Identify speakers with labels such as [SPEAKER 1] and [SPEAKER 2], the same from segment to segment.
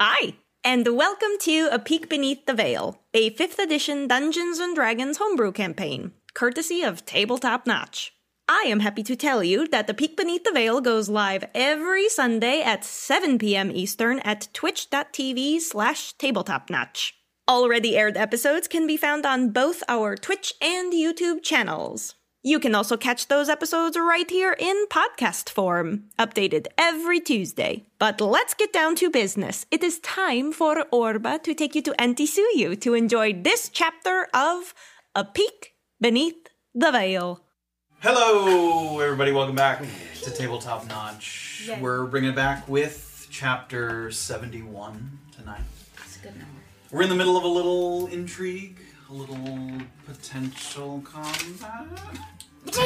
[SPEAKER 1] Hi, and welcome to A Peek Beneath the Veil, a 5th edition Dungeons and Dragons homebrew campaign, courtesy of Tabletop Notch. I am happy to tell you that The Peek Beneath the Veil goes live every Sunday at 7 p.m. Eastern at twitch.tv slash tabletopnotch. Already aired episodes can be found on both our Twitch and YouTube channels. You can also catch those episodes right here in podcast form, updated every Tuesday. But let's get down to business. It is time for Orba to take you to Antisuyu to enjoy this chapter of A Peek Beneath the Veil.
[SPEAKER 2] Hello, everybody. Welcome back to Tabletop Notch. We're bringing it back with chapter 71 tonight.
[SPEAKER 3] It's a good number.
[SPEAKER 2] We're in the middle of a little intrigue, a little potential combat.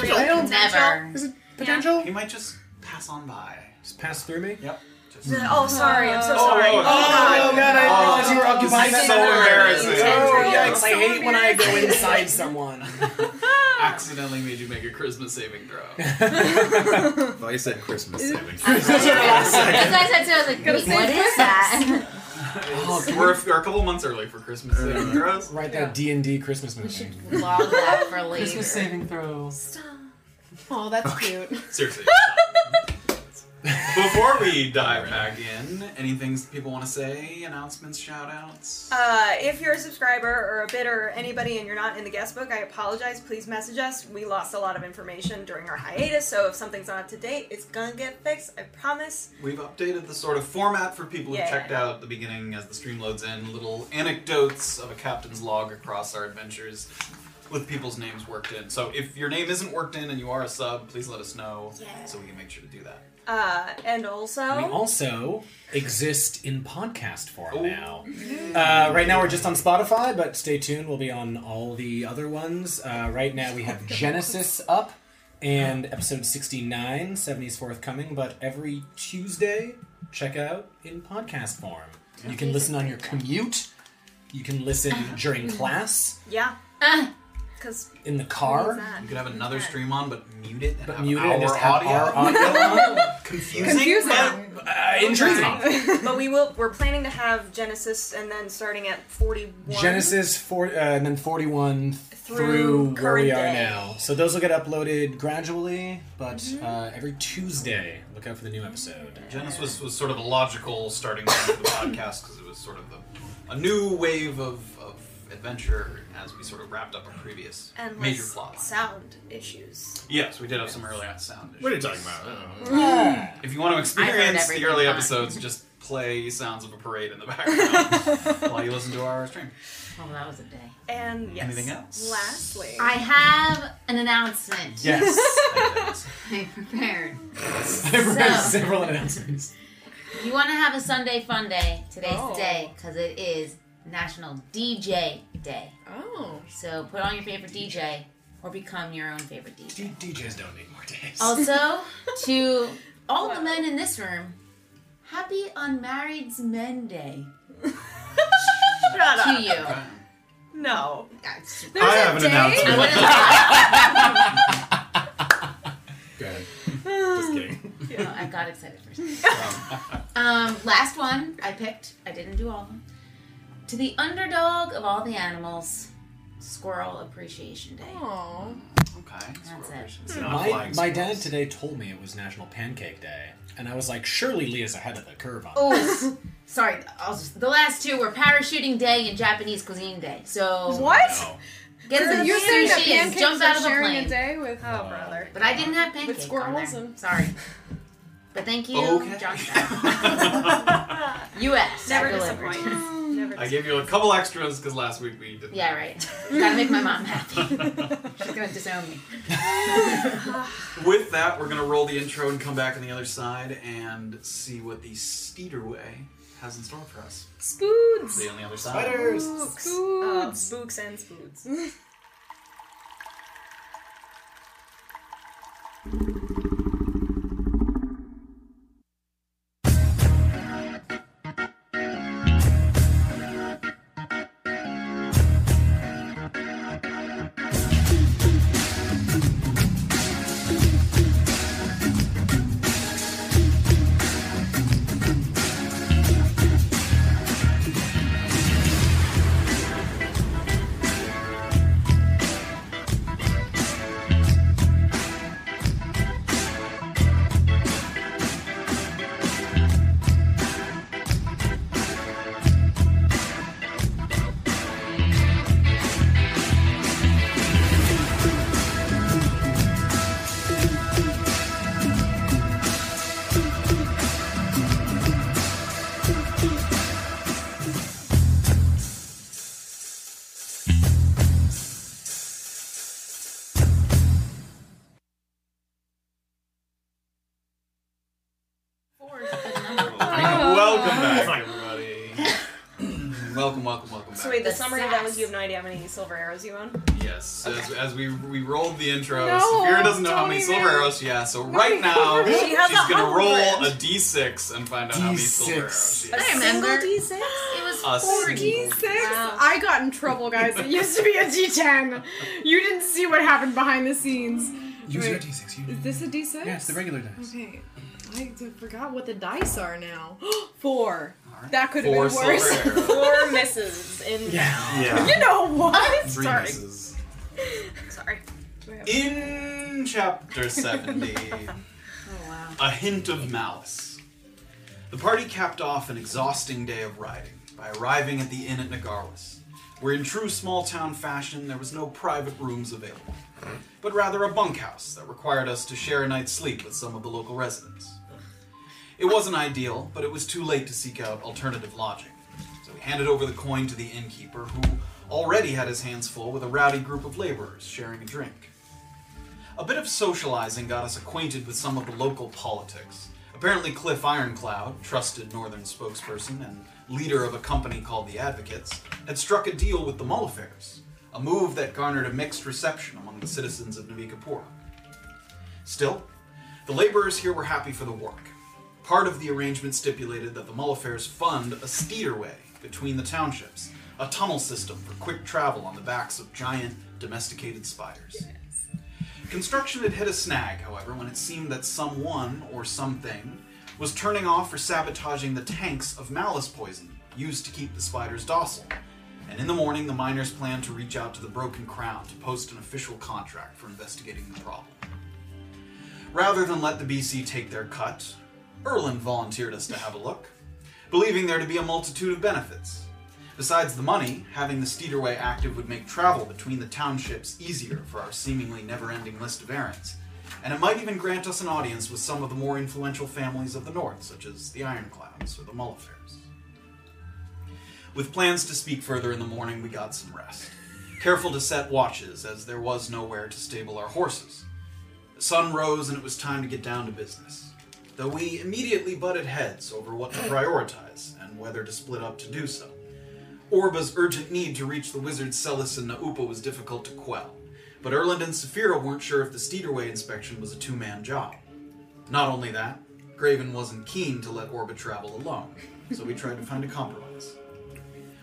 [SPEAKER 3] Real never.
[SPEAKER 4] Is it potential?
[SPEAKER 2] You might just pass on by.
[SPEAKER 4] Just pass through me.
[SPEAKER 2] Yep. Just...
[SPEAKER 5] Oh, sorry. I'm so sorry.
[SPEAKER 2] oh,
[SPEAKER 4] Oh god, I didn't realize you were occupied.
[SPEAKER 2] this is
[SPEAKER 4] that
[SPEAKER 2] so
[SPEAKER 4] much.
[SPEAKER 2] embarrassing.
[SPEAKER 4] Oh yikes!
[SPEAKER 5] It's so
[SPEAKER 4] I hate when I go inside someone.
[SPEAKER 2] Accidentally made you make a Christmas saving throw.
[SPEAKER 6] Well, you said Christmas saving.
[SPEAKER 3] That's what I said too. I was like, wait, what is that?
[SPEAKER 2] we're, a, we're a couple months early for Christmas
[SPEAKER 6] Uh,
[SPEAKER 2] saving throws.
[SPEAKER 4] Write that D and D Christmas movie.
[SPEAKER 3] Log that for later.
[SPEAKER 7] throws.
[SPEAKER 5] Oh, that's cute.
[SPEAKER 2] Seriously. Before we dive back in, anything people want to say? Announcements, shout outs?
[SPEAKER 5] Uh, if you're a subscriber or a bidder or anybody and you're not in the guest book, I apologize. Please message us. We lost a lot of information during our hiatus, so if something's not up to date, it's gonna get fixed. I promise.
[SPEAKER 2] We've updated the sort of format for people who
[SPEAKER 5] Yeah.
[SPEAKER 2] checked out the beginning as the stream loads in. Little anecdotes of a captain's log across our adventures with people's names worked in. So if your name isn't worked in and you are a sub, please let us know so we can make sure to do that.
[SPEAKER 5] Uh, and also,
[SPEAKER 4] We also exist in podcast form now. Uh, right now, we're just on Spotify, but stay tuned. We'll be on all the other ones. Uh, right now, we have Genesis up and episode 69, 70s forthcoming, but every Tuesday, check out in podcast form. You can listen on your commute, you can listen during class,
[SPEAKER 5] yeah, because
[SPEAKER 4] in the car.
[SPEAKER 2] You could have another stream on, but mute it and have
[SPEAKER 4] Mute it
[SPEAKER 2] our
[SPEAKER 4] and just have
[SPEAKER 2] audio.
[SPEAKER 4] our audio on.
[SPEAKER 2] Confusing,
[SPEAKER 5] Confusing.
[SPEAKER 2] but, uh, intriguing.
[SPEAKER 5] but we will. We're planning to have Genesis, and then starting at forty-one.
[SPEAKER 4] Genesis four, uh, and then forty one
[SPEAKER 5] Through
[SPEAKER 4] through, where we
[SPEAKER 5] current
[SPEAKER 4] are
[SPEAKER 5] day.
[SPEAKER 4] now. So those will get uploaded gradually, but
[SPEAKER 5] Mm-hmm.
[SPEAKER 4] uh, every Tuesday, look out for the new episode.
[SPEAKER 2] Genesis was, was sort of a logical starting point of the podcast because it was sort of the, a new wave of, of adventure as we sort of wrapped up our previous
[SPEAKER 5] and
[SPEAKER 2] major
[SPEAKER 5] less
[SPEAKER 2] plot.
[SPEAKER 5] sound issues.
[SPEAKER 2] Yes, we did have some early on sound.
[SPEAKER 6] What are you
[SPEAKER 2] issues.
[SPEAKER 6] talking about? I don't know.
[SPEAKER 4] Yeah.
[SPEAKER 2] If you want to experience the
[SPEAKER 3] everything
[SPEAKER 2] early
[SPEAKER 3] fine.
[SPEAKER 2] episodes, just play sounds of a parade in the background while you listen to our stream.
[SPEAKER 3] Oh, that was a day.
[SPEAKER 5] And yes,
[SPEAKER 2] Anything else?
[SPEAKER 5] Lastly,
[SPEAKER 3] I have an announcement.
[SPEAKER 4] Yes.
[SPEAKER 3] I prepared.
[SPEAKER 4] I've read
[SPEAKER 3] So-
[SPEAKER 4] several announcements.
[SPEAKER 3] You want to have a Sunday fun day? Today's
[SPEAKER 5] Oh.
[SPEAKER 3] the day because it is National DJ Day.
[SPEAKER 7] Oh.
[SPEAKER 3] So put on your favorite DJ or become your own favorite DJ.
[SPEAKER 4] D- DJs don't need more days.
[SPEAKER 3] Also, to all the
[SPEAKER 5] Wow.
[SPEAKER 3] men in this room, happy Unmarried's Men Day
[SPEAKER 5] shut
[SPEAKER 3] to
[SPEAKER 5] up.
[SPEAKER 3] you.
[SPEAKER 5] No,
[SPEAKER 3] That's-
[SPEAKER 5] There's a
[SPEAKER 6] have an
[SPEAKER 5] day?
[SPEAKER 3] I
[SPEAKER 6] announcement.
[SPEAKER 3] wanna-
[SPEAKER 6] Go ahead. Just kidding.
[SPEAKER 3] No, I got excited first. Um, last one I picked. I didn't do all of them. To the underdog of all the animals, Squirrel Appreciation Day.
[SPEAKER 7] Aw.
[SPEAKER 2] Okay.
[SPEAKER 3] That's
[SPEAKER 2] It's not
[SPEAKER 4] my,
[SPEAKER 2] flying
[SPEAKER 4] my
[SPEAKER 2] squirrels.
[SPEAKER 4] dad today told me it was National Pancake Day, and I was like, surely Leah's ahead of the curve on.
[SPEAKER 3] Oh, s- sorry. I was just- the last two were Parachuting Day and Japanese Cuisine Day. So
[SPEAKER 5] what?
[SPEAKER 4] No.
[SPEAKER 3] get some
[SPEAKER 7] You're saying that
[SPEAKER 3] sushi and
[SPEAKER 7] pancakes
[SPEAKER 3] jump
[SPEAKER 7] are
[SPEAKER 3] out of a
[SPEAKER 7] sharing
[SPEAKER 3] plane.
[SPEAKER 7] a day with
[SPEAKER 5] Oh, brother.
[SPEAKER 3] But I didn't have pancakes.
[SPEAKER 7] squirrels
[SPEAKER 3] on there.
[SPEAKER 7] and-
[SPEAKER 3] sorry. But thank you,
[SPEAKER 2] Okay.
[SPEAKER 3] John. U.S.
[SPEAKER 5] Never
[SPEAKER 3] I delivered.
[SPEAKER 5] disappoint. Never
[SPEAKER 2] I gave you a couple extras because last week we did.
[SPEAKER 3] Yeah, right. Gotta make my mom happy. She's gonna disown me.
[SPEAKER 2] With that, we're gonna roll the intro and come back on the other side and see what the Steederway has in store for us.
[SPEAKER 7] Spoods.
[SPEAKER 2] See you on the other side.
[SPEAKER 4] Spiders.
[SPEAKER 5] Spooks.
[SPEAKER 7] Spoods.
[SPEAKER 5] Uh, spooks and spoods.
[SPEAKER 2] Hi, everybody. welcome, welcome, welcome back.
[SPEAKER 5] So wait, the,
[SPEAKER 3] The
[SPEAKER 5] summary of that was
[SPEAKER 3] sass.
[SPEAKER 5] you have no idea how many silver arrows you own.
[SPEAKER 2] Yes, as, as we we rolled the intro,
[SPEAKER 7] No,
[SPEAKER 2] Sapphira doesn't know how
[SPEAKER 7] don't
[SPEAKER 2] many
[SPEAKER 7] even.
[SPEAKER 2] silver arrows she has, so right now
[SPEAKER 5] She has
[SPEAKER 2] she's
[SPEAKER 5] a
[SPEAKER 2] gonna roll a
[SPEAKER 5] hundred.
[SPEAKER 2] d6 and find out how many
[SPEAKER 4] D6.
[SPEAKER 2] silver arrows she
[SPEAKER 3] I
[SPEAKER 2] has.
[SPEAKER 3] remember.
[SPEAKER 5] Single D6?
[SPEAKER 3] It was
[SPEAKER 2] A
[SPEAKER 3] forty.
[SPEAKER 2] single-
[SPEAKER 7] D6?
[SPEAKER 3] Wow.
[SPEAKER 7] I got in trouble, guys. It used to be a D10. You didn't see what happened behind the scenes.
[SPEAKER 4] Use
[SPEAKER 7] Wait.
[SPEAKER 4] your d6. You
[SPEAKER 7] Is this a D6?
[SPEAKER 4] yeah, it's the regular dice.
[SPEAKER 7] Okay. I forgot what the dice are now. Four.
[SPEAKER 2] Alright.
[SPEAKER 7] That could have
[SPEAKER 2] Four
[SPEAKER 7] been worse.
[SPEAKER 2] silver arrows.
[SPEAKER 5] Four misses in.
[SPEAKER 4] Yeah.
[SPEAKER 6] Yeah.
[SPEAKER 7] you know what?
[SPEAKER 2] Three
[SPEAKER 7] Sorry.
[SPEAKER 2] misses.
[SPEAKER 5] Sorry.
[SPEAKER 2] In chapter 70.
[SPEAKER 7] Oh, wow.
[SPEAKER 2] A hint of malice. The party capped off an exhausting day of riding by arriving at the inn at Nagarlis, where, in true small town fashion, there was no private rooms available, but rather a bunkhouse that required us to share a night's sleep with some of the local residents. It wasn't ideal, but it was too late to seek out alternative lodging, so we handed over the coin to the innkeeper, who already had his hands full with a rowdy group of laborers sharing a drink. A bit of socializing got us acquainted with some of the local politics. Apparently, Cliff Ironcloud, trusted northern spokesperson and leader of a company called the Advocates, had struck a deal with the Mullifers, a move that garnered a mixed reception among the citizens of Navikapura. Still, the laborers here were happy for the work. Part of the arrangement stipulated that the Mullifers fund a steederway between the townships, a tunnel system for quick travel on the backs of giant domesticated spiders. Construction had hit a snag, however, when it seemed that someone or something was turning off or sabotaging the tanks of malice poison used to keep the spiders docile. And in the morning, the miners planned to reach out to the Broken Crown to post an official contract for investigating the problem. Rather than let the BC take their cut, Erland volunteered us to have a look, believing there to be a multitude of benefits. Besides the money, having the Steederway active would make travel between the townships easier for our seemingly never ending list of errands, and it might even grant us an audience with some of the more influential families of the North, such as the Ironclads or the Mullifers. With plans to speak further in the morning, we got some rest, careful to set watches as there was nowhere to stable our horses. The sun rose and it was time to get down to business. Though we immediately butted heads over what to prioritize and whether to split up to do so. Orba's urgent need to reach the wizards Celis and Naupa was difficult to quell, but Erland and Saphira weren't sure if the Steederway inspection was a two man job. Not only that, Graven wasn't keen to let Orba travel alone, so we tried to find a compromise.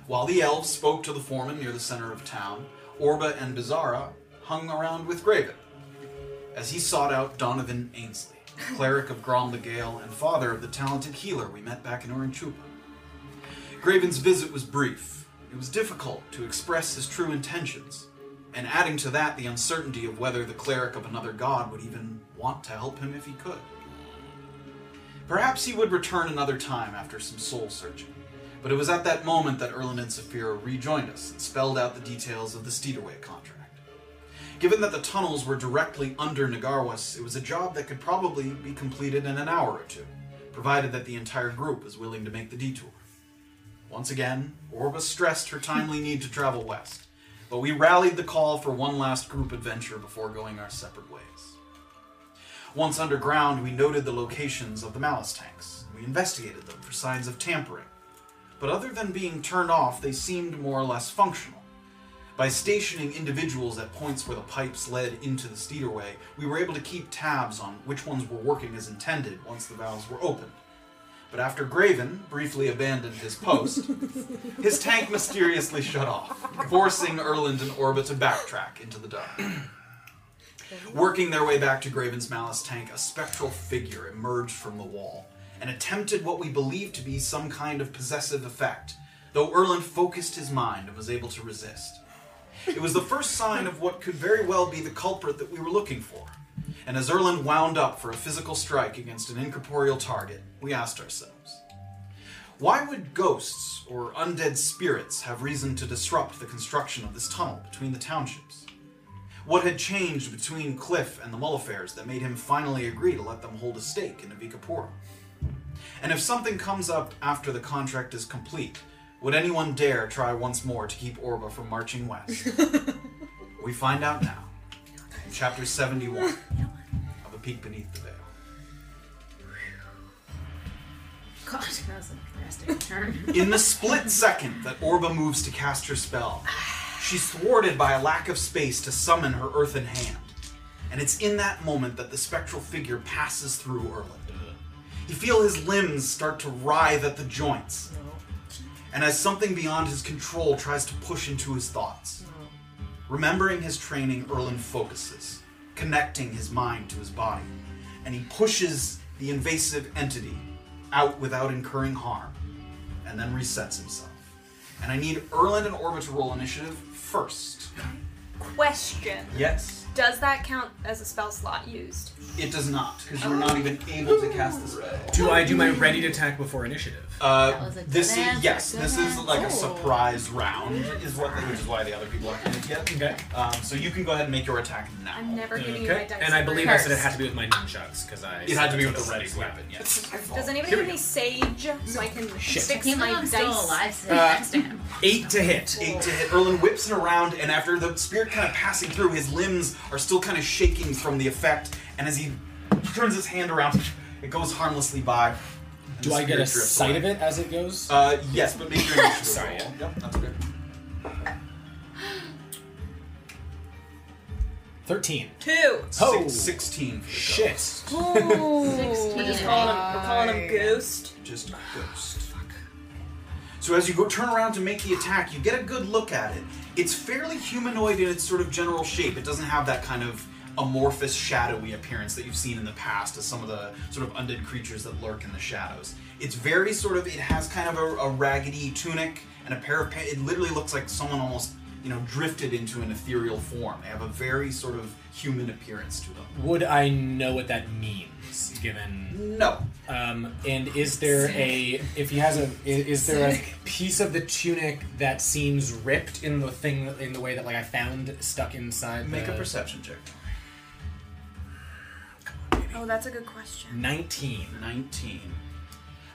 [SPEAKER 2] While the elves spoke to the foreman near the center of town, Orba and Bizarra hung around with Graven as he sought out Donovan Ainsley, cleric of Grom the Gale and father of the talented healer we met back in Orinchupa. Graven's visit was brief. It was difficult to express his true intentions, and adding to that the uncertainty of whether the cleric of another god would even want to help him if he could. Perhaps he would return another time after some soul searching, but it was at that moment that Erlin and Saphira rejoined us and spelled out the details of the Steederway contract. Given that the tunnels were directly under Nagarwas, it was a job that could probably be completed in an hour or two, provided that the entire group was willing to make the detour. Once again, Orba stressed her timely need to travel west, but we rallied the call for one last group adventure before going our separate ways. Once underground, we noted the locations of the malice tanks. We investigated them for signs of tampering, but other than being turned off, they seemed more or less functional. By stationing individuals at points where the pipes led into the Steederway, we were able to keep tabs on which ones were working as intended once the valves were opened. But after Graven briefly abandoned his post, his tank mysteriously shut off, forcing Erland and Orba to backtrack into the dark. Working their way back to Graven's Malice tank, a spectral figure emerged from the wall and attempted what we believed to be some kind of possessive effect, though Erland focused his mind and was able to resist. It was the first sign of what could very well be the culprit that we were looking for. And as Erland wound up for a physical strike against an incorporeal target, we asked ourselves why would ghosts or undead spirits have reason to disrupt the construction of this tunnel between the townships? What had changed between Cliff and the Mullifers that made him finally agree to let them hold a stake in Avikapura? And if something comes up after the contract is complete, would anyone dare try once more to keep Orba from marching west? we find out now. In chapter 71 of A Peek Beneath the Veil.
[SPEAKER 3] God, that was a drastic turn.
[SPEAKER 2] In the split second that Orba moves to cast her spell, she's thwarted by a lack of space to summon her earthen hand. And it's in that moment that the spectral figure passes through Erland. You feel his limbs start to writhe at the joints. And as something beyond his control tries to push into his thoughts. Remembering his training, Erland focuses, connecting his mind to his body, and he pushes the invasive entity out without incurring harm, and then resets himself. And I need Erland and Orba to roll initiative first.
[SPEAKER 5] Question.
[SPEAKER 2] Yes.
[SPEAKER 5] Does that count as a spell slot used?
[SPEAKER 2] It does not, because you're not even able to cast the spell.
[SPEAKER 4] Do I do my ready attack before initiative?
[SPEAKER 2] Uh,
[SPEAKER 3] was a good
[SPEAKER 2] this
[SPEAKER 3] answer,
[SPEAKER 2] is yes.
[SPEAKER 3] good
[SPEAKER 2] This is
[SPEAKER 3] answer.
[SPEAKER 2] like a surprise round, is what, which is why the other people aren't in it yet.
[SPEAKER 4] Okay.
[SPEAKER 2] Um, so you can go ahead and make your attack now.
[SPEAKER 5] I'm never giving you my
[SPEAKER 4] Okay.
[SPEAKER 5] dice.
[SPEAKER 4] And I
[SPEAKER 5] number.
[SPEAKER 4] believe I said it had to be with my nunchucks because I.
[SPEAKER 2] It had to be with
[SPEAKER 4] that's
[SPEAKER 2] the
[SPEAKER 4] what
[SPEAKER 2] ready
[SPEAKER 4] this
[SPEAKER 2] weapon. Yes.
[SPEAKER 5] Does anybody
[SPEAKER 4] Here
[SPEAKER 5] have
[SPEAKER 4] we
[SPEAKER 5] any sage so I can
[SPEAKER 3] I
[SPEAKER 5] fix
[SPEAKER 3] can't
[SPEAKER 5] my
[SPEAKER 3] believe I'm
[SPEAKER 5] dice?
[SPEAKER 3] still alive sitting
[SPEAKER 4] Uh,
[SPEAKER 3] next to him.
[SPEAKER 4] Eight to hit.
[SPEAKER 2] Eight to hit. Erlin whips it around, and after the spirit kind of passing through, his limbs are still kind of shaking from the effect. And as he turns his hand around, it goes harmlessly by. and the
[SPEAKER 4] Do I get
[SPEAKER 2] spirit
[SPEAKER 4] a
[SPEAKER 2] drifts
[SPEAKER 4] sight
[SPEAKER 2] away.
[SPEAKER 4] of it as it goes?
[SPEAKER 2] Uh, yes, but make your initiative
[SPEAKER 4] Sorry.
[SPEAKER 2] roll. Yep, that's good.
[SPEAKER 4] Thirteen.
[SPEAKER 5] Two.
[SPEAKER 4] Oh.
[SPEAKER 2] Six, 16 for the
[SPEAKER 4] Shit.
[SPEAKER 5] We're just calling him, we're calling him Ghost.
[SPEAKER 2] Just ghost. So as you go turn around to make the attack, you get a good look at it. It's fairly humanoid in its sort of general shape. It doesn't have that kind of amorphous, shadowy appearance that you've seen in the past as some of the sort of undead creatures that lurk in the shadows. It's very sort of. It has kind of a, a raggedy tunic and a pair of pants. It literally looks like someone almost, you know, drifted into an ethereal form. They have a very sort of human appearance to them.
[SPEAKER 4] Would I know what that means? Given,
[SPEAKER 2] No,
[SPEAKER 4] um, and is there a if he has a i- is there a piece of the tunic that seems ripped in the thing in the way that like I found stuck inside?
[SPEAKER 2] make
[SPEAKER 4] the
[SPEAKER 2] a perception check.
[SPEAKER 5] Oh, that's a good question.
[SPEAKER 4] Nineteen.
[SPEAKER 2] 19.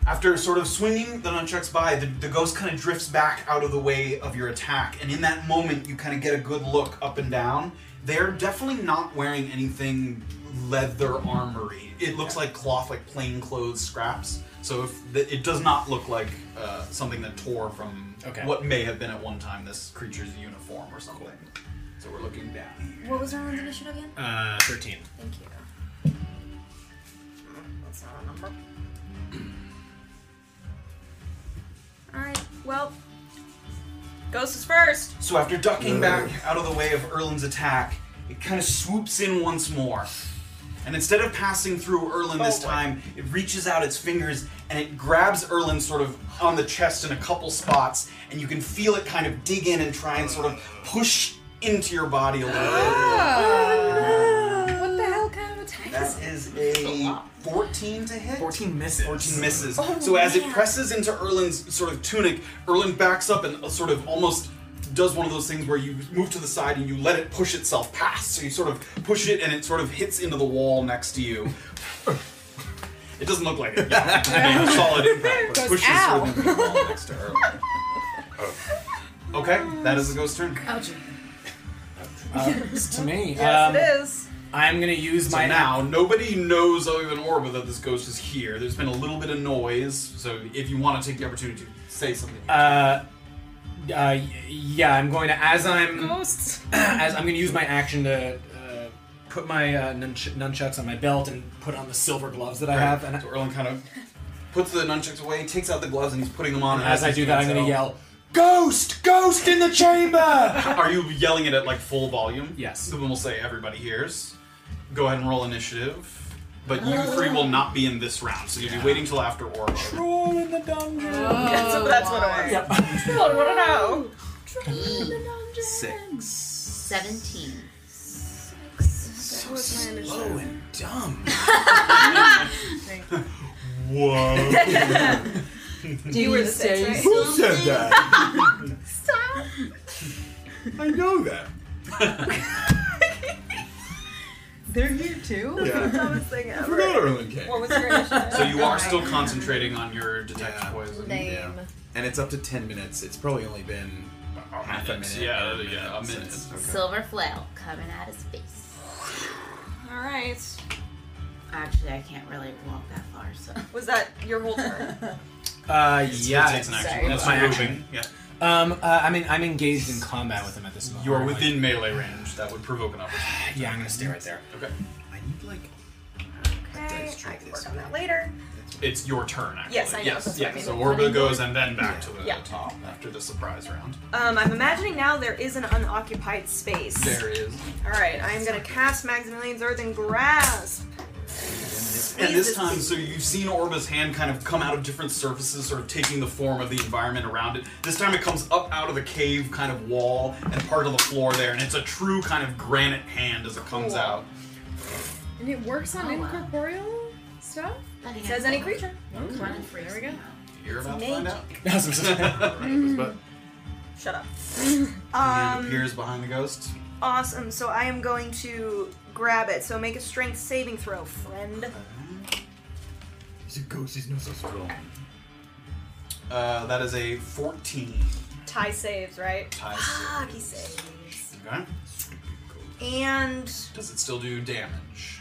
[SPEAKER 2] After sort of swinging the nunchucks by, the, the ghost kind of drifts back out of the way of your attack, and in that moment, you kind of get a good look up and down. They're definitely not wearing anything leather armory. It looks like cloth, like plain clothes scraps. So if the, it does not look like uh, something that tore from
[SPEAKER 4] Okay.
[SPEAKER 2] what may have been at one time this creature's uniform or something. So we're looking down.
[SPEAKER 5] What was Erlen's initiative again?
[SPEAKER 4] Uh, thirteen.
[SPEAKER 5] Thank you. That's not a number. Alright, well. Ghost is first.
[SPEAKER 2] So after ducking back out of the way of Erlin's attack, it kind of swoops in once more. And instead of passing through Erlin this time, it reaches out its fingers and it grabs Erlin sort of on the chest in a couple spots, and you can feel it kind of dig in and try and sort of push into your body a little bit.
[SPEAKER 7] What the hell kind of attack is
[SPEAKER 2] That is a 14 to hit.
[SPEAKER 4] Fourteen misses.
[SPEAKER 2] 14 misses. so as it presses into Erlin's sort of tunic, Erlin backs up and uh, sort of almost does one of those things where you move to the side and you let it push itself past. So you sort of push it and it sort of hits into the wall next to you. it doesn't look like it. You know, made a solid impact, but it pushes
[SPEAKER 7] "Ow."
[SPEAKER 2] through the wall next to Erlin. Okay, that is the ghost turn.
[SPEAKER 3] Ouch.
[SPEAKER 4] Uh, it's to me.
[SPEAKER 5] Yes,
[SPEAKER 4] um,
[SPEAKER 5] it is.
[SPEAKER 4] I'm gonna use
[SPEAKER 2] So
[SPEAKER 4] my
[SPEAKER 2] now, nobody knows other than Orba that this ghost is here. There's been a little bit of noise, so if you want to take the opportunity to say something, you
[SPEAKER 4] Uh, uh, y- yeah, I'm going to as I'm
[SPEAKER 7] Ghosts.
[SPEAKER 4] as I'm going to use my action to uh, put my uh, nunch- nunchucks on my belt and put on the silver gloves that I have. And
[SPEAKER 2] so Erlen kind of puts the nunchucks away, takes out the gloves, and he's putting them on. and
[SPEAKER 4] as I
[SPEAKER 2] he's
[SPEAKER 4] do
[SPEAKER 2] doing
[SPEAKER 4] that, I'm going
[SPEAKER 2] so-
[SPEAKER 4] to yell, "Ghost! Ghost in the chamber!"
[SPEAKER 2] Are you yelling it at like full volume?
[SPEAKER 4] Yes.
[SPEAKER 2] So then we'll say everybody hears. Go ahead and roll initiative. But you three will not be in this round, so you'll be waiting till after Orba.
[SPEAKER 4] Roll in the dungeon.
[SPEAKER 7] Oh,
[SPEAKER 5] That's, that's what I want. I want to know.
[SPEAKER 6] Six.
[SPEAKER 3] 17.
[SPEAKER 5] What was my initiative?
[SPEAKER 4] Slow and dumb.
[SPEAKER 6] Whoa.
[SPEAKER 8] Do you,
[SPEAKER 5] were the
[SPEAKER 8] say
[SPEAKER 5] six,
[SPEAKER 6] Who said that? I know that.
[SPEAKER 8] they're here too?
[SPEAKER 4] Uh,
[SPEAKER 6] Yeah.
[SPEAKER 5] Dumbest thing
[SPEAKER 6] I
[SPEAKER 5] ever.
[SPEAKER 6] forgot Erlen came.
[SPEAKER 5] What was your initiative?
[SPEAKER 2] So you are still concentrating on your detect
[SPEAKER 6] Yeah.
[SPEAKER 2] poison.
[SPEAKER 8] Lame.
[SPEAKER 6] Yeah. And it's up to 10 minutes. It's probably only been half a minute.
[SPEAKER 2] Yeah,
[SPEAKER 6] or
[SPEAKER 2] yeah, a minute.
[SPEAKER 6] since-
[SPEAKER 3] Silver flail coming out of space.
[SPEAKER 5] Alright.
[SPEAKER 3] Actually, I can't really walk that far, so.
[SPEAKER 5] Was that your whole turn?
[SPEAKER 4] Uh, yeah,
[SPEAKER 2] it's an action.
[SPEAKER 4] That's
[SPEAKER 2] That's
[SPEAKER 4] my action.
[SPEAKER 2] moving. Yeah.
[SPEAKER 4] Um, uh, I mean, I'm engaged in combat with him at this moment.
[SPEAKER 2] You're
[SPEAKER 4] I'm, like,
[SPEAKER 2] within melee range. That would provoke an opportunity.
[SPEAKER 4] Yeah, I'm gonna stay right there.
[SPEAKER 2] Okay.
[SPEAKER 6] I need like a
[SPEAKER 5] Okay,
[SPEAKER 6] dice
[SPEAKER 5] I
[SPEAKER 6] tray
[SPEAKER 5] can
[SPEAKER 6] this
[SPEAKER 5] work on
[SPEAKER 6] way.
[SPEAKER 5] that later.
[SPEAKER 2] It's your turn, actually.
[SPEAKER 5] Yes, I know,
[SPEAKER 2] Yes,
[SPEAKER 5] that's
[SPEAKER 2] yeah.
[SPEAKER 5] what I mean.
[SPEAKER 2] So Orba goes and then back to the
[SPEAKER 5] Yeah.
[SPEAKER 2] top after the surprise round.
[SPEAKER 5] Um, I'm imagining now there is an unoccupied space.
[SPEAKER 2] There is.
[SPEAKER 5] All right, I'm gonna cast Maximilian's Earthen Grasp.
[SPEAKER 2] And this time, so you've seen Orba's hand kind of come out of different surfaces, sort of taking the form of the environment around it. This time it comes up out of the cave kind of wall and part of the floor there, and it's a true kind of granite hand as it comes
[SPEAKER 7] Cool.
[SPEAKER 2] out.
[SPEAKER 7] And it works on
[SPEAKER 3] Oh, wow.
[SPEAKER 7] incorporeal stuff?
[SPEAKER 3] Bloody
[SPEAKER 5] Says
[SPEAKER 3] hell.
[SPEAKER 5] any creature.
[SPEAKER 3] Come on and freeze
[SPEAKER 7] There we go.
[SPEAKER 3] me out.
[SPEAKER 2] You're about to find out.
[SPEAKER 6] But
[SPEAKER 5] Shut up.
[SPEAKER 2] And it
[SPEAKER 5] Um,
[SPEAKER 2] appears behind the ghost.
[SPEAKER 5] awesome. So I am going to grab it. So make a strength saving throw, friend.
[SPEAKER 6] he's a ghost. He's not so strong.
[SPEAKER 2] Uh, that is a 14
[SPEAKER 5] Ty saves, right?
[SPEAKER 2] tie.
[SPEAKER 5] Fuck, he saves.
[SPEAKER 2] Okay.
[SPEAKER 5] And
[SPEAKER 2] Does it still do damage?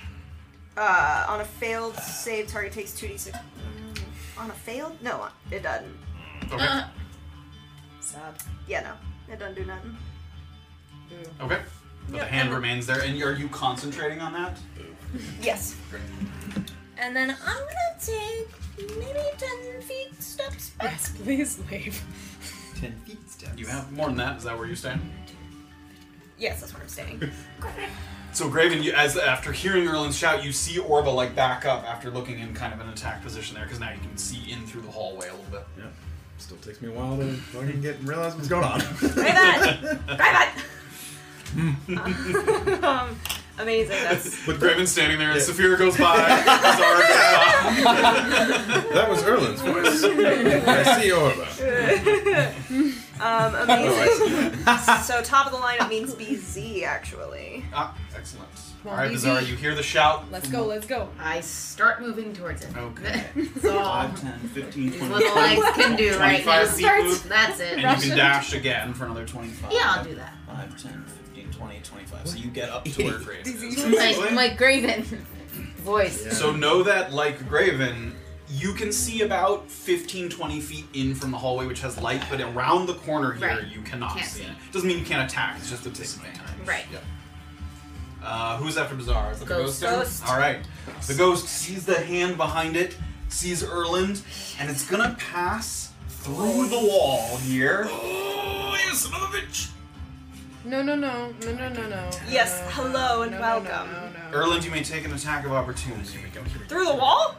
[SPEAKER 5] uh, on a failed save, target takes 2d6. Mm, On a failed? No, it doesn't.
[SPEAKER 2] Okay.
[SPEAKER 8] Sad.
[SPEAKER 5] Yeah, no. It doesn't do nothing.
[SPEAKER 2] Okay. But the hand remains there, and are you concentrating on that?
[SPEAKER 5] Yes.
[SPEAKER 2] Great.
[SPEAKER 5] And then I'm gonna take maybe 10 feet steps back.
[SPEAKER 7] Yes, please leave.
[SPEAKER 6] Ten feet steps.
[SPEAKER 2] You have more than that. Is that where you stand?
[SPEAKER 5] Yes, that's what I'm saying.
[SPEAKER 2] So Graven, you, as after hearing Erlin's shout, you see Orba like back up after looking in kind of an attack position there, because now you can see in through the hallway a little bit.
[SPEAKER 6] Yeah. Still takes me a while to fucking get realize what's going on.
[SPEAKER 5] Grab it! um, amazing. That's
[SPEAKER 2] With Graven standing there, and Saphira goes by. Zara goes by.
[SPEAKER 6] that was Erlin's voice. I see Orba.
[SPEAKER 5] um,
[SPEAKER 6] Oh,
[SPEAKER 5] amazing.
[SPEAKER 6] I see.
[SPEAKER 5] So top of the lineup means BZ actually.
[SPEAKER 2] Ah, excellent.
[SPEAKER 7] Come on,
[SPEAKER 2] All right,
[SPEAKER 7] BB.
[SPEAKER 2] Bizarre, you hear the shout.
[SPEAKER 7] Let's go, let's go.
[SPEAKER 3] I start moving towards
[SPEAKER 6] Oh.
[SPEAKER 3] it.
[SPEAKER 2] Okay.
[SPEAKER 3] That's all
[SPEAKER 2] 10, 15,
[SPEAKER 3] these little legs can do right
[SPEAKER 2] 25
[SPEAKER 3] now.
[SPEAKER 2] feet Starts-
[SPEAKER 3] That's it.
[SPEAKER 2] And
[SPEAKER 3] Yeah,
[SPEAKER 2] you can dash again for another 25.
[SPEAKER 3] I'll do that.
[SPEAKER 2] 5, 10, 15, 20, 25. So you get up to where Graven is.
[SPEAKER 3] Like, like Graven. Voice.
[SPEAKER 6] Oh, Yeah.
[SPEAKER 2] So know that, like Graven, you can see about 15, 20 feet in from the hallway, which has light, but around the corner here,
[SPEAKER 3] Right.
[SPEAKER 2] you cannot
[SPEAKER 3] Can't
[SPEAKER 2] see.
[SPEAKER 3] see.
[SPEAKER 2] Doesn't mean you can't attack, it's just a disadvantage.
[SPEAKER 3] Right.
[SPEAKER 2] Yep. Uh, who's after Bizarre? Is it the ghost?
[SPEAKER 3] Ghost.
[SPEAKER 5] Ghost.
[SPEAKER 2] Alright. The ghost sees the hand behind it, sees Erland, and it's gonna pass through the wall here. Oh, you son of a bitch!
[SPEAKER 7] No, no, no, no, no, no, no.
[SPEAKER 5] Yes,
[SPEAKER 7] no,
[SPEAKER 5] hello and
[SPEAKER 7] no,
[SPEAKER 5] welcome.
[SPEAKER 7] No, no, no, no.
[SPEAKER 2] Erland, you may take an attack of opportunity.
[SPEAKER 5] Through the wall?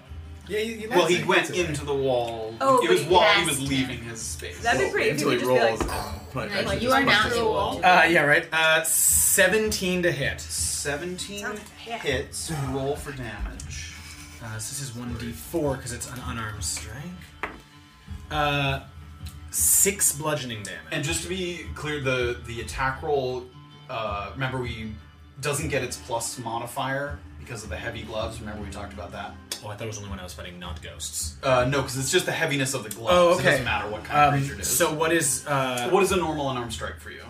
[SPEAKER 6] Yeah, you, you
[SPEAKER 2] Well, he
[SPEAKER 6] like
[SPEAKER 2] went
[SPEAKER 6] it. It's
[SPEAKER 2] into the wall.
[SPEAKER 5] Oh,
[SPEAKER 2] it was
[SPEAKER 5] but
[SPEAKER 2] while
[SPEAKER 3] he
[SPEAKER 2] he was
[SPEAKER 3] passed.
[SPEAKER 2] leaving his space.
[SPEAKER 5] That'd be great if you
[SPEAKER 6] Until
[SPEAKER 5] could
[SPEAKER 6] he
[SPEAKER 5] just be like,
[SPEAKER 6] rolls. and punch-
[SPEAKER 3] Nice.
[SPEAKER 6] actually
[SPEAKER 3] You
[SPEAKER 6] just
[SPEAKER 3] are now
[SPEAKER 6] punches
[SPEAKER 3] the
[SPEAKER 6] the wall.
[SPEAKER 3] wall.
[SPEAKER 4] Uh, yeah, right. Uh, 17 to hit.
[SPEAKER 2] 17
[SPEAKER 5] Sounds like a hit.
[SPEAKER 2] hits. Roll for damage.
[SPEAKER 4] Uh, so this is 1d4 because it's an unarmed strike. Uh, six bludgeoning damage.
[SPEAKER 2] And just to be clear, the the attack roll. Uh, remember, we doesn't get its plus modifier because of the heavy gloves. Remember, we talked about that.
[SPEAKER 4] Oh, I thought it was only when I was fighting not ghosts.
[SPEAKER 2] Uh, no, because it's just the heaviness of the gloves.
[SPEAKER 4] Oh,
[SPEAKER 2] It
[SPEAKER 4] okay.
[SPEAKER 2] doesn't matter what kind of
[SPEAKER 4] Um,
[SPEAKER 2] creature it is.
[SPEAKER 4] so what is uh,
[SPEAKER 2] what is a normal unarmed strike for you?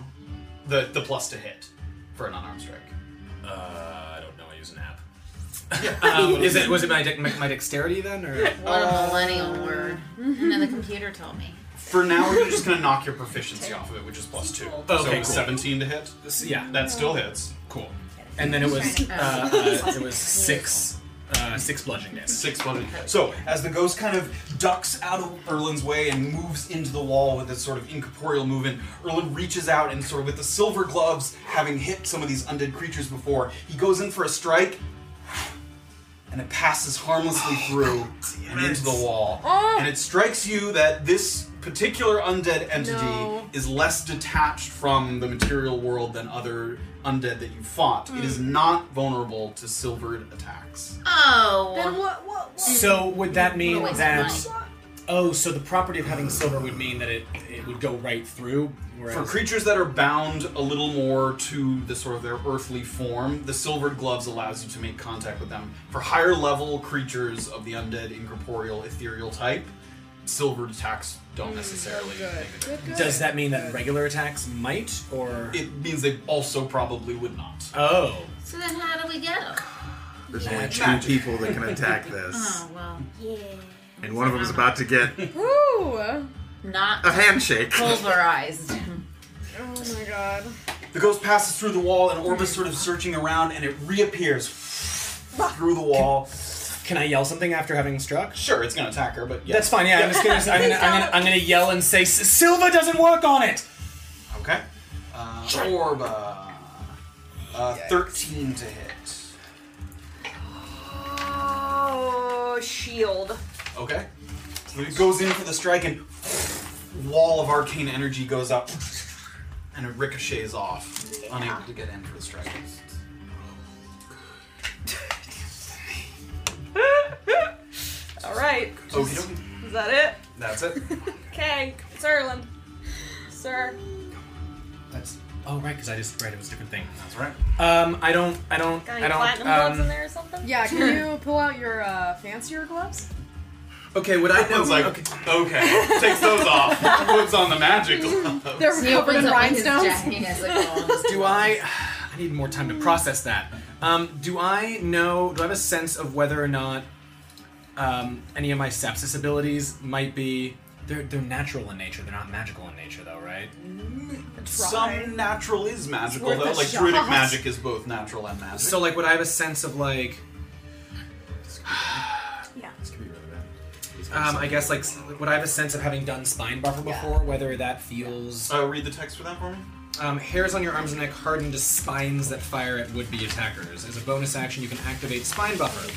[SPEAKER 2] The the plus to hit for an unarmed strike.
[SPEAKER 4] Uh, I don't know. I use an app. um, is it was it my, dec my, my dexterity then or?
[SPEAKER 3] What a millennial word. And then the computer told me.
[SPEAKER 2] For now, you're just gonna knock your proficiency off of it, which is plus two. so
[SPEAKER 4] Okay, cool.
[SPEAKER 2] 17 to hit.
[SPEAKER 4] yeah,
[SPEAKER 2] That still hits.
[SPEAKER 4] cool. And then it was uh, uh, it was six uh, six bludgeoning damage.
[SPEAKER 2] Six bludgeoning. So as the ghost kind of ducks out of Erlin's way and moves into the wall with this sort of incorporeal movement, Erlin reaches out and sort of with the silver gloves, having hit some of these undead creatures before, he goes in for a strike, and it passes harmlessly through and into the wall. And it strikes you that this particular undead entity
[SPEAKER 7] No.
[SPEAKER 2] is less detached from the material world than other undead that you fought. It is not vulnerable to silvered attacks.
[SPEAKER 3] Oh.
[SPEAKER 5] Then what, what, what?
[SPEAKER 4] So would that mean
[SPEAKER 3] What a waste
[SPEAKER 4] that?
[SPEAKER 3] of
[SPEAKER 4] Oh, so the property of having silver would mean that it it would go right through. Whereas,
[SPEAKER 2] For creatures that are bound a little more to the sort of their earthly form, the silvered gloves allows you to make contact with them. For higher level creatures of the undead, incorporeal, ethereal type, silvered attacks don't necessarily. make a difference.
[SPEAKER 4] does that mean that regular attacks might or?
[SPEAKER 2] It means they also probably would not.
[SPEAKER 4] oh,
[SPEAKER 3] So then how do we get him?
[SPEAKER 6] There's only two people that can attack this,
[SPEAKER 3] Oh well. Yeah.
[SPEAKER 6] and one of them is about to get
[SPEAKER 7] Ooh.
[SPEAKER 3] Not
[SPEAKER 6] a handshake.
[SPEAKER 3] pulverized.
[SPEAKER 7] Oh my god.
[SPEAKER 2] The ghost passes through the wall, and Orb is sort of searching around, and it reappears through the wall.
[SPEAKER 4] Can I yell something after having struck?
[SPEAKER 2] Sure, it's gonna attack her, but yeah.
[SPEAKER 4] That's fine. Yeah, I'm just gonna. I'm gonna, I'm gonna. I'm gonna yell and say, "S- "Silva doesn't work on it."
[SPEAKER 2] okay. Uh, orb, uh, uh, thirteen to hit.
[SPEAKER 5] Oh, shield.
[SPEAKER 2] Okay. So it goes in for the strike, and wall of arcane energy goes up, and it ricochets off, unable to get in for the strike.
[SPEAKER 5] All right.
[SPEAKER 2] Okay,
[SPEAKER 5] Is that it?
[SPEAKER 2] that's it.
[SPEAKER 5] Okay, it's Erland. Sir.
[SPEAKER 2] That's
[SPEAKER 4] Oh right, because I just right. It was a different thing.
[SPEAKER 2] that's right.
[SPEAKER 4] Um, I don't. I don't.
[SPEAKER 5] Got
[SPEAKER 4] I
[SPEAKER 5] any platinum
[SPEAKER 4] don't.
[SPEAKER 5] gloves in
[SPEAKER 4] Um,
[SPEAKER 5] there or something?
[SPEAKER 7] Yeah, can you pull out your uh, fancier gloves?
[SPEAKER 6] Okay, would I know?
[SPEAKER 2] Everyone's like,
[SPEAKER 6] okay.
[SPEAKER 2] okay, takes those off, puts on the magic
[SPEAKER 7] They're
[SPEAKER 2] gloves.
[SPEAKER 3] He
[SPEAKER 7] covered
[SPEAKER 3] opens
[SPEAKER 7] in
[SPEAKER 3] up like his
[SPEAKER 7] rhinestones.
[SPEAKER 3] jacket and has like all this
[SPEAKER 4] do I? I need more time to
[SPEAKER 5] Mm.
[SPEAKER 4] process that. Um, do I know? Do I have a sense of whether or not um, any of my sepsis abilities might be? They're they're natural in nature. They're not magical in nature, though, right?
[SPEAKER 2] Some natural is magical,
[SPEAKER 7] Worth
[SPEAKER 2] though.
[SPEAKER 7] a
[SPEAKER 2] Like
[SPEAKER 7] shot.
[SPEAKER 2] druidic magic is both natural and magic.
[SPEAKER 4] So like, would I have a sense of like?
[SPEAKER 6] This could be really bad.
[SPEAKER 4] Um, I guess like, s- would I have a sense of having done spine buffer before? Whether that feels
[SPEAKER 2] uh, read the text for that for me.
[SPEAKER 4] Um, hairs on your arms and neck harden to spines that fire at would-be attackers. As a bonus action, you can activate Spine Buffer.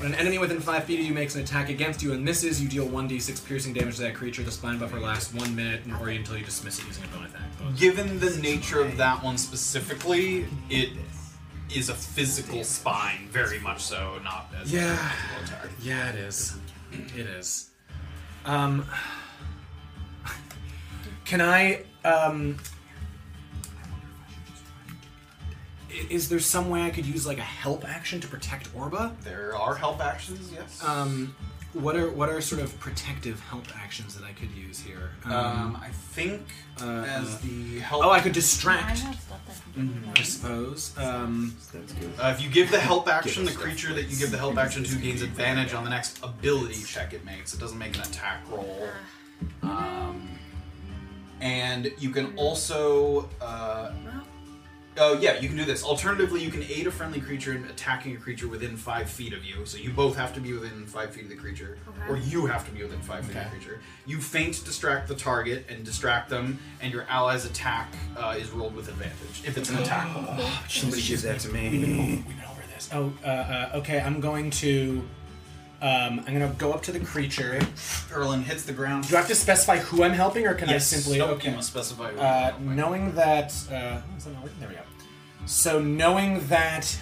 [SPEAKER 4] When an enemy within 5 feet of you makes an attack against you and misses, you deal 1d6 piercing damage to that creature. The Spine Buffer lasts 1 minute and- or until you dismiss it using a bonus action.
[SPEAKER 2] Given the nature of that one specifically, it is a physical spine, very much so, not as
[SPEAKER 4] Yeah.
[SPEAKER 2] a magical attack.
[SPEAKER 4] Yeah, it is. It is. Um, can I? Um, i- is there some way I could use like a help action to protect Orba?
[SPEAKER 2] There are help actions, yes.
[SPEAKER 4] Um, what are what are sort of protective help actions that I could use here? Um,
[SPEAKER 2] Um, I think
[SPEAKER 4] uh,
[SPEAKER 2] as
[SPEAKER 4] uh,
[SPEAKER 2] the help,
[SPEAKER 4] oh, I could distract. Mm-hmm,
[SPEAKER 3] stuff that can be
[SPEAKER 4] I suppose. Um,
[SPEAKER 6] That's good.
[SPEAKER 2] uh, if you give the help action, the
[SPEAKER 6] us that
[SPEAKER 2] creature that you give the help action to gains advantage on the next ability check it makes. It doesn't make an attack roll. Um, and you can also. Uh, Oh yeah, you can do this. Alternatively, you can aid a friendly creature in attacking a creature within five feet of you. So you both have to be within five feet of the creature, or you have to be within five feet of the creature. You feint, distract the target, and distract them, and your ally's attack uh, is rolled with advantage if it's an attack roll.
[SPEAKER 6] Somebody give that to me.
[SPEAKER 4] we've been over this. Oh, uh, uh, okay. I'm going to. Um, I'm gonna go up to the creature.
[SPEAKER 2] Erlin hits the ground.
[SPEAKER 4] Do I have to specify who I'm helping, or can
[SPEAKER 2] yes,
[SPEAKER 4] I simply?
[SPEAKER 2] nope,
[SPEAKER 4] okay.
[SPEAKER 2] You must specify. who
[SPEAKER 4] Uh,
[SPEAKER 2] you're helping.
[SPEAKER 4] knowing that. Uh, oh, is that not working? There we go. So knowing that.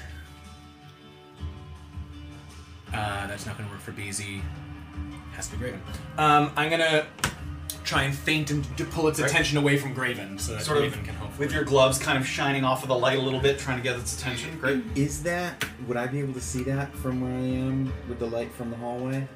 [SPEAKER 4] Uh, that's not going to work for BZ. Has to be Graven. Um, I'm going to try and feint and to pull its
[SPEAKER 2] Right.
[SPEAKER 4] attention away from Graven so that
[SPEAKER 2] Sort
[SPEAKER 4] Graven can
[SPEAKER 2] of
[SPEAKER 4] help.
[SPEAKER 2] with your gloves kind of shining off of the light a little bit, trying to get its attention. Great.
[SPEAKER 6] Is that? Would I be able to see that from where I am with the light from the hallway?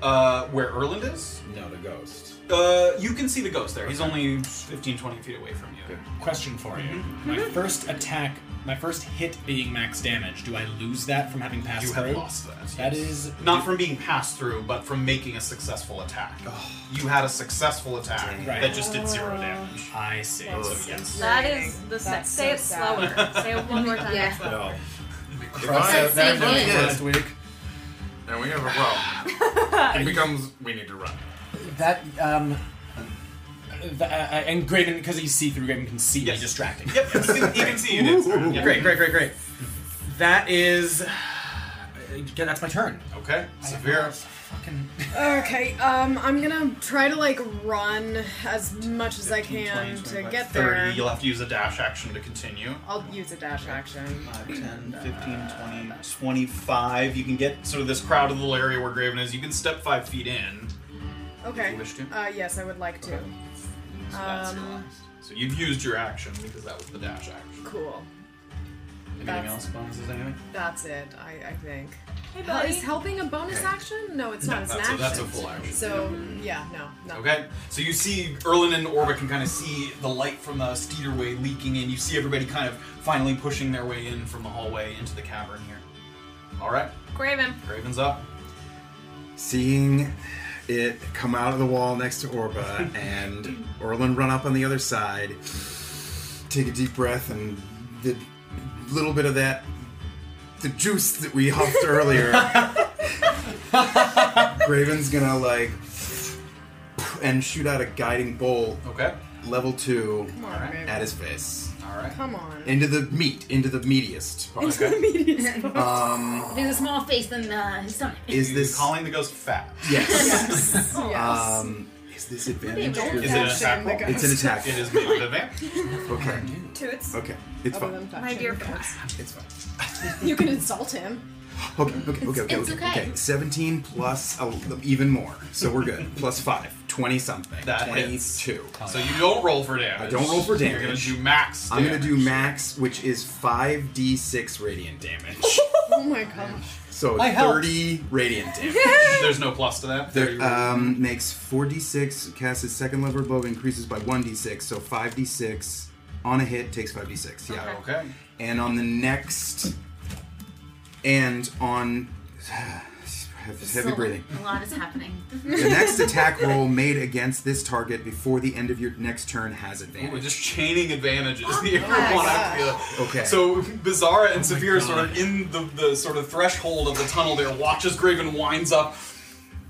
[SPEAKER 2] Uh, where Erland is,
[SPEAKER 6] No, the ghost.
[SPEAKER 2] uh, you can see the ghost there. He's only 15, 20 feet away from you.
[SPEAKER 6] Good.
[SPEAKER 4] Question for you.
[SPEAKER 2] Mm-hmm.
[SPEAKER 4] My first attack, my first hit being max damage, do I lose that from having passed
[SPEAKER 2] You
[SPEAKER 4] through?
[SPEAKER 2] have lost that.
[SPEAKER 4] That
[SPEAKER 2] yes.
[SPEAKER 4] is-
[SPEAKER 2] not from being passed through, but from making a successful attack. You had a successful attack
[SPEAKER 4] Right.
[SPEAKER 2] that just did zero damage.
[SPEAKER 4] I see.
[SPEAKER 2] Oh,
[SPEAKER 4] So yes.
[SPEAKER 5] That is the se-
[SPEAKER 7] That's
[SPEAKER 5] Say
[SPEAKER 7] so
[SPEAKER 5] it
[SPEAKER 7] sad.
[SPEAKER 5] slower. Say it one more time.
[SPEAKER 3] Yeah.
[SPEAKER 6] No.
[SPEAKER 4] Cross
[SPEAKER 3] I
[SPEAKER 4] out that
[SPEAKER 3] save
[SPEAKER 4] from
[SPEAKER 3] it.
[SPEAKER 4] last week.
[SPEAKER 9] And we have a problem. it becomes we need to run.
[SPEAKER 4] That um, th- uh, and Graven because he's see through. Graven can see
[SPEAKER 2] Yes.
[SPEAKER 4] me distracting.
[SPEAKER 2] Yep, you can, you can see you did. sir. Yep.
[SPEAKER 4] Great, great, great, great. That is. Yeah, that's my turn. Uh,
[SPEAKER 2] Okay, severe.
[SPEAKER 4] Fucking.
[SPEAKER 7] Okay, um, I'm gonna try to like run as much as I
[SPEAKER 2] 15, 20,
[SPEAKER 7] can to
[SPEAKER 2] 25,
[SPEAKER 7] get
[SPEAKER 2] 30.
[SPEAKER 7] there.
[SPEAKER 2] You'll have to use a dash action to continue.
[SPEAKER 7] I'll use a dash action.
[SPEAKER 2] 5, 10, 15, 20, 25. You can get sort of this crowded little area where Graven is. You can step five feet in.
[SPEAKER 7] Okay.
[SPEAKER 2] you wish to?
[SPEAKER 7] Uh, yes, I would like to.
[SPEAKER 2] So that's your
[SPEAKER 7] Um,
[SPEAKER 2] last. So you've used your action because that was the dash action.
[SPEAKER 7] Cool.
[SPEAKER 2] Anything
[SPEAKER 7] that's-
[SPEAKER 2] else? Bonuses? Anything?
[SPEAKER 7] That's it, I, I think.
[SPEAKER 5] Hey,
[SPEAKER 7] Hel-
[SPEAKER 5] buddy.
[SPEAKER 7] Is helping a bonus action? No, it's not. It's an
[SPEAKER 2] that's, a,
[SPEAKER 7] action.
[SPEAKER 2] that's a full action.
[SPEAKER 7] So yeah, no, no.
[SPEAKER 2] Okay, so you see Erlin and Orba can kind of see the light from the Steederway leaking in. You see everybody kind of finally pushing their way in from the hallway into the cavern here. All right,
[SPEAKER 8] Graven.
[SPEAKER 2] Graven's up.
[SPEAKER 6] Seeing it come out of the wall next to Orba and Orlin run up on the other side, take a deep breath, and the little bit of that, the juice that we huffed earlier, Graven's gonna like and shoot out a guiding bolt,
[SPEAKER 2] Okay.
[SPEAKER 6] level two,
[SPEAKER 7] Come on, baby.
[SPEAKER 6] at his face.
[SPEAKER 2] All right.
[SPEAKER 7] Come on.
[SPEAKER 6] Into the meat, into the meatiest part. Um,
[SPEAKER 3] There's a small face than uh, his stomach.
[SPEAKER 6] is
[SPEAKER 2] You
[SPEAKER 6] this
[SPEAKER 2] calling the ghost fat?
[SPEAKER 6] Yes.
[SPEAKER 7] Yes.
[SPEAKER 6] um, is this advantage?
[SPEAKER 7] Don't
[SPEAKER 6] or-
[SPEAKER 2] Is it an
[SPEAKER 7] touch
[SPEAKER 2] attack
[SPEAKER 7] him,
[SPEAKER 2] roll?
[SPEAKER 7] the
[SPEAKER 6] It's an
[SPEAKER 7] ghost.
[SPEAKER 6] attack.
[SPEAKER 2] It is made with advantage.
[SPEAKER 6] Okay.
[SPEAKER 8] Toots.
[SPEAKER 6] Okay. It's
[SPEAKER 7] Other
[SPEAKER 6] fine.
[SPEAKER 7] than touch
[SPEAKER 8] My
[SPEAKER 7] him,
[SPEAKER 8] dear
[SPEAKER 7] the ghost.
[SPEAKER 8] friend.
[SPEAKER 6] It's fine.
[SPEAKER 7] You can insult him.
[SPEAKER 6] Okay. Okay. Okay. Okay.
[SPEAKER 3] it's
[SPEAKER 6] okay.
[SPEAKER 3] okay.
[SPEAKER 6] okay. 17 plus a, even more. So we're good. plus 5. 20 something.
[SPEAKER 2] That
[SPEAKER 6] 22.
[SPEAKER 2] hits. So you don't roll for damage.
[SPEAKER 6] I don't roll for
[SPEAKER 2] You're gonna
[SPEAKER 6] damage.
[SPEAKER 2] do max.
[SPEAKER 6] I'm going to
[SPEAKER 2] damage.
[SPEAKER 6] do max, which is 5d6 radiant damage.
[SPEAKER 7] Oh my gosh.
[SPEAKER 6] So
[SPEAKER 4] I helped.
[SPEAKER 6] 30 radiant damage.
[SPEAKER 2] There's no plus to that.
[SPEAKER 6] There, um, makes 4d6, casts his second level above, increases by 1d6, so 5d6 on a hit takes 5d6. Yeah.
[SPEAKER 2] okay.
[SPEAKER 6] And on the next. And on. Heavy
[SPEAKER 3] So,
[SPEAKER 6] breathing.
[SPEAKER 3] A lot is happening.
[SPEAKER 6] The next attack roll made against this target before the end of your next turn has
[SPEAKER 2] Ooh, We're
[SPEAKER 6] advantage.
[SPEAKER 2] just chaining advantages here.
[SPEAKER 7] my
[SPEAKER 2] One after the other.
[SPEAKER 6] Okay. Oh
[SPEAKER 2] So Bizarra and Saphir are sort of in the, the sort of threshold of the tunnel there, watches Graven winds up.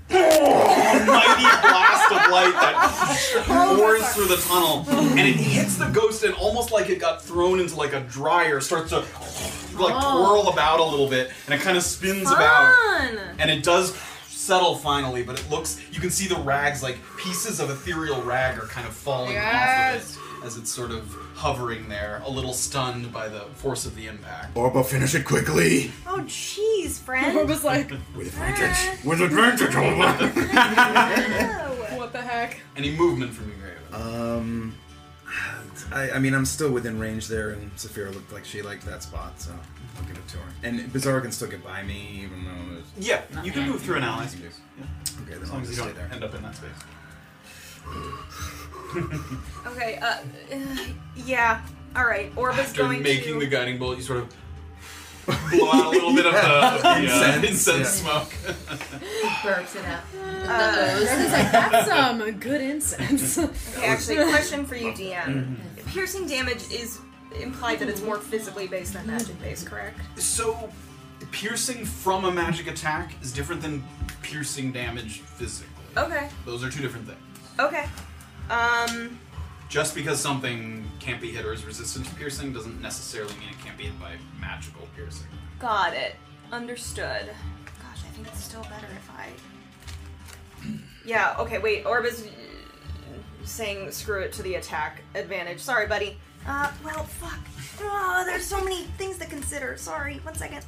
[SPEAKER 2] a mighty blast of light that pours through the tunnel, and it hits the ghost, and almost like it got thrown into like a dryer, starts to like twirl about a little bit, and it kind of spins about
[SPEAKER 8] Fun.
[SPEAKER 2] and it does settle finally, but it looks you can see the rags like pieces of ethereal rag are kind of falling
[SPEAKER 7] Yes.
[SPEAKER 2] off of it as it's sort of hovering there, a little stunned by the force of the impact.
[SPEAKER 6] Orba, finish it quickly!
[SPEAKER 8] Oh, jeez,
[SPEAKER 7] I
[SPEAKER 8] friend.
[SPEAKER 7] was like,
[SPEAKER 6] With advantage! With advantage, Orba!
[SPEAKER 8] No.
[SPEAKER 7] what the heck?
[SPEAKER 2] Any movement from you, Graven?
[SPEAKER 6] um. I, I mean, I'm still within range there, and Saphira looked like she liked that spot, so I'll give it to her. And Bizarre can still get by me, even though. It's,
[SPEAKER 2] yeah, you can move through an alley.
[SPEAKER 6] Okay,
[SPEAKER 2] Yeah,
[SPEAKER 6] then
[SPEAKER 2] as
[SPEAKER 6] I'll
[SPEAKER 2] long as
[SPEAKER 6] just
[SPEAKER 2] you
[SPEAKER 6] stay
[SPEAKER 2] don't
[SPEAKER 6] there.
[SPEAKER 2] end up in that space.
[SPEAKER 8] Okay. Uh, uh, yeah. All right. Orba's
[SPEAKER 2] After
[SPEAKER 8] going
[SPEAKER 2] making
[SPEAKER 8] to.
[SPEAKER 2] the guiding bolt, you sort of blow out a little bit of the, of the, uh,
[SPEAKER 6] Incense,
[SPEAKER 2] incense,
[SPEAKER 6] yeah.
[SPEAKER 2] smoke.
[SPEAKER 3] Burps it up.
[SPEAKER 7] Everyone's like, that's um, good incense.
[SPEAKER 8] Okay, actually, question for you, DM.
[SPEAKER 2] Mm-hmm.
[SPEAKER 8] Piercing damage is implied that it's more physically based than magic based, correct?
[SPEAKER 2] so, piercing from a magic attack is different than piercing damage physically.
[SPEAKER 8] Okay.
[SPEAKER 2] Those are two different things.
[SPEAKER 8] Okay. Um.
[SPEAKER 2] Just because something can't be hit or is resistant to piercing doesn't necessarily mean it can't be hit by magical piercing.
[SPEAKER 8] Got it. Understood. Gosh, I think it's still better if I. Yeah, okay, wait. Orba's uh, saying screw it to the attack advantage. Sorry, buddy. Uh, well, fuck. Oh, there's so many things to consider. Sorry, one second.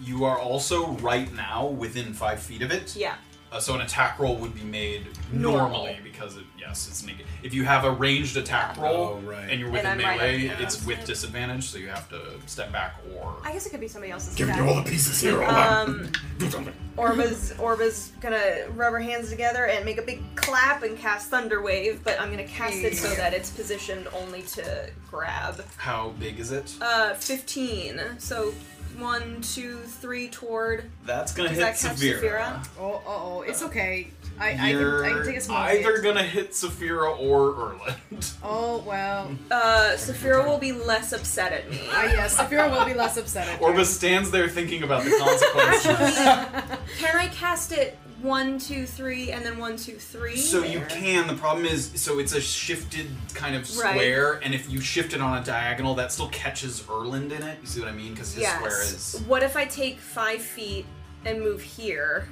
[SPEAKER 2] You are also right now within five feet of it.
[SPEAKER 8] Yeah.
[SPEAKER 2] Uh, so an attack roll would be made
[SPEAKER 8] Normal.
[SPEAKER 2] normally because it, yes, it's naked. If you have a ranged attack roll
[SPEAKER 6] Oh, right.
[SPEAKER 2] and you're
[SPEAKER 8] And
[SPEAKER 2] within
[SPEAKER 8] I'm right
[SPEAKER 2] melee,
[SPEAKER 8] up
[SPEAKER 2] it's
[SPEAKER 8] against
[SPEAKER 2] with
[SPEAKER 8] it.
[SPEAKER 2] disadvantage, so you have to step back or
[SPEAKER 8] I guess it could be somebody else's
[SPEAKER 6] Give me
[SPEAKER 8] attack.
[SPEAKER 6] all the pieces here, Orba!
[SPEAKER 8] Um,
[SPEAKER 6] Do something!
[SPEAKER 8] Orba's Orba's gonna rub her hands together and make a big clap and cast Thunder Wave, but I'm gonna cast it so that it's positioned only to grab.
[SPEAKER 2] how big is it?
[SPEAKER 8] Uh, 15. So one, two, three toward.
[SPEAKER 2] That's gonna
[SPEAKER 8] Does
[SPEAKER 2] hit
[SPEAKER 8] that catch Saphira?
[SPEAKER 7] Oh, uh oh, it's okay. I, I, can,
[SPEAKER 2] You're
[SPEAKER 7] I can take a small
[SPEAKER 2] either
[SPEAKER 7] hit.
[SPEAKER 2] gonna hit Saphira or Erland.
[SPEAKER 7] Oh, well.
[SPEAKER 8] Uh, Saphira will be less upset at me.
[SPEAKER 7] Uh, yes, Saphira will be less upset at
[SPEAKER 2] Orba stands there thinking about the consequences.
[SPEAKER 8] Can I cast it one, two, three, and then one, two, three?
[SPEAKER 2] So you can. The problem is, so it's a shifted kind of
[SPEAKER 8] Right.
[SPEAKER 2] square, and if you shift it on a diagonal, that still catches Erland in it. You see what I mean? Because his square
[SPEAKER 8] Yes.
[SPEAKER 2] is
[SPEAKER 8] What if I take five feet and move here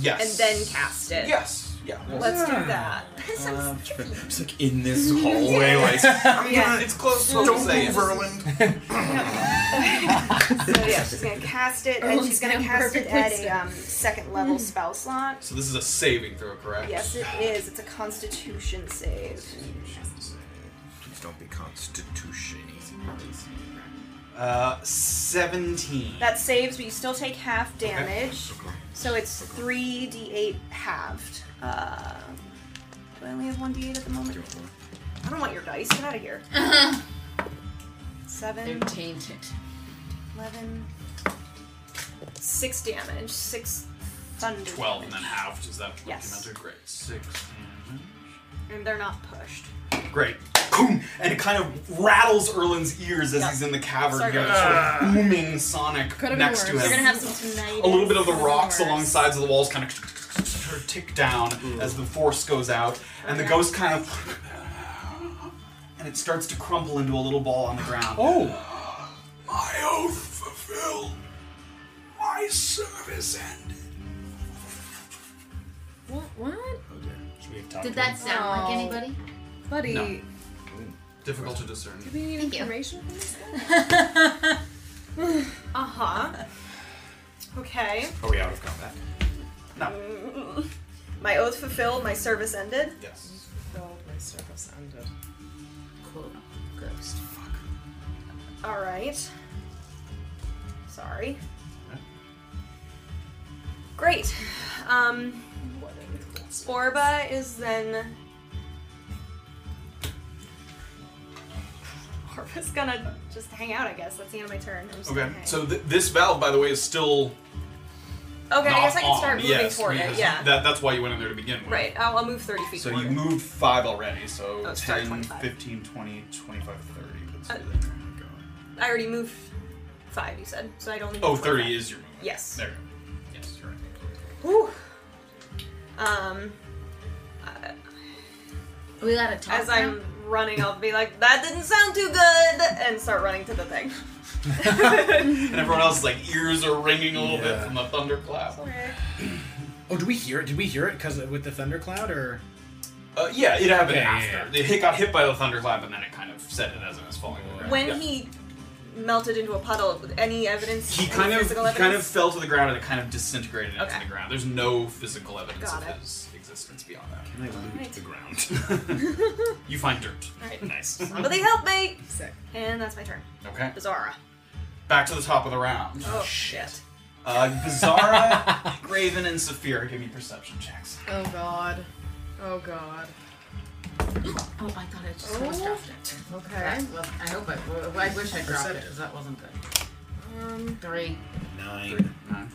[SPEAKER 2] yes,
[SPEAKER 8] and then cast it?
[SPEAKER 2] Yes, yeah. we'll
[SPEAKER 8] Let's do
[SPEAKER 4] Yeah.
[SPEAKER 8] that.
[SPEAKER 6] It's like in this hallway, like.
[SPEAKER 2] see. I mean, it's close. So
[SPEAKER 10] Don't
[SPEAKER 2] we'll say
[SPEAKER 10] move,
[SPEAKER 2] yes.
[SPEAKER 10] Erland.
[SPEAKER 8] So yeah, she's gonna cast it, and
[SPEAKER 7] Erlen's
[SPEAKER 8] she's gonna
[SPEAKER 7] gonna
[SPEAKER 8] cast it
[SPEAKER 7] perfectly
[SPEAKER 8] at a
[SPEAKER 7] sit.
[SPEAKER 8] um, second level spell slot.
[SPEAKER 2] So this is a saving throw, correct?
[SPEAKER 8] Yes, it is. It's a Constitution save.
[SPEAKER 6] Please don't be constitution
[SPEAKER 2] Uh, seventeen.
[SPEAKER 8] That saves, but you still take half damage.
[SPEAKER 6] Okay.
[SPEAKER 8] So it's 3d8 halved. Um, do I only have 1d8 at the moment? I don't want your dice. Get out of here. 7,
[SPEAKER 3] They're tainted.
[SPEAKER 8] 11, Six damage. Six thunder.
[SPEAKER 2] 12 and
[SPEAKER 8] damage.
[SPEAKER 2] then halved. Is that what
[SPEAKER 8] Yes.
[SPEAKER 2] you meant? to- Great. 6 damage.
[SPEAKER 8] And they're not pushed.
[SPEAKER 2] Great. Boom! And it kind of rattles Erlin's ears as
[SPEAKER 8] Yeah.
[SPEAKER 2] he's in the cavern.
[SPEAKER 8] Sorry
[SPEAKER 2] You have
[SPEAKER 10] Ah.
[SPEAKER 2] this sort of booming sonic
[SPEAKER 11] been
[SPEAKER 2] next to
[SPEAKER 11] worse.
[SPEAKER 2] him.
[SPEAKER 3] We're gonna have some tonight.
[SPEAKER 2] a little bit of the rocks along sides of the walls kind of tick down as the force goes out, and the ghost kind of and it starts to crumple into a little ball on the ground.
[SPEAKER 4] Oh,
[SPEAKER 2] My oath fulfilled. My service ended.
[SPEAKER 11] What? What?
[SPEAKER 4] should we have talked?
[SPEAKER 3] Did
[SPEAKER 4] to him?
[SPEAKER 3] that sound
[SPEAKER 11] Oh.
[SPEAKER 3] like anybody?
[SPEAKER 11] Buddy,
[SPEAKER 2] No.
[SPEAKER 11] do
[SPEAKER 2] Difficult to discern.
[SPEAKER 11] we need
[SPEAKER 3] Thank you.
[SPEAKER 11] information from this guy?
[SPEAKER 8] Uh huh. Okay.
[SPEAKER 4] Are we out of combat?
[SPEAKER 2] No.
[SPEAKER 8] My oath fulfilled. My service ended.
[SPEAKER 2] Yes.
[SPEAKER 7] Filled my service ended.
[SPEAKER 3] Quote, ghost.
[SPEAKER 8] All right. Sorry. Great. Um, Orba is then. Orba's gonna just hang out, I guess. That's the end of my turn. I'm just
[SPEAKER 2] Okay.
[SPEAKER 8] gonna hang.
[SPEAKER 2] So th- this valve, by the way, is still.
[SPEAKER 8] okay, I
[SPEAKER 2] not
[SPEAKER 8] guess I can
[SPEAKER 2] on.
[SPEAKER 8] start moving
[SPEAKER 2] yes,
[SPEAKER 8] toward it.
[SPEAKER 2] because
[SPEAKER 8] Yeah.
[SPEAKER 2] That, that's why you went in there to begin with.
[SPEAKER 8] right. I'll, I'll move 30 feet.
[SPEAKER 2] So
[SPEAKER 8] toward
[SPEAKER 2] you
[SPEAKER 8] it.
[SPEAKER 2] moved five already, so
[SPEAKER 8] Oh, it's sorry,
[SPEAKER 2] 10,
[SPEAKER 8] 25.
[SPEAKER 2] 15, 20, 25, 30. Let's
[SPEAKER 8] Uh,
[SPEAKER 2] do that. Oh my God.
[SPEAKER 8] I already moved five. You said so. I'd only.
[SPEAKER 2] Oh,
[SPEAKER 8] move
[SPEAKER 2] 30
[SPEAKER 8] five.
[SPEAKER 2] is your movement.
[SPEAKER 8] Yes.
[SPEAKER 2] There. you go. Yes, you're right.
[SPEAKER 8] Whew. Um. uh,
[SPEAKER 3] We gotta talk.
[SPEAKER 8] as I'm
[SPEAKER 3] now.
[SPEAKER 8] running, I'll be like, "That didn't sound too good," and start running to the thing.
[SPEAKER 2] And everyone else's like ears are ringing a little
[SPEAKER 6] Yeah.
[SPEAKER 2] bit from the thunderclap.
[SPEAKER 4] Oh, do we hear it? Did we hear it? Cause with the thundercloud, or
[SPEAKER 2] Uh, yeah, it happened
[SPEAKER 4] Okay, yeah,
[SPEAKER 2] after. It got hit by the thunderclap and then it kind of set it as it was falling. to the ground.
[SPEAKER 8] when
[SPEAKER 2] Yeah.
[SPEAKER 8] he melted into a puddle, any evidence?
[SPEAKER 2] he
[SPEAKER 8] any
[SPEAKER 2] kind of
[SPEAKER 8] physical
[SPEAKER 2] he
[SPEAKER 8] evidence?
[SPEAKER 2] kind of fell to the ground and it kind of disintegrated into
[SPEAKER 8] Okay.
[SPEAKER 2] the ground. There's no physical evidence
[SPEAKER 8] Got
[SPEAKER 2] of
[SPEAKER 8] it.
[SPEAKER 2] his existence beyond that.
[SPEAKER 6] Can I loot
[SPEAKER 8] Right.
[SPEAKER 6] the ground?
[SPEAKER 2] You find dirt.
[SPEAKER 8] Alright.
[SPEAKER 2] Nice.
[SPEAKER 8] Somebody help me!
[SPEAKER 7] Sick.
[SPEAKER 8] And that's my turn.
[SPEAKER 2] Okay.
[SPEAKER 8] Bizarra.
[SPEAKER 2] Back to the top of the round.
[SPEAKER 8] Oh shit.
[SPEAKER 2] Uh, Bizarra, Graven, and Saphir, give me perception checks.
[SPEAKER 7] Oh god. Oh god.
[SPEAKER 3] Oh, I thought I just
[SPEAKER 7] Oh.
[SPEAKER 3] almost dropped it.
[SPEAKER 7] Okay.
[SPEAKER 3] Well, I hope I. Well, I wish I dropped it because that wasn't good.
[SPEAKER 7] Um,
[SPEAKER 3] Three.
[SPEAKER 4] nine?
[SPEAKER 2] Nine.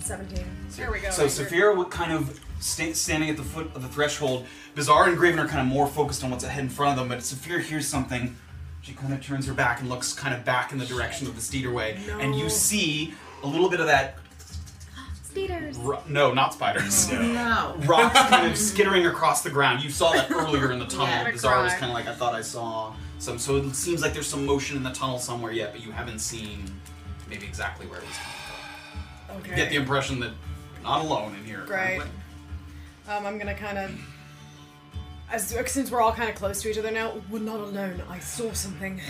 [SPEAKER 7] 17.
[SPEAKER 8] There we go.
[SPEAKER 2] So Saphira would kind of sta- standing at the foot of the threshold. Bizarre and Graven are kind of more focused on what's ahead in front of them, but Saphira hears something. She kind of turns her back and looks kind of back in the direction of the Steederway, and you see a little bit of that.
[SPEAKER 3] Speeders.
[SPEAKER 2] Ru- no, not spiders.
[SPEAKER 3] No.
[SPEAKER 2] Rocks kind of skittering across the ground. You saw that earlier in the tunnel.
[SPEAKER 3] Yeah, I'm gonna
[SPEAKER 2] Bizarre was
[SPEAKER 7] cry.
[SPEAKER 2] kind of like, I thought I saw some. So it seems like there's some motion in the tunnel somewhere yet, but you haven't seen maybe exactly where it was coming from.
[SPEAKER 7] Okay.
[SPEAKER 2] You get the impression that you're not alone in here.
[SPEAKER 7] Right.
[SPEAKER 2] currently.
[SPEAKER 7] Um, I'm gonna kind of, as since we're all kind of close to each other now, we're not alone. I saw something.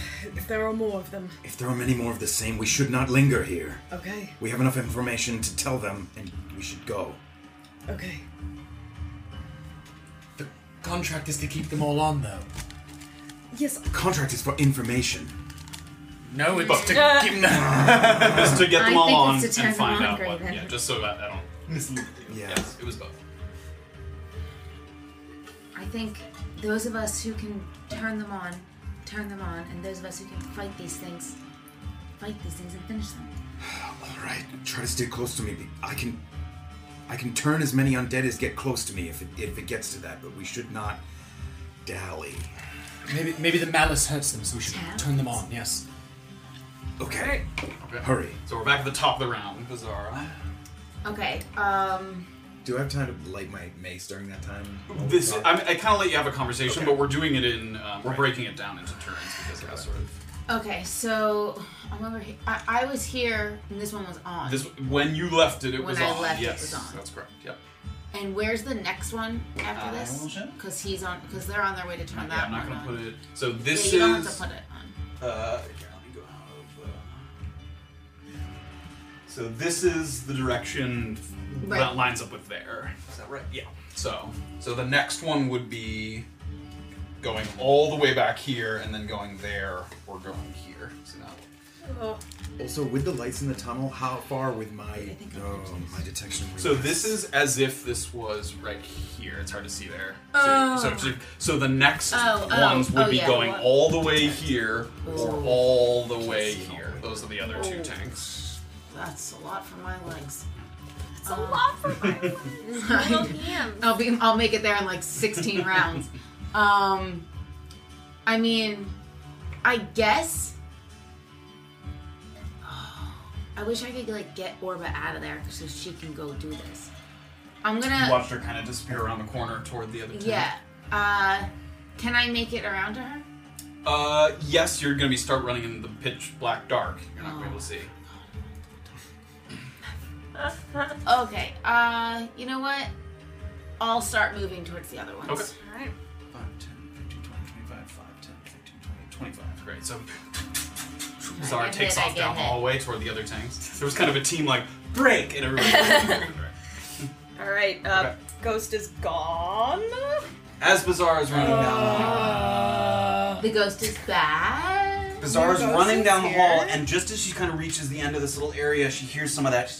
[SPEAKER 7] There are more of them.
[SPEAKER 6] If there are many more of the same, we should not linger here.
[SPEAKER 7] Okay.
[SPEAKER 6] We have enough information to tell them, and we should go.
[SPEAKER 7] Okay.
[SPEAKER 4] The contract is to keep them all on, though.
[SPEAKER 7] Yes.
[SPEAKER 6] The contract is for information.
[SPEAKER 4] No, it's to
[SPEAKER 8] Yeah.
[SPEAKER 4] keep them.
[SPEAKER 2] just to get them
[SPEAKER 3] I
[SPEAKER 2] all
[SPEAKER 3] think
[SPEAKER 2] on
[SPEAKER 3] it's to
[SPEAKER 2] and
[SPEAKER 3] turn them
[SPEAKER 2] find
[SPEAKER 3] on,
[SPEAKER 2] out what.
[SPEAKER 3] Graven.
[SPEAKER 2] Yeah, just so that I don't mislead you.
[SPEAKER 6] Yeah.
[SPEAKER 2] Yes, it was both.
[SPEAKER 3] I think those of us who can turn them on, turn them on, and those of us who can fight these things, fight these things and finish them.
[SPEAKER 6] All right, try to stay close to me. be- I can, I can turn as many undead as get close to me if it, if it gets to that. But we should not dally.
[SPEAKER 4] Maybe, maybe the malice hurts them, so we should
[SPEAKER 3] Talents.
[SPEAKER 4] turn them on. Yes.
[SPEAKER 6] Okay,
[SPEAKER 2] Okay.
[SPEAKER 6] hurry.
[SPEAKER 2] So we're back at the top of the round, Bizarre.
[SPEAKER 3] Okay. Um.
[SPEAKER 6] Do I have time to light my mace during that time?
[SPEAKER 2] This I, mean, I kind of let you have a conversation,
[SPEAKER 6] Okay.
[SPEAKER 2] but we're doing it in um, we're
[SPEAKER 6] Right.
[SPEAKER 2] breaking it down into turns because of how sort of
[SPEAKER 3] Okay. So I'm over here. I, I was here, and this one was on.
[SPEAKER 2] this when you left it, it
[SPEAKER 3] When
[SPEAKER 2] was
[SPEAKER 3] I
[SPEAKER 2] on.
[SPEAKER 3] left, it
[SPEAKER 2] yes,
[SPEAKER 3] was on.
[SPEAKER 2] that's correct. Yep.
[SPEAKER 3] and where's the next one
[SPEAKER 2] I
[SPEAKER 3] after
[SPEAKER 2] will
[SPEAKER 3] this?
[SPEAKER 2] check.
[SPEAKER 3] Because he's on. Because they're on their way to turn
[SPEAKER 2] Uh, Yeah,
[SPEAKER 3] that
[SPEAKER 2] I'm
[SPEAKER 3] one
[SPEAKER 2] not gonna
[SPEAKER 3] on.
[SPEAKER 2] put it. So
[SPEAKER 3] Yeah,
[SPEAKER 2] this
[SPEAKER 3] you don't have
[SPEAKER 2] is.
[SPEAKER 3] to put it on.
[SPEAKER 2] Uh, here, let me go out of. Uh, so this is the direction
[SPEAKER 3] Right.
[SPEAKER 2] that lines up with there. Is that right? Yeah. So, so the next one would be going all the way back here, and then going there, or going here. So now,
[SPEAKER 6] Also, with the lights in the tunnel, how far with my oh, my detection?
[SPEAKER 2] so this is as if this was right here. It's hard to see there. So, so, so, so the next
[SPEAKER 3] Oh, oh,
[SPEAKER 2] ones would
[SPEAKER 3] oh,
[SPEAKER 2] be
[SPEAKER 3] yeah,
[SPEAKER 2] going
[SPEAKER 3] what-
[SPEAKER 2] all the way here, or all the way here. Those are the other two tanks.
[SPEAKER 3] That's a lot for my legs. Um,
[SPEAKER 5] It's a lot for my legs. Little hands.
[SPEAKER 3] I'll be. I'll make it there in like 16 rounds. Um, I mean, I guess. I wish I could like get Orba out of there so she can go do this. I'm
[SPEAKER 2] You
[SPEAKER 3] gonna.
[SPEAKER 2] watched her kind of disappear around the corner toward the other tent.
[SPEAKER 3] Uh, Yeah. Uh, can I make it around to her?
[SPEAKER 2] Uh, yes, you're gonna be start running in the pitch black dark. You're not gonna be able to see.
[SPEAKER 3] Okay. Uh, you know what? I'll start moving towards the other ones.
[SPEAKER 2] Okay.
[SPEAKER 5] Alright.
[SPEAKER 2] 5, 10, 15, 20, 25, 5, 10, 15, 20, 25. Great, so
[SPEAKER 3] I
[SPEAKER 2] Zara
[SPEAKER 3] get
[SPEAKER 2] takes
[SPEAKER 3] it, I
[SPEAKER 2] off
[SPEAKER 3] get
[SPEAKER 2] down the
[SPEAKER 3] it.
[SPEAKER 2] hallway toward the other tanks. There was kind of a team like, break! And everybody.
[SPEAKER 5] All right. Uh,
[SPEAKER 2] Okay.
[SPEAKER 5] Ghost is gone. Uh,
[SPEAKER 2] As Bazaar is running down.
[SPEAKER 3] The ghost is back.
[SPEAKER 2] Bazaar is
[SPEAKER 8] Ghost
[SPEAKER 2] running
[SPEAKER 8] is
[SPEAKER 2] down the hall,
[SPEAKER 8] here.
[SPEAKER 2] and just as she kind of reaches the end of this little area, she hears some of that.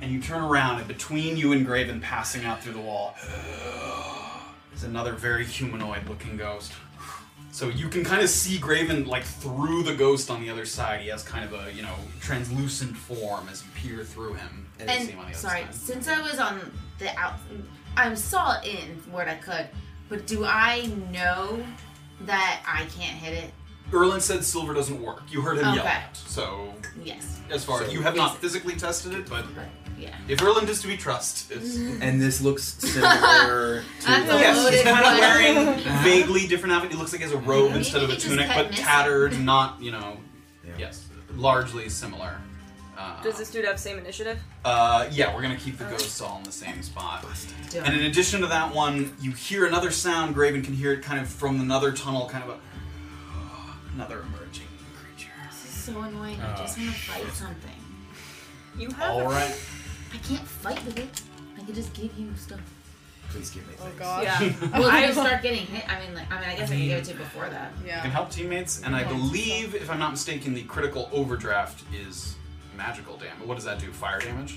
[SPEAKER 2] And you turn around, and between you and Graven passing out through the wall is another very humanoid looking ghost. So you can kind of see Graven like through the ghost on the other side. He has kind of a, you know, translucent form as you peer through him. And, you see him on the other
[SPEAKER 3] And sorry,
[SPEAKER 2] side.
[SPEAKER 3] since I was on the out, I saw it in what I could, but do I know that I can't hit it?
[SPEAKER 2] Erlen said silver doesn't work. You heard him yell
[SPEAKER 3] Okay.
[SPEAKER 2] at. So,
[SPEAKER 3] Yes.
[SPEAKER 2] as far as you have not physically tested it, but
[SPEAKER 3] Yeah.
[SPEAKER 2] if Erlen is to be trusted,
[SPEAKER 3] Mm-hmm.
[SPEAKER 6] And this looks similar to
[SPEAKER 3] That's
[SPEAKER 6] the-
[SPEAKER 3] a
[SPEAKER 2] Yes, he's
[SPEAKER 3] Loaded
[SPEAKER 2] kind of
[SPEAKER 3] one.
[SPEAKER 2] wearing vaguely different outfit. He looks like he has a robe instead of a
[SPEAKER 3] we just
[SPEAKER 2] tunic,
[SPEAKER 3] cut
[SPEAKER 2] but
[SPEAKER 3] and miss
[SPEAKER 2] tattered, not, you know.
[SPEAKER 6] Yeah.
[SPEAKER 2] Yes, largely similar. Uh,
[SPEAKER 5] Does this dude have same initiative?
[SPEAKER 2] uh, yeah, we're gonna keep
[SPEAKER 3] Oh.
[SPEAKER 2] the ghosts all in the same spot.
[SPEAKER 3] Done.
[SPEAKER 2] And in addition to that one, you hear another sound. Graven can hear it kind of from another tunnel, kind of a another emerging creature.
[SPEAKER 3] This is so annoying. I just want to fight something.
[SPEAKER 5] You have.
[SPEAKER 2] All
[SPEAKER 5] it.
[SPEAKER 2] right,
[SPEAKER 3] I can't fight with it. I can just give you stuff.
[SPEAKER 6] Please give me things.
[SPEAKER 8] God.
[SPEAKER 5] Yeah.
[SPEAKER 3] Well, if you start getting hit, I mean, like, I mean, I guess I can give it to you before that.
[SPEAKER 2] you can
[SPEAKER 8] Yeah.
[SPEAKER 2] help teammates. And I believe, if I'm not mistaken, the critical overdraft is magical damage. What does that do? Fire damage.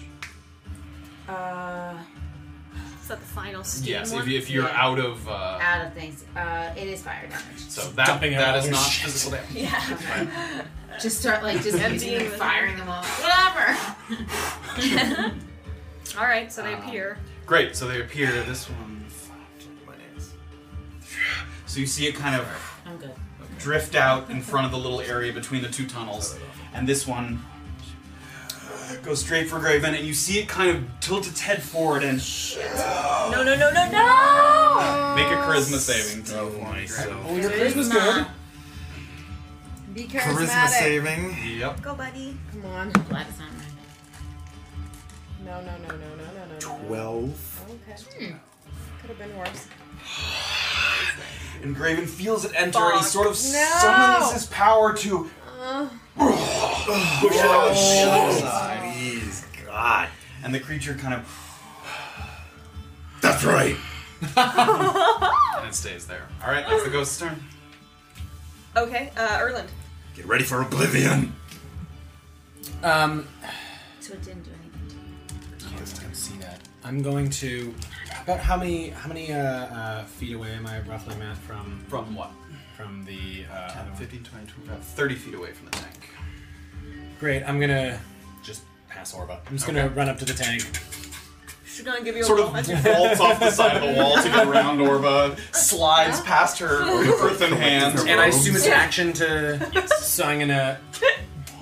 [SPEAKER 3] Uh,
[SPEAKER 5] Is that the final steam
[SPEAKER 2] Yes, if,
[SPEAKER 5] one?
[SPEAKER 2] if you're
[SPEAKER 3] Yeah.
[SPEAKER 2] out of. Uh,
[SPEAKER 3] out of things. Uh, it is fire damage.
[SPEAKER 2] So that,
[SPEAKER 4] Dumping out
[SPEAKER 2] that
[SPEAKER 4] all
[SPEAKER 2] is
[SPEAKER 4] their
[SPEAKER 2] not
[SPEAKER 4] shit.
[SPEAKER 2] physical damage.
[SPEAKER 5] Yeah.
[SPEAKER 3] Just start like just using
[SPEAKER 5] Emptying
[SPEAKER 3] and
[SPEAKER 5] the-
[SPEAKER 3] firing them all. Whatever.
[SPEAKER 5] All right. So they
[SPEAKER 2] Um,
[SPEAKER 5] appear.
[SPEAKER 2] Great, so they appear. This one. So you see it kind of
[SPEAKER 3] I'm good.
[SPEAKER 2] drift out in front of the little area between the two tunnels, and this one goes straight for Graven, and you see it kind of tilt its head forward and
[SPEAKER 5] No, no, no, no, no!
[SPEAKER 2] make a charisma saving throw for me.
[SPEAKER 4] Oh, your charisma's good.
[SPEAKER 8] Be
[SPEAKER 6] Charisma
[SPEAKER 8] charismatic.
[SPEAKER 6] saving.
[SPEAKER 2] Yep.
[SPEAKER 5] Go, buddy.
[SPEAKER 8] Come on.
[SPEAKER 3] Glad it's not mine.
[SPEAKER 8] No, no, no, no, no, no, no, no. no.
[SPEAKER 6] Twelve.
[SPEAKER 8] Okay. Could have been worse.
[SPEAKER 2] And Graven feels it enter, and he
[SPEAKER 5] Fuck.
[SPEAKER 2] sort of
[SPEAKER 8] No.
[SPEAKER 2] summons his power to push it
[SPEAKER 4] Oh,
[SPEAKER 2] out to the other side.
[SPEAKER 6] Please, God.
[SPEAKER 2] And the creature kind of
[SPEAKER 6] That's right.
[SPEAKER 2] and it stays there. All right, that's the ghost's turn.
[SPEAKER 5] Okay. Uh, Erland.
[SPEAKER 6] Get ready for oblivion.
[SPEAKER 4] Um,
[SPEAKER 3] So it didn't do anything. to me.
[SPEAKER 4] see that. I'm going to. About how many how many uh, uh, feet away am I roughly, Matt, from
[SPEAKER 2] From what?
[SPEAKER 4] from the uh,
[SPEAKER 2] 10,
[SPEAKER 4] other one?
[SPEAKER 2] 15, 20, 25, 30 feet away from the tank.
[SPEAKER 4] Great. I'm gonna just pass Orba. I'm just gonna
[SPEAKER 2] Okay.
[SPEAKER 4] run up to the tank.
[SPEAKER 5] She's gonna give you a
[SPEAKER 2] Sort of
[SPEAKER 5] moment.
[SPEAKER 2] vaults off the side of the wall to get around Orba, slides past her earthen hand,
[SPEAKER 4] And I assume it's an action to. so I'm gonna.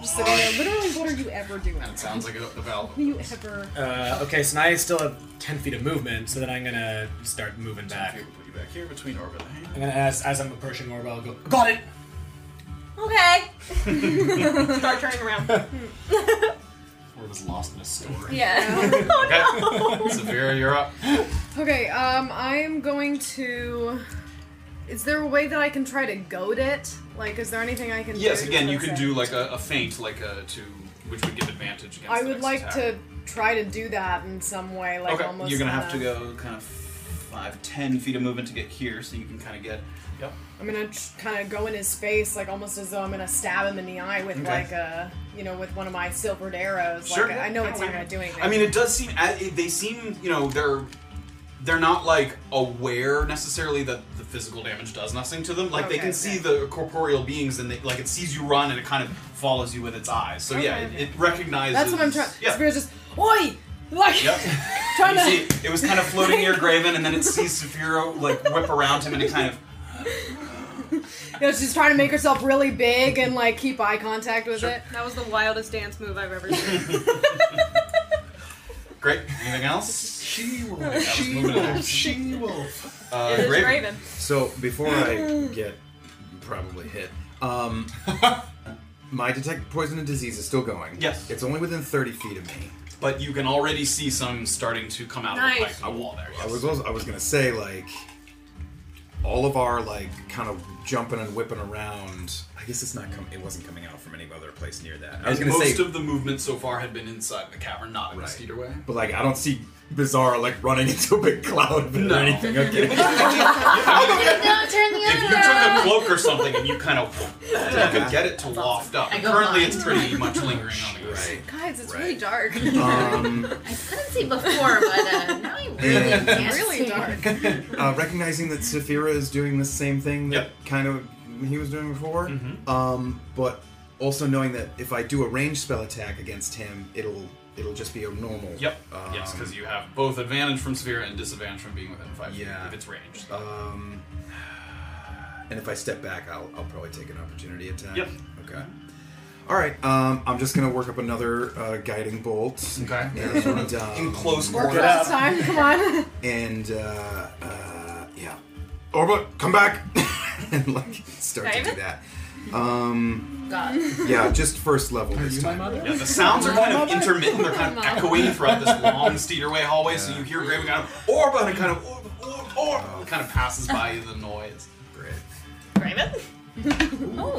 [SPEAKER 8] Just sitting there. Literally, what are you ever doing?
[SPEAKER 2] it sounds like a, a valve.
[SPEAKER 8] What are you ever?
[SPEAKER 4] Uh, okay, so now I still have 10 feet of movement, so then I'm gonna start moving back.
[SPEAKER 2] Here, we'll put you back here between Orba and the hand.
[SPEAKER 4] I'm gonna ask, as I'm approaching Orba, I'll go, Got it!
[SPEAKER 5] Okay. Start turning around.
[SPEAKER 2] Orba's lost in a story.
[SPEAKER 5] Yeah.
[SPEAKER 8] Oh,
[SPEAKER 2] Okay. Severe, you're up.
[SPEAKER 8] Okay. Um, I am going to. Is there a way that I can try to goad it? Like, is there anything I can?
[SPEAKER 2] Yes,
[SPEAKER 8] do
[SPEAKER 2] again,
[SPEAKER 8] to
[SPEAKER 2] you could
[SPEAKER 8] it?
[SPEAKER 2] do like a, a feint, like a to, which would give advantage against
[SPEAKER 8] I
[SPEAKER 2] the
[SPEAKER 8] would
[SPEAKER 2] next
[SPEAKER 8] like
[SPEAKER 2] attack.
[SPEAKER 8] to try to do that in some way. Like,
[SPEAKER 2] okay,
[SPEAKER 8] almost.
[SPEAKER 2] you're gonna have
[SPEAKER 8] uh,
[SPEAKER 2] to go kind of five, ten feet of movement to get here, so you can kind of get. Yep.
[SPEAKER 8] I'm gonna tr- kind of go in his face, like almost as though I'm gonna stab him in the eye with
[SPEAKER 2] Okay.
[SPEAKER 8] like a, you know, with one of my silvered arrows.
[SPEAKER 2] Sure.
[SPEAKER 8] Like I know it's
[SPEAKER 2] Yeah.
[SPEAKER 8] not gonna do anything.
[SPEAKER 2] I mean, it does seem. I- It, they seem, you know, they're they're not like aware necessarily that the physical damage does nothing to them. Like they
[SPEAKER 7] Okay,
[SPEAKER 2] can see the corporeal beings, and they like it sees you run, and it kind of follows you with its eyes. So yeah,
[SPEAKER 7] Okay,
[SPEAKER 2] it,
[SPEAKER 7] okay.
[SPEAKER 2] it recognizes.
[SPEAKER 7] That's what I'm trying.
[SPEAKER 2] Yeah.
[SPEAKER 7] Spirit's just, oi! Like,
[SPEAKER 2] Yep.
[SPEAKER 7] trying
[SPEAKER 2] You
[SPEAKER 7] to.
[SPEAKER 2] see, it was kind of floating near Graven, and then it sees Sephiro like whip around him, and it kind of
[SPEAKER 7] You know, she's trying to make herself really big and, like, keep eye contact with
[SPEAKER 2] Sure.
[SPEAKER 7] it.
[SPEAKER 8] That was the wildest dance move I've ever seen.
[SPEAKER 2] great. Anything else?
[SPEAKER 4] She will.
[SPEAKER 2] She
[SPEAKER 4] She will.
[SPEAKER 2] Uh,
[SPEAKER 8] It's
[SPEAKER 2] Graven.
[SPEAKER 8] Raven.
[SPEAKER 6] So before I get probably hit, um, my detect poison and disease is still going.
[SPEAKER 2] Yes.
[SPEAKER 6] It's only within 30 feet of me.
[SPEAKER 2] But you can already see some starting to come out
[SPEAKER 8] Nice.
[SPEAKER 2] of the pipe and the wall there.
[SPEAKER 6] I
[SPEAKER 2] yes.
[SPEAKER 6] was also, I was gonna say like all of our like kind of jumping and whipping around. I guess it's not coming. It wasn't coming out from any other place near that. I was
[SPEAKER 2] And
[SPEAKER 6] gonna say,
[SPEAKER 2] most of the movement so far had been inside the cavern, not in the
[SPEAKER 6] Right.
[SPEAKER 2] Skeeter Way.
[SPEAKER 6] but like I don't see Bizarre like running into a big cloud of it
[SPEAKER 2] No.
[SPEAKER 6] or anything. Okay.
[SPEAKER 3] No, turn the
[SPEAKER 2] If you
[SPEAKER 3] other
[SPEAKER 2] took a
[SPEAKER 3] way.
[SPEAKER 2] cloak or something and you kind of you could get it to loft up.
[SPEAKER 3] I go
[SPEAKER 2] Currently,
[SPEAKER 3] blind.
[SPEAKER 2] it's pretty much lingering on the ground.
[SPEAKER 6] right.
[SPEAKER 7] Guys, it's
[SPEAKER 6] Right.
[SPEAKER 7] really dark.
[SPEAKER 6] Um,
[SPEAKER 3] I couldn't see before, but uh, now I really
[SPEAKER 6] Yeah.
[SPEAKER 3] can.
[SPEAKER 7] really
[SPEAKER 3] see.
[SPEAKER 7] dark.
[SPEAKER 6] uh, recognizing that Saphira is doing the same thing that kind of he was doing before,
[SPEAKER 2] Mm-hmm.
[SPEAKER 6] um, but also knowing that if I do a ranged spell attack against him, it'll it'll just be a normal.
[SPEAKER 2] Yep.
[SPEAKER 6] Um,
[SPEAKER 2] yes, because you have both advantage from Sphere and disadvantage from being within five feet
[SPEAKER 6] Yeah.
[SPEAKER 2] if it's ranged.
[SPEAKER 6] Um, and if I step back, I'll, I'll probably take an opportunity attack.
[SPEAKER 2] Yep.
[SPEAKER 6] Okay. All right. Um, I'm just gonna work up another uh, guiding bolt.
[SPEAKER 2] Okay.
[SPEAKER 6] And, um,
[SPEAKER 2] In close
[SPEAKER 7] Work
[SPEAKER 2] quarters.
[SPEAKER 7] last time, come on.
[SPEAKER 6] And uh, uh, yeah. Orba, come back. and like start to do
[SPEAKER 8] David?
[SPEAKER 6] that. Um,
[SPEAKER 3] God.
[SPEAKER 6] yeah, just first level this time.
[SPEAKER 4] mother?
[SPEAKER 2] Yeah, the sounds are kind of intermittent. They're kind of echoing throughout this long Steederway hallway, so you hear Graven kind of Orba and it kind of Orba, Orba, Orba. It kind of passes by you, the noise.
[SPEAKER 6] Great.
[SPEAKER 8] Raven?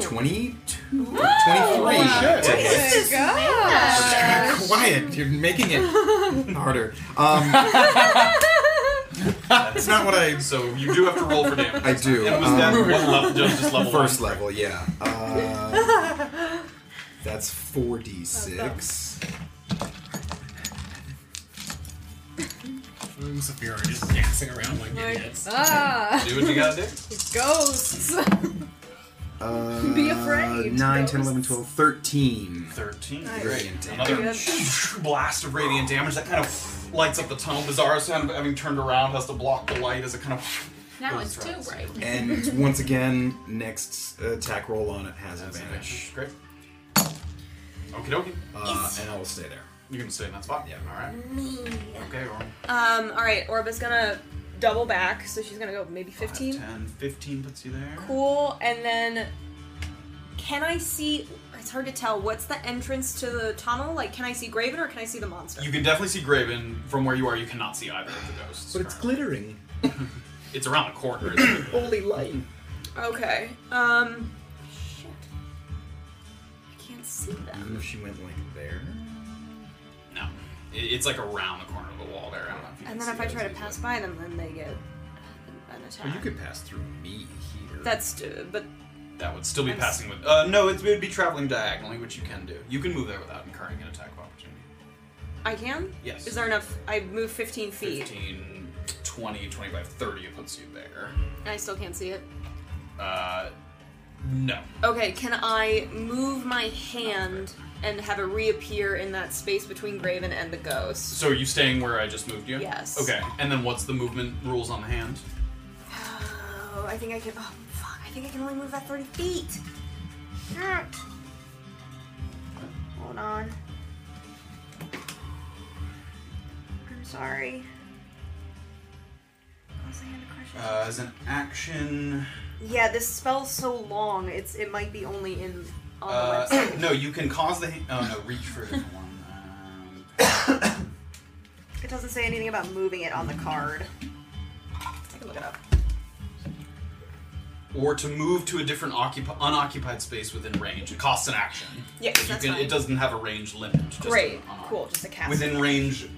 [SPEAKER 6] Twenty-two.
[SPEAKER 4] Three.
[SPEAKER 6] Twenty-three.
[SPEAKER 7] Let's go.
[SPEAKER 6] Quiet. You're making it harder. Um, that's not what I
[SPEAKER 2] So you do have to roll for damage.
[SPEAKER 6] I do.
[SPEAKER 2] It was
[SPEAKER 6] Um,
[SPEAKER 2] that one level, just just level
[SPEAKER 6] First
[SPEAKER 2] one.
[SPEAKER 6] level, yeah. Uh, that's 4d6.
[SPEAKER 4] Saphira just dancing around like idiots.
[SPEAKER 7] Ah,
[SPEAKER 2] Do what you gotta do.
[SPEAKER 7] ghosts.
[SPEAKER 6] Uh,
[SPEAKER 7] Be afraid,
[SPEAKER 6] 9, 10,
[SPEAKER 7] ghosts.
[SPEAKER 6] 11, 12, 13.
[SPEAKER 2] 13.
[SPEAKER 6] Radiant damage.
[SPEAKER 2] Another blast of radiant damage that kind of lights up the tunnel. Bizarro sound of having turned around has to block the light as it kind of.
[SPEAKER 3] Now
[SPEAKER 2] Those
[SPEAKER 3] it's too
[SPEAKER 2] threats.
[SPEAKER 3] bright.
[SPEAKER 6] And once again, next uh, attack roll on it has advantage.
[SPEAKER 2] Great. Okie dokie.
[SPEAKER 6] Uh, and I will stay there.
[SPEAKER 2] You can stay in that spot.
[SPEAKER 6] Yeah.
[SPEAKER 2] Alright. Okay, Orm.
[SPEAKER 8] Um, alright, Orba's gonna double back, so she's gonna go maybe 15.
[SPEAKER 2] 10, 15 puts you there.
[SPEAKER 8] Cool, and then can I see? It's hard to tell. What's the entrance to the tunnel? Like, can I see Graven or can I see the monster?
[SPEAKER 2] You can definitely see Graven. From where you are, you cannot see either of the ghosts. currently.
[SPEAKER 4] glittering.
[SPEAKER 2] It's around the corner. It's
[SPEAKER 4] Holy light.
[SPEAKER 8] okay. Um. Shit. I can't see
[SPEAKER 6] I
[SPEAKER 8] them.
[SPEAKER 6] don't know if she went like there.
[SPEAKER 2] no. It- It's like around the corner of the wall there. I don't know if you can
[SPEAKER 8] And then
[SPEAKER 2] see
[SPEAKER 8] if I
[SPEAKER 2] those
[SPEAKER 8] try to
[SPEAKER 2] easily.
[SPEAKER 8] pass by them, then they get an attack.
[SPEAKER 6] Well, you could pass through me here.
[SPEAKER 8] That's uh, but
[SPEAKER 2] That would still be passing with. Uh, no, it would be traveling diagonally, which you can do. You can move there without incurring an attack of opportunity.
[SPEAKER 8] I can.
[SPEAKER 2] Yes.
[SPEAKER 8] Is there enough? I move 15 feet.
[SPEAKER 2] 15, 20, 25, 30, it puts you there.
[SPEAKER 8] And I still can't see it.
[SPEAKER 2] Uh, no.
[SPEAKER 8] Okay. Can I move my hand and have it reappear in that space between Graven and the ghost?
[SPEAKER 2] So are you staying where I just moved you?
[SPEAKER 8] Yes.
[SPEAKER 2] Okay, and then what's the movement rules on the hand?
[SPEAKER 8] Oh, I think I can. Oh, fuck. I think I can only move that 30 feet. Shit. Hold on. I'm sorry. What was I gonna crush it?
[SPEAKER 2] Uh, as an action.
[SPEAKER 8] Yeah, this spell's so long. It's it might be only in on
[SPEAKER 2] Uh,
[SPEAKER 8] the website.
[SPEAKER 2] no, you can cause the. Ha- oh, no, reach for the one. Um,
[SPEAKER 8] It doesn't say anything about moving it on the card. Take a look it up.
[SPEAKER 2] or to move to a different occup- unoccupied space within range. It costs an action.
[SPEAKER 8] Yes,
[SPEAKER 2] If you
[SPEAKER 8] that's
[SPEAKER 2] can,
[SPEAKER 8] fine.
[SPEAKER 2] It doesn't have a range limit. Just
[SPEAKER 8] Great.
[SPEAKER 2] an-
[SPEAKER 8] Cool. Just a cast.
[SPEAKER 2] Within range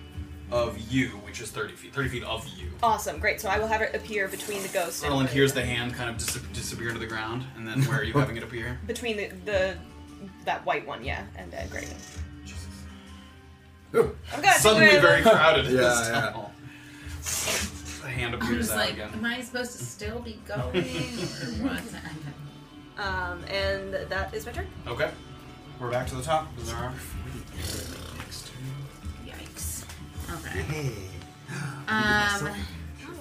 [SPEAKER 2] of you, which is 30 feet. 30 feet of you.
[SPEAKER 8] Awesome. Great. So I will have it appear between the ghost and
[SPEAKER 2] Erlen hears the hand kind of dis- disappear to the ground, and then where are you having it appear?
[SPEAKER 8] between the, the that white one, yeah, and uh, Graven.
[SPEAKER 6] Oh,
[SPEAKER 8] I'm gonna
[SPEAKER 2] Suddenly very crowded in
[SPEAKER 6] Yeah,
[SPEAKER 2] this
[SPEAKER 6] yeah.
[SPEAKER 2] tunnel. a hand
[SPEAKER 3] I'm
[SPEAKER 2] appears
[SPEAKER 3] just
[SPEAKER 2] out
[SPEAKER 3] like,
[SPEAKER 2] again.
[SPEAKER 3] am I supposed to still be going or what?
[SPEAKER 5] Um, and that is my turn.
[SPEAKER 2] Okay. We're back to the top. Is there are.
[SPEAKER 3] Yikes. Okay.
[SPEAKER 6] Hey.
[SPEAKER 3] Um,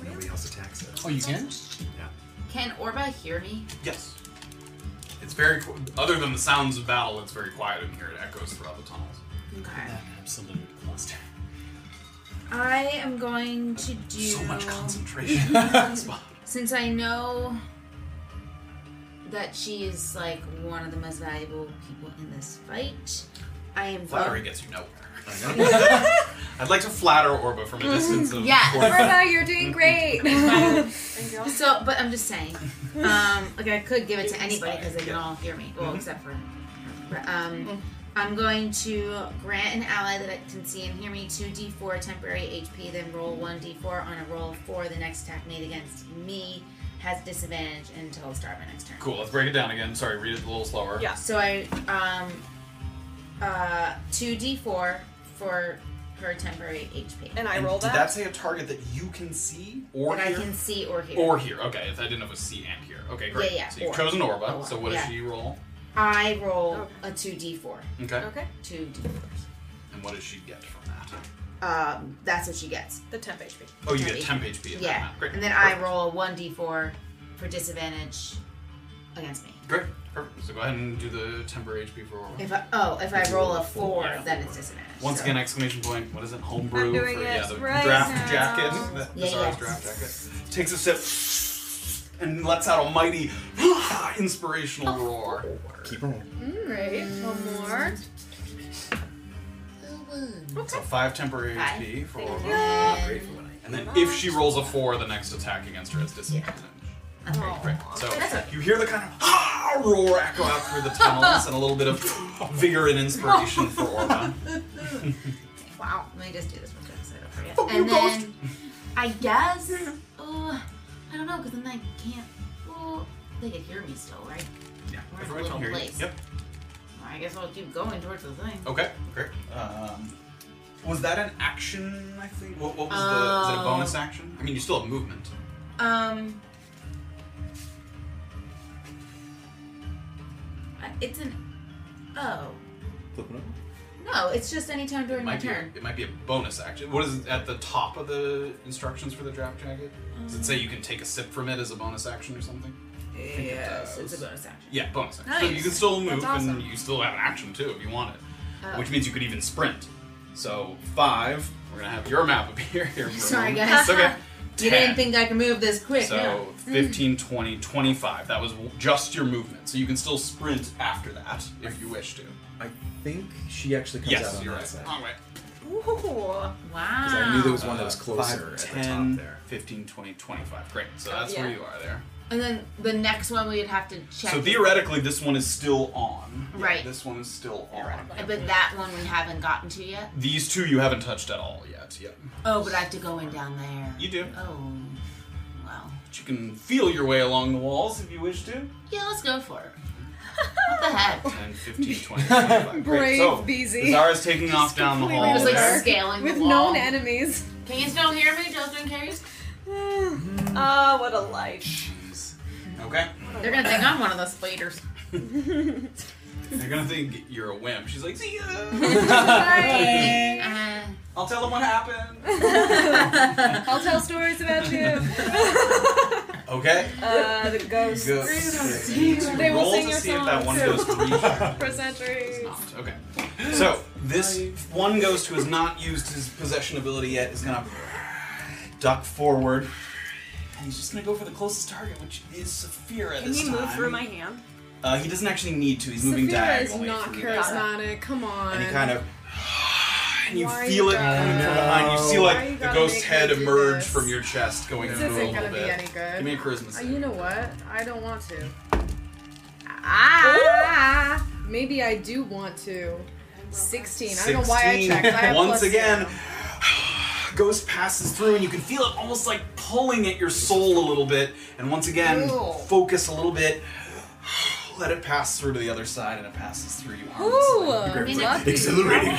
[SPEAKER 6] Nobody else attacks us.
[SPEAKER 4] Oh, you can?
[SPEAKER 3] can Orba hear me?
[SPEAKER 2] Yes. It's very. qu- Other than the sounds of battle, it's very quiet in here. It echoes throughout the tunnels.
[SPEAKER 3] Okay.
[SPEAKER 4] That absolute cluster.
[SPEAKER 3] I am going to do
[SPEAKER 2] So much concentration. in that spot.
[SPEAKER 3] since I know that she is like one of the most valuable people in this fight. I am
[SPEAKER 2] Flattery
[SPEAKER 3] going.
[SPEAKER 2] gets you nowhere. I'd like to flatter Orba from a
[SPEAKER 3] Mm-hmm.
[SPEAKER 2] distance of.
[SPEAKER 3] Yeah.
[SPEAKER 2] forty feet.
[SPEAKER 5] Orba, you're doing great.
[SPEAKER 3] So, but I'm just saying, um, like I could give it to anybody because they can all hear me. Well, except for, but,
[SPEAKER 5] Mm-hmm.
[SPEAKER 3] um, I'm going to grant an ally that can see and hear me two d4 temporary HP, then roll one d4 on a roll of four. The next attack made against me has disadvantage until the start of my next turn.
[SPEAKER 2] Cool. Let's break it down again. Sorry, read it a little slower.
[SPEAKER 5] Yeah.
[SPEAKER 3] So I um uh two D four for her temporary HP.
[SPEAKER 5] and I
[SPEAKER 2] And
[SPEAKER 5] roll
[SPEAKER 2] did
[SPEAKER 5] that.
[SPEAKER 2] that say a target that you can see or
[SPEAKER 3] That I
[SPEAKER 2] hear?
[SPEAKER 3] can see or hear.
[SPEAKER 2] Or here. Okay, I didn't know if it was C and here. Okay, great.
[SPEAKER 3] Yeah, yeah,
[SPEAKER 2] So you've
[SPEAKER 3] or.
[SPEAKER 2] chosen Orba.
[SPEAKER 3] Or,
[SPEAKER 2] So what does
[SPEAKER 3] yeah.
[SPEAKER 2] she roll?
[SPEAKER 3] I roll
[SPEAKER 2] Oh.
[SPEAKER 3] a two D four.
[SPEAKER 2] Okay.
[SPEAKER 5] okay.
[SPEAKER 3] Two D fours.
[SPEAKER 2] And what does she get from that?
[SPEAKER 3] Um that's what she gets.
[SPEAKER 5] The temp HP.
[SPEAKER 2] Oh, you get
[SPEAKER 3] Temp
[SPEAKER 2] 10 HP. in that
[SPEAKER 3] Yeah.
[SPEAKER 2] map. Great.
[SPEAKER 3] And then I roll one D four for disadvantage against me.
[SPEAKER 2] Great. Perfect. So go ahead and do the temporary HP for Orba.
[SPEAKER 3] If I oh, if I roll a four,
[SPEAKER 2] Yeah.
[SPEAKER 3] then it's disadvantage.
[SPEAKER 2] Once
[SPEAKER 3] So-
[SPEAKER 2] again, exclamation point. What is it? Homebrew
[SPEAKER 5] I'm doing
[SPEAKER 2] for
[SPEAKER 5] it
[SPEAKER 2] yeah, the
[SPEAKER 5] right
[SPEAKER 2] draft
[SPEAKER 5] now.
[SPEAKER 2] jacket. The
[SPEAKER 3] Yeah,
[SPEAKER 2] Bizarro's
[SPEAKER 3] yeah.
[SPEAKER 2] draft jacket. Takes a sip and lets out a mighty inspirational roar.
[SPEAKER 6] Keep rolling.
[SPEAKER 8] Right. One more.
[SPEAKER 2] So five temporary
[SPEAKER 3] Five.
[SPEAKER 2] HP for
[SPEAKER 3] Thank you.
[SPEAKER 2] Orba. Great for what I- And then if she rolls a four, the next attack against her is disadvantage.
[SPEAKER 3] Okay.
[SPEAKER 2] Right. So you hear the kind of ah, roar echo out through the tunnels and a little bit of vigor and inspiration for Orba.
[SPEAKER 3] Wow. Let me just do this real quick so I don't forget. and then I guess. Oh, I don't know, because then I can't. Well, they could hear me still, right?
[SPEAKER 2] Yeah,
[SPEAKER 3] We're in a
[SPEAKER 2] everyone
[SPEAKER 3] little
[SPEAKER 2] can hear you.
[SPEAKER 3] place.
[SPEAKER 2] Yep.
[SPEAKER 3] Well, I guess I'll keep going towards the thing.
[SPEAKER 2] Okay. Great. Um, was that an action? I think. What, what was the? Is it a
[SPEAKER 3] Oh.
[SPEAKER 2] bonus action? I mean, you still have movement.
[SPEAKER 3] Um. I- It's an. Oh.
[SPEAKER 6] Flip it up.
[SPEAKER 3] No, it's just any time during
[SPEAKER 2] It
[SPEAKER 3] my
[SPEAKER 2] might be.
[SPEAKER 3] turn.
[SPEAKER 2] It might be a bonus action. What is it at the top of the instructions for the draft jacket? Does it say you can take a sip from it as a bonus action or something?
[SPEAKER 3] Yes, it's a
[SPEAKER 2] does.
[SPEAKER 3] bonus action.
[SPEAKER 2] Yeah, bonus action. So
[SPEAKER 3] Nice.
[SPEAKER 2] you can still move
[SPEAKER 3] That's awesome.
[SPEAKER 2] and you still have an action too if you want it.
[SPEAKER 3] Oh.
[SPEAKER 2] Which means you could even sprint. So five, we're gonna have your map appear here. for a
[SPEAKER 3] Sorry,
[SPEAKER 2] moment.
[SPEAKER 3] guys.
[SPEAKER 2] It's okay.
[SPEAKER 3] You
[SPEAKER 2] Ten.
[SPEAKER 3] didn't think I could move this quick, no.
[SPEAKER 2] so 15, 20, 25. That was w- just your movement. So you can still sprint after that if you wish to.
[SPEAKER 6] I think she actually comes out
[SPEAKER 2] yes,
[SPEAKER 6] on
[SPEAKER 2] you're
[SPEAKER 6] that
[SPEAKER 2] right.
[SPEAKER 6] side.
[SPEAKER 2] All right.
[SPEAKER 5] Ooh.
[SPEAKER 3] Wow.
[SPEAKER 6] Because I knew there was one that was
[SPEAKER 2] Uh,
[SPEAKER 6] closer
[SPEAKER 2] five,
[SPEAKER 6] at
[SPEAKER 2] 10,
[SPEAKER 6] the top there.
[SPEAKER 2] 15, 20, 25. Great. So that's
[SPEAKER 5] yeah.
[SPEAKER 2] where you are there.
[SPEAKER 3] And then the next one we would have to check.
[SPEAKER 2] So
[SPEAKER 3] is-
[SPEAKER 2] theoretically, this one is still on. Yeah,
[SPEAKER 3] Right.
[SPEAKER 2] This one is still on.
[SPEAKER 3] But that one we haven't gotten to yet.
[SPEAKER 2] These two you haven't touched at all yet. Yep.
[SPEAKER 3] Oh, but I have to go in down there.
[SPEAKER 2] You do.
[SPEAKER 3] Oh, well.
[SPEAKER 2] You can feel your way along the walls if you wish to.
[SPEAKER 3] Yeah, let's go for it. what the heck?
[SPEAKER 2] 10, 15, 20, 25. Great.
[SPEAKER 8] Brave
[SPEAKER 2] So,
[SPEAKER 8] Beezy.
[SPEAKER 2] Bizarro's taking off down the
[SPEAKER 8] completely
[SPEAKER 2] hall.
[SPEAKER 3] It was like
[SPEAKER 2] there.
[SPEAKER 8] Bizarre.
[SPEAKER 3] scaling
[SPEAKER 8] With
[SPEAKER 3] the wall.
[SPEAKER 8] known enemies.
[SPEAKER 3] Can you still hear me, Justin Case?
[SPEAKER 5] Ah, what a life.
[SPEAKER 2] Jeez. Okay.
[SPEAKER 3] They're gonna think I'm one of those spiders.
[SPEAKER 2] They're gonna think you're a wimp. She's like, see ya.
[SPEAKER 8] Bye.
[SPEAKER 3] Uh,
[SPEAKER 2] I'll tell them what happened.
[SPEAKER 8] I'll tell stories about you.
[SPEAKER 2] Okay.
[SPEAKER 5] Uh, the ghost.
[SPEAKER 2] Go.
[SPEAKER 8] They will
[SPEAKER 2] Roll
[SPEAKER 8] sing
[SPEAKER 2] to
[SPEAKER 8] your
[SPEAKER 2] see if that
[SPEAKER 8] songs.
[SPEAKER 2] one goes to reach.
[SPEAKER 8] For centuries.
[SPEAKER 2] Okay. So this one ghost who has not used his possession ability yet is gonna duck forward. And he's just gonna go for the closest target, which is Saphira
[SPEAKER 5] Can
[SPEAKER 2] this
[SPEAKER 5] you move
[SPEAKER 2] time.
[SPEAKER 5] through my hand?
[SPEAKER 2] Uh, he doesn't actually need to. He's moving
[SPEAKER 8] Saphira is
[SPEAKER 2] diagonally.
[SPEAKER 8] not
[SPEAKER 2] through there.
[SPEAKER 8] charismatic. Come on.
[SPEAKER 2] And he kind of. And you
[SPEAKER 8] Why
[SPEAKER 2] feel
[SPEAKER 8] you
[SPEAKER 2] it coming from
[SPEAKER 6] gotta-
[SPEAKER 2] behind. You see,
[SPEAKER 6] Why
[SPEAKER 8] you
[SPEAKER 2] like, the
[SPEAKER 8] gotta
[SPEAKER 2] ghost
[SPEAKER 8] make
[SPEAKER 2] head
[SPEAKER 8] me do
[SPEAKER 2] emerge
[SPEAKER 8] this?
[SPEAKER 2] from your chest, going
[SPEAKER 8] this
[SPEAKER 2] through a little
[SPEAKER 8] isn't gonna be
[SPEAKER 2] bit.
[SPEAKER 8] any good.
[SPEAKER 2] Give me a charisma
[SPEAKER 8] Uh,
[SPEAKER 2] save.
[SPEAKER 8] you know what? I don't want to.
[SPEAKER 3] ah!
[SPEAKER 8] Maybe I do want to. 16. I don't know why I
[SPEAKER 2] 16.
[SPEAKER 8] checked. I have
[SPEAKER 2] Once
[SPEAKER 8] plus
[SPEAKER 2] again,
[SPEAKER 8] zero.
[SPEAKER 2] ghost passes through, and you can feel it almost like pulling at your soul a little bit. And once again,
[SPEAKER 8] Ew.
[SPEAKER 2] focus a little bit. Let it pass through to the other side, and it passes through you.
[SPEAKER 8] Ooh,
[SPEAKER 2] harmlessly.
[SPEAKER 3] mean,
[SPEAKER 6] Exhilarating.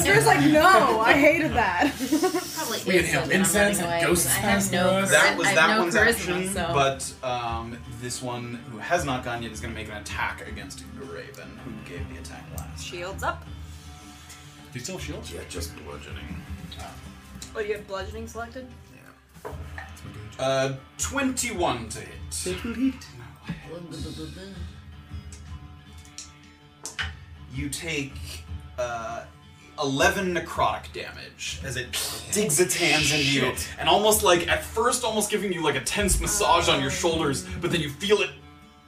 [SPEAKER 8] Sarah's like, no, I hated that.
[SPEAKER 3] probably
[SPEAKER 4] We
[SPEAKER 3] is good
[SPEAKER 4] inhale
[SPEAKER 3] that I'm
[SPEAKER 4] incense
[SPEAKER 3] running
[SPEAKER 4] and
[SPEAKER 3] away,
[SPEAKER 4] ghosts
[SPEAKER 3] because I
[SPEAKER 4] pass
[SPEAKER 3] have no
[SPEAKER 4] through us.
[SPEAKER 3] chari-
[SPEAKER 2] That was
[SPEAKER 3] I have
[SPEAKER 2] that
[SPEAKER 3] no
[SPEAKER 2] one's
[SPEAKER 3] charisma,
[SPEAKER 2] action,
[SPEAKER 3] so.
[SPEAKER 2] but um, this one who has not gone yet is going to make an attack against Raven, who gave the attack last.
[SPEAKER 5] Shields up.
[SPEAKER 4] Do you still have shield?
[SPEAKER 9] Yeah, just bludgeoning.
[SPEAKER 5] What Oh, do you have? Bludgeoning selected.
[SPEAKER 2] Uh, 21 to hit. You take uh, 11 necrotic damage as it digs its hands into you, and almost like, at first, almost giving you like a tense massage on your shoulders, but then you feel it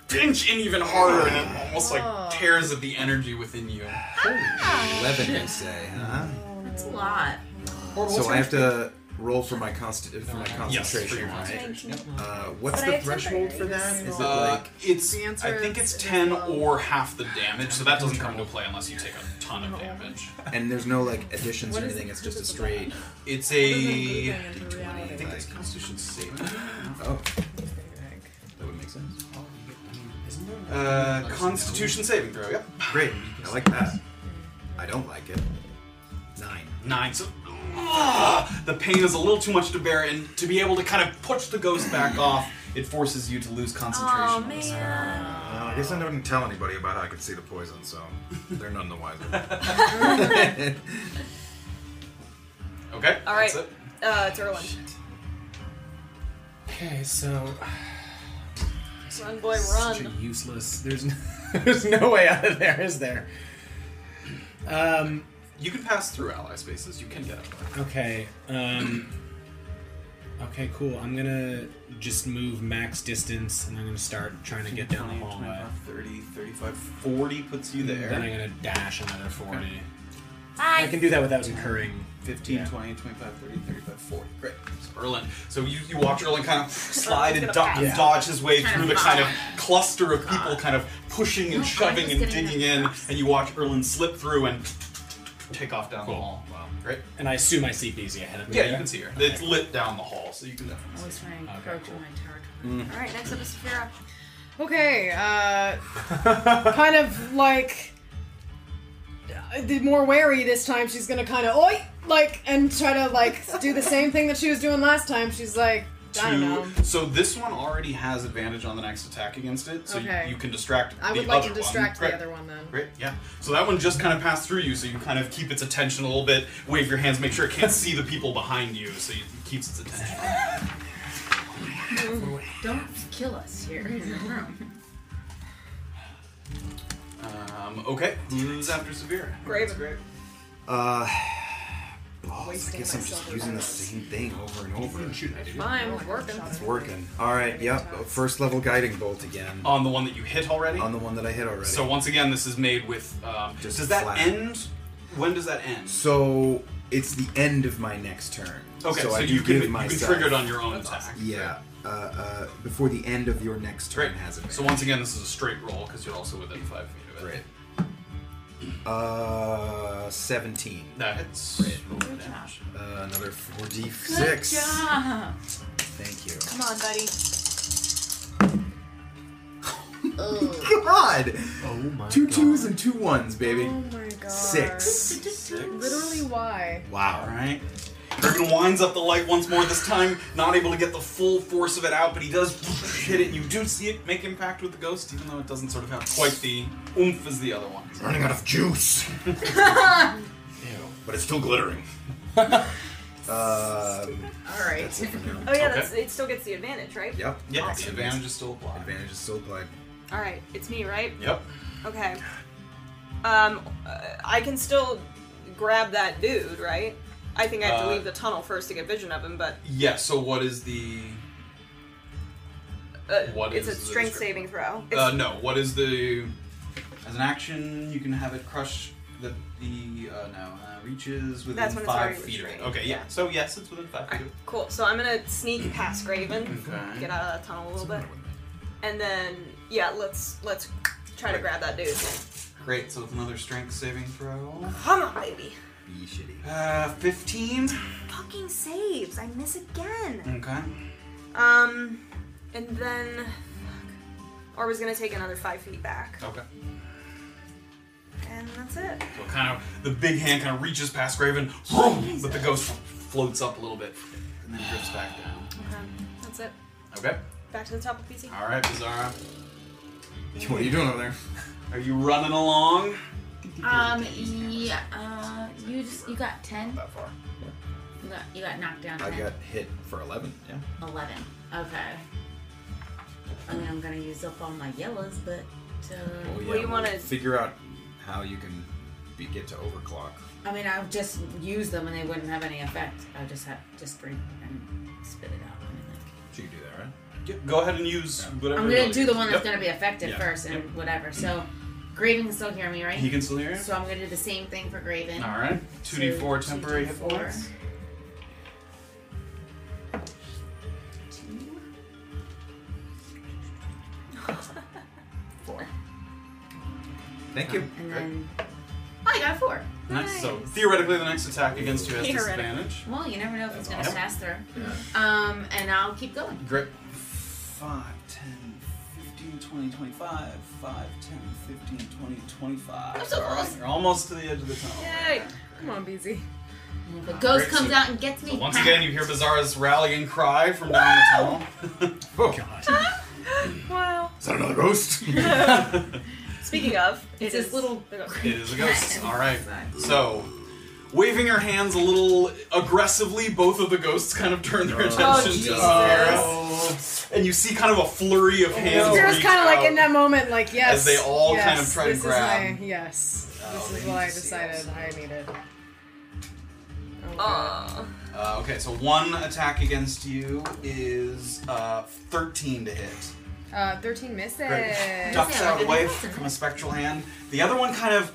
[SPEAKER 2] pinch in even harder, and it almost like tears at the energy within you. Uh,
[SPEAKER 6] Eleven, you say, huh?
[SPEAKER 3] It's a lot.
[SPEAKER 6] So I have to roll for my consti- for my
[SPEAKER 2] Yes, for your
[SPEAKER 6] concentration, right?
[SPEAKER 2] concentration. Yep.
[SPEAKER 6] Uh, what's
[SPEAKER 5] But I
[SPEAKER 6] the
[SPEAKER 5] have
[SPEAKER 6] threshold
[SPEAKER 5] temporary.
[SPEAKER 6] for that? Is it
[SPEAKER 2] Uh,
[SPEAKER 6] like
[SPEAKER 2] it's
[SPEAKER 8] The answer
[SPEAKER 2] I think
[SPEAKER 8] is-
[SPEAKER 2] it's
[SPEAKER 8] is um,
[SPEAKER 2] ten
[SPEAKER 8] low.
[SPEAKER 2] or half the damage, so that doesn't come into play unless you take a ton
[SPEAKER 8] Oh.
[SPEAKER 2] of damage.
[SPEAKER 6] and there's no like additions or anything? It's just a straight.
[SPEAKER 2] It's a I think
[SPEAKER 6] Like,
[SPEAKER 2] it's Constitution saving.
[SPEAKER 6] oh, that would make sense.
[SPEAKER 2] Uh, Constitution saving throw. Yep.
[SPEAKER 6] Great, I like that. I don't like it. Nine.
[SPEAKER 2] Nine. So ah, the pain is a little too much to bear, and to be able to kind of push the ghost back off, it forces you to lose concentration.
[SPEAKER 5] Oh man.
[SPEAKER 9] Well, I guess I didn't tell anybody about how I could see the poison, so they're none the wiser.
[SPEAKER 2] Okay.
[SPEAKER 5] All right.
[SPEAKER 2] That's it.
[SPEAKER 5] Uh, it's Erland.
[SPEAKER 4] Okay, so
[SPEAKER 5] Run, boy,
[SPEAKER 4] Such a
[SPEAKER 5] run.
[SPEAKER 4] useless. There's no, there's no way out of there, is there? Um.
[SPEAKER 2] You can pass through ally spaces. You can get up. there.
[SPEAKER 4] Okay. Um. Okay. Cool. I'm gonna just move max distance, and I'm gonna start trying to get down the
[SPEAKER 2] 20,
[SPEAKER 4] hallway.
[SPEAKER 2] 25, 30, 35, 40 puts you
[SPEAKER 4] Oh, Then I'm
[SPEAKER 2] there.
[SPEAKER 4] gonna dash another forty. I
[SPEAKER 5] Hi.
[SPEAKER 4] can do that without incurring.
[SPEAKER 2] 15,
[SPEAKER 4] Yeah.
[SPEAKER 2] 20, 25, 30, 35, 40. Great. So Erlen. So you, you watch Erlen kind of slide and,
[SPEAKER 5] gonna
[SPEAKER 2] duck
[SPEAKER 5] pass.
[SPEAKER 2] and
[SPEAKER 4] Yeah.
[SPEAKER 2] dodge his way
[SPEAKER 3] Kind
[SPEAKER 2] through
[SPEAKER 3] of
[SPEAKER 2] the kind of
[SPEAKER 3] fine.
[SPEAKER 2] cluster of people kind of pushing and
[SPEAKER 3] No,
[SPEAKER 2] shoving
[SPEAKER 3] I'm
[SPEAKER 2] and
[SPEAKER 3] just getting
[SPEAKER 2] digging
[SPEAKER 3] that
[SPEAKER 2] in,
[SPEAKER 3] first.
[SPEAKER 2] and you watch Erlen slip through and take off down the
[SPEAKER 4] Cool.
[SPEAKER 2] hall. Wow. Great.
[SPEAKER 4] And I assume I see Beezy ahead of me.
[SPEAKER 2] Yeah,
[SPEAKER 4] there?
[SPEAKER 2] you can see her.
[SPEAKER 4] Okay.
[SPEAKER 2] It's lit down the hall, so you can definitely see
[SPEAKER 3] Always trying to
[SPEAKER 4] Okay,
[SPEAKER 3] encroach
[SPEAKER 4] cool.
[SPEAKER 3] on my territory.
[SPEAKER 5] All right, next up is Safira.
[SPEAKER 8] Okay, uh, kind of like uh, the more wary this time. She's gonna kind of oi like and try to like do the same thing that she was doing last time. She's like, I don't know.
[SPEAKER 2] Two- So this one already has advantage on the next attack against it, so you-
[SPEAKER 8] Okay.
[SPEAKER 2] you, can distract
[SPEAKER 8] I
[SPEAKER 2] the
[SPEAKER 8] would like
[SPEAKER 2] other
[SPEAKER 8] to distract
[SPEAKER 2] one.
[SPEAKER 8] the
[SPEAKER 2] Great.
[SPEAKER 8] other one then.
[SPEAKER 2] Great, yeah. So that one just kind of passed through you, so you kind of keep its attention a little bit, wave your hands, make sure it can't see the people behind you, so you, it keeps its attention.
[SPEAKER 3] Don't kill us here in the room.
[SPEAKER 2] Um, okay, who's after Severe?
[SPEAKER 5] Grave. Grave.
[SPEAKER 6] Uh, balls. I guess I'm just using the same thing over and over.
[SPEAKER 5] Mine working.
[SPEAKER 6] It's working. All right. Yep. First level guiding bolt again
[SPEAKER 2] On the one that you hit already?
[SPEAKER 6] on the one that I hit already.
[SPEAKER 2] Oh. so once again, this is made with. Um,
[SPEAKER 6] Just
[SPEAKER 2] does that
[SPEAKER 6] flat.
[SPEAKER 2] end? When does that end?
[SPEAKER 6] So it's the end of my next turn.
[SPEAKER 2] Okay, so,
[SPEAKER 6] I do
[SPEAKER 2] you, can,
[SPEAKER 6] give
[SPEAKER 2] you can
[SPEAKER 6] myself.
[SPEAKER 2] trigger it on your own attack.
[SPEAKER 6] Yeah. Uh, uh, before the end of your next turn
[SPEAKER 2] Great.
[SPEAKER 6] has it.
[SPEAKER 2] So once again, this is a straight roll because you're also within five feet of it.
[SPEAKER 6] Great. Uh, seventeen.
[SPEAKER 2] That hits. Roll the damage.
[SPEAKER 6] Uh, another four d six.
[SPEAKER 3] Ah,
[SPEAKER 6] Thank you.
[SPEAKER 5] Come on, buddy.
[SPEAKER 6] God.
[SPEAKER 4] Oh my
[SPEAKER 6] Two
[SPEAKER 4] god.
[SPEAKER 6] twos and two ones, baby.
[SPEAKER 8] Oh my god.
[SPEAKER 6] Six.
[SPEAKER 8] Literally, why?
[SPEAKER 2] All
[SPEAKER 6] Wow.
[SPEAKER 2] right. Irvin winds up the light once more. This time, not able to get the full force of it out, but he does hit it. and You do see it make impact with the ghost, even though it doesn't sort of have quite the oomph as the other one.
[SPEAKER 6] Running out of juice.
[SPEAKER 9] But it's still glittering.
[SPEAKER 6] Um,
[SPEAKER 3] all right.
[SPEAKER 6] that's it for now.
[SPEAKER 5] Oh yeah,
[SPEAKER 2] Okay.
[SPEAKER 5] that's, it still gets the advantage, right?
[SPEAKER 6] Yep.
[SPEAKER 2] Yeah,
[SPEAKER 6] Awesome.
[SPEAKER 2] the advantage is still applied.
[SPEAKER 6] Advantage is still applied.
[SPEAKER 5] All right, it's me, right?
[SPEAKER 2] Yep.
[SPEAKER 5] Okay. Um, uh, I can still grab that dude, right? I think I have to
[SPEAKER 2] Uh,
[SPEAKER 5] leave the tunnel first to get vision of him, but
[SPEAKER 2] Yeah. So what is the?
[SPEAKER 5] uh,
[SPEAKER 2] What
[SPEAKER 5] it's
[SPEAKER 2] is
[SPEAKER 5] a
[SPEAKER 2] the
[SPEAKER 5] strength
[SPEAKER 2] descrip-
[SPEAKER 5] saving throw. It's,
[SPEAKER 2] Uh, no. What is the? As an action, you can have it crush the the uh, no uh, reaches within
[SPEAKER 5] That's when it's
[SPEAKER 2] five
[SPEAKER 5] already
[SPEAKER 2] feet of it.
[SPEAKER 5] restrained,
[SPEAKER 2] Okay. Yeah.
[SPEAKER 5] yeah.
[SPEAKER 2] So yes, it's within five feet. of it.
[SPEAKER 5] cool. So I'm gonna sneak past Graven,
[SPEAKER 2] Okay.
[SPEAKER 5] get out of that tunnel a little bit, and then yeah, let's let's try to grab that dude.
[SPEAKER 2] Great. So it's another strength saving throw.
[SPEAKER 5] Come on, baby.
[SPEAKER 6] Be shitty.
[SPEAKER 2] Uh, fifteen.
[SPEAKER 5] Fucking saves. I miss again.
[SPEAKER 2] Okay.
[SPEAKER 5] Um, and then. Or was gonna take another five feet back,
[SPEAKER 2] Okay.
[SPEAKER 5] and that's it.
[SPEAKER 2] So kind of the big hand kind of reaches past Graven, vroom, but the ghost floats up a little bit and then drifts back down.
[SPEAKER 5] That's it.
[SPEAKER 2] Okay.
[SPEAKER 5] Back to the top of PC.
[SPEAKER 2] All right, Bizarra.
[SPEAKER 6] What are you doing over there?
[SPEAKER 2] Are you running along?
[SPEAKER 3] Um, yeah, uh, you just, you got 10?
[SPEAKER 6] That far.
[SPEAKER 3] You got, you got knocked down
[SPEAKER 6] I
[SPEAKER 3] 10?
[SPEAKER 6] got hit for 11. Yeah.
[SPEAKER 3] 11. Okay. I mean, I'm gonna use up all my yellows, but, uh,
[SPEAKER 5] Well, you wanna-
[SPEAKER 6] figure out how you can be, get to overclock.
[SPEAKER 3] I mean, I would just use them and they wouldn't have any effect. I would just have, just drink and spit it out. when I think.
[SPEAKER 6] So you can do that, right?
[SPEAKER 2] Yeah, Go ahead and use whatever.
[SPEAKER 3] I'm gonna
[SPEAKER 2] ability.
[SPEAKER 3] do the one that's
[SPEAKER 2] Yep.
[SPEAKER 3] gonna be affected
[SPEAKER 2] Yeah.
[SPEAKER 3] first and
[SPEAKER 2] Yep.
[SPEAKER 3] whatever. So, Graven can still hear me, right?
[SPEAKER 2] He can still hear you.
[SPEAKER 3] So I'm gonna do the same thing for Graven.
[SPEAKER 2] All right. Two D four temporary hit
[SPEAKER 3] 2d4.
[SPEAKER 2] points.
[SPEAKER 3] Two.
[SPEAKER 6] Thank you.
[SPEAKER 3] And then, oh, I got a four.
[SPEAKER 2] Nice. So theoretically, the next attack against you has
[SPEAKER 5] Theoretically.
[SPEAKER 2] disadvantage.
[SPEAKER 3] Well, you never know if it's gonna
[SPEAKER 2] awesome.
[SPEAKER 3] pass through. Um, and I'll keep going.
[SPEAKER 2] Great. 5, 10, 15, 20, 25. 5, 10, 15, 20, 25.
[SPEAKER 3] I'm so
[SPEAKER 2] All right,
[SPEAKER 3] close.
[SPEAKER 2] You're almost to the edge of the tunnel.
[SPEAKER 7] Come on, BZ.
[SPEAKER 3] The ghost
[SPEAKER 2] Great,
[SPEAKER 3] comes
[SPEAKER 2] so-
[SPEAKER 3] out and gets me.
[SPEAKER 2] So once again, you hear Bizarre's rallying cry from down the tunnel.
[SPEAKER 5] Wow.
[SPEAKER 6] Is that another ghost?
[SPEAKER 5] Speaking of,
[SPEAKER 3] It's this little-
[SPEAKER 2] It is a ghost. All right. So, waving her hands a little aggressively, both of the ghosts kind of turn their attention
[SPEAKER 5] Oh,
[SPEAKER 2] to
[SPEAKER 5] Jesus.
[SPEAKER 2] Zara, and you see kind of a flurry of hands.
[SPEAKER 7] Sarah's
[SPEAKER 2] reach
[SPEAKER 7] kind of like in
[SPEAKER 2] out.
[SPEAKER 7] that moment, like yes.
[SPEAKER 2] As they all
[SPEAKER 7] yes,
[SPEAKER 2] kind of try to
[SPEAKER 7] this is
[SPEAKER 2] grab.
[SPEAKER 7] my- yes,
[SPEAKER 2] Oh,
[SPEAKER 7] this
[SPEAKER 2] they
[SPEAKER 7] is
[SPEAKER 2] need
[SPEAKER 7] what I
[SPEAKER 2] to see
[SPEAKER 7] decided
[SPEAKER 2] also.
[SPEAKER 7] I needed. Oh, God.
[SPEAKER 5] Aw.
[SPEAKER 2] Uh, okay, so one attack against you is uh, 13 to hit.
[SPEAKER 7] uh, Thirteen misses.
[SPEAKER 2] Great. Ducks out
[SPEAKER 3] Yeah,
[SPEAKER 2] away
[SPEAKER 3] I think
[SPEAKER 2] from a spectral hand. The other one kind of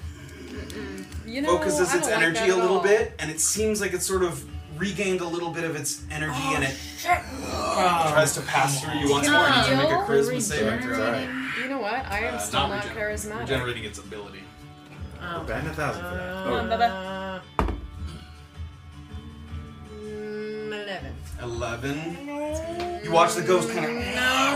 [SPEAKER 7] You know,
[SPEAKER 2] focuses
[SPEAKER 7] I
[SPEAKER 2] its
[SPEAKER 7] don't like
[SPEAKER 2] energy
[SPEAKER 7] that
[SPEAKER 2] a
[SPEAKER 7] at
[SPEAKER 2] little
[SPEAKER 7] all.
[SPEAKER 2] bit, and it seems like it's sort of regained a little bit of its energy,
[SPEAKER 7] Oh,
[SPEAKER 2] and it tries to pass through you once more. You need to make a
[SPEAKER 3] Yo,
[SPEAKER 2] charisma saving throw.
[SPEAKER 6] Regenerating.
[SPEAKER 7] You know what? I am
[SPEAKER 2] Uh,
[SPEAKER 7] still not,
[SPEAKER 2] regener-
[SPEAKER 7] charismatic.
[SPEAKER 2] Regenerating its ability.
[SPEAKER 3] Oh.
[SPEAKER 6] Batting a thousand for that. Oh,
[SPEAKER 5] on, Bubba.
[SPEAKER 7] Uh, mm, Eleven.
[SPEAKER 2] 11. You watch the ghost kind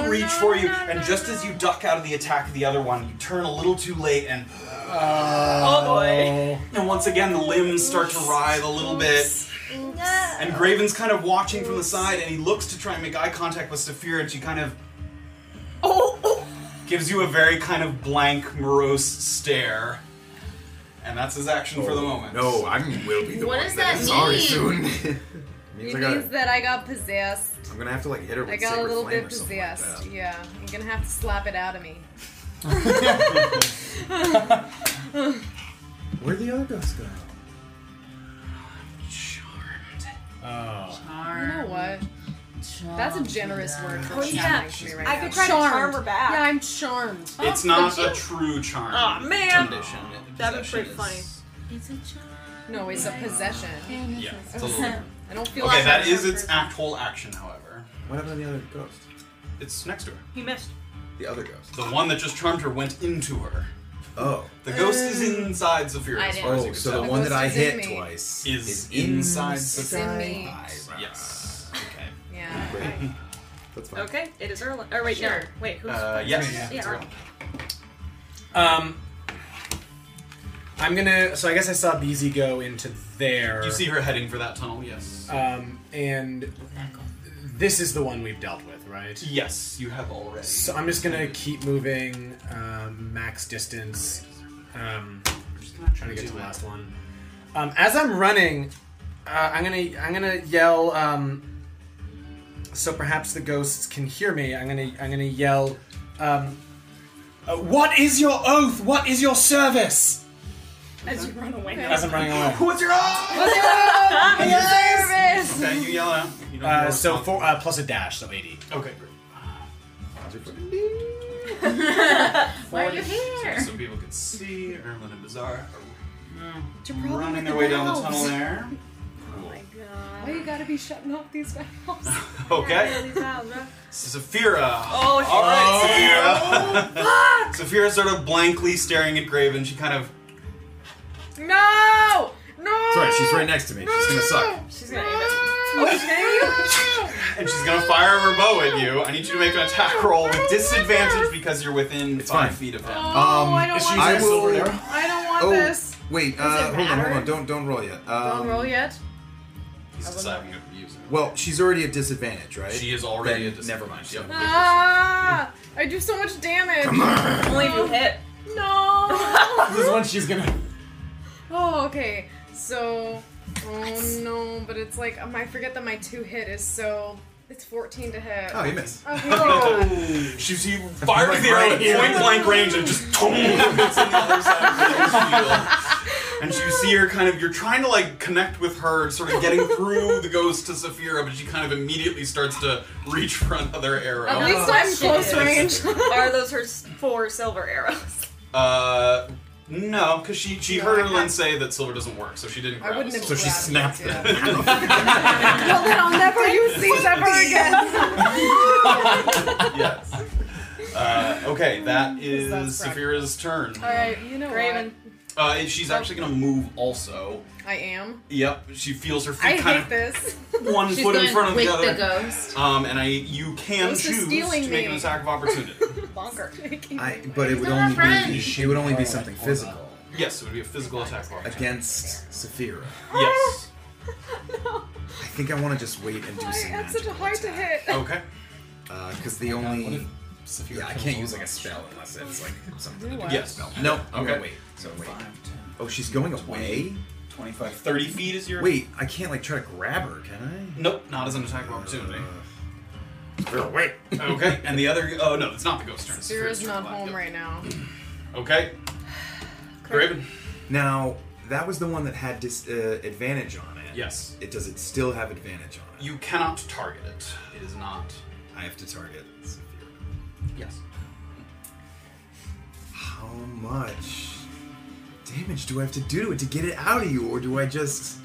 [SPEAKER 2] of reach for you, and just as you duck out of the attack of the other one, you turn a little too late, and
[SPEAKER 5] Oh boy.
[SPEAKER 2] and once again the limbs start to writhe a little bit. And Graven's kind of watching from the side, and he looks to try and make eye contact with Saphira, and she kind of
[SPEAKER 5] Oh, oh.
[SPEAKER 2] gives you a very kind of blank, morose stare. And that's his action for the
[SPEAKER 5] Oh,
[SPEAKER 2] moment.
[SPEAKER 6] No, I will be the
[SPEAKER 3] What
[SPEAKER 6] one
[SPEAKER 3] does that
[SPEAKER 6] is sorry
[SPEAKER 3] mean?
[SPEAKER 6] soon. It means
[SPEAKER 7] It
[SPEAKER 6] I gotta,
[SPEAKER 7] means that I got possessed.
[SPEAKER 6] I'm gonna have to like hit her with
[SPEAKER 7] I got a
[SPEAKER 6] sacred
[SPEAKER 7] little
[SPEAKER 6] flame
[SPEAKER 7] bit
[SPEAKER 6] or something like
[SPEAKER 7] possessed.
[SPEAKER 6] that.
[SPEAKER 7] yeah, I'm gonna have to slap it out of me.
[SPEAKER 6] Where'd the other ghost go?
[SPEAKER 4] Oh.
[SPEAKER 7] You know what? That's a generous word for
[SPEAKER 5] Oh,
[SPEAKER 7] charming
[SPEAKER 5] yeah.
[SPEAKER 7] to me right
[SPEAKER 5] I
[SPEAKER 7] now.
[SPEAKER 5] could try to charm her back.
[SPEAKER 7] Yeah, I'm charmed.
[SPEAKER 2] It's not a true charm.
[SPEAKER 5] Aw, man.
[SPEAKER 2] Condition.
[SPEAKER 5] That'd be pretty
[SPEAKER 2] Possession is-
[SPEAKER 3] It's a
[SPEAKER 7] No, it's a possession.
[SPEAKER 2] Oh, Yeah, it's a little.
[SPEAKER 7] I don't feel
[SPEAKER 2] Okay,
[SPEAKER 7] like
[SPEAKER 2] that
[SPEAKER 7] I'm
[SPEAKER 2] is
[SPEAKER 7] charmed
[SPEAKER 2] its
[SPEAKER 7] for-
[SPEAKER 2] act whole action, however.
[SPEAKER 6] What happened to the other ghost?
[SPEAKER 2] It's next to her.
[SPEAKER 5] You missed.
[SPEAKER 6] The other ghost.
[SPEAKER 2] The one that just charmed her went into her.
[SPEAKER 6] Oh.
[SPEAKER 2] The ghost is inside Zephyr
[SPEAKER 3] I
[SPEAKER 2] as
[SPEAKER 3] didn't-
[SPEAKER 2] far as you
[SPEAKER 6] Oh,
[SPEAKER 2] can
[SPEAKER 6] so
[SPEAKER 2] tell.
[SPEAKER 6] the one that I
[SPEAKER 7] ghost is in
[SPEAKER 6] hit
[SPEAKER 7] me.
[SPEAKER 6] twice
[SPEAKER 2] Is inside
[SPEAKER 7] It's in me.
[SPEAKER 6] my
[SPEAKER 2] Yes. Okay.
[SPEAKER 7] Yeah.
[SPEAKER 6] Great. That's fine.
[SPEAKER 5] Okay, it is her. Or Oh, wait,
[SPEAKER 3] Sure.
[SPEAKER 5] no. Wait, who's?
[SPEAKER 2] Uh, yes.
[SPEAKER 5] Yeah.
[SPEAKER 2] it's her.
[SPEAKER 4] Um, I'm gonna. So I guess I saw BZ go into there.
[SPEAKER 2] You see her heading for that tunnel, yes.
[SPEAKER 4] Um, and this is the one we've dealt with, right?
[SPEAKER 2] Yes, you have already.
[SPEAKER 4] So I'm just gonna keep moving, um, max distance. Um, trying to get to the last one. Um, as I'm running, uh, I'm gonna I'm gonna yell. Um, so perhaps the ghosts can hear me. I'm gonna I'm gonna yell. Um, uh, what is your oath? What is your service?
[SPEAKER 5] As you run away.
[SPEAKER 4] As I'm running away.
[SPEAKER 2] What's your off?
[SPEAKER 7] Nervous!
[SPEAKER 2] Okay, you yell out. You don't
[SPEAKER 4] Uh,
[SPEAKER 2] know
[SPEAKER 4] so
[SPEAKER 2] what's
[SPEAKER 4] four uh, plus a dash, so eighty.
[SPEAKER 2] on. Okay, great.
[SPEAKER 3] Why are you here?
[SPEAKER 2] So people can see Erlin and Bizarre are
[SPEAKER 7] problem
[SPEAKER 2] running
[SPEAKER 7] with
[SPEAKER 2] their
[SPEAKER 7] the
[SPEAKER 2] way down the tunnel
[SPEAKER 7] valves.
[SPEAKER 2] there.
[SPEAKER 7] Why you gotta be shutting off these valves?
[SPEAKER 2] Okay. Saphira.
[SPEAKER 5] Oh, she-
[SPEAKER 2] all right, Saphira. Saphira Oh, sort of blankly staring at Graven. She kind of
[SPEAKER 7] No! No!
[SPEAKER 6] That's right, she's right next to me. She's gonna suck.
[SPEAKER 5] She's gonna aim it.
[SPEAKER 2] and she's gonna fire her bow at you. I need you to make an attack roll with disadvantage because you're within five
[SPEAKER 6] fine.
[SPEAKER 2] feet of him.
[SPEAKER 7] Oh, I don't
[SPEAKER 6] Um,
[SPEAKER 7] want
[SPEAKER 4] Is she
[SPEAKER 7] this.
[SPEAKER 6] I
[SPEAKER 4] using a silver
[SPEAKER 6] will-
[SPEAKER 4] arrow?
[SPEAKER 7] I don't want
[SPEAKER 6] Oh,
[SPEAKER 7] this.
[SPEAKER 6] wait. Uh, hold on,
[SPEAKER 7] matter?
[SPEAKER 6] hold on. Don't don't roll yet. Um,
[SPEAKER 7] Don't roll yet.
[SPEAKER 2] He's deciding to use it.
[SPEAKER 6] Well, she's already at disadvantage, right?
[SPEAKER 2] She is already
[SPEAKER 6] Then
[SPEAKER 2] a
[SPEAKER 6] Never
[SPEAKER 2] disadvantage.
[SPEAKER 6] mind.
[SPEAKER 2] Yep.
[SPEAKER 7] Ah! I do so much damage.
[SPEAKER 5] Only if you hit.
[SPEAKER 7] No.
[SPEAKER 4] This one she's gonna.
[SPEAKER 7] Oh, okay. So, oh no, but it's like um, I forget that my two hit is so it's 14 to hit.
[SPEAKER 6] Oh, you missed.
[SPEAKER 7] Okay. Oh,
[SPEAKER 2] She, she fired
[SPEAKER 6] Like
[SPEAKER 2] the arrow
[SPEAKER 6] right
[SPEAKER 2] at
[SPEAKER 6] here.
[SPEAKER 2] point blank range and just boom, hits on the other side of the shield. And you see her kind of, you're trying to like connect with her, sort of getting through the ghost to Saphira, but she kind of immediately starts to reach for another
[SPEAKER 7] At
[SPEAKER 2] arrow.
[SPEAKER 7] least I'm
[SPEAKER 5] Shit.
[SPEAKER 7] close range.
[SPEAKER 5] Are those her s- four silver arrows?
[SPEAKER 2] Uh, no, because she, she
[SPEAKER 7] No,
[SPEAKER 2] heard
[SPEAKER 7] I
[SPEAKER 2] Erlin
[SPEAKER 7] have-
[SPEAKER 2] say that silver doesn't work, so she didn't grab
[SPEAKER 7] I wouldn't
[SPEAKER 2] a
[SPEAKER 7] have.
[SPEAKER 2] silver.
[SPEAKER 6] she
[SPEAKER 7] grabbed
[SPEAKER 6] snapped
[SPEAKER 7] it, yeah.
[SPEAKER 8] Well, then I'll never use these ever again.
[SPEAKER 2] yes. Uh, okay, that is
[SPEAKER 7] that's correct.
[SPEAKER 2] Saphira's turn.
[SPEAKER 7] All right, you know
[SPEAKER 5] Raven.
[SPEAKER 2] Uh, and she's actually going to move also.
[SPEAKER 7] what? I am.
[SPEAKER 2] Yep, she feels her
[SPEAKER 7] I
[SPEAKER 2] feet kind
[SPEAKER 7] hate
[SPEAKER 2] of
[SPEAKER 7] this.
[SPEAKER 2] one
[SPEAKER 3] She's
[SPEAKER 2] foot
[SPEAKER 3] going
[SPEAKER 2] in front of
[SPEAKER 3] with
[SPEAKER 2] the other.
[SPEAKER 3] ghost.
[SPEAKER 2] Um, and I, you can
[SPEAKER 7] Ghost is
[SPEAKER 2] choose
[SPEAKER 7] stealing
[SPEAKER 2] to make an
[SPEAKER 7] me.
[SPEAKER 2] attack of opportunity.
[SPEAKER 7] Bonker.
[SPEAKER 6] I, but it would
[SPEAKER 3] not
[SPEAKER 6] only
[SPEAKER 3] a friend.
[SPEAKER 6] be she would only be something physical
[SPEAKER 2] yes, it would be a physical attack of opportunity.
[SPEAKER 6] against Saphira.
[SPEAKER 7] Ah.
[SPEAKER 2] Yes.
[SPEAKER 6] I think I want to just wait and do
[SPEAKER 7] I
[SPEAKER 6] some
[SPEAKER 7] had such a
[SPEAKER 6] magical
[SPEAKER 7] hard to
[SPEAKER 6] attack.
[SPEAKER 7] hit.
[SPEAKER 2] Okay.
[SPEAKER 6] because Uh, the
[SPEAKER 4] What
[SPEAKER 6] only
[SPEAKER 4] if Saphira
[SPEAKER 6] yeah I
[SPEAKER 4] kills
[SPEAKER 6] can't use
[SPEAKER 4] all
[SPEAKER 6] like
[SPEAKER 4] of
[SPEAKER 6] a
[SPEAKER 4] us?
[SPEAKER 6] spell unless it's like something. To do.
[SPEAKER 7] What?
[SPEAKER 2] Yes.
[SPEAKER 6] No,
[SPEAKER 2] Okay.
[SPEAKER 6] okay, wait. So wait. Oh, she's going away.
[SPEAKER 2] 25, 30 feet is your.
[SPEAKER 6] Wait, I can't like try to grab her, can
[SPEAKER 2] Nope, not as an attack of
[SPEAKER 4] eh?
[SPEAKER 2] opportunity.
[SPEAKER 6] I? Uh, wait.
[SPEAKER 2] Okay, and the other. Oh, no, it's not the ghost turn. it's Saphira's
[SPEAKER 7] Vera's
[SPEAKER 2] turn.
[SPEAKER 7] not
[SPEAKER 2] Yep.
[SPEAKER 7] home right now.
[SPEAKER 2] Okay. Graven?
[SPEAKER 6] Now that was the one that had dis- uh, advantage on it.
[SPEAKER 2] Yes.
[SPEAKER 6] It does. It still have advantage on it.
[SPEAKER 2] You cannot target it. It is not.
[SPEAKER 6] I have to target. Saphira.
[SPEAKER 2] Yes.
[SPEAKER 6] How much damage do I have to do to it to get it out of you, or do I just?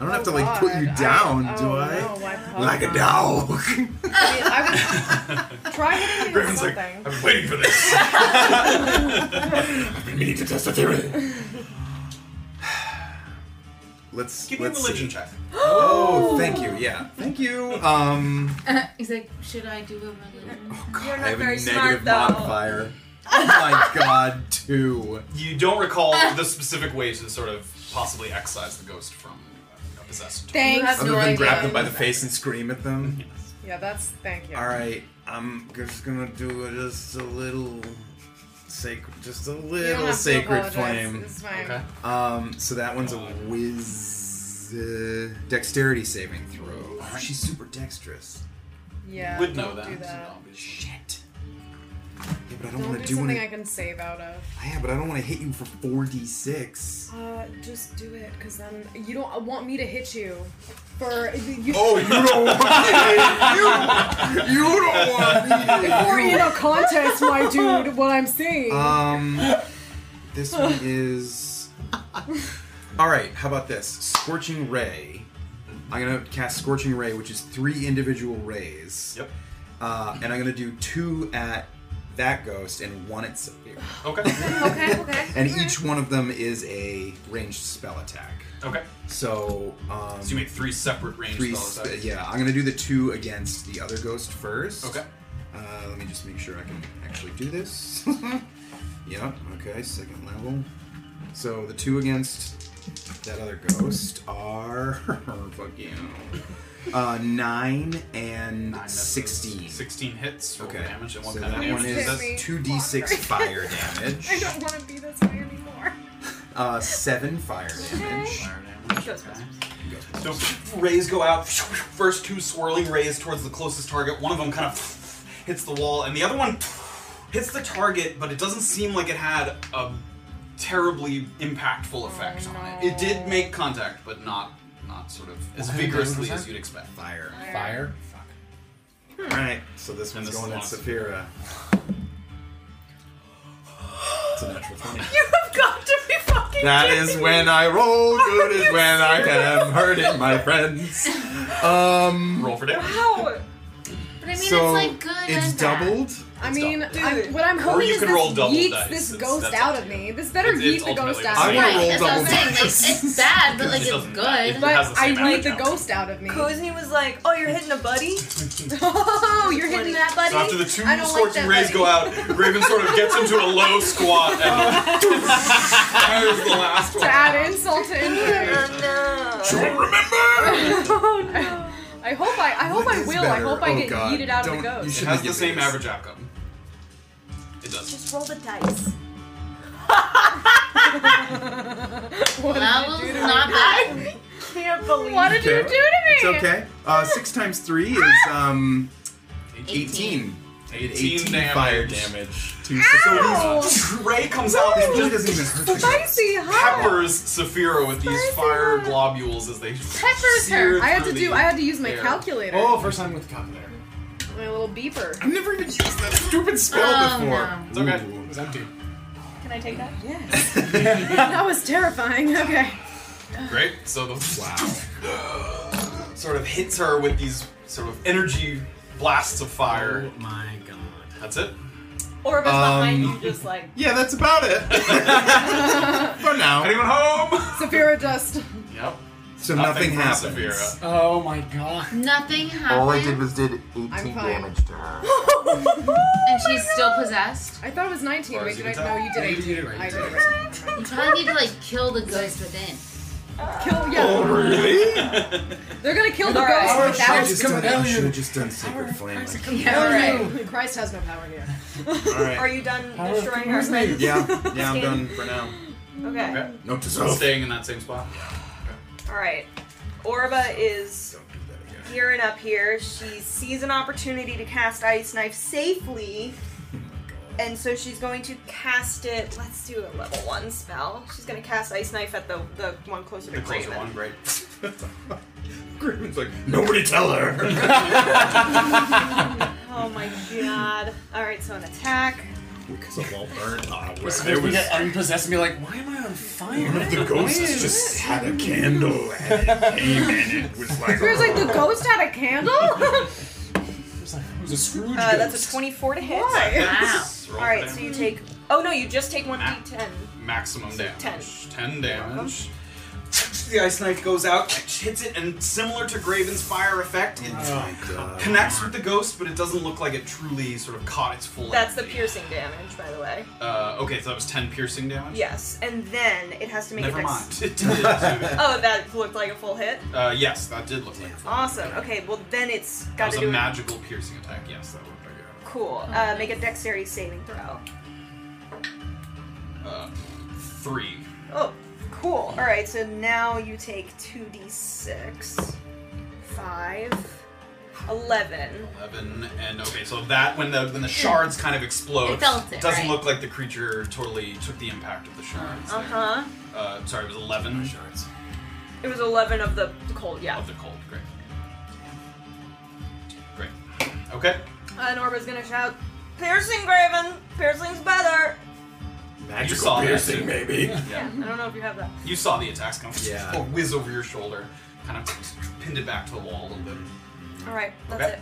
[SPEAKER 6] I don't have to like put you
[SPEAKER 7] God, I-
[SPEAKER 6] down,
[SPEAKER 7] oh,
[SPEAKER 6] do I?
[SPEAKER 7] no, I
[SPEAKER 6] like a dog.
[SPEAKER 7] I would try hitting me with
[SPEAKER 2] Graven's like,
[SPEAKER 7] something.
[SPEAKER 2] I've been waiting for this.
[SPEAKER 6] I've been meaning to test a theory. let's
[SPEAKER 2] Give me a
[SPEAKER 6] let's
[SPEAKER 2] religion
[SPEAKER 6] see.
[SPEAKER 2] check.
[SPEAKER 6] Oh, thank you. Yeah, thank you. Um,
[SPEAKER 3] He's like, should I do a religion?
[SPEAKER 6] God,
[SPEAKER 5] You're
[SPEAKER 6] I
[SPEAKER 5] not
[SPEAKER 6] have
[SPEAKER 5] very
[SPEAKER 6] a
[SPEAKER 5] smart
[SPEAKER 6] negative
[SPEAKER 5] though.
[SPEAKER 6] modifier. Oh my god, two.
[SPEAKER 2] You don't recall the specific way to sort of possibly excise the ghost from uh, a possessed.
[SPEAKER 7] Thanks.
[SPEAKER 3] have
[SPEAKER 6] Other
[SPEAKER 3] no
[SPEAKER 6] than
[SPEAKER 3] idea.
[SPEAKER 6] grab them by the face and scream at them.
[SPEAKER 7] Yeah, that's thank you.
[SPEAKER 6] All right, I'm just gonna do just a little sacred, just a
[SPEAKER 7] You don't
[SPEAKER 6] little
[SPEAKER 7] have to
[SPEAKER 6] sacred
[SPEAKER 7] apologize.
[SPEAKER 6] flame.
[SPEAKER 7] It's fine.
[SPEAKER 2] Okay.
[SPEAKER 6] Um, so that one's a whiz uh, dexterity saving throw. She's super dexterous.
[SPEAKER 7] Yeah.
[SPEAKER 2] Would know
[SPEAKER 7] don't
[SPEAKER 2] that.
[SPEAKER 7] Do that.
[SPEAKER 6] Shit. Yeah, but I don't,
[SPEAKER 7] Don't
[SPEAKER 6] want
[SPEAKER 7] do
[SPEAKER 6] to do
[SPEAKER 7] something I
[SPEAKER 6] any.
[SPEAKER 7] can save out of.
[SPEAKER 6] Yeah, but I don't want to hit you for four d six.
[SPEAKER 7] Uh, just do it, cause then you don't want me to hit you. For you,
[SPEAKER 6] Oh, you don't want me. You, you don't want me.
[SPEAKER 7] or in a contest, my dude. What I'm saying.
[SPEAKER 2] Uh,
[SPEAKER 6] Um, this one is. All right. How about this? Scorching ray. I'm gonna cast scorching ray, which is three individual rays.
[SPEAKER 2] Yep.
[SPEAKER 6] Uh, and I'm gonna do two at that ghost and one at Saphira.
[SPEAKER 2] Okay.
[SPEAKER 3] Okay, okay.
[SPEAKER 6] And each one of them is a ranged spell attack.
[SPEAKER 2] okay.
[SPEAKER 6] So, um,
[SPEAKER 2] So you make three separate range
[SPEAKER 6] three.
[SPEAKER 2] spell
[SPEAKER 6] sp-
[SPEAKER 2] attacks.
[SPEAKER 6] yeah, I'm gonna do the two against the other ghost first.
[SPEAKER 2] Okay.
[SPEAKER 6] Uh, let me just make sure I can actually do this. yeah, okay, second level. So the two against that other ghost are. fuck you. Uh, 9 and
[SPEAKER 2] Nine misses.
[SPEAKER 6] 16.
[SPEAKER 2] 16 hits. Roll
[SPEAKER 6] Okay.
[SPEAKER 2] damage. And what
[SPEAKER 6] so
[SPEAKER 2] kind
[SPEAKER 6] that
[SPEAKER 2] of
[SPEAKER 6] one
[SPEAKER 2] damage
[SPEAKER 6] is
[SPEAKER 2] that?
[SPEAKER 7] Hit me.
[SPEAKER 6] 2d6 fire
[SPEAKER 7] I
[SPEAKER 6] damage,
[SPEAKER 7] don't want to be this way anymore.
[SPEAKER 6] uh, 7 fire damage.
[SPEAKER 2] Fire damage.
[SPEAKER 5] Ghostbusters.
[SPEAKER 2] So rays go out. First two swirling rays towards the closest target. One of them kind of hits the wall, and the other one hits the target, but it doesn't seem like it had a terribly impactful effect on it. It did make contact, but not not sort of as
[SPEAKER 4] kind of
[SPEAKER 2] vigorously
[SPEAKER 4] damage was
[SPEAKER 2] as
[SPEAKER 4] that?
[SPEAKER 2] you'd expect.
[SPEAKER 6] Fire.
[SPEAKER 4] Fire.
[SPEAKER 6] Alright, so this one's
[SPEAKER 2] this
[SPEAKER 6] going at
[SPEAKER 2] is awesome.
[SPEAKER 6] Saphira. It's a natural 20.
[SPEAKER 5] You've got to be fucking
[SPEAKER 6] That is when I roll. Good is when I am hurting my friends. Um,
[SPEAKER 2] Roll for damage.
[SPEAKER 5] How?
[SPEAKER 3] But I mean,
[SPEAKER 6] so
[SPEAKER 3] it's like good.
[SPEAKER 6] it's
[SPEAKER 3] and bad.
[SPEAKER 6] doubled.
[SPEAKER 7] I mean,
[SPEAKER 2] double
[SPEAKER 7] I'm, what I'm hoping
[SPEAKER 2] you
[SPEAKER 7] is
[SPEAKER 2] can
[SPEAKER 7] this
[SPEAKER 2] roll double
[SPEAKER 7] yeets
[SPEAKER 2] dice.
[SPEAKER 7] this
[SPEAKER 2] It's-
[SPEAKER 7] ghost
[SPEAKER 2] that's up
[SPEAKER 7] out
[SPEAKER 2] to
[SPEAKER 7] of
[SPEAKER 2] you.
[SPEAKER 7] me. This better
[SPEAKER 2] It's- it's
[SPEAKER 7] yeet the ghost
[SPEAKER 2] ultimately
[SPEAKER 6] I
[SPEAKER 2] the
[SPEAKER 7] out of
[SPEAKER 6] wanna
[SPEAKER 7] me.
[SPEAKER 3] Right,
[SPEAKER 6] roll
[SPEAKER 3] that's what I'm
[SPEAKER 6] double
[SPEAKER 3] saying. Like,
[SPEAKER 6] dice.
[SPEAKER 3] it's bad, but like
[SPEAKER 2] It
[SPEAKER 3] it's
[SPEAKER 2] doesn't matter.
[SPEAKER 3] good.
[SPEAKER 2] It has
[SPEAKER 7] But
[SPEAKER 2] the
[SPEAKER 7] I
[SPEAKER 2] same
[SPEAKER 7] yeet
[SPEAKER 2] average
[SPEAKER 7] the
[SPEAKER 2] out.
[SPEAKER 7] ghost out of me.
[SPEAKER 8] Cozy was like, "Oh, you're hitting a buddy."
[SPEAKER 7] Oh, you're hitting that, buddy.
[SPEAKER 2] So after the two
[SPEAKER 7] I don't like
[SPEAKER 2] scorching
[SPEAKER 7] that,
[SPEAKER 2] rays
[SPEAKER 7] buddy.
[SPEAKER 2] go out, Raven sort of gets into a low squat and fires the last one.
[SPEAKER 7] To add insult to injury.
[SPEAKER 8] Oh no!
[SPEAKER 2] Remember,
[SPEAKER 7] I hope I, I hope
[SPEAKER 6] What
[SPEAKER 7] I
[SPEAKER 6] is
[SPEAKER 7] will. I
[SPEAKER 6] better?
[SPEAKER 7] hope I
[SPEAKER 6] Oh,
[SPEAKER 7] get
[SPEAKER 6] God.
[SPEAKER 7] yeeted out of the
[SPEAKER 6] Don't- you
[SPEAKER 7] ghost.
[SPEAKER 2] it
[SPEAKER 6] should-
[SPEAKER 2] has the same average outcome. It does.
[SPEAKER 8] Just roll the dice.
[SPEAKER 7] What did
[SPEAKER 3] That
[SPEAKER 7] you
[SPEAKER 3] was
[SPEAKER 7] do to me?
[SPEAKER 3] not bad.
[SPEAKER 8] Can't believe.
[SPEAKER 7] What did you do
[SPEAKER 6] Okay.
[SPEAKER 7] to me?
[SPEAKER 6] It's okay. Uh, six times three is um, 18.
[SPEAKER 2] 18 damage.
[SPEAKER 6] fire damage. To
[SPEAKER 7] Ow!
[SPEAKER 2] Ray comes out
[SPEAKER 6] It
[SPEAKER 2] and
[SPEAKER 6] really
[SPEAKER 2] just
[SPEAKER 6] doesn't even hurt the ghost.
[SPEAKER 7] Spicy, huh?
[SPEAKER 2] peppers Saphira with these fire globules as they
[SPEAKER 7] Peppers her.
[SPEAKER 2] sear
[SPEAKER 7] I had to
[SPEAKER 2] through
[SPEAKER 7] do.
[SPEAKER 2] the
[SPEAKER 7] I had to use my
[SPEAKER 2] air.
[SPEAKER 7] calculator.
[SPEAKER 4] Oh, first time with the calculator.
[SPEAKER 7] My little beeper.
[SPEAKER 6] I've never even used that stupid spell
[SPEAKER 3] Oh, no.
[SPEAKER 6] before.
[SPEAKER 2] It's okay.
[SPEAKER 6] Ooh.
[SPEAKER 4] It was empty.
[SPEAKER 8] Can I take that?
[SPEAKER 7] Yes. that was terrifying. Okay.
[SPEAKER 2] Great. So the wow sort of hits her with these sort of energy blasts of fire.
[SPEAKER 4] Oh my god.
[SPEAKER 2] That's it.
[SPEAKER 8] Orb is behind
[SPEAKER 6] Um,
[SPEAKER 8] you, just like.
[SPEAKER 6] Yeah, that's about it. For now.
[SPEAKER 2] Anyone home?
[SPEAKER 7] Saphira just.
[SPEAKER 2] Yep.
[SPEAKER 6] So nothing,
[SPEAKER 2] from
[SPEAKER 6] happens.
[SPEAKER 2] Saphira.
[SPEAKER 4] Oh my god.
[SPEAKER 3] Nothing happened.
[SPEAKER 12] was did 18
[SPEAKER 7] I'm fine. damage
[SPEAKER 12] to her.
[SPEAKER 3] and she's still possessed.
[SPEAKER 7] I thought it was 19.
[SPEAKER 2] Or
[SPEAKER 7] Wait,
[SPEAKER 2] is
[SPEAKER 7] did
[SPEAKER 2] it
[SPEAKER 7] I?
[SPEAKER 2] a
[SPEAKER 7] No, you did
[SPEAKER 4] Yeah, you
[SPEAKER 7] 18.
[SPEAKER 4] did it right.
[SPEAKER 7] I
[SPEAKER 4] You
[SPEAKER 7] did
[SPEAKER 4] did
[SPEAKER 7] it
[SPEAKER 4] it
[SPEAKER 7] right.
[SPEAKER 3] You probably need to like kill the ghost within.
[SPEAKER 7] Kill, yeah.
[SPEAKER 2] Oh.
[SPEAKER 7] They're gonna kill the
[SPEAKER 8] Alright.
[SPEAKER 7] ghost
[SPEAKER 6] I
[SPEAKER 7] without.
[SPEAKER 6] should've just done- I should have just done Sacred Flame.
[SPEAKER 3] Yeah, right.
[SPEAKER 7] Christ has no power here.
[SPEAKER 8] Are
[SPEAKER 6] Alright.
[SPEAKER 8] you done
[SPEAKER 4] How-
[SPEAKER 8] destroying our friends?
[SPEAKER 6] Yeah, yeah, I'm done for now.
[SPEAKER 8] Okay.
[SPEAKER 2] Okay.
[SPEAKER 6] Note to
[SPEAKER 2] So
[SPEAKER 6] self.
[SPEAKER 2] staying in that same spot.
[SPEAKER 8] All right. Orba is
[SPEAKER 6] Don't do that again.
[SPEAKER 8] gearing up here. She sees an opportunity to cast Ice Knife safely, and so she's going to cast it. Let's do a level one spell. She's going to cast Ice Knife at the the one closer
[SPEAKER 2] The
[SPEAKER 8] to
[SPEAKER 2] closer
[SPEAKER 8] Craven.
[SPEAKER 2] one, right?
[SPEAKER 6] Graven's like, nobody tell her.
[SPEAKER 8] Oh my god! All right, so an attack.
[SPEAKER 6] Because it won't burn. Ah,
[SPEAKER 4] It's
[SPEAKER 6] where I
[SPEAKER 4] supposed to
[SPEAKER 6] was-
[SPEAKER 4] get unpossessed and be like, why am I on fire?
[SPEAKER 6] One of the
[SPEAKER 4] Why
[SPEAKER 6] ghosts
[SPEAKER 4] is-
[SPEAKER 6] just had a candle and it came and it was like, "Oh,
[SPEAKER 7] Feels like the ghost had a candle.
[SPEAKER 4] It was like- it was a Scrooge
[SPEAKER 8] Uh,
[SPEAKER 4] ghost.
[SPEAKER 8] that's a 24 to hit.
[SPEAKER 2] Wow.
[SPEAKER 8] All right, so you take. Oh no, you just take one d10.
[SPEAKER 2] maximum damage.
[SPEAKER 8] ten.
[SPEAKER 2] Ten damage. The ice knife goes out, hits it, and similar to Graven's fire effect, it
[SPEAKER 6] oh my god.
[SPEAKER 2] connects with the ghost, but it doesn't look like it truly sort of caught its full.
[SPEAKER 8] That's the
[SPEAKER 2] energy.
[SPEAKER 8] piercing damage, by the way.
[SPEAKER 2] Uh, okay, so that was ten piercing damage.
[SPEAKER 8] Yes, and then it has to make
[SPEAKER 2] Never
[SPEAKER 8] a dex-
[SPEAKER 2] mind. It did.
[SPEAKER 8] Oh, that looked like a full hit.
[SPEAKER 2] uh, yes, that did look like. a full
[SPEAKER 8] Awesome. Okay, well then it's
[SPEAKER 2] That
[SPEAKER 8] got
[SPEAKER 2] was
[SPEAKER 8] to
[SPEAKER 2] a
[SPEAKER 8] do it.
[SPEAKER 2] magical piercing attack. Yes, that looked like it.
[SPEAKER 8] Cool. Uh, make a dexterity saving throw.
[SPEAKER 2] Uh, three.
[SPEAKER 8] Oh, cool. All right, so now you take two d six, five, eleven.
[SPEAKER 2] 11 and okay so that when the when
[SPEAKER 8] Mm.
[SPEAKER 2] the shards kind of explode
[SPEAKER 3] It felt it,
[SPEAKER 2] doesn't
[SPEAKER 3] right?
[SPEAKER 2] look like the creature totally took the impact of the shards
[SPEAKER 8] Uh huh.
[SPEAKER 2] uh sorry it was 11 shards
[SPEAKER 8] It was eleven of the the cold. Yeah.
[SPEAKER 2] of the cold great great okay
[SPEAKER 8] Uh, Norba's gonna shout, "Piercing, Graven! Piercing's better."
[SPEAKER 2] You saw
[SPEAKER 6] magical
[SPEAKER 2] that,
[SPEAKER 6] piercing,
[SPEAKER 2] too.
[SPEAKER 6] maybe.
[SPEAKER 8] Yeah. I don't know if you have that.
[SPEAKER 2] you saw the attacks come
[SPEAKER 6] Yeah.
[SPEAKER 2] or whiz over your shoulder kind of pinned it back to the wall a little bit
[SPEAKER 8] All right, that's
[SPEAKER 2] Okay.
[SPEAKER 8] it.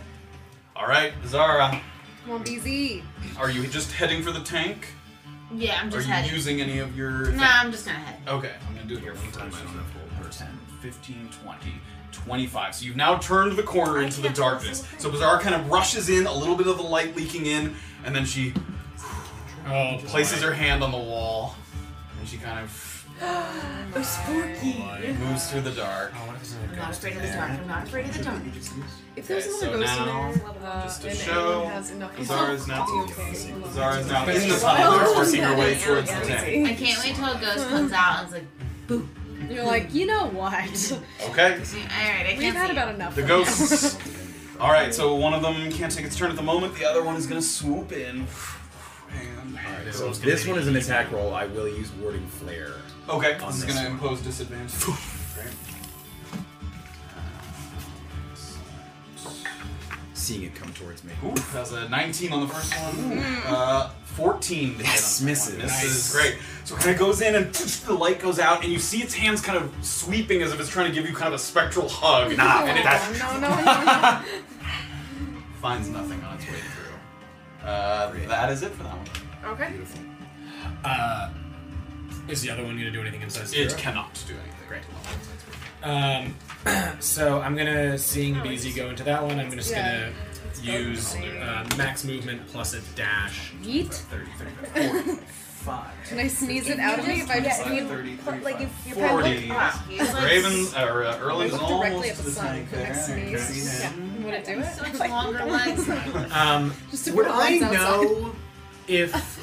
[SPEAKER 2] all right zara
[SPEAKER 7] Come on, BZ.
[SPEAKER 2] are you just heading for the tank
[SPEAKER 3] Yeah, I'm
[SPEAKER 2] are
[SPEAKER 3] just
[SPEAKER 2] you
[SPEAKER 3] heading.
[SPEAKER 2] using any of your
[SPEAKER 3] Nah, I'm just gonna head.
[SPEAKER 2] Okay, I'm gonna do it here one time. I don't have full person. 15, 20, 25. So you've now turned the corner into the darkness. So Bizarre kind of rushes in, a little bit of the light leaking in, and then she uh,
[SPEAKER 4] oh,
[SPEAKER 2] places her hand on the wall, and she kind of
[SPEAKER 4] Boy.
[SPEAKER 2] moves through the dark.
[SPEAKER 4] Oh, what if there's another
[SPEAKER 3] I'm not
[SPEAKER 4] ghost
[SPEAKER 3] afraid
[SPEAKER 4] in
[SPEAKER 3] of the
[SPEAKER 4] there?
[SPEAKER 3] dark. I'm not afraid of the dark.
[SPEAKER 7] If there's
[SPEAKER 2] Okay,
[SPEAKER 7] another
[SPEAKER 2] so
[SPEAKER 7] ghost
[SPEAKER 2] now,
[SPEAKER 7] in there, uh,
[SPEAKER 2] just to
[SPEAKER 7] and
[SPEAKER 2] show,
[SPEAKER 7] anyone has enough
[SPEAKER 2] Bizarre is now-
[SPEAKER 7] Be okay.
[SPEAKER 2] Bizarre is now
[SPEAKER 4] But
[SPEAKER 2] in the
[SPEAKER 4] she's
[SPEAKER 2] tunnel,
[SPEAKER 7] wild.
[SPEAKER 2] forcing her way
[SPEAKER 8] Yeah,
[SPEAKER 2] towards the
[SPEAKER 8] yeah,
[SPEAKER 2] tank.
[SPEAKER 3] I can't wait till a ghost comes out and is like,
[SPEAKER 7] You're like, you know what?
[SPEAKER 2] Okay,
[SPEAKER 3] all right, I can't
[SPEAKER 7] We've had
[SPEAKER 3] see
[SPEAKER 7] about enough.
[SPEAKER 2] the
[SPEAKER 7] of
[SPEAKER 2] ghosts. All right, so one of them can't take its turn at the moment. The other one is gonna swoop in. And
[SPEAKER 6] So this one is an attack roll. I will use wording flare.
[SPEAKER 2] Okay, this is
[SPEAKER 6] this
[SPEAKER 2] gonna
[SPEAKER 6] one.
[SPEAKER 2] impose disadvantage. Great.
[SPEAKER 6] Seeing it come towards me.
[SPEAKER 2] Ooh, that was a 19 on the first one.
[SPEAKER 7] Mm.
[SPEAKER 2] Uh, 14 to hit
[SPEAKER 6] Yes,
[SPEAKER 2] on the
[SPEAKER 6] misses.
[SPEAKER 2] second one. Misses.
[SPEAKER 4] Nice.
[SPEAKER 2] Great. So it kind of goes in and the light goes out, and you see its hands kind of sweeping as if it's trying to give you kind of a spectral hug.
[SPEAKER 6] Nah,
[SPEAKER 2] and it
[SPEAKER 6] that's-
[SPEAKER 7] No, no, no.
[SPEAKER 2] finds nothing on its way through. Uh, that is it for that one.
[SPEAKER 7] Okay.
[SPEAKER 6] Beautiful.
[SPEAKER 4] Uh, is the other one going to do anything inside zero?
[SPEAKER 2] It cannot do anything.
[SPEAKER 4] Great. Um, so I'm gonna seeing BZ go into that one. I'm just
[SPEAKER 7] Yeah.
[SPEAKER 4] gonna use uh, max movement plus a dash.
[SPEAKER 7] Yeet.
[SPEAKER 4] 30, 35, 40,
[SPEAKER 7] Can I sneeze it out of me if I just
[SPEAKER 2] Five,
[SPEAKER 7] leave?
[SPEAKER 2] thirty,
[SPEAKER 5] But, like, if your
[SPEAKER 2] Forty.
[SPEAKER 5] pen looked up, you, like,
[SPEAKER 2] Raven, or uh, Erling's
[SPEAKER 7] Look directly at
[SPEAKER 2] almost
[SPEAKER 7] the
[SPEAKER 2] to the
[SPEAKER 7] sun
[SPEAKER 2] side
[SPEAKER 7] for the
[SPEAKER 2] there.
[SPEAKER 7] next
[SPEAKER 2] I can
[SPEAKER 7] sneeze.
[SPEAKER 2] see
[SPEAKER 7] Yeah.
[SPEAKER 2] him.
[SPEAKER 7] Would it do it?
[SPEAKER 3] So much longer legs.
[SPEAKER 4] Um,
[SPEAKER 7] Just to
[SPEAKER 4] would
[SPEAKER 7] put
[SPEAKER 4] I
[SPEAKER 7] lights outside.
[SPEAKER 4] know if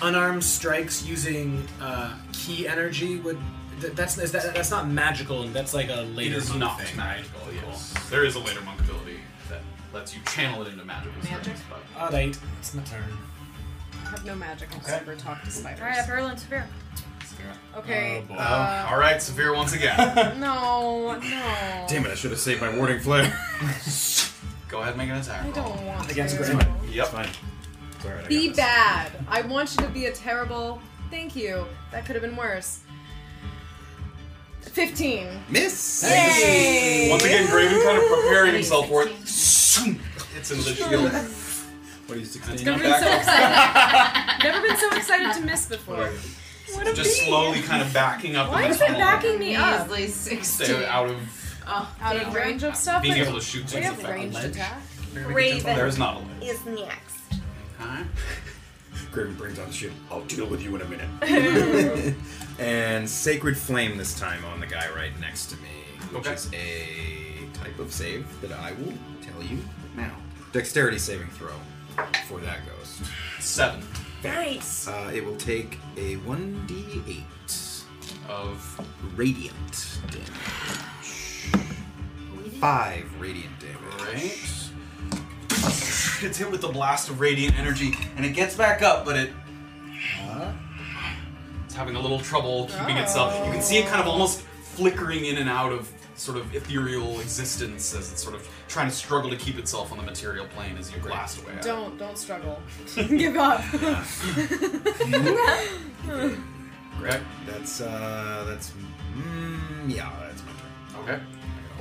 [SPEAKER 4] unarmed strikes using uh, key energy would? Th- that's is that, that's not magical, and that's like a
[SPEAKER 2] It
[SPEAKER 4] later
[SPEAKER 2] is
[SPEAKER 4] monk
[SPEAKER 2] not
[SPEAKER 4] thing.
[SPEAKER 2] magical. Yes. There is a later monk ability that lets you channel it into magical
[SPEAKER 3] Magic?
[SPEAKER 2] spells, but
[SPEAKER 4] All right, it's my turn.
[SPEAKER 7] I have no magic. I'll
[SPEAKER 2] Okay.
[SPEAKER 7] super talk to spiders.
[SPEAKER 5] All right, up Erlen Severe.
[SPEAKER 7] Okay.
[SPEAKER 4] Oh, boy.
[SPEAKER 7] uh,
[SPEAKER 2] all right, severe once again.
[SPEAKER 7] no, no.
[SPEAKER 6] Damn it, I should have saved my warding flare.
[SPEAKER 2] Go ahead and make an attack.
[SPEAKER 7] I
[SPEAKER 2] roll.
[SPEAKER 7] don't want
[SPEAKER 4] Against
[SPEAKER 7] to.
[SPEAKER 4] Grandma.
[SPEAKER 2] Yep.
[SPEAKER 6] Fine. It's alright, I
[SPEAKER 7] Be
[SPEAKER 6] got this.
[SPEAKER 7] bad. I want you to be a terrible. Thank you. That could have been worse. 15.
[SPEAKER 6] Miss!
[SPEAKER 7] Yay!
[SPEAKER 2] Once again, Graven kind of preparing himself for it.
[SPEAKER 3] Sixteen.
[SPEAKER 2] It's in the shield.
[SPEAKER 6] What are you,
[SPEAKER 2] It's
[SPEAKER 6] 16?
[SPEAKER 2] gonna
[SPEAKER 7] Never
[SPEAKER 2] be
[SPEAKER 7] been so
[SPEAKER 2] back
[SPEAKER 7] excited. Never been so excited to miss before.
[SPEAKER 2] up, just slowly kind of backing up.
[SPEAKER 7] Why
[SPEAKER 2] in the
[SPEAKER 7] is it
[SPEAKER 2] tunnel,
[SPEAKER 7] backing me up?
[SPEAKER 3] Easily sixteen.
[SPEAKER 2] So out of
[SPEAKER 3] Oh,
[SPEAKER 7] Out of
[SPEAKER 3] damn.
[SPEAKER 7] range of stuff?
[SPEAKER 2] being
[SPEAKER 7] Like,
[SPEAKER 2] able to shoot
[SPEAKER 7] we
[SPEAKER 2] things
[SPEAKER 7] have ranged
[SPEAKER 2] effectively.
[SPEAKER 7] attack.
[SPEAKER 2] There
[SPEAKER 5] Raven
[SPEAKER 2] is not a ledge.
[SPEAKER 5] is next.
[SPEAKER 2] Huh?
[SPEAKER 6] Graven brings on the shield. I'll deal with you in a minute. and Sacred Flame this time on the guy right next to me, which
[SPEAKER 2] Okay.
[SPEAKER 6] is a type of save that I will tell you now. Dexterity saving throw for that ghost.
[SPEAKER 2] Seven
[SPEAKER 5] Nice.
[SPEAKER 6] Uh, it will take a 1d8
[SPEAKER 2] of
[SPEAKER 6] radiant damage. Five radiant damage.
[SPEAKER 2] Right. It's hit with the blast of radiant energy, and it gets back up, but it. It's having a little trouble keeping itself. You can see it kind of almost flickering in and out of sort of ethereal existence as it's sort of trying to struggle to keep itself on the material plane as you blast away. at it.
[SPEAKER 7] Don't, don't struggle. Give up.
[SPEAKER 2] Okay.
[SPEAKER 6] That's uh, that's mm, yeah, that's my turn.
[SPEAKER 2] Okay.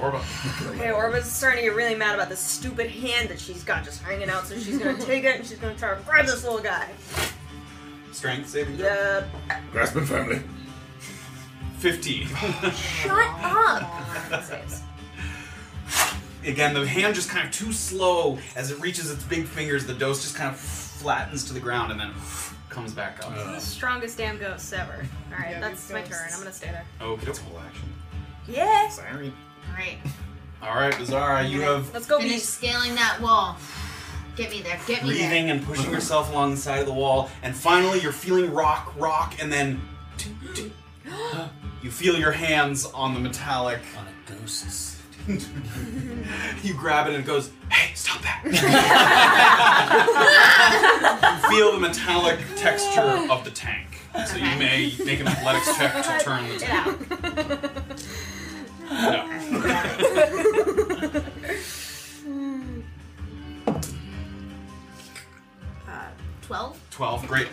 [SPEAKER 2] Orba.
[SPEAKER 5] Okay, Orba's starting to get really mad about this stupid hand that she's got just hanging out, so she's gonna take it and she's gonna try to grab this little guy.
[SPEAKER 2] Strength saving throw.
[SPEAKER 5] Yep.
[SPEAKER 6] Grasping family.
[SPEAKER 2] 15.
[SPEAKER 5] Shut up! Saves.
[SPEAKER 2] Again, the hand just kind of too slow as it reaches its big fingers. The dose just kind of flattens to the ground and then comes back up.
[SPEAKER 5] Strongest damn ghost ever. Alright,
[SPEAKER 7] Yeah,
[SPEAKER 5] that's
[SPEAKER 7] these
[SPEAKER 5] my
[SPEAKER 7] ghosts.
[SPEAKER 5] turn. I'm gonna stay there.
[SPEAKER 2] Okay.
[SPEAKER 6] action.
[SPEAKER 5] Yes!
[SPEAKER 6] Sorry.
[SPEAKER 3] Great.
[SPEAKER 2] All right, Bizarra, you have
[SPEAKER 5] Let's go,
[SPEAKER 3] Finish
[SPEAKER 5] beast.
[SPEAKER 3] scaling that wall. Get me there. Get me
[SPEAKER 2] breathing and pushing yourself along the side of the wall, and finally you're feeling rock, rock, and then tink, tink. you feel your hands on the metallic.
[SPEAKER 4] On a ghost's.
[SPEAKER 2] You grab it and it goes, "Hey, stop that!" you feel the metallic texture of the tank, so you may make an athletics check to turn the
[SPEAKER 5] Get
[SPEAKER 2] tank.
[SPEAKER 5] out.
[SPEAKER 2] No.
[SPEAKER 3] Twelve.
[SPEAKER 2] Twelve, great.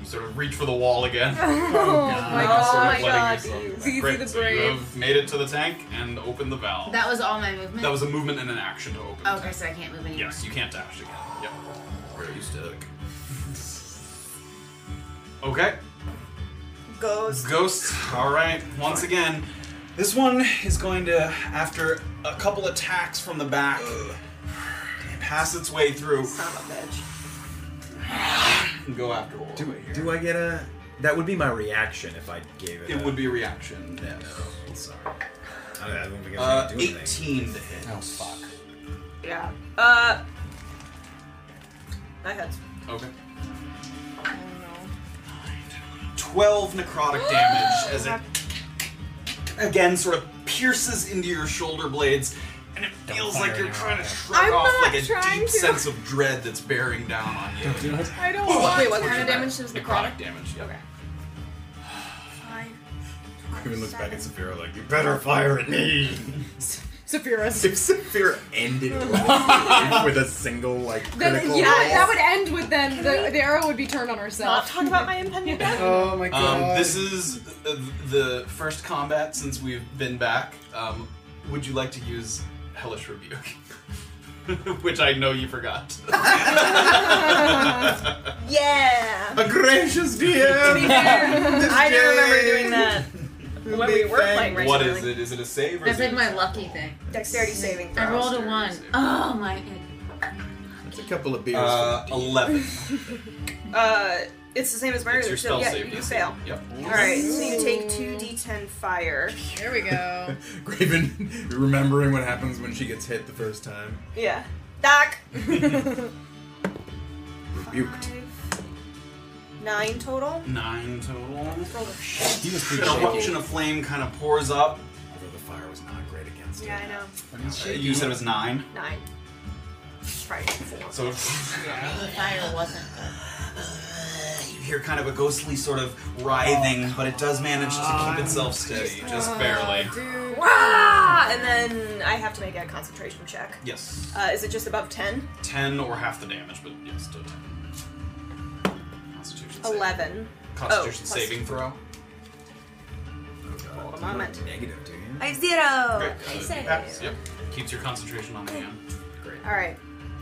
[SPEAKER 2] You sort of reach for the wall again.
[SPEAKER 5] Oh my
[SPEAKER 2] Letting
[SPEAKER 5] god,
[SPEAKER 2] yourself
[SPEAKER 5] beast.
[SPEAKER 2] back. Great,
[SPEAKER 7] the
[SPEAKER 2] so you
[SPEAKER 7] brave.
[SPEAKER 2] have made it to the tank and opened the valve.
[SPEAKER 3] That was all my movement.
[SPEAKER 2] That was a movement and an action to open. the
[SPEAKER 3] Oh, okay,
[SPEAKER 2] tank.
[SPEAKER 3] so I can't move anymore.
[SPEAKER 2] Yes, you can't dash again. Yep. Where are you stuck? Okay,
[SPEAKER 5] Ghost.
[SPEAKER 2] ghosts. All right, once again, this one is going to, after a couple attacks from the back, pass its way through
[SPEAKER 5] Son of a bitch.
[SPEAKER 2] and go after Orb.
[SPEAKER 6] Do I do I get a? That would be my reaction if I gave it.
[SPEAKER 2] It
[SPEAKER 6] a,
[SPEAKER 2] would be a reaction.
[SPEAKER 6] Yeah, no, sorry. I don't, I don't think I
[SPEAKER 2] Uh,
[SPEAKER 6] was gonna do anything.
[SPEAKER 2] 18 to hit.
[SPEAKER 4] Oh fuck.
[SPEAKER 5] Yeah. Uh. That hits.
[SPEAKER 2] Okay. 12 necrotic damage as it again sort of pierces into your shoulder blades and it feels
[SPEAKER 4] fire
[SPEAKER 2] like you're
[SPEAKER 4] now,
[SPEAKER 2] trying to
[SPEAKER 4] okay.
[SPEAKER 2] shrug
[SPEAKER 5] I'm
[SPEAKER 2] off
[SPEAKER 5] not
[SPEAKER 2] like a
[SPEAKER 5] trying
[SPEAKER 2] deep
[SPEAKER 5] to.
[SPEAKER 2] sense of dread that's bearing down on you.
[SPEAKER 7] I don't want
[SPEAKER 5] Wait, what kind of damage is the
[SPEAKER 2] necrotic damage, yeah.
[SPEAKER 6] Even looks back at Saphira like, you better fire at me.
[SPEAKER 7] Sephiroth.
[SPEAKER 6] if Saphira ended with a single like
[SPEAKER 7] Then,
[SPEAKER 6] critical
[SPEAKER 7] yeah, that
[SPEAKER 6] roll.
[SPEAKER 7] would end with then the, the arrow would be turned on herself.
[SPEAKER 5] Not talk about my impending death.
[SPEAKER 8] Oh my god.
[SPEAKER 2] Um, this is uh, the first combat since we've been back. Um, would you like to use hellish rebuke, which I know you forgot.
[SPEAKER 5] Yeah.
[SPEAKER 6] A gracious DM!
[SPEAKER 5] I do remember doing that when we were
[SPEAKER 6] thing.
[SPEAKER 5] playing.
[SPEAKER 2] what is it? Is it a save? Or
[SPEAKER 3] That's
[SPEAKER 2] is
[SPEAKER 3] like
[SPEAKER 2] it
[SPEAKER 3] my lucky thing.
[SPEAKER 5] Dexterity saving
[SPEAKER 3] I
[SPEAKER 5] throw.
[SPEAKER 3] rolled a one.
[SPEAKER 2] Dexterity.
[SPEAKER 3] Oh my.
[SPEAKER 6] It's a couple of beers.
[SPEAKER 2] uh, eleven?
[SPEAKER 5] Uh, it's the same as mine.
[SPEAKER 2] It's your
[SPEAKER 5] so
[SPEAKER 2] spell
[SPEAKER 5] yeah,
[SPEAKER 2] save.
[SPEAKER 5] you
[SPEAKER 2] DC.
[SPEAKER 5] fail.
[SPEAKER 2] Yep.
[SPEAKER 5] All right, so you take two d10 fire.
[SPEAKER 7] There we go.
[SPEAKER 6] Graven remembering what happens when she gets hit the first time.
[SPEAKER 5] Yeah. Doc.
[SPEAKER 6] Rebuked.
[SPEAKER 5] Nine total.
[SPEAKER 2] Nine total.
[SPEAKER 4] He was
[SPEAKER 2] An
[SPEAKER 4] pretty
[SPEAKER 2] eruption
[SPEAKER 4] shaky.
[SPEAKER 2] of flame kind of pours up.
[SPEAKER 4] Although the fire was not great against
[SPEAKER 5] Yeah, I know.
[SPEAKER 2] Uh, you said it was nine,
[SPEAKER 5] Nine. Try four.
[SPEAKER 2] so
[SPEAKER 3] Fire wasn't
[SPEAKER 2] you hear kind of a ghostly sort of writhing, but it does manage to keep itself steady, Uh, just barely.
[SPEAKER 7] Dude.
[SPEAKER 5] Wah! Ah, And then I have to make a concentration check.
[SPEAKER 2] Yes,
[SPEAKER 5] Uh, is it just above 10?
[SPEAKER 2] ten or half the damage, but yes, still ten. Constitution. save.
[SPEAKER 5] 11.
[SPEAKER 2] Constitution
[SPEAKER 5] Oh, plus-
[SPEAKER 2] saving throw.
[SPEAKER 7] Oh,
[SPEAKER 5] Hold a moment.
[SPEAKER 6] Negative, do you?
[SPEAKER 5] I have zero.
[SPEAKER 2] Great. Uh, happens. Yep. Keeps your concentration on the hand.
[SPEAKER 5] All right.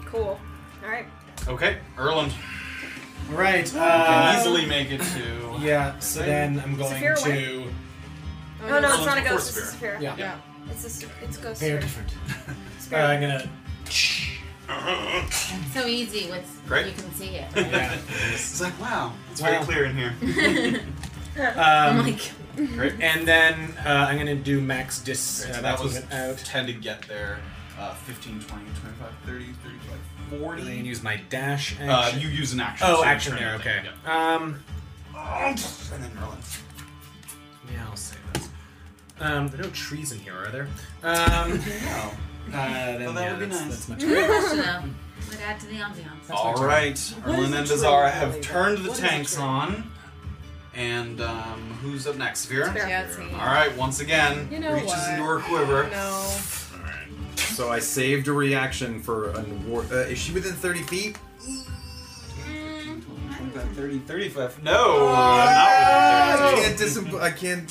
[SPEAKER 5] Cool. All right.
[SPEAKER 2] Okay, Erland
[SPEAKER 4] Right.
[SPEAKER 2] can
[SPEAKER 4] Uh,
[SPEAKER 2] easily make it to.
[SPEAKER 4] yeah. So then I'm going
[SPEAKER 5] Saphira away?
[SPEAKER 4] to.
[SPEAKER 5] No, no, it's not a
[SPEAKER 2] Of
[SPEAKER 5] ghost.
[SPEAKER 2] course,
[SPEAKER 5] It's a sphere.
[SPEAKER 4] Yeah.
[SPEAKER 7] Yeah.
[SPEAKER 5] It's a, s- it's a ghost
[SPEAKER 4] Very
[SPEAKER 5] sphere.
[SPEAKER 4] different. Uh,
[SPEAKER 5] Sphere.
[SPEAKER 4] I'm gonna.
[SPEAKER 3] so easy with
[SPEAKER 2] Great.
[SPEAKER 3] you can see it.
[SPEAKER 4] Yeah.
[SPEAKER 2] It's like wow, it's
[SPEAKER 4] Wow.
[SPEAKER 2] very clear in here.
[SPEAKER 4] Um,
[SPEAKER 2] Oh
[SPEAKER 3] I'm like,
[SPEAKER 4] And then uh, I'm gonna do max dis.
[SPEAKER 2] Great,
[SPEAKER 4] Uh,
[SPEAKER 2] so
[SPEAKER 4] that's
[SPEAKER 2] that was
[SPEAKER 4] even out.
[SPEAKER 2] 10 to get there. Uh, 15, 20, 25, 30, 35,
[SPEAKER 4] And then
[SPEAKER 2] 40.
[SPEAKER 4] use my dash action.
[SPEAKER 2] Uh, you use an action.
[SPEAKER 4] oh,
[SPEAKER 2] so you
[SPEAKER 4] action
[SPEAKER 2] turn
[SPEAKER 4] there.
[SPEAKER 2] it,
[SPEAKER 4] Okay.
[SPEAKER 2] yeah.
[SPEAKER 4] Um,
[SPEAKER 2] And then Merlin.
[SPEAKER 4] yeah, I'll save this. Um, there are no trees in here, are there?
[SPEAKER 2] No.
[SPEAKER 4] Um, uh, then,
[SPEAKER 2] Well, that
[SPEAKER 4] yeah,
[SPEAKER 2] would be
[SPEAKER 4] that's,
[SPEAKER 2] nice.
[SPEAKER 4] that's much
[SPEAKER 3] you know, would add to the ambiance.
[SPEAKER 2] All right, Merlin and Azara have turned the tanks on. And um, who's up next? Vera?
[SPEAKER 7] Yeah, it's me.
[SPEAKER 2] All right, once again,
[SPEAKER 7] You know
[SPEAKER 2] reaches
[SPEAKER 7] what?
[SPEAKER 2] into her quiver.
[SPEAKER 7] No.
[SPEAKER 6] So I saved a reaction for an award. Uh, is she within 30 feet?
[SPEAKER 2] 25, 30, 35. No,
[SPEAKER 4] Uh,
[SPEAKER 2] not
[SPEAKER 6] I
[SPEAKER 2] within 30.
[SPEAKER 6] can't, disimp- I can't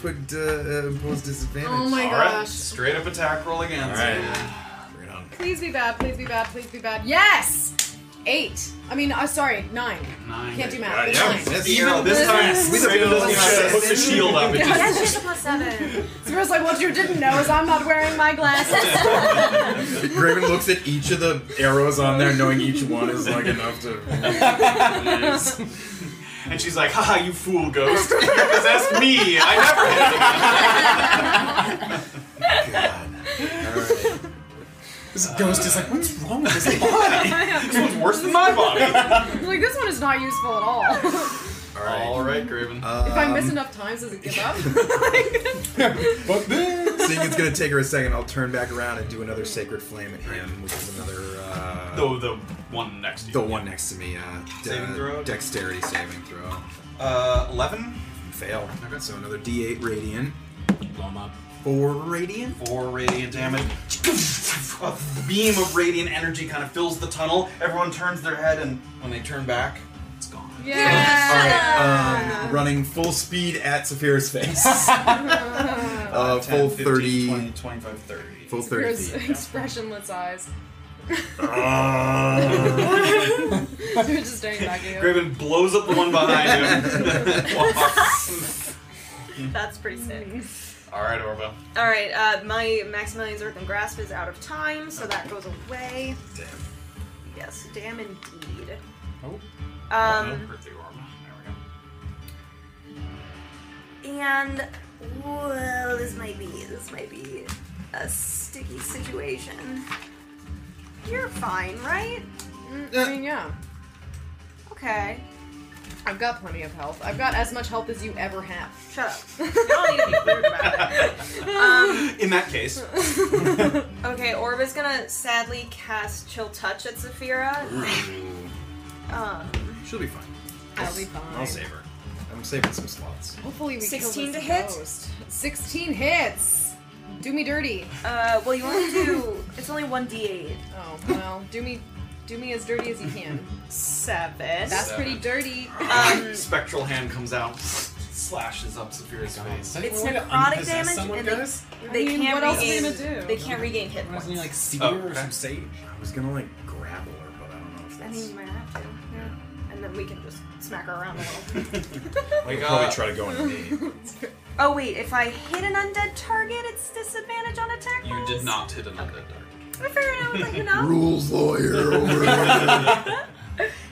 [SPEAKER 6] put uh, uh, impose disadvantage.
[SPEAKER 7] Oh my
[SPEAKER 2] All right,
[SPEAKER 7] gosh.
[SPEAKER 2] straight up attack roll again.
[SPEAKER 6] All right. Bring it on.
[SPEAKER 7] Please be bad. Please be bad. Please be bad. Yes. Eight. I mean, uh, sorry, nine.
[SPEAKER 2] Nine.
[SPEAKER 7] Can't do
[SPEAKER 6] Ah,
[SPEAKER 7] math. It's
[SPEAKER 6] yeah,
[SPEAKER 7] nine.
[SPEAKER 6] that's
[SPEAKER 2] Even this time,
[SPEAKER 6] With a
[SPEAKER 2] Straight up
[SPEAKER 6] bonus
[SPEAKER 2] doesn't even
[SPEAKER 6] check.
[SPEAKER 2] hook the shield up. It just
[SPEAKER 5] Yes, she's a plus seven.
[SPEAKER 7] So it's like, what you didn't know is I'm not wearing my glasses.
[SPEAKER 6] Graven looks at each of the arrows on there, knowing each one is like enough to.
[SPEAKER 2] And she's like, haha, you fool ghost. You possessed me. I never hit
[SPEAKER 6] God. Alright.
[SPEAKER 4] This ghost is like, what's wrong with this body?
[SPEAKER 2] anyone. This one's worse than my body.
[SPEAKER 7] like this one is not useful at all.
[SPEAKER 2] Um, All right, Graven.
[SPEAKER 6] Uh,
[SPEAKER 7] if I miss enough times, does it give up?
[SPEAKER 4] Fuck this.
[SPEAKER 6] Seeing it's gonna take her a second, I'll turn back around and do another sacred flame at him, which is another. Uh,
[SPEAKER 2] Though the one next to you.
[SPEAKER 6] The one next to me, uh, de-
[SPEAKER 2] Saving throw?
[SPEAKER 6] dexterity saving throw.
[SPEAKER 2] Uh, 11?
[SPEAKER 6] Fail. So another D8 radiant.
[SPEAKER 4] Blow him up.
[SPEAKER 6] Four radiant.
[SPEAKER 2] 4 radiant damage. A beam of radiant energy kind of fills the tunnel. Everyone turns their head, and when they turn back, it's gone.
[SPEAKER 7] yeah.
[SPEAKER 6] All right,
[SPEAKER 7] Ah.
[SPEAKER 6] um, running full speed at Saphira's face. uh, full
[SPEAKER 2] 15,
[SPEAKER 6] 30,
[SPEAKER 2] 20, 25, 30.
[SPEAKER 6] full 30
[SPEAKER 7] There's
[SPEAKER 6] feet.
[SPEAKER 7] expressionless eyes. You're just staring back at you.
[SPEAKER 2] Graven blows up the one behind him. Walks.
[SPEAKER 5] That's pretty sick.
[SPEAKER 2] All right, Orba.
[SPEAKER 5] All right, uh, my Maximilian's Earthen Grasp is out of time, so that goes away.
[SPEAKER 6] Damn.
[SPEAKER 5] Yes, damn indeed.
[SPEAKER 2] Oh.
[SPEAKER 5] Um,
[SPEAKER 2] Hurt the Orba. There we go.
[SPEAKER 5] and well, this might be this might be a sticky situation. You're fine, right?
[SPEAKER 7] Mm, I mean, yeah.
[SPEAKER 5] Okay.
[SPEAKER 7] I've got plenty of health. I've got as much health as you ever have.
[SPEAKER 5] Shut up. You don't need to be weird about it. Um,
[SPEAKER 2] In that case,
[SPEAKER 5] okay, Orb is gonna sadly cast Chill Touch at Saphira. Um,
[SPEAKER 6] She'll be fine.
[SPEAKER 7] I'll be fine.
[SPEAKER 6] I'll save her. I'm saving some slots.
[SPEAKER 7] Hopefully we
[SPEAKER 5] 16
[SPEAKER 7] kill this
[SPEAKER 5] to hit?
[SPEAKER 7] Ghost. Sixteen hits. Do me dirty.
[SPEAKER 5] uh, well, you only do. It's only one d8.
[SPEAKER 7] Oh well. Do me. Do me as dirty as you can.
[SPEAKER 5] Seven.
[SPEAKER 7] That's pretty dirty.
[SPEAKER 2] Uh,
[SPEAKER 5] um,
[SPEAKER 2] spectral hand comes out. slashes up Saphira's face.
[SPEAKER 8] It's
[SPEAKER 4] Way to
[SPEAKER 8] necrotic
[SPEAKER 4] unpossess
[SPEAKER 8] damage,
[SPEAKER 4] someone,
[SPEAKER 8] and they-
[SPEAKER 4] guys?
[SPEAKER 8] They
[SPEAKER 7] mean,
[SPEAKER 8] can't
[SPEAKER 7] what else are they
[SPEAKER 8] regain.
[SPEAKER 7] gonna do?
[SPEAKER 8] They can't regain hit
[SPEAKER 4] Wasn't
[SPEAKER 8] points.
[SPEAKER 4] he like seer
[SPEAKER 2] Oh,
[SPEAKER 4] or
[SPEAKER 2] okay.
[SPEAKER 4] some sage?
[SPEAKER 6] I was gonna like grapple her, but I don't know if
[SPEAKER 8] I
[SPEAKER 6] that's.
[SPEAKER 8] mean, you might have to. Yeah. And then we can just smack her around a little.
[SPEAKER 2] Wake
[SPEAKER 6] Probably
[SPEAKER 2] up.
[SPEAKER 6] try to go in the knee.
[SPEAKER 8] oh wait, if I hit an undead target, it's disadvantage on attack.
[SPEAKER 2] You
[SPEAKER 8] rolls?
[SPEAKER 2] did not hit an undead target.
[SPEAKER 8] Well, Fair enough. I'll Let you know.
[SPEAKER 6] Rules lawyer over here.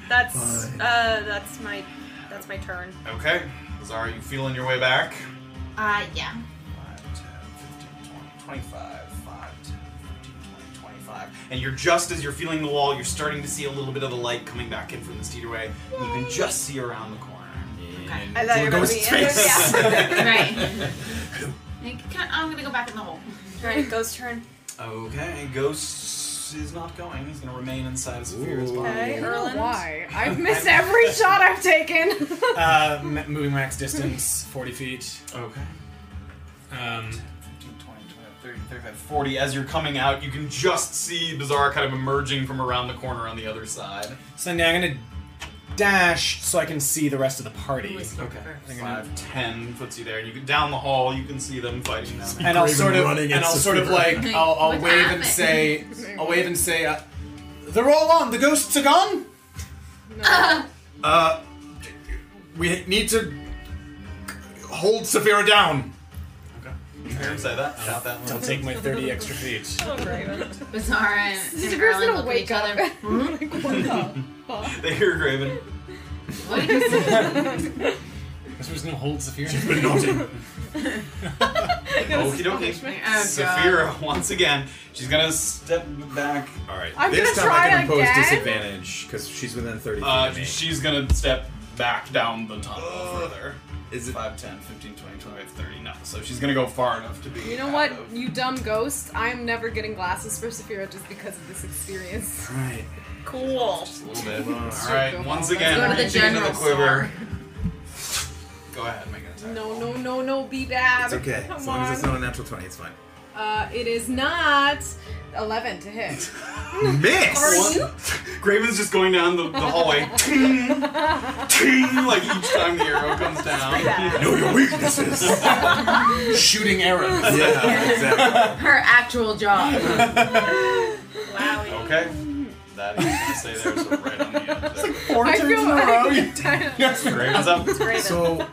[SPEAKER 8] That's
[SPEAKER 6] Fine.
[SPEAKER 8] uh, that's my that's my turn.
[SPEAKER 2] Okay. Lazar, you feeling your way back?
[SPEAKER 3] Uh, yeah.
[SPEAKER 2] 5, 10, 15, 20, 25, 5, 10, 15, 20, 25. And you're just as you're feeling the wall, you're starting to see a little bit of the light coming back in from the cedar way. And you can just see around the corner.
[SPEAKER 8] I thought you were gonna be in there. Yeah.
[SPEAKER 3] Right. Like, can I, am gonna go back in the hole.
[SPEAKER 8] Alright, ghost turn.
[SPEAKER 2] Okay, Ghost is not going. He's going to remain inside of Saphira's
[SPEAKER 4] Ooh.
[SPEAKER 2] body.
[SPEAKER 8] Okay, Erland.
[SPEAKER 7] Why? I've missed every shot I've taken.
[SPEAKER 4] Uh, m- moving max distance, 40 feet.
[SPEAKER 2] Okay.
[SPEAKER 4] Um,
[SPEAKER 2] 15, 20, 25, 30, 35, 40. As you're coming out, you can just see Bizarre kind of emerging from around the corner on the other side.
[SPEAKER 4] so now I'm gonna dash so I can see the rest of the party.
[SPEAKER 2] Okay.
[SPEAKER 4] They're gonna-
[SPEAKER 2] Five, ten puts you there, and you can down the hall. You can see them fighting down there.
[SPEAKER 4] and I'll
[SPEAKER 6] Craven
[SPEAKER 4] sort of
[SPEAKER 6] running
[SPEAKER 4] and
[SPEAKER 6] at
[SPEAKER 4] I'll sort of like
[SPEAKER 6] Saphira.
[SPEAKER 4] I'll, I'll
[SPEAKER 3] What
[SPEAKER 4] wave and
[SPEAKER 3] happened?
[SPEAKER 4] say I'll wave and say uh, they're all on. The ghosts are gone.
[SPEAKER 6] Uh, we need to hold Saphira down.
[SPEAKER 2] Okay. You hear him say that? Shout that
[SPEAKER 4] I'll
[SPEAKER 2] one.
[SPEAKER 4] take my 30 extra feet.
[SPEAKER 3] Bizarre and, and
[SPEAKER 7] Saphira's
[SPEAKER 3] Erlen
[SPEAKER 7] gonna
[SPEAKER 3] look at
[SPEAKER 7] wake
[SPEAKER 3] each
[SPEAKER 7] up.
[SPEAKER 3] other.
[SPEAKER 7] Like, what the fuck?
[SPEAKER 2] They hear Graven.
[SPEAKER 3] What did you say?
[SPEAKER 4] This was gonna hold Saphira.
[SPEAKER 6] But not
[SPEAKER 2] Okie dokie.
[SPEAKER 3] Oh, God.
[SPEAKER 2] Saphira, once again, she's gonna step back.
[SPEAKER 6] All right.
[SPEAKER 7] I'm
[SPEAKER 6] this
[SPEAKER 7] gonna
[SPEAKER 6] time I
[SPEAKER 7] try
[SPEAKER 6] can impose
[SPEAKER 7] again.
[SPEAKER 6] disadvantage because she's within 30 feet
[SPEAKER 2] Uh,
[SPEAKER 6] of me.
[SPEAKER 2] she's gonna step back down the tunnel further.
[SPEAKER 6] Is it?
[SPEAKER 2] 5, 10, 15, 20, 25, 30. No. So she's gonna go far enough to be.
[SPEAKER 7] You know
[SPEAKER 2] out
[SPEAKER 7] what,
[SPEAKER 2] of-
[SPEAKER 7] you dumb ghost? I'm never getting glasses for Saphira just because of this experience.
[SPEAKER 6] All right.
[SPEAKER 8] Cool.
[SPEAKER 2] Just a little bit.
[SPEAKER 6] Let's
[SPEAKER 2] Alright,
[SPEAKER 7] go
[SPEAKER 2] once
[SPEAKER 7] on.
[SPEAKER 2] again,
[SPEAKER 3] Let's go to the
[SPEAKER 2] reaching into the
[SPEAKER 3] general
[SPEAKER 2] quiver. Go ahead, make an attack.
[SPEAKER 7] No, no, no, no, be bad.
[SPEAKER 6] It's okay.
[SPEAKER 7] Come
[SPEAKER 6] as long
[SPEAKER 7] on.
[SPEAKER 6] as it's not a natural 20, it's fine.
[SPEAKER 7] Uh, it is not 11 to hit.
[SPEAKER 6] Miss!
[SPEAKER 2] Graven's just going down the, the hallway, ting, ting, like each time the arrow comes down.
[SPEAKER 6] Know your weaknesses! yeah,
[SPEAKER 4] Shooting arrows.
[SPEAKER 6] exactly.
[SPEAKER 3] Her actual job.
[SPEAKER 2] Okay, that is gonna stay there, so right on the end. There.
[SPEAKER 4] Four
[SPEAKER 7] I
[SPEAKER 4] turns
[SPEAKER 7] feel
[SPEAKER 4] in a row. You-
[SPEAKER 7] like
[SPEAKER 2] Graven's up.
[SPEAKER 6] So,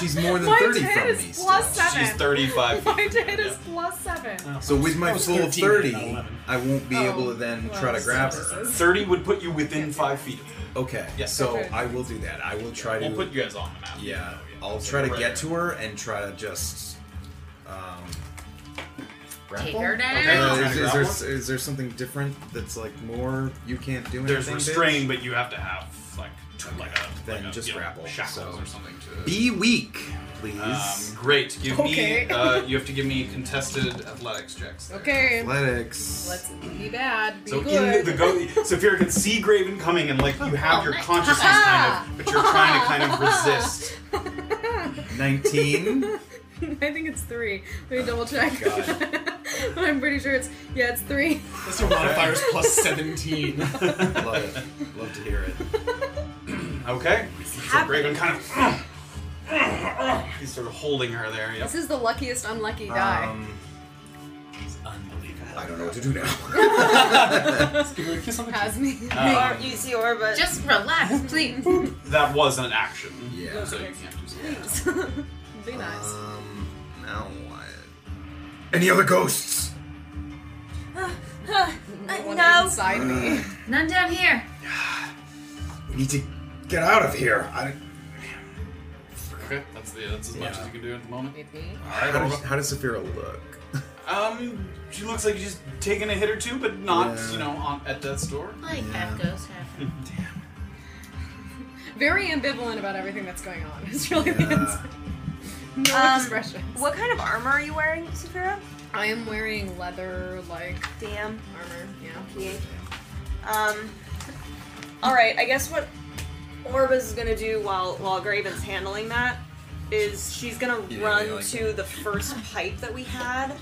[SPEAKER 6] she's more than
[SPEAKER 7] my
[SPEAKER 6] 30
[SPEAKER 7] hit
[SPEAKER 6] from me.
[SPEAKER 7] is plus
[SPEAKER 6] still.
[SPEAKER 7] seven.
[SPEAKER 2] She's 35 feet.
[SPEAKER 7] my hit is plus seven.
[SPEAKER 6] So, with my
[SPEAKER 4] Oh, it's
[SPEAKER 6] full
[SPEAKER 4] 13,
[SPEAKER 6] 30,
[SPEAKER 4] not 11.
[SPEAKER 6] I won't be
[SPEAKER 7] Oh,
[SPEAKER 6] able to then
[SPEAKER 7] well,
[SPEAKER 6] try to
[SPEAKER 7] so
[SPEAKER 6] grab
[SPEAKER 7] this
[SPEAKER 6] her.
[SPEAKER 7] is-
[SPEAKER 2] 30 would put you within 5 feet of her.
[SPEAKER 6] Okay,
[SPEAKER 2] Yeah.
[SPEAKER 6] so
[SPEAKER 7] Okay.
[SPEAKER 6] I will do that. I will try to.
[SPEAKER 2] We'll put you guys on the map.
[SPEAKER 6] yeah, I'll try to get to her and try to just. Um,
[SPEAKER 3] Take her down.
[SPEAKER 2] Okay.
[SPEAKER 6] Uh,
[SPEAKER 2] Trying
[SPEAKER 6] is,
[SPEAKER 2] to
[SPEAKER 6] is
[SPEAKER 2] grab
[SPEAKER 6] there, is there something different that's like more you can't do anything?
[SPEAKER 2] There's
[SPEAKER 6] bitch?
[SPEAKER 2] restrain, but you have to have like t- like a
[SPEAKER 6] Then
[SPEAKER 2] like a,
[SPEAKER 6] just
[SPEAKER 2] you know,
[SPEAKER 6] grapple,
[SPEAKER 2] shackles
[SPEAKER 6] so-
[SPEAKER 2] or something to
[SPEAKER 6] Be weak, please.
[SPEAKER 2] Um, great. Give
[SPEAKER 7] Okay.
[SPEAKER 2] me. Uh, you have to give me contested athletics checks. there.
[SPEAKER 7] Okay,
[SPEAKER 6] Athletics.
[SPEAKER 7] let's be bad, be
[SPEAKER 2] So in
[SPEAKER 7] good.
[SPEAKER 2] the go, Saphira can see Graven coming, and like you have your consciousness kind of, but you're trying to kind of resist.
[SPEAKER 6] 19.
[SPEAKER 7] I think it's three. Let me double check. but I'm pretty sure it's yeah, it's three.
[SPEAKER 4] That's your modifiers plus 17.
[SPEAKER 6] Love it. Love to hear it.
[SPEAKER 2] Okay. So Graven kind of. He's sort of holding her there. Yep.
[SPEAKER 7] This is the luckiest unlucky die.
[SPEAKER 6] Um,
[SPEAKER 4] Unbelievable.
[SPEAKER 6] I don't know what to do now.
[SPEAKER 4] Give her a kiss on the
[SPEAKER 7] Has me.
[SPEAKER 6] uh,
[SPEAKER 8] Or you see Orba.
[SPEAKER 3] Uh, Just relax, please.
[SPEAKER 2] Um, That was an action.
[SPEAKER 6] Yeah.
[SPEAKER 2] So you can't do something.
[SPEAKER 7] Be nice.
[SPEAKER 6] Um, now what? Any other ghosts?
[SPEAKER 7] One
[SPEAKER 8] no.
[SPEAKER 7] inside me.
[SPEAKER 3] None down here.
[SPEAKER 6] We need to get out of here. I,
[SPEAKER 2] Okay. That's the that's as much as you can do at the moment.
[SPEAKER 7] Maybe.
[SPEAKER 2] All
[SPEAKER 6] how,
[SPEAKER 2] right.
[SPEAKER 6] does,
[SPEAKER 2] Orba.
[SPEAKER 6] how does Saphira look?
[SPEAKER 2] Um, she looks like she's taking a hit or two, but not
[SPEAKER 6] Yeah.
[SPEAKER 2] you know on, at death's door.
[SPEAKER 3] Like half ghost, half.
[SPEAKER 7] Very ambivalent about everything that's going on. It's really the
[SPEAKER 6] Uh,
[SPEAKER 7] answer. No
[SPEAKER 8] Um,
[SPEAKER 7] expressions.
[SPEAKER 8] What kind of armor are you wearing, Saphira?
[SPEAKER 7] I am wearing leather like
[SPEAKER 8] Damn.
[SPEAKER 7] armor. Yeah.
[SPEAKER 8] Yeah. Um. All right. I guess what Orba's gonna do while while Graven's handling that is she's gonna
[SPEAKER 6] Yeah,
[SPEAKER 8] run
[SPEAKER 6] I like
[SPEAKER 8] to the first pipe that we had.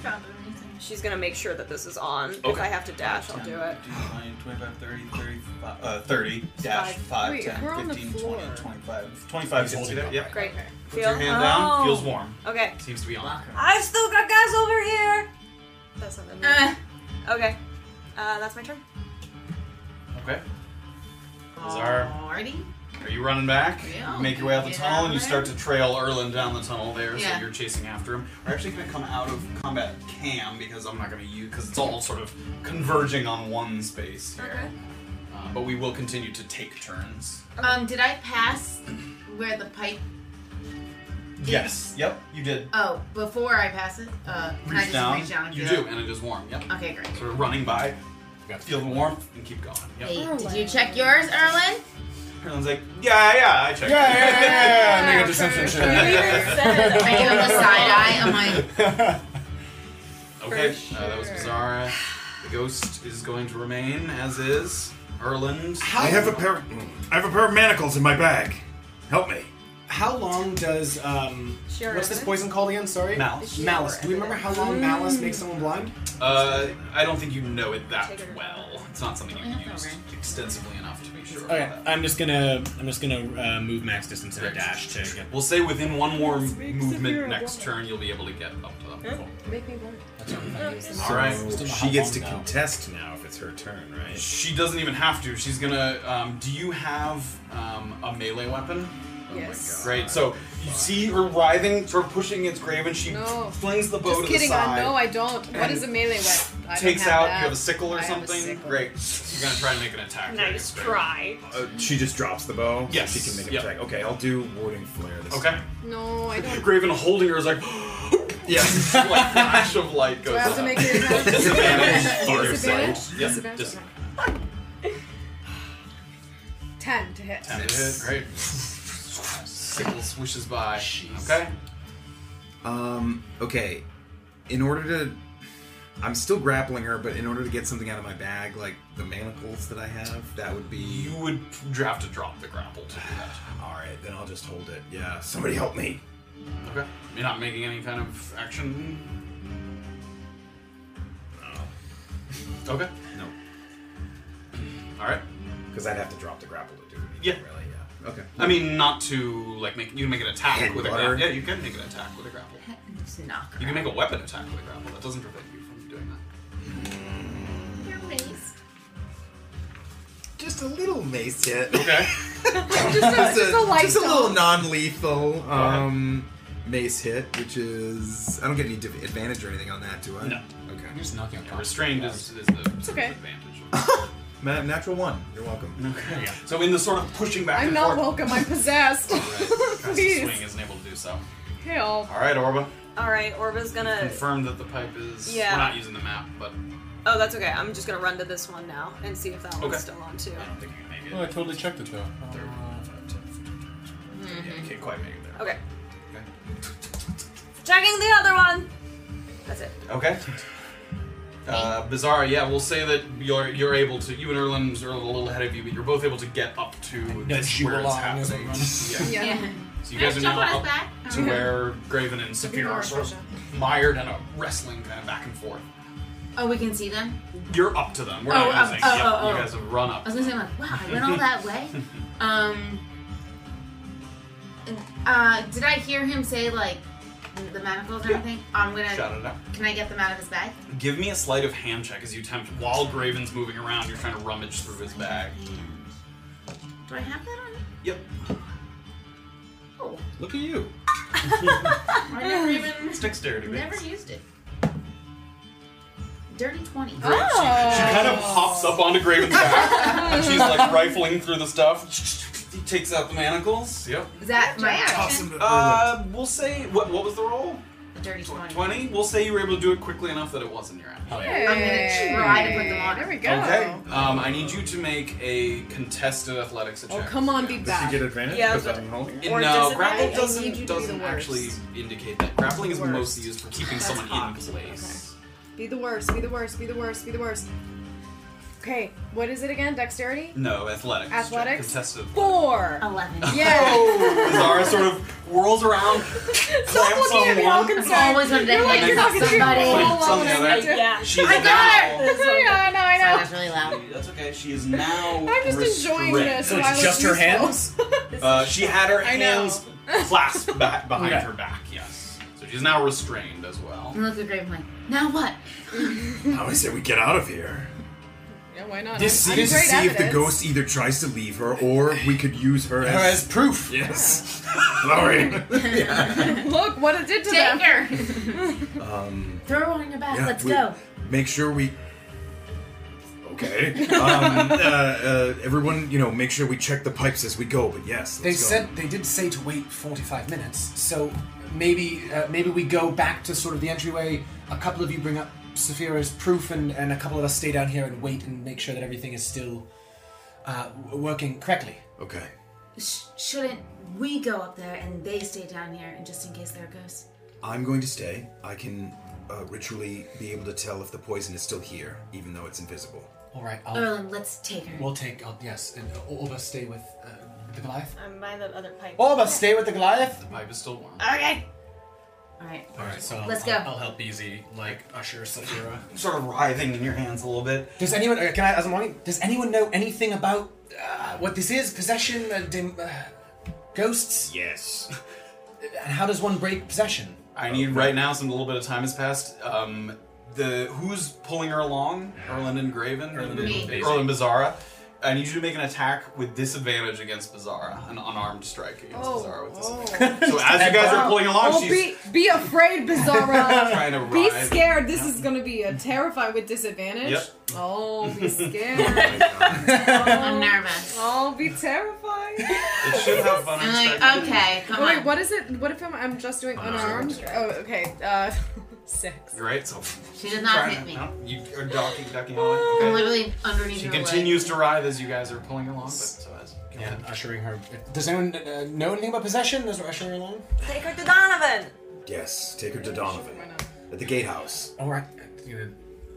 [SPEAKER 5] She's gonna make sure that this is on. If
[SPEAKER 2] Okay.
[SPEAKER 5] I have to dash, I'll
[SPEAKER 2] 10,
[SPEAKER 5] do it.
[SPEAKER 2] 59, 25, 30, 35, uh, 30, dash, 5,
[SPEAKER 8] Wait,
[SPEAKER 2] 10,
[SPEAKER 8] we're on the
[SPEAKER 2] 15,
[SPEAKER 8] floor.
[SPEAKER 2] 20, 25, 25,
[SPEAKER 4] He's holding
[SPEAKER 2] 60,
[SPEAKER 4] it
[SPEAKER 2] yep.
[SPEAKER 5] Great.
[SPEAKER 8] Okay.
[SPEAKER 2] Put your hand
[SPEAKER 5] Oh.
[SPEAKER 2] down, feels warm.
[SPEAKER 5] Okay.
[SPEAKER 2] Seems to be on.
[SPEAKER 5] I've still got guys over here. That's not that
[SPEAKER 3] Uh,
[SPEAKER 5] mean. Okay. Uh, that's my turn.
[SPEAKER 2] Okay. Lazar.
[SPEAKER 3] Alrighty.
[SPEAKER 2] Are you running back?
[SPEAKER 3] Yeah.
[SPEAKER 2] You make your way out the
[SPEAKER 3] Get
[SPEAKER 2] tunnel
[SPEAKER 3] out
[SPEAKER 2] and you
[SPEAKER 3] there.
[SPEAKER 2] start to trail Erlin down the tunnel there,
[SPEAKER 3] Yeah.
[SPEAKER 2] so you're chasing after him. We're actually going to come out of combat cam because I'm not going to use, because it's all sort of converging on one space here.
[SPEAKER 5] Okay.
[SPEAKER 2] Uh, but we will continue to take turns.
[SPEAKER 3] Um, did I pass where the pipe?
[SPEAKER 2] Yes. Yep, you did.
[SPEAKER 3] Oh, before I pass it, uh, can I
[SPEAKER 2] Reach
[SPEAKER 3] just
[SPEAKER 2] down.
[SPEAKER 3] reach down and
[SPEAKER 2] you
[SPEAKER 3] feel
[SPEAKER 2] do,
[SPEAKER 3] it?
[SPEAKER 2] and it is warm. Yep.
[SPEAKER 3] Okay, great.
[SPEAKER 2] Sort of running by,
[SPEAKER 4] Got
[SPEAKER 2] feel the warmth, and keep going. Yep.
[SPEAKER 3] Hey, did you check yours, Erlen?
[SPEAKER 2] Erlin's like, yeah, yeah, I checked.
[SPEAKER 4] Yeah, yeah, yeah,
[SPEAKER 3] Uh,
[SPEAKER 4] yeah, yeah. Make a
[SPEAKER 7] Sure,
[SPEAKER 4] deception
[SPEAKER 7] sure.
[SPEAKER 2] yeah.
[SPEAKER 3] I give him a side eye. I'm like,
[SPEAKER 2] Okay,
[SPEAKER 7] For
[SPEAKER 2] uh, that was
[SPEAKER 7] sure.
[SPEAKER 2] Bizarre. The ghost is going to remain as is. Erland.
[SPEAKER 6] I have a pair. I have a pair of manacles in my bag. Help me.
[SPEAKER 4] How long does um?
[SPEAKER 5] Sure
[SPEAKER 4] what's this
[SPEAKER 5] evidence?
[SPEAKER 4] poison called again? Sorry.
[SPEAKER 2] Malice.
[SPEAKER 4] Malice. Do we remember how long malice makes someone blind?
[SPEAKER 2] Uh, I don't think you know it that
[SPEAKER 5] Take her.
[SPEAKER 2] well. It's not something you've used extensively enough to be sure.
[SPEAKER 4] Okay.
[SPEAKER 2] about that.
[SPEAKER 4] I'm just gonna I'm just gonna uh, move max distance in a dash to get.
[SPEAKER 2] We'll say within one more
[SPEAKER 8] if you're
[SPEAKER 2] movement
[SPEAKER 8] a
[SPEAKER 2] next
[SPEAKER 8] woman.
[SPEAKER 2] turn, you'll be able to get up to them.
[SPEAKER 8] Make me blind.
[SPEAKER 2] All right.
[SPEAKER 4] Still not
[SPEAKER 6] She gets to
[SPEAKER 4] long, though.
[SPEAKER 6] contest now if it's her turn, right?
[SPEAKER 2] She doesn't even have to. She's gonna. Um, do you have um, a melee weapon?
[SPEAKER 7] Yes.
[SPEAKER 2] Right. So you see her writhing, sort of pushing its grave, and she
[SPEAKER 7] No.
[SPEAKER 2] flings the bow
[SPEAKER 7] Just
[SPEAKER 2] to
[SPEAKER 7] kidding.
[SPEAKER 2] the
[SPEAKER 7] I
[SPEAKER 2] side.
[SPEAKER 7] no, I don't. What is a melee weapon? I don't
[SPEAKER 2] takes
[SPEAKER 7] have
[SPEAKER 2] out.
[SPEAKER 7] that.
[SPEAKER 2] You have a sickle or
[SPEAKER 7] I have a
[SPEAKER 2] something.
[SPEAKER 7] sickle.
[SPEAKER 2] Great. You're gonna try and make an attack.
[SPEAKER 1] Nice
[SPEAKER 2] Great.
[SPEAKER 1] try.
[SPEAKER 6] Uh, she just drops the bow. so
[SPEAKER 2] Yes.
[SPEAKER 6] She can make an
[SPEAKER 2] Yep.
[SPEAKER 6] attack. Okay, I'll do warding flare. This
[SPEAKER 2] Okay.
[SPEAKER 6] Time.
[SPEAKER 7] No, I don't.
[SPEAKER 2] Graven holding her is like, yeah, like flash of light goes
[SPEAKER 7] Do I have to
[SPEAKER 2] up.
[SPEAKER 7] make an attack?
[SPEAKER 2] Disadvantage for
[SPEAKER 7] Disadvantage?
[SPEAKER 2] yourself. Yep,
[SPEAKER 7] Disadvantage?
[SPEAKER 2] dis-
[SPEAKER 7] Ten to hit.
[SPEAKER 2] ten to hit, Great. Sickle swishes by. Okay.
[SPEAKER 6] Um. Okay. In order to, I'm still grappling her, but in order to get something out of my bag, like the manacles that I have, that would be.
[SPEAKER 2] You would have to drop the grapple to do that.
[SPEAKER 6] All right, then I'll just hold it. Yeah. Somebody help me.
[SPEAKER 2] Okay. You're not making any kind of action. Okay.
[SPEAKER 6] No,
[SPEAKER 2] All right.
[SPEAKER 6] because I'd have to drop the grapple to do it.
[SPEAKER 2] Yeah.
[SPEAKER 6] Really. Yeah. Okay.
[SPEAKER 2] I mean, not to like make you can make an attack
[SPEAKER 6] Head
[SPEAKER 2] with a
[SPEAKER 6] water.
[SPEAKER 2] grapple. Yeah, you can make an attack with a grapple.
[SPEAKER 3] just knock
[SPEAKER 2] You
[SPEAKER 3] her.
[SPEAKER 2] can make a weapon attack with a grapple. That doesn't prevent you from doing that.
[SPEAKER 3] Your waist.
[SPEAKER 6] Just a little mace hit.
[SPEAKER 2] Okay.
[SPEAKER 6] just,
[SPEAKER 7] just a light
[SPEAKER 6] just a
[SPEAKER 7] dot.
[SPEAKER 6] little non-lethal um, mace hit, which is I don't get any div- advantage or anything on that, do I?
[SPEAKER 2] No.
[SPEAKER 6] Okay.
[SPEAKER 4] just knocking
[SPEAKER 2] Yeah, restrained is, is the sort of
[SPEAKER 7] okay.
[SPEAKER 2] advantage.
[SPEAKER 6] Ma- natural one. You're welcome.
[SPEAKER 2] Okay. So in the sort of pushing back
[SPEAKER 7] I'm
[SPEAKER 2] and
[SPEAKER 7] not
[SPEAKER 2] forth,
[SPEAKER 7] welcome. I'm possessed.
[SPEAKER 2] tries to
[SPEAKER 7] Please.
[SPEAKER 2] swing isn't able to do so.
[SPEAKER 7] Hell.
[SPEAKER 2] All right, Orba.
[SPEAKER 5] All right. Orba's gonna.
[SPEAKER 2] Confirm that the pipe is.
[SPEAKER 5] Yeah.
[SPEAKER 2] We're not using the map, but
[SPEAKER 5] Oh, that's okay. I'm just gonna run to this one now and see if that one's
[SPEAKER 2] Okay.
[SPEAKER 5] still on too.
[SPEAKER 2] I don't think you can make it.
[SPEAKER 13] Well, I totally checked it though.
[SPEAKER 2] There-
[SPEAKER 4] Uh,
[SPEAKER 7] Mm-hmm.
[SPEAKER 2] Yeah, you can't quite make it there.
[SPEAKER 5] Okay. Checking the other one. That's it.
[SPEAKER 2] Okay. Uh, Bizarre, yeah, we'll say that you're you're able to. You and Erlin's are a little ahead of you, but you're both able to get up to
[SPEAKER 4] nudge you
[SPEAKER 2] where it's
[SPEAKER 4] along as I
[SPEAKER 2] happening.
[SPEAKER 4] run.
[SPEAKER 2] yeah.
[SPEAKER 7] Yeah.
[SPEAKER 2] So you guys are
[SPEAKER 3] Jump
[SPEAKER 2] now
[SPEAKER 3] on his
[SPEAKER 2] up
[SPEAKER 3] back. Uh-huh.
[SPEAKER 2] to where Graven and Saphir are sort of mired in a wrestling kind of back and forth.
[SPEAKER 3] Oh, we can see them.
[SPEAKER 2] You're up to them. We're
[SPEAKER 3] Oh,
[SPEAKER 2] not
[SPEAKER 3] up-
[SPEAKER 2] using.
[SPEAKER 3] oh,
[SPEAKER 2] yep,
[SPEAKER 3] oh,
[SPEAKER 2] You
[SPEAKER 3] oh.
[SPEAKER 2] guys have run up.
[SPEAKER 3] I was gonna say, I'm like, wow, I went all that way. Um, and, uh, did I hear him say like the manacles and
[SPEAKER 2] Yeah.
[SPEAKER 3] everything? I'm gonna.
[SPEAKER 2] Shout it out.
[SPEAKER 3] Can I get them out of his bag?
[SPEAKER 2] Give me a sleight of hand check as you attempt while Graven's moving around. You're trying to rummage through his bag.
[SPEAKER 3] Do I have that on? me?
[SPEAKER 2] Yep.
[SPEAKER 3] Oh,
[SPEAKER 6] Look at you.
[SPEAKER 3] I never even
[SPEAKER 2] It's dexterity. babe.
[SPEAKER 3] never used it. Dirty twenty.
[SPEAKER 2] She kind of hops up onto Graven's back and she's like rifling through the stuff. He takes out the manacles. Yep.
[SPEAKER 3] Is that my
[SPEAKER 6] Toss him
[SPEAKER 3] action?
[SPEAKER 6] to Erlen.
[SPEAKER 2] Uh, we'll say what what was the roll?
[SPEAKER 3] A dirty twenty.
[SPEAKER 2] Twenty. We'll say you were able to do it quickly enough that it wasn't your action.
[SPEAKER 3] I'm
[SPEAKER 7] Hey.
[SPEAKER 3] gonna try to put them on.
[SPEAKER 7] There we go.
[SPEAKER 2] Okay. Um, I need you to make a contested athletics check.
[SPEAKER 7] Oh, come on, be
[SPEAKER 6] Does she
[SPEAKER 7] back.
[SPEAKER 6] get advantage?
[SPEAKER 5] Yeah,
[SPEAKER 6] because
[SPEAKER 5] but-
[SPEAKER 6] I'm holding it?
[SPEAKER 2] And
[SPEAKER 5] Or
[SPEAKER 2] no,
[SPEAKER 5] disadvantage?
[SPEAKER 2] grapple
[SPEAKER 5] I
[SPEAKER 7] need you to
[SPEAKER 2] doesn't
[SPEAKER 7] be
[SPEAKER 2] doesn't
[SPEAKER 7] the
[SPEAKER 2] actually
[SPEAKER 7] worst.
[SPEAKER 2] indicate that. Grappling is
[SPEAKER 7] The worst.
[SPEAKER 2] mostly used for keeping
[SPEAKER 7] That's
[SPEAKER 2] someone in
[SPEAKER 7] cocked.
[SPEAKER 2] place.
[SPEAKER 7] Be the worst, be the worst, be the worst, be the worst. Okay, what is it again? Dexterity?
[SPEAKER 2] No, athletics.
[SPEAKER 7] Athletics?
[SPEAKER 2] Contested.
[SPEAKER 7] Four!
[SPEAKER 3] Eleven.
[SPEAKER 7] Yeah!
[SPEAKER 2] Zara sort of whirls around, clamps on one,
[SPEAKER 3] I've always wanted to
[SPEAKER 2] like,
[SPEAKER 3] hang
[SPEAKER 2] you're
[SPEAKER 3] out
[SPEAKER 2] not
[SPEAKER 3] with somebody.
[SPEAKER 2] clamps on the other.
[SPEAKER 5] Yeah.
[SPEAKER 2] She's
[SPEAKER 3] I got
[SPEAKER 2] now.
[SPEAKER 7] yeah, I know, I
[SPEAKER 3] Sorry,
[SPEAKER 7] know.
[SPEAKER 3] that's really loud.
[SPEAKER 2] That's okay. She is now.
[SPEAKER 7] I'm just enjoying
[SPEAKER 2] restrained.
[SPEAKER 7] this.
[SPEAKER 4] So
[SPEAKER 7] while
[SPEAKER 4] it's just her
[SPEAKER 7] useful.
[SPEAKER 4] hands?
[SPEAKER 2] Uh, she had her
[SPEAKER 7] I know.
[SPEAKER 2] hands clasped back behind
[SPEAKER 4] Okay.
[SPEAKER 2] her back. Yes. So she's now restrained as well.
[SPEAKER 3] Look at Graham like, now what?
[SPEAKER 6] I would say we get out of here.
[SPEAKER 7] Yeah, why not?
[SPEAKER 4] This
[SPEAKER 7] I'm
[SPEAKER 6] to
[SPEAKER 4] is
[SPEAKER 6] see
[SPEAKER 7] great
[SPEAKER 6] if the
[SPEAKER 7] evidence.
[SPEAKER 6] ghost either tries to leave her or we could use her
[SPEAKER 4] Her as
[SPEAKER 6] as.
[SPEAKER 4] proof.
[SPEAKER 6] Yes. Glory.
[SPEAKER 7] Look what it did to
[SPEAKER 3] Take
[SPEAKER 7] them.
[SPEAKER 3] her.
[SPEAKER 6] Um,
[SPEAKER 3] Throw her on your back.
[SPEAKER 6] yeah,
[SPEAKER 3] Let's
[SPEAKER 6] we-
[SPEAKER 3] go.
[SPEAKER 6] Make sure we. Okay. Um, uh, uh, everyone, you know, make sure we check the pipes as we go. But yes,
[SPEAKER 4] They
[SPEAKER 6] let's go.
[SPEAKER 4] said they did say to wait 45 minutes, so maybe uh, maybe we go back to sort of the entryway. A couple of you bring up Saphira's proof, and, and a couple of us stay down here and wait and make sure that everything is still uh, w- working correctly.
[SPEAKER 6] Okay.
[SPEAKER 3] Sh- shouldn't we go up there and they stay down here, and just in case there goes?
[SPEAKER 6] I'm going to stay. I can uh, ritually be able to tell if the poison is still here, even though it's invisible.
[SPEAKER 4] All right, I'll,
[SPEAKER 3] Erlen, let's take her.
[SPEAKER 4] we'll take uh, yes, and all of us stay with uh, the Goliath.
[SPEAKER 5] I'm by the other pipe.
[SPEAKER 2] Oh.
[SPEAKER 4] All of us stay with the Goliath.
[SPEAKER 2] The pipe is still warm.
[SPEAKER 5] Okay.
[SPEAKER 3] All right.
[SPEAKER 4] All right, so
[SPEAKER 3] Let's go.
[SPEAKER 4] I'll help Easy like usher Saphira.
[SPEAKER 2] Sort of writhing in your hands a little bit.
[SPEAKER 4] Does anyone? uh, Can I? As I'm wondering, does anyone know anything about uh, what this is? Possession? Uh, dim, uh, ghosts?
[SPEAKER 2] Yes.
[SPEAKER 4] And how does one break possession?
[SPEAKER 2] I need right now, since a little bit of time has passed. Um, the who's pulling her along? Erland and Graven. Erland
[SPEAKER 3] Me.
[SPEAKER 2] Erland Bizarra. I need you to make an attack with disadvantage against Bizarra, an unarmed strike against
[SPEAKER 3] Oh,
[SPEAKER 2] Bizarra with disadvantage. So as you guys are pulling along,
[SPEAKER 8] Oh,
[SPEAKER 2] she's
[SPEAKER 8] be, be afraid, Bizarro.
[SPEAKER 2] trying to
[SPEAKER 8] be
[SPEAKER 2] writhe.
[SPEAKER 8] scared. This is gonna be a terrified with disadvantage.
[SPEAKER 2] Yep.
[SPEAKER 8] Oh, be scared.
[SPEAKER 3] I'm nervous.
[SPEAKER 8] oh, be terrified.
[SPEAKER 2] It should have fun.
[SPEAKER 3] I'm
[SPEAKER 2] aspect.
[SPEAKER 3] like, okay, come
[SPEAKER 8] Oh, wait,
[SPEAKER 3] on.
[SPEAKER 8] what is it? What if I'm, I'm just doing unarmed? Oh, okay. Uh, six.
[SPEAKER 2] You're right. So
[SPEAKER 3] She did not hit me.
[SPEAKER 2] No, you are ducking, ducking away.
[SPEAKER 3] I'm
[SPEAKER 2] Okay.
[SPEAKER 3] literally underneath
[SPEAKER 2] She
[SPEAKER 3] her
[SPEAKER 2] continues
[SPEAKER 3] leg.
[SPEAKER 2] to writhe as you guys are pulling along. But uh, so as
[SPEAKER 4] Yeah, ushering her. Does anyone uh, know anything about possession as we're ushering her along?
[SPEAKER 5] Take her to Donovan.
[SPEAKER 6] Yes, take her to Donovan at the gatehouse.
[SPEAKER 4] All right.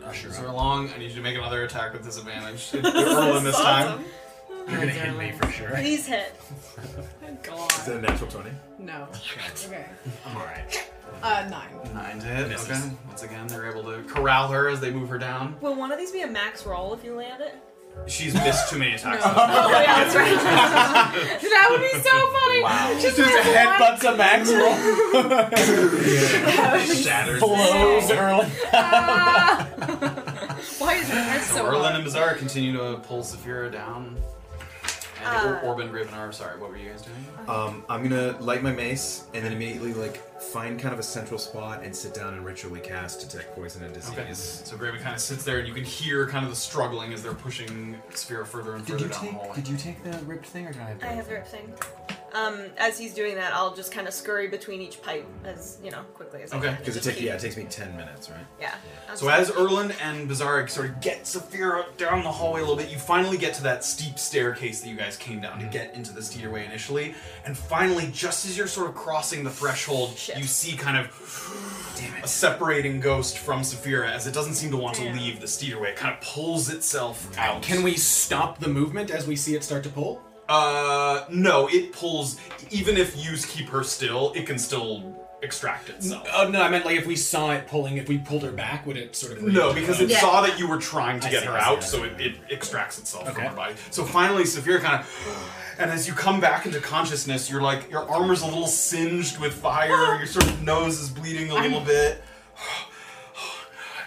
[SPEAKER 4] Usher
[SPEAKER 2] so
[SPEAKER 4] her.
[SPEAKER 2] along, I need you to make another attack with disadvantage. Erland this time.
[SPEAKER 4] You're gonna hit me for sure.
[SPEAKER 5] Please hit.
[SPEAKER 6] Is that a natural twenty?
[SPEAKER 8] No. Okay.
[SPEAKER 4] I'm all right.
[SPEAKER 8] Uh, nine.
[SPEAKER 2] Nine to hit.
[SPEAKER 4] Misses.
[SPEAKER 2] Okay. Once again, they're able to corral her as they move her down.
[SPEAKER 5] Will one of these be a max roll if you land it?
[SPEAKER 2] She's missed too many attacks.
[SPEAKER 8] That would be so funny.
[SPEAKER 2] Wow.
[SPEAKER 8] Just
[SPEAKER 4] Just
[SPEAKER 8] have one-
[SPEAKER 4] headbutts a Maxwell,
[SPEAKER 6] Shatters.
[SPEAKER 4] blows early.
[SPEAKER 8] Why is my head so?
[SPEAKER 2] So Erland
[SPEAKER 8] hard?
[SPEAKER 2] and Bizarre continue to pull Saphira down. And
[SPEAKER 5] Uh,
[SPEAKER 2] or Orban Gravenar, sorry, what were you guys doing?
[SPEAKER 8] Oh,
[SPEAKER 6] Um, I'm gonna light my mace and then immediately like find kind of a central spot and sit down and ritually cast detect poison and
[SPEAKER 2] Okay.
[SPEAKER 6] disease.
[SPEAKER 2] So Graven kind of sits there and you can hear kind of the struggling as they're pushing Saphira further and
[SPEAKER 4] Did
[SPEAKER 2] further
[SPEAKER 4] you
[SPEAKER 2] down the
[SPEAKER 4] take?
[SPEAKER 2] hallway.
[SPEAKER 4] Did you take the ripped thing or did I? Have
[SPEAKER 5] I have the rip thing. Um, as he's doing that, I'll just kind of scurry between each pipe as you know quickly as I
[SPEAKER 2] Okay.
[SPEAKER 5] can.
[SPEAKER 6] Because it takes yeah, it takes me ten minutes, right?
[SPEAKER 5] Yeah.
[SPEAKER 2] So as Erland and Bizarre sort of get Saphira down the hallway a little bit, you finally get to that steep staircase that you guys came down to get into this stairway initially. And finally, just as you're sort of crossing the threshold,
[SPEAKER 5] Shit.
[SPEAKER 2] you see kind of a separating ghost from Saphira as it doesn't seem to want to leave the stairway. It kind of pulls itself out.
[SPEAKER 4] Can we stop the movement as we see it start to pull?
[SPEAKER 2] Uh, no, it pulls. Even if you keep her still, it can still extract itself.
[SPEAKER 4] Oh no, I meant like if we saw it pulling, if we pulled her back, would it sort of?
[SPEAKER 2] No, because it
[SPEAKER 3] Yeah.
[SPEAKER 2] saw that you were trying to
[SPEAKER 4] I
[SPEAKER 2] get
[SPEAKER 4] see,
[SPEAKER 2] her
[SPEAKER 4] I see,
[SPEAKER 2] out,
[SPEAKER 4] I see.
[SPEAKER 2] so it, it extracts itself
[SPEAKER 4] Okay.
[SPEAKER 2] from her body. So finally, Saphira kind of, and as you come back into consciousness, you're like your armor's a little singed with
[SPEAKER 3] Oh.
[SPEAKER 2] fire. your sort of nose is bleeding a little bit.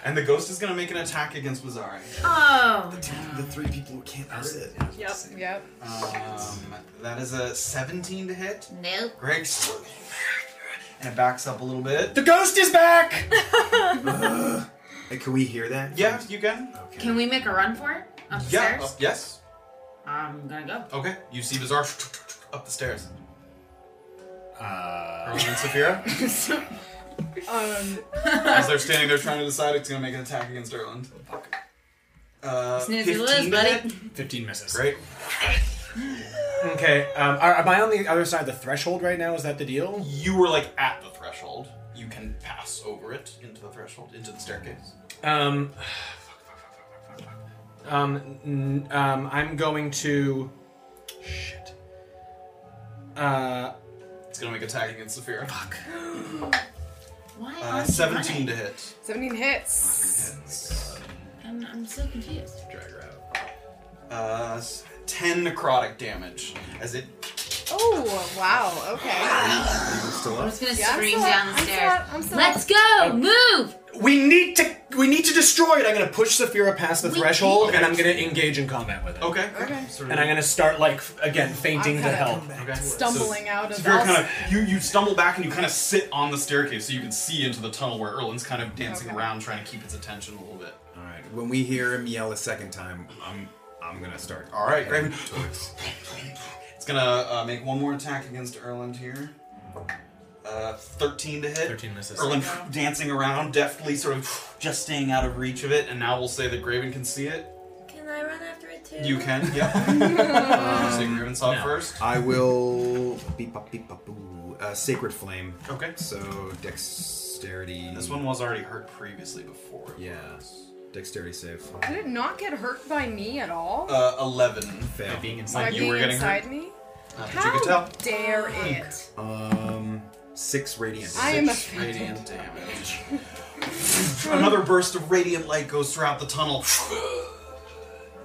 [SPEAKER 2] And the ghost is gonna make an attack against Mazari.
[SPEAKER 3] Oh,
[SPEAKER 6] The three people who can't hurt it.
[SPEAKER 5] Yep.
[SPEAKER 8] Yep.
[SPEAKER 2] Um, that is a 17 to hit.
[SPEAKER 3] nope.
[SPEAKER 2] Greg, and it backs up a little bit.
[SPEAKER 4] The ghost is back.
[SPEAKER 6] Uh, can we hear that?
[SPEAKER 2] Yeah, you can.
[SPEAKER 6] Okay.
[SPEAKER 3] Can we make a run for it? Up the
[SPEAKER 2] Yeah.
[SPEAKER 3] stairs?
[SPEAKER 2] yes.
[SPEAKER 3] I'm gonna go.
[SPEAKER 2] Okay. You see Bizarre up the stairs.
[SPEAKER 4] Uh,
[SPEAKER 2] Erlen and Saphira,
[SPEAKER 8] Um.
[SPEAKER 2] as they're standing there trying to decide, it's gonna make an attack against Erland. Uh,
[SPEAKER 3] Snooze
[SPEAKER 2] 15
[SPEAKER 3] you lose,
[SPEAKER 2] to
[SPEAKER 3] buddy.
[SPEAKER 2] hit.
[SPEAKER 4] fifteen misses.
[SPEAKER 2] Great.
[SPEAKER 4] Okay. Um, are, am I on the other side of the threshold right now? Is that the deal?
[SPEAKER 2] You were like at the threshold. You can pass over it into the threshold, into the staircase.
[SPEAKER 4] Um, Um, n- um, I'm going to. Shit. Uh,
[SPEAKER 2] It's gonna make attack against Saphira. Fuck.
[SPEAKER 3] Why?
[SPEAKER 2] Uh,
[SPEAKER 3] aren't you
[SPEAKER 2] 17
[SPEAKER 3] running?
[SPEAKER 2] to hit.
[SPEAKER 8] 17 hits.
[SPEAKER 2] Hits.
[SPEAKER 3] I'm, I'm so confused.
[SPEAKER 2] Drag her out. Uh, s- 10 necrotic damage as it
[SPEAKER 8] Oh, wow. Okay.
[SPEAKER 6] Still
[SPEAKER 3] I'm
[SPEAKER 6] up?
[SPEAKER 3] just gonna
[SPEAKER 8] I'm
[SPEAKER 3] scream
[SPEAKER 8] still up.
[SPEAKER 3] down the
[SPEAKER 8] I'm still
[SPEAKER 3] stairs.
[SPEAKER 8] up. I'm still
[SPEAKER 3] Let's go! Move!
[SPEAKER 4] we need to we need to destroy it. I'm gonna push Saphira past the
[SPEAKER 3] We-
[SPEAKER 4] threshold, and I'm gonna engage in combat with it.
[SPEAKER 2] Okay.
[SPEAKER 8] Okay.
[SPEAKER 2] Sort of-
[SPEAKER 4] And I'm gonna start like f- again fainting to
[SPEAKER 8] kinda
[SPEAKER 4] help.
[SPEAKER 2] okay.
[SPEAKER 8] Stumbling
[SPEAKER 2] So,
[SPEAKER 8] out of
[SPEAKER 2] Saphira
[SPEAKER 8] all-
[SPEAKER 2] kind of you you stumble back and you kind of sit on the staircase so you can see into the tunnel where Erlin's kind of dancing
[SPEAKER 8] Okay.
[SPEAKER 2] around trying to keep its attention a little bit.
[SPEAKER 6] All right. When we hear him yell a second time, I'm I'm gonna start.
[SPEAKER 2] All right,
[SPEAKER 6] heading
[SPEAKER 2] Graven.
[SPEAKER 6] towards-
[SPEAKER 2] It's gonna uh, make one more attack against Erland here. Uh, 13 to hit.
[SPEAKER 4] 13 misses.
[SPEAKER 2] Erland dancing around, deftly sort of just staying out of reach of it, and now we'll say that Graven can see it.
[SPEAKER 5] Can I run after it too?
[SPEAKER 2] You can, yep. um, so Graven saw it
[SPEAKER 4] no.
[SPEAKER 2] first.
[SPEAKER 6] I will beep up beep up boo. Uh, sacred flame.
[SPEAKER 2] Okay.
[SPEAKER 6] So dexterity.
[SPEAKER 2] This one was already hurt previously before. it
[SPEAKER 6] Yeah.
[SPEAKER 2] was.
[SPEAKER 6] Dexterity save.
[SPEAKER 8] Did it not get hurt by me at all?
[SPEAKER 2] Uh, 11.
[SPEAKER 6] Fail.
[SPEAKER 4] being inside.
[SPEAKER 8] by
[SPEAKER 2] Like you
[SPEAKER 8] being
[SPEAKER 2] were getting
[SPEAKER 8] inside
[SPEAKER 2] hurt.
[SPEAKER 8] me?
[SPEAKER 2] Not that you
[SPEAKER 8] How
[SPEAKER 2] could tell.
[SPEAKER 8] dare it?
[SPEAKER 6] Um, six radiant.
[SPEAKER 8] I am
[SPEAKER 2] Six
[SPEAKER 8] offended.
[SPEAKER 2] radiant damage. Another burst of radiant light goes throughout the tunnel.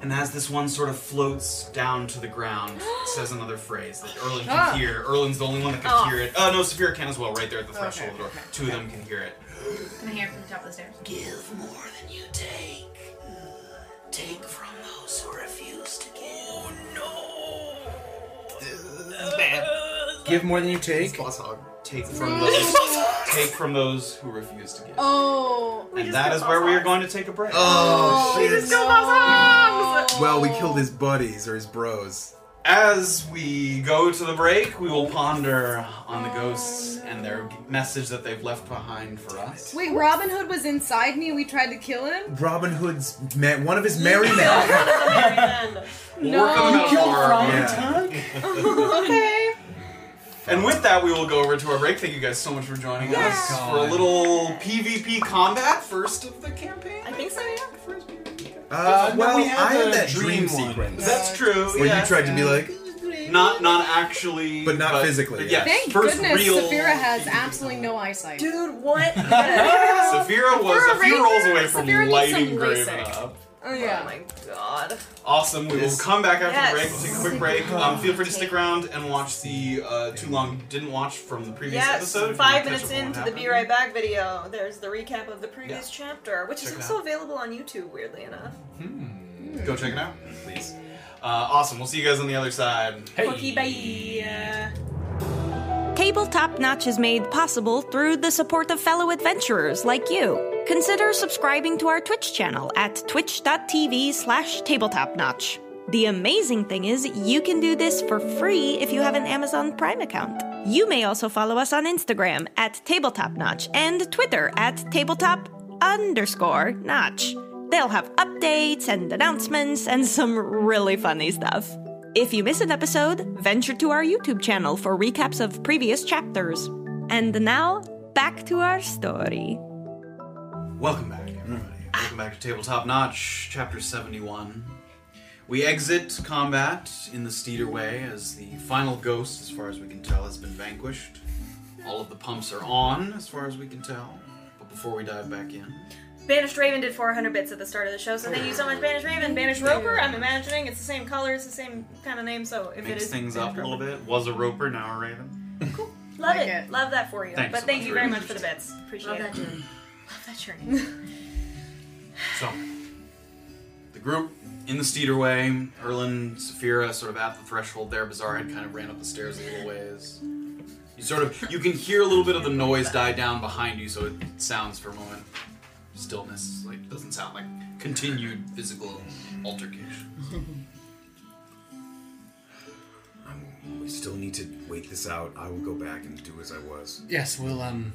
[SPEAKER 2] And as this one sort of floats down to the ground, it says another phrase that Erlin can
[SPEAKER 8] Ah.
[SPEAKER 2] hear. Erlin's the only one that can
[SPEAKER 3] Oh.
[SPEAKER 2] hear it. Uh, no, Saphira can as well, right there at the threshold of the door.
[SPEAKER 8] okay.
[SPEAKER 2] Two of them can hear it.
[SPEAKER 3] Can I hear it from the top of the stairs?
[SPEAKER 13] Give more than you take. Take from those who refuse to give.
[SPEAKER 4] Give more than you take.
[SPEAKER 2] Take from those, take from those who refuse to give.
[SPEAKER 8] Oh.
[SPEAKER 2] and that is where we are going to take a break.
[SPEAKER 6] Oh, shit.
[SPEAKER 8] Oh.
[SPEAKER 6] Well, we killed his buddies or his bros.
[SPEAKER 2] As we go to the break, we will ponder on the
[SPEAKER 8] Oh,
[SPEAKER 2] ghosts and their g- message that they've left behind for us.
[SPEAKER 8] Wait, Robin Hood was inside me. We tried to kill him.
[SPEAKER 6] Robin Hood's ma- one of his merry men.
[SPEAKER 2] We'll work on that more.
[SPEAKER 6] Yeah.
[SPEAKER 8] Okay.
[SPEAKER 2] And with that, we will go over to our break. Thank you guys so much for joining us
[SPEAKER 4] God.
[SPEAKER 2] for a little PvP combat, first of the campaign.
[SPEAKER 1] I think so, yeah.
[SPEAKER 2] First PvP.
[SPEAKER 6] Uh,
[SPEAKER 4] No,
[SPEAKER 6] well,
[SPEAKER 4] we had
[SPEAKER 6] I
[SPEAKER 4] the
[SPEAKER 6] had that
[SPEAKER 4] dream
[SPEAKER 6] dream,
[SPEAKER 4] one.
[SPEAKER 6] sequence
[SPEAKER 2] That's true.
[SPEAKER 6] where
[SPEAKER 2] yes.
[SPEAKER 6] you tried to be like,
[SPEAKER 2] not not actually,
[SPEAKER 6] But not physically,
[SPEAKER 2] yes,
[SPEAKER 8] Thank
[SPEAKER 2] first
[SPEAKER 8] goodness
[SPEAKER 2] real
[SPEAKER 8] Saphira has
[SPEAKER 2] PvP.
[SPEAKER 8] absolutely no eyesight.
[SPEAKER 5] Dude, what? the-
[SPEAKER 2] Saphira was
[SPEAKER 8] For a
[SPEAKER 2] a few
[SPEAKER 8] ranger,
[SPEAKER 2] rolls away from
[SPEAKER 8] Saphira needs
[SPEAKER 2] lighting
[SPEAKER 8] some
[SPEAKER 2] Graven
[SPEAKER 8] LASIK.
[SPEAKER 2] up.
[SPEAKER 8] Oh
[SPEAKER 5] Oh
[SPEAKER 8] yeah.
[SPEAKER 5] my god.
[SPEAKER 2] Awesome. We will
[SPEAKER 6] Yes.
[SPEAKER 2] come back after the
[SPEAKER 5] Yes.
[SPEAKER 2] break. We'll take a quick break. Um, feel free to stick around and watch the uh, too long didn't watch from the previous
[SPEAKER 5] Yes,
[SPEAKER 2] episode. if you
[SPEAKER 5] five
[SPEAKER 2] wanna catch up
[SPEAKER 5] minutes
[SPEAKER 2] on what
[SPEAKER 5] into the
[SPEAKER 2] happened.
[SPEAKER 5] Be Right Back video, there's the recap of the previous chapter, which is
[SPEAKER 2] Check it
[SPEAKER 5] also
[SPEAKER 2] out.
[SPEAKER 5] available on YouTube, weirdly enough.
[SPEAKER 2] Go check it out, please. Uh, awesome. We'll see you guys on the other side.
[SPEAKER 4] Hey.
[SPEAKER 1] Tabletop Notch is made possible through the support of fellow adventurers like you. Consider subscribing to our Twitch channel at twitch.tv slash tabletopnotch. The amazing thing is, you can do this for free if you have an Amazon Prime account. You may also follow us on Instagram at tabletopnotch and Twitter at tabletop underscore notch. They'll have updates and announcements and some really funny stuff. If you miss an episode, venture to our YouTube channel for recaps of previous chapters. And now, back to our story.
[SPEAKER 2] Welcome back, everybody. Welcome back to Tabletop Notch, Chapter 71. We exit combat in the Steeder Way as the final ghost, as far as we can tell, has been vanquished. All of the pumps are on, as far as we can tell. But before we dive back in,
[SPEAKER 5] Banished Raven did 400 bits at the start of the show, so thank you so much, Banished Raven. Banished Roper, I'm imagining it's the same color, it's the same kind of name, so if it
[SPEAKER 2] mix
[SPEAKER 5] is.
[SPEAKER 2] things
[SPEAKER 5] Banished
[SPEAKER 2] up a
[SPEAKER 5] Roper.
[SPEAKER 2] little bit. Was a roper, now a raven.
[SPEAKER 5] Love
[SPEAKER 8] Like
[SPEAKER 5] it.
[SPEAKER 8] it.
[SPEAKER 5] Love that for you.
[SPEAKER 2] Thanks
[SPEAKER 5] but
[SPEAKER 2] so
[SPEAKER 5] thank
[SPEAKER 2] much.
[SPEAKER 5] you
[SPEAKER 2] Really
[SPEAKER 5] very much for the bits. Appreciate
[SPEAKER 3] Love
[SPEAKER 5] it.
[SPEAKER 3] that journey. Love that journey.
[SPEAKER 2] So, the group in the Steeder Way, Erlin, Saphira, sort of at the threshold there, Bizarre had kind of ran up the stairs a little ways. You sort of, you can hear a little bit of the noise die down behind you, so it sounds for a moment stillness. Like, doesn't sound like continued physical altercation.
[SPEAKER 6] I'm, we still need to wait this out. I will go back and do as I was.
[SPEAKER 4] Yes, we'll um,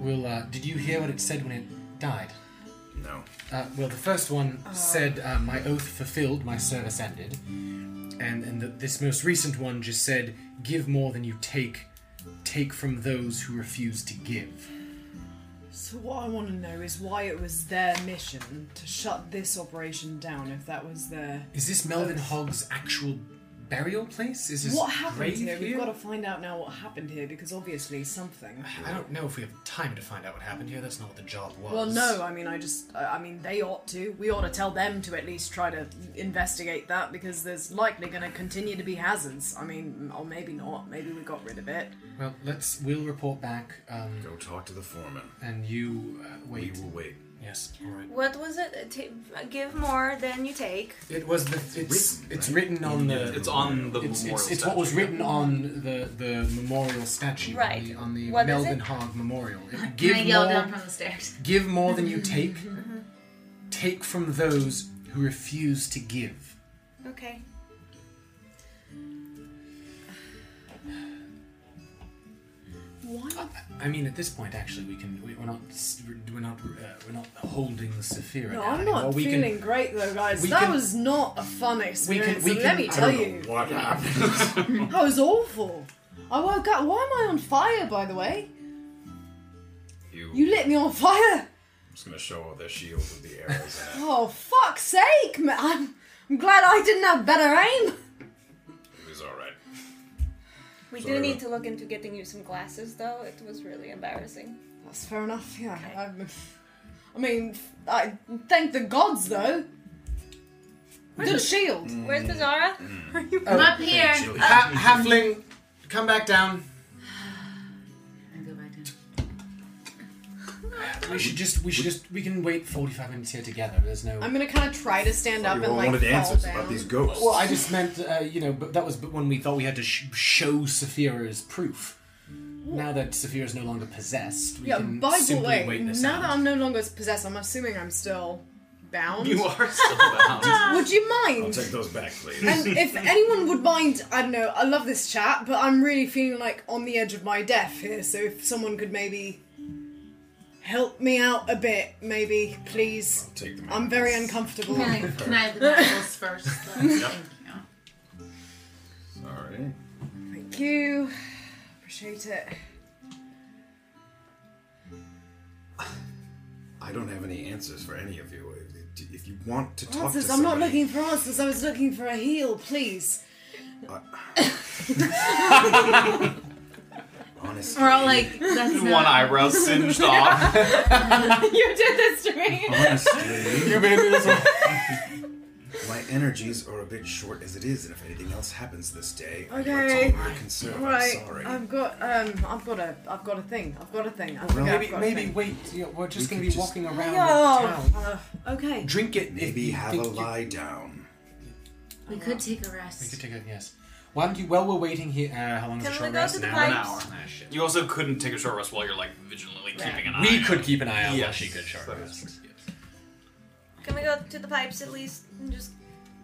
[SPEAKER 4] we'll. Uh, did you hear what it said when it died?
[SPEAKER 6] No.
[SPEAKER 4] Uh, well, the first one said, uh, "My oath fulfilled, my service ended," and and the, this most recent one just said, "Give more than you take, take from those who refuse to give."
[SPEAKER 7] So what I want to know is why it was their mission to shut this operation down if that was their.
[SPEAKER 4] Is this Melvin Hogg's actual burial place? Is his
[SPEAKER 7] What happened
[SPEAKER 4] grave
[SPEAKER 7] here?
[SPEAKER 4] here?
[SPEAKER 7] We've got to find out now what happened here because obviously something.
[SPEAKER 4] I don't know if we have time to find out what happened here. That's not what the job was.
[SPEAKER 7] Well, no, I mean, I just, I I mean, they ought to. We ought to tell them to at least try to investigate that because there's likely going to continue to be hazards. I mean, or maybe not. Maybe we got rid of it.
[SPEAKER 4] Well, let's. We'll report back, um,
[SPEAKER 6] Go talk to the foreman.
[SPEAKER 4] and you uh,
[SPEAKER 6] We
[SPEAKER 4] wait.
[SPEAKER 6] will wait.
[SPEAKER 4] Yes. All right.
[SPEAKER 5] What was it? Ta- give more than you take.
[SPEAKER 4] It was the. It's it's written, on the.
[SPEAKER 2] It's on the
[SPEAKER 4] It's,
[SPEAKER 2] memorial
[SPEAKER 4] it's, it's what was
[SPEAKER 2] statue, yeah.
[SPEAKER 4] written on the, the memorial statue
[SPEAKER 5] Right.
[SPEAKER 4] on the, on the
[SPEAKER 5] What is
[SPEAKER 4] Melvin
[SPEAKER 5] it?
[SPEAKER 4] Hogg Memorial. It-
[SPEAKER 3] Give
[SPEAKER 4] Give
[SPEAKER 3] I yell down
[SPEAKER 4] more,
[SPEAKER 3] from the stairs.
[SPEAKER 4] give more than you take. Take from those who refuse to give.
[SPEAKER 5] Okay.
[SPEAKER 4] I mean, at this point, actually, we can. We, we're not. s- We're not. Uh, we're not holding Saphira.
[SPEAKER 7] No,
[SPEAKER 4] down
[SPEAKER 7] I'm
[SPEAKER 4] anymore.
[SPEAKER 7] not
[SPEAKER 4] we
[SPEAKER 7] feeling
[SPEAKER 4] Can,
[SPEAKER 7] great though, guys.
[SPEAKER 4] we
[SPEAKER 7] That
[SPEAKER 4] can-
[SPEAKER 7] was not a fun experience.
[SPEAKER 4] we
[SPEAKER 7] and
[SPEAKER 4] can-
[SPEAKER 7] let me
[SPEAKER 4] I
[SPEAKER 7] tell
[SPEAKER 6] I
[SPEAKER 7] you,
[SPEAKER 6] don't know what happened.
[SPEAKER 7] that was awful. I woke up. Why am I on fire, by the way?
[SPEAKER 6] you,
[SPEAKER 7] You lit me on fire.
[SPEAKER 6] I'm just gonna show all their shield with the arrows in it.
[SPEAKER 7] Oh, fuck's sake, man. I'm, I'm glad I didn't have better aim.
[SPEAKER 6] It was all right.
[SPEAKER 5] We
[SPEAKER 6] Sorry,
[SPEAKER 5] do need to look into getting you some glasses, though. It was really embarrassing.
[SPEAKER 7] That's fair enough, yeah. I'm- I mean, I thank the gods, though. Good shield.
[SPEAKER 6] Mm.
[SPEAKER 5] Where's Bizarra?
[SPEAKER 3] I'm up here.
[SPEAKER 6] Shield.
[SPEAKER 4] Ha- halfling, come back down.
[SPEAKER 3] I go back down.
[SPEAKER 4] We should just. We should just. We can wait forty-five minutes here together. There's no.
[SPEAKER 7] I'm gonna kind of try to stand up
[SPEAKER 6] You
[SPEAKER 7] and
[SPEAKER 6] all
[SPEAKER 7] like
[SPEAKER 6] wanted
[SPEAKER 7] fall
[SPEAKER 6] answers
[SPEAKER 7] down.
[SPEAKER 6] about these ghosts.
[SPEAKER 4] well, I just meant. Uh, you know, but that was but when we thought we had to sh- show Saphira's proof. Now that Saphira's no longer possessed, we
[SPEAKER 7] Yeah,
[SPEAKER 4] can
[SPEAKER 7] by the
[SPEAKER 4] simply
[SPEAKER 7] way,
[SPEAKER 4] wait this
[SPEAKER 7] now
[SPEAKER 4] out.
[SPEAKER 7] that I'm no longer possessed, I'm assuming I'm still bound.
[SPEAKER 2] You are still bound.
[SPEAKER 7] Would you
[SPEAKER 6] I'll
[SPEAKER 7] mind?
[SPEAKER 6] take those back, please.
[SPEAKER 7] and if anyone would mind, I don't know, I love this chat, but I'm really feeling like on the edge of my death here, so if someone could maybe help me out a bit, maybe, please.
[SPEAKER 6] Take them.
[SPEAKER 7] I'm very uncomfortable.
[SPEAKER 3] Can I, can I have the medals first? though? Thank you.
[SPEAKER 6] Sorry.
[SPEAKER 7] Thank you. Appreciate it.
[SPEAKER 6] I don't have any answers for any of you. If, if you want to talk
[SPEAKER 7] Answers.
[SPEAKER 6] to
[SPEAKER 7] I'm not
[SPEAKER 6] somebody,
[SPEAKER 7] looking for answers. I was looking for a heal, please.
[SPEAKER 6] honestly,
[SPEAKER 3] We're all like, that's not-
[SPEAKER 2] One eyebrow singed off.
[SPEAKER 5] you did this to me.
[SPEAKER 6] honestly,
[SPEAKER 4] you made me this one.
[SPEAKER 6] my energies are a bit short as it is, and if anything else happens this day,
[SPEAKER 7] Okay.
[SPEAKER 6] I'm not concerned.
[SPEAKER 7] Right.
[SPEAKER 6] I'm sorry.
[SPEAKER 7] I've got um. I've got a. I've got a thing. I've got a thing. I think I've
[SPEAKER 4] Maybe,
[SPEAKER 7] got a
[SPEAKER 4] maybe
[SPEAKER 7] thing.
[SPEAKER 4] wait. You know, we're just
[SPEAKER 6] We
[SPEAKER 4] going
[SPEAKER 6] could
[SPEAKER 4] to be
[SPEAKER 6] just-
[SPEAKER 4] walking around
[SPEAKER 7] Oh.
[SPEAKER 4] town.
[SPEAKER 7] uh, okay.
[SPEAKER 4] Drink it. if
[SPEAKER 6] Maybe
[SPEAKER 4] you
[SPEAKER 6] have a
[SPEAKER 4] think you-
[SPEAKER 6] lie down.
[SPEAKER 3] we could take a
[SPEAKER 4] We could
[SPEAKER 3] rest.
[SPEAKER 4] take a yes. Why don't you? While we're waiting here, uh, how long is
[SPEAKER 5] Can
[SPEAKER 4] the
[SPEAKER 5] we
[SPEAKER 4] short
[SPEAKER 5] go
[SPEAKER 4] rest?
[SPEAKER 5] to the
[SPEAKER 4] An hour? An
[SPEAKER 5] pipes?
[SPEAKER 4] hour. Ah, shit.
[SPEAKER 2] You also couldn't take a short rest while you're like vigilantly keeping an eye.
[SPEAKER 4] We
[SPEAKER 2] out.
[SPEAKER 4] could keep an eye out. while
[SPEAKER 2] Yes,
[SPEAKER 4] She could short
[SPEAKER 2] that
[SPEAKER 4] rest.
[SPEAKER 2] is true, yes.
[SPEAKER 5] Can we go to the pipes at least and just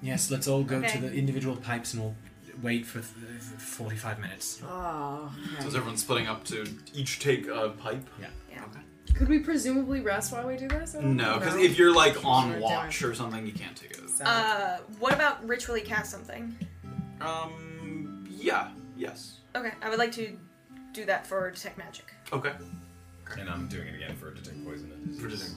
[SPEAKER 4] Yes, let's all go
[SPEAKER 5] Okay.
[SPEAKER 4] to the individual pipes and we'll wait for th- forty-five minutes.
[SPEAKER 7] Oh.
[SPEAKER 2] So is everyone splitting up to each take a pipe?
[SPEAKER 4] Yeah.
[SPEAKER 5] Yeah.
[SPEAKER 2] Okay.
[SPEAKER 14] Could we presumably rest while we do this? I don't
[SPEAKER 2] No, because
[SPEAKER 7] No.
[SPEAKER 2] if you're like
[SPEAKER 7] Sure,
[SPEAKER 2] on
[SPEAKER 7] don't.
[SPEAKER 2] watch or something, you can't take it.
[SPEAKER 5] Uh, what about ritually cast something?
[SPEAKER 2] Um, yeah, yes.
[SPEAKER 5] Okay, I would like to do that for detect magic.
[SPEAKER 2] Okay.
[SPEAKER 6] And I'm doing it again for it to take poison. and disease.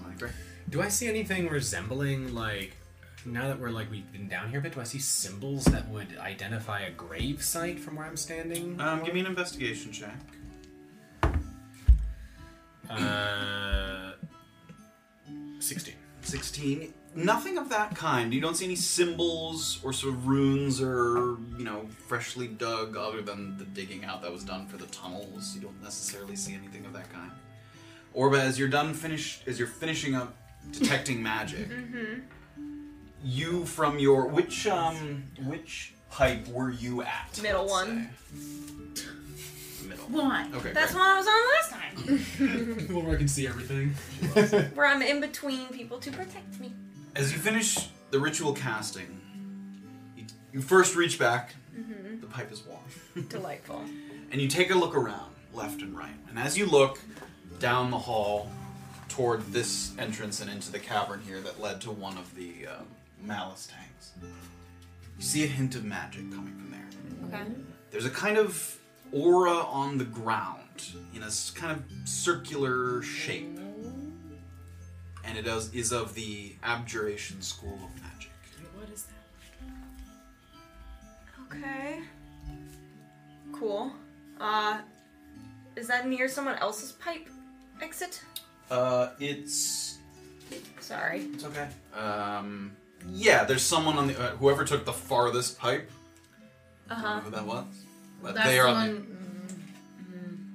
[SPEAKER 4] Do I see anything resembling like? Now that we're like we've been down here a bit, do I see symbols that would identify a grave site from where I'm standing?
[SPEAKER 2] Um, give me an investigation check.
[SPEAKER 4] Uh, sixteen.
[SPEAKER 2] 16. Nothing of that kind. You don't see any symbols or sort of runes or, you know, freshly dug other than the digging out that was done for the tunnels. You don't necessarily see anything of that kind. Orba, as you're done finish as you're finishing up detecting magic,
[SPEAKER 5] Mm-hmm.
[SPEAKER 2] you from your which um which pipe were you at?
[SPEAKER 5] Middle
[SPEAKER 2] let's
[SPEAKER 5] one.
[SPEAKER 2] say? Middle.
[SPEAKER 3] Why?
[SPEAKER 2] Okay.
[SPEAKER 5] That's
[SPEAKER 2] great.
[SPEAKER 5] what I was on last time.
[SPEAKER 4] Where I can see everything.
[SPEAKER 5] Where I'm in between people to protect me.
[SPEAKER 2] As you finish the ritual casting, you, you first reach back. The pipe is warm.
[SPEAKER 5] Delightful.
[SPEAKER 2] and you take a look around, left and right. And as you look down the hall toward this entrance and into the cavern here that led to one of the uh, malice tanks, you see a hint of magic coming from there.
[SPEAKER 5] Okay.
[SPEAKER 2] There's a kind of aura on the ground in a s- kind of circular shape. and it is, is of the Abjuration School of Magic.
[SPEAKER 3] What is that?
[SPEAKER 5] Okay. Cool. Uh, is that near someone else's pipe exit?
[SPEAKER 2] Uh, it's
[SPEAKER 5] Sorry.
[SPEAKER 2] it's okay. Um, yeah, there's someone on the uh, whoever took the farthest pipe. I
[SPEAKER 5] Uh huh.
[SPEAKER 2] don't know who that was, but
[SPEAKER 3] Uh-huh. That's
[SPEAKER 2] they
[SPEAKER 3] the
[SPEAKER 2] are. on the-
[SPEAKER 3] one.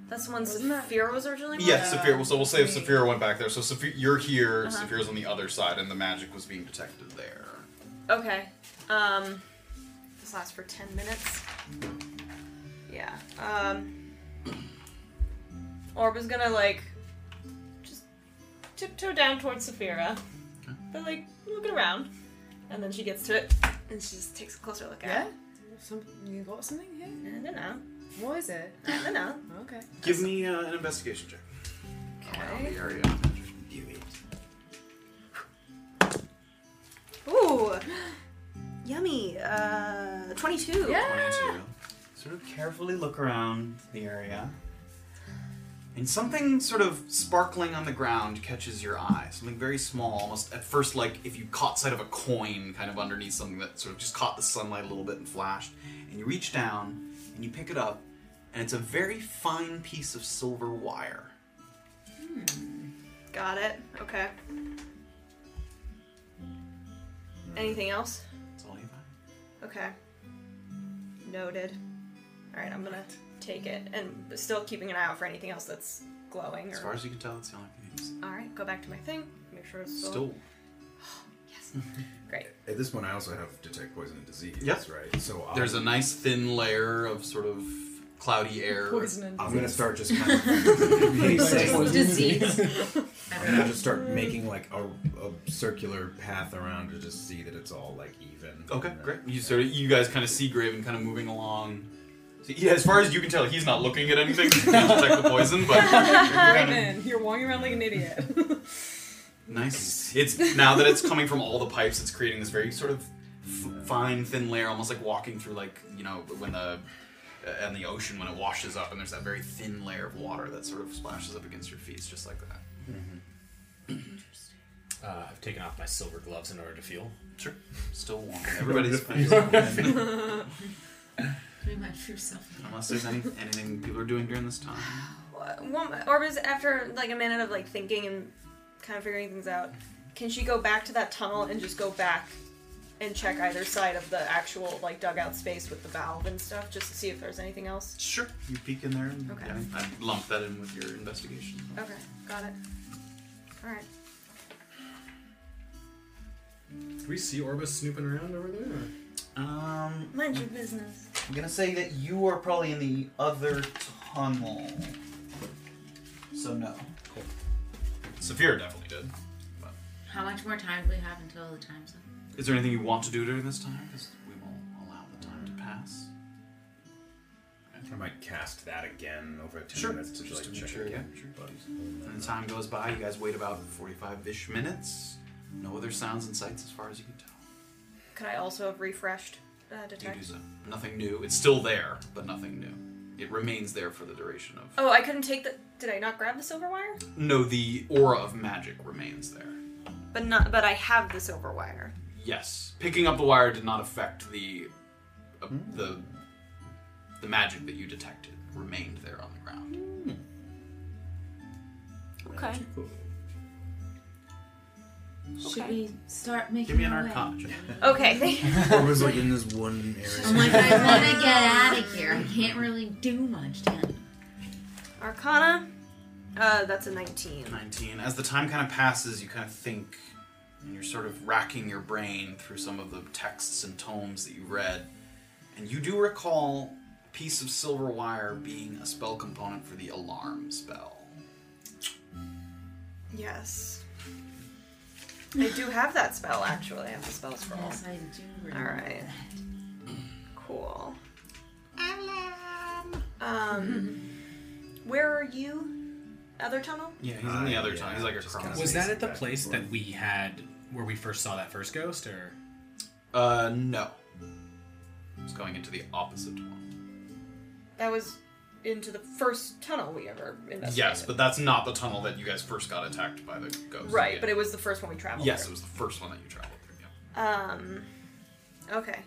[SPEAKER 5] That's the one Saphira was originally. with?
[SPEAKER 2] Yes, Saphira. So we'll say if Saphira went back there. So Saphira, you're here.
[SPEAKER 3] Uh-huh.
[SPEAKER 2] Saphira's on the other side, and the magic was being detected there.
[SPEAKER 5] Okay. Um, this lasts for ten minutes. Yeah. Um, Orb is gonna like just tiptoe down towards Saphira, but like looking around, and then she gets to it, and she just takes a closer look at it.
[SPEAKER 8] Some, you got something here?
[SPEAKER 5] I don't know.
[SPEAKER 8] What is it?
[SPEAKER 5] I don't know.
[SPEAKER 8] Okay.
[SPEAKER 2] Give me uh, an investigation check. Around the area. of magic.
[SPEAKER 1] Ooh, yummy. Uh, twenty-two.
[SPEAKER 2] Sort of carefully look around the area. And something sort of sparkling on the ground catches your eye. Something very small, almost at first like if you caught sight of a coin kind of underneath something that sort of just caught the sunlight a little bit and flashed. And you reach down and you pick it up, and it's a very fine piece of silver wire.
[SPEAKER 5] Got it. Okay. Anything else?
[SPEAKER 2] That's all you find.
[SPEAKER 5] Okay. Noted. All right, I'm gonna take it, and still keeping an eye out for anything else that's glowing. Or...
[SPEAKER 2] As far as you can tell, it's the only thing you see.
[SPEAKER 5] All right, go back to my thing. Make sure it's still.
[SPEAKER 2] Still.
[SPEAKER 5] Great.
[SPEAKER 9] At this point, I also have detect poison and disease.
[SPEAKER 2] Yep.
[SPEAKER 9] right. So I'll,
[SPEAKER 2] There's a nice thin layer of sort of cloudy air.
[SPEAKER 8] Poison
[SPEAKER 9] I'm gonna start just kind of,
[SPEAKER 3] Disease.
[SPEAKER 9] I'm gonna just start making like a, a circular path around to just see that it's all like even.
[SPEAKER 2] Okay, great. You sort of, you guys kind of see Graven kind of moving along. So, yeah, as far as you can tell, he's not looking at anything. He's detect the poison, but
[SPEAKER 8] Raven, you're walking around like an idiot.
[SPEAKER 2] nice. It's now that it's coming from all the pipes, it's creating this very sort of f- fine, thin layer, almost like walking through, like you know, when the uh, and the ocean when it washes up, and there's that very thin layer of water that sort of splashes up against your feet, It's just like that.
[SPEAKER 4] Uh, I've taken off my silver gloves in order to feel.
[SPEAKER 2] Sure. Still warm. Everybody's fine.
[SPEAKER 3] Remind yourself.
[SPEAKER 2] Unless there's any, anything people are doing during this time.
[SPEAKER 5] One, Orbis, after like a minute of like thinking and kind of figuring things out, can she go back to that tunnel and just go back and check either side of the actual like dugout space with the valve and stuff, just to see if there's anything else?
[SPEAKER 2] Sure. You peek in there. And,
[SPEAKER 5] Okay.
[SPEAKER 2] yeah, I lumped that in with your investigation.
[SPEAKER 5] Okay, got it. All right.
[SPEAKER 4] Do we see Orbis snooping around over there?
[SPEAKER 2] Um,
[SPEAKER 5] Mind your business.
[SPEAKER 2] I'm gonna say that you are probably in the other tunnel. So no. Cool. Saphira definitely did.
[SPEAKER 3] How much more time do we have until the time's up?
[SPEAKER 2] Is there anything you want to do during this time? Because we will allow the time to pass.
[SPEAKER 9] I might cast that again over ten minutes to
[SPEAKER 2] Just
[SPEAKER 9] just
[SPEAKER 2] to
[SPEAKER 9] like
[SPEAKER 2] make
[SPEAKER 9] check
[SPEAKER 2] sure,
[SPEAKER 9] it.
[SPEAKER 2] yeah, sure. And the time goes by. You guys wait about 45-ish minutes. No other sounds and sights as far as you can tell.
[SPEAKER 5] Could I also have refreshed uh,
[SPEAKER 2] You do
[SPEAKER 5] detect?
[SPEAKER 2] so. Nothing new. It's still there, but nothing new. It remains there for the duration of.
[SPEAKER 5] Oh, I couldn't take the. Did I not grab the silver wire?
[SPEAKER 2] No, the aura of magic remains there.
[SPEAKER 5] But not. But I have the silver wire.
[SPEAKER 2] Yes, picking up the wire did not affect the uh, the the magic that you detected. Remained there on the ground.
[SPEAKER 5] Okay.
[SPEAKER 3] Should we start making
[SPEAKER 2] Give me an
[SPEAKER 3] our way?
[SPEAKER 2] arcana check.
[SPEAKER 5] Okay.
[SPEAKER 6] Or was like in this one area.
[SPEAKER 7] Oh
[SPEAKER 3] I'm like, I want to get out of here. I can't really do much. Then.
[SPEAKER 5] Arcana. Uh, that's a nineteen.
[SPEAKER 2] Nineteen. As the time kind of passes, you kind of think, and you're sort of racking your brain through some of the texts and tomes that you read, and you do recall a piece of silver wire being a spell component for the alarm spell.
[SPEAKER 5] Yes. I do have that spell actually. I have the spell scroll.
[SPEAKER 3] Yes, I do.
[SPEAKER 5] All
[SPEAKER 3] remember
[SPEAKER 5] right.
[SPEAKER 3] that.
[SPEAKER 5] Cool. Um, where are you? Other tunnel?
[SPEAKER 2] Uh, Yeah, he's
[SPEAKER 9] Ah,
[SPEAKER 2] in the other
[SPEAKER 9] yeah,
[SPEAKER 2] time. He's like
[SPEAKER 9] just
[SPEAKER 2] across.
[SPEAKER 9] kinda
[SPEAKER 4] Was
[SPEAKER 9] Amazing
[SPEAKER 4] that at the
[SPEAKER 9] back and
[SPEAKER 4] place
[SPEAKER 9] forth.
[SPEAKER 4] that we had where we first saw that first ghost, or
[SPEAKER 2] Uh, no. It's going into the opposite one.
[SPEAKER 5] That was into the first tunnel we ever investigated.
[SPEAKER 2] Yes, but that's not the tunnel that you guys first got attacked by the ghost.
[SPEAKER 5] right,
[SPEAKER 2] Yeah.
[SPEAKER 5] but it was the first one we traveled.
[SPEAKER 2] Yes, it
[SPEAKER 5] through.
[SPEAKER 2] was the first one that you traveled through. Yeah.
[SPEAKER 5] Um. Okay.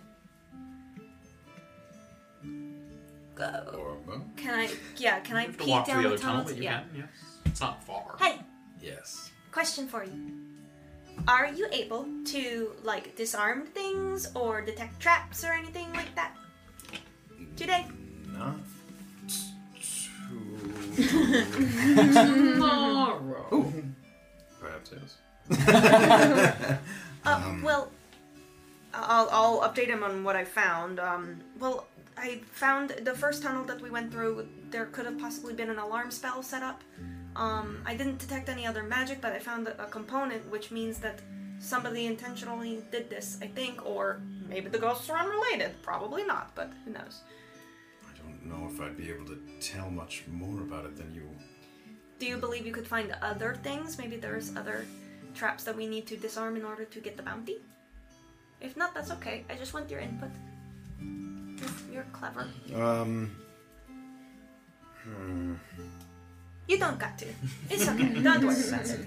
[SPEAKER 5] Go. Can I? Yeah. Can I
[SPEAKER 2] You have to
[SPEAKER 5] peek
[SPEAKER 2] walk
[SPEAKER 5] down
[SPEAKER 2] to the
[SPEAKER 5] the,
[SPEAKER 2] other
[SPEAKER 5] tunnel?
[SPEAKER 2] tunnel, but you
[SPEAKER 5] yeah.
[SPEAKER 2] can. Yes, it's not far.
[SPEAKER 5] Hey,
[SPEAKER 6] Yes.
[SPEAKER 5] question for you. Are you able to like disarm things or detect traps or anything like that? Today.
[SPEAKER 6] Not
[SPEAKER 3] Tomorrow.
[SPEAKER 6] perhaps yes.
[SPEAKER 2] Um,
[SPEAKER 5] Uh, well, I'll, I'll update him on what I found. Um, well, I found the first tunnel that we went through, there could have possibly been an alarm spell set up. Um, I didn't detect any other magic, but I found a, a component, which means that somebody intentionally did this, I think, or maybe the ghosts are unrelated. Probably not, but who knows.
[SPEAKER 6] I don't know if I'd be able to tell much more about it than you.
[SPEAKER 5] Do you believe you could find other things? Maybe there's other traps that we need to disarm in order to get the bounty? If not, that's okay. I just want your input. You're- You're clever.
[SPEAKER 6] Um.
[SPEAKER 5] You don't got to. It's okay. Don't worry about it.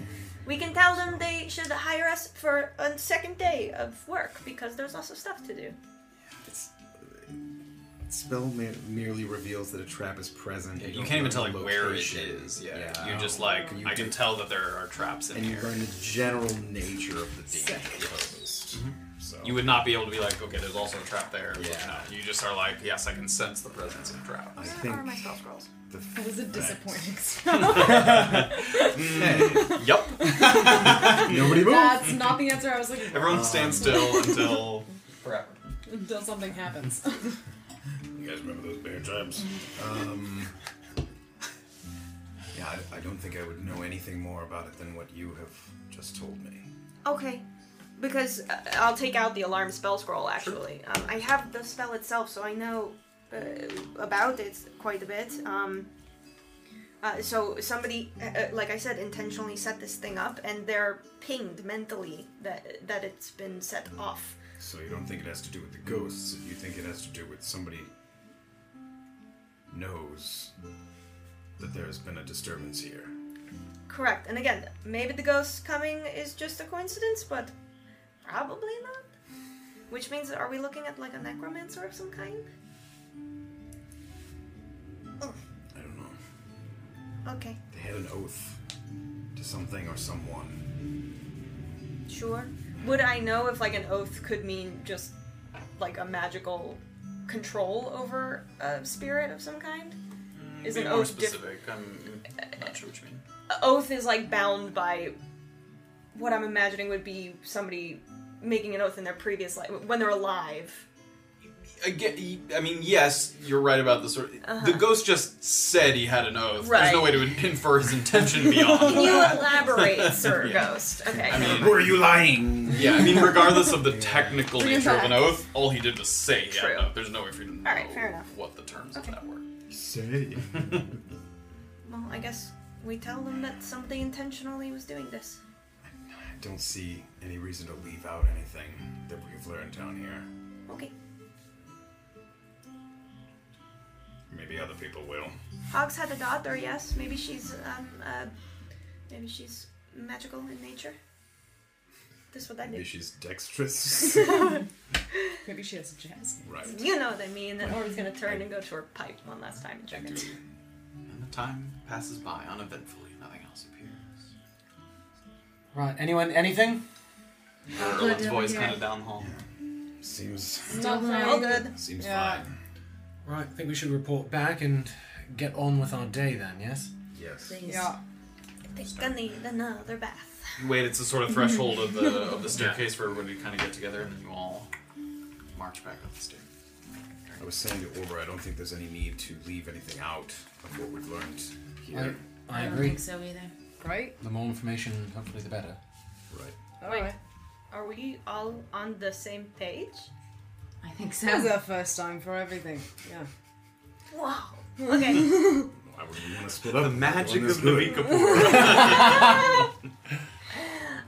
[SPEAKER 5] We can tell them they should hire us for a second day of work because there's also stuff to do.
[SPEAKER 6] It's, spell mer- merely reveals that a trap is present.
[SPEAKER 2] You
[SPEAKER 6] don't
[SPEAKER 2] can't even
[SPEAKER 6] know
[SPEAKER 2] tell like
[SPEAKER 6] the
[SPEAKER 2] where it
[SPEAKER 6] location.
[SPEAKER 2] is. Yeah,
[SPEAKER 6] Yeah,
[SPEAKER 2] you're
[SPEAKER 6] I
[SPEAKER 2] just
[SPEAKER 6] don't-
[SPEAKER 2] like
[SPEAKER 6] you
[SPEAKER 2] I can
[SPEAKER 6] do-
[SPEAKER 2] tell that there are traps in
[SPEAKER 6] And you
[SPEAKER 2] here.
[SPEAKER 6] learn the general nature of the danger posed. So
[SPEAKER 2] You would not be able to be like, okay, there's also a trap there. but
[SPEAKER 6] Yeah.
[SPEAKER 2] no. you just are like, yes, I can sense the presence of
[SPEAKER 6] I
[SPEAKER 2] traps.
[SPEAKER 6] think
[SPEAKER 5] Where are my spell scrolls?
[SPEAKER 6] the
[SPEAKER 7] That was a
[SPEAKER 6] fact-
[SPEAKER 7] disappointing
[SPEAKER 6] Hey,
[SPEAKER 2] yep.
[SPEAKER 6] nobody move.
[SPEAKER 7] That's not the answer I was looking for.
[SPEAKER 6] Um,
[SPEAKER 2] Everyone stands still until forever.
[SPEAKER 7] Until something happens.
[SPEAKER 6] You guys remember those bear traps? Um. Yeah, I, I don't think I would know anything more about it than what you have just told me.
[SPEAKER 5] Okay. Because uh, I'll take out the alarm spell scroll, actually. Um, I have the spell itself, so I know uh, about it quite a bit. Um, uh, so somebody, uh, uh, like I said, intentionally set this thing up, and they're pinged mentally that, that it's been set off.
[SPEAKER 6] So you don't think it has to do with the ghosts? You think it has to do with somebody knows that there's been a disturbance here?
[SPEAKER 5] Correct. And again, maybe the ghost coming is just a coincidence, but probably not. Which means, are we looking at like a necromancer of some kind?
[SPEAKER 6] I don't know.
[SPEAKER 5] Okay,
[SPEAKER 6] They had an oath to something or someone.
[SPEAKER 5] sure. Would I know if like an oath could mean just like a magical control over a spirit of some kind? Is
[SPEAKER 2] Be
[SPEAKER 5] an
[SPEAKER 2] more
[SPEAKER 5] oath diff-
[SPEAKER 2] specific? I'm not sure what you mean.
[SPEAKER 5] oath is like bound by what I'm imagining would be somebody making an oath in their previous life when they're alive.
[SPEAKER 2] I, get, I mean, yes, you're right about the sort. The ghost just said he had an oath. There's no
[SPEAKER 5] Uh-huh. Right.
[SPEAKER 2] way to in- infer his intention beyond
[SPEAKER 5] Can you
[SPEAKER 2] that.
[SPEAKER 5] elaborate, Sir Ghost? Okay.
[SPEAKER 2] I mean,
[SPEAKER 6] Were you lying?
[SPEAKER 2] yeah, I mean, regardless of the technical nature of an
[SPEAKER 7] back.
[SPEAKER 2] oath, all he did was say he had
[SPEAKER 5] True.
[SPEAKER 2] an oath. There's no way for you to know
[SPEAKER 5] All right, fair enough.
[SPEAKER 2] what the terms
[SPEAKER 5] Okay.
[SPEAKER 2] of that were.
[SPEAKER 6] Say.
[SPEAKER 5] Well, I guess we tell them that somebody intentionally was doing this.
[SPEAKER 6] I don't see any reason to leave out anything that we've learned down here.
[SPEAKER 5] Okay.
[SPEAKER 6] Maybe other people will.
[SPEAKER 5] Hogs had a daughter, yes. Maybe she's um uh, maybe she's magical in nature. This what I
[SPEAKER 6] Maybe
[SPEAKER 5] do.
[SPEAKER 6] she's dexterous.
[SPEAKER 7] Maybe she has jazz.
[SPEAKER 6] right.
[SPEAKER 5] You know what I mean. And Orm's gonna turn and go to her pipe one last time and check it.
[SPEAKER 2] And the time passes by uneventfully. Nothing else appears.
[SPEAKER 4] Right. Anyone? Anything?
[SPEAKER 2] Erwin's voice kind of down the hall.
[SPEAKER 6] Seems
[SPEAKER 7] Not
[SPEAKER 5] All
[SPEAKER 7] fine.
[SPEAKER 5] good.
[SPEAKER 6] seems
[SPEAKER 7] Yeah.
[SPEAKER 6] fine.
[SPEAKER 4] Right. I think we should report back and get on with our day then. Yes.
[SPEAKER 6] Yes.
[SPEAKER 7] Yeah.
[SPEAKER 5] Think I need another bath.
[SPEAKER 2] You wait, it's the sort of threshold of the of the staircase for everyone to kind of get together, and then you all march back up the stairs.
[SPEAKER 6] I was saying to Orba, I don't think there's any need to leave anything out of what we've learned here.
[SPEAKER 4] I, I
[SPEAKER 3] I don't
[SPEAKER 4] agree.
[SPEAKER 3] think so either.
[SPEAKER 7] Right?
[SPEAKER 4] The more information, hopefully, the better.
[SPEAKER 6] Right.
[SPEAKER 7] Alright.
[SPEAKER 5] Are we all on the same page?
[SPEAKER 3] I think
[SPEAKER 7] That was
[SPEAKER 3] so.
[SPEAKER 7] the first time for everything. Yeah.
[SPEAKER 5] Wow. Okay.
[SPEAKER 6] Why would we want to split up? The
[SPEAKER 2] Magic
[SPEAKER 6] is
[SPEAKER 2] of
[SPEAKER 6] good.
[SPEAKER 2] Navi Kapoor.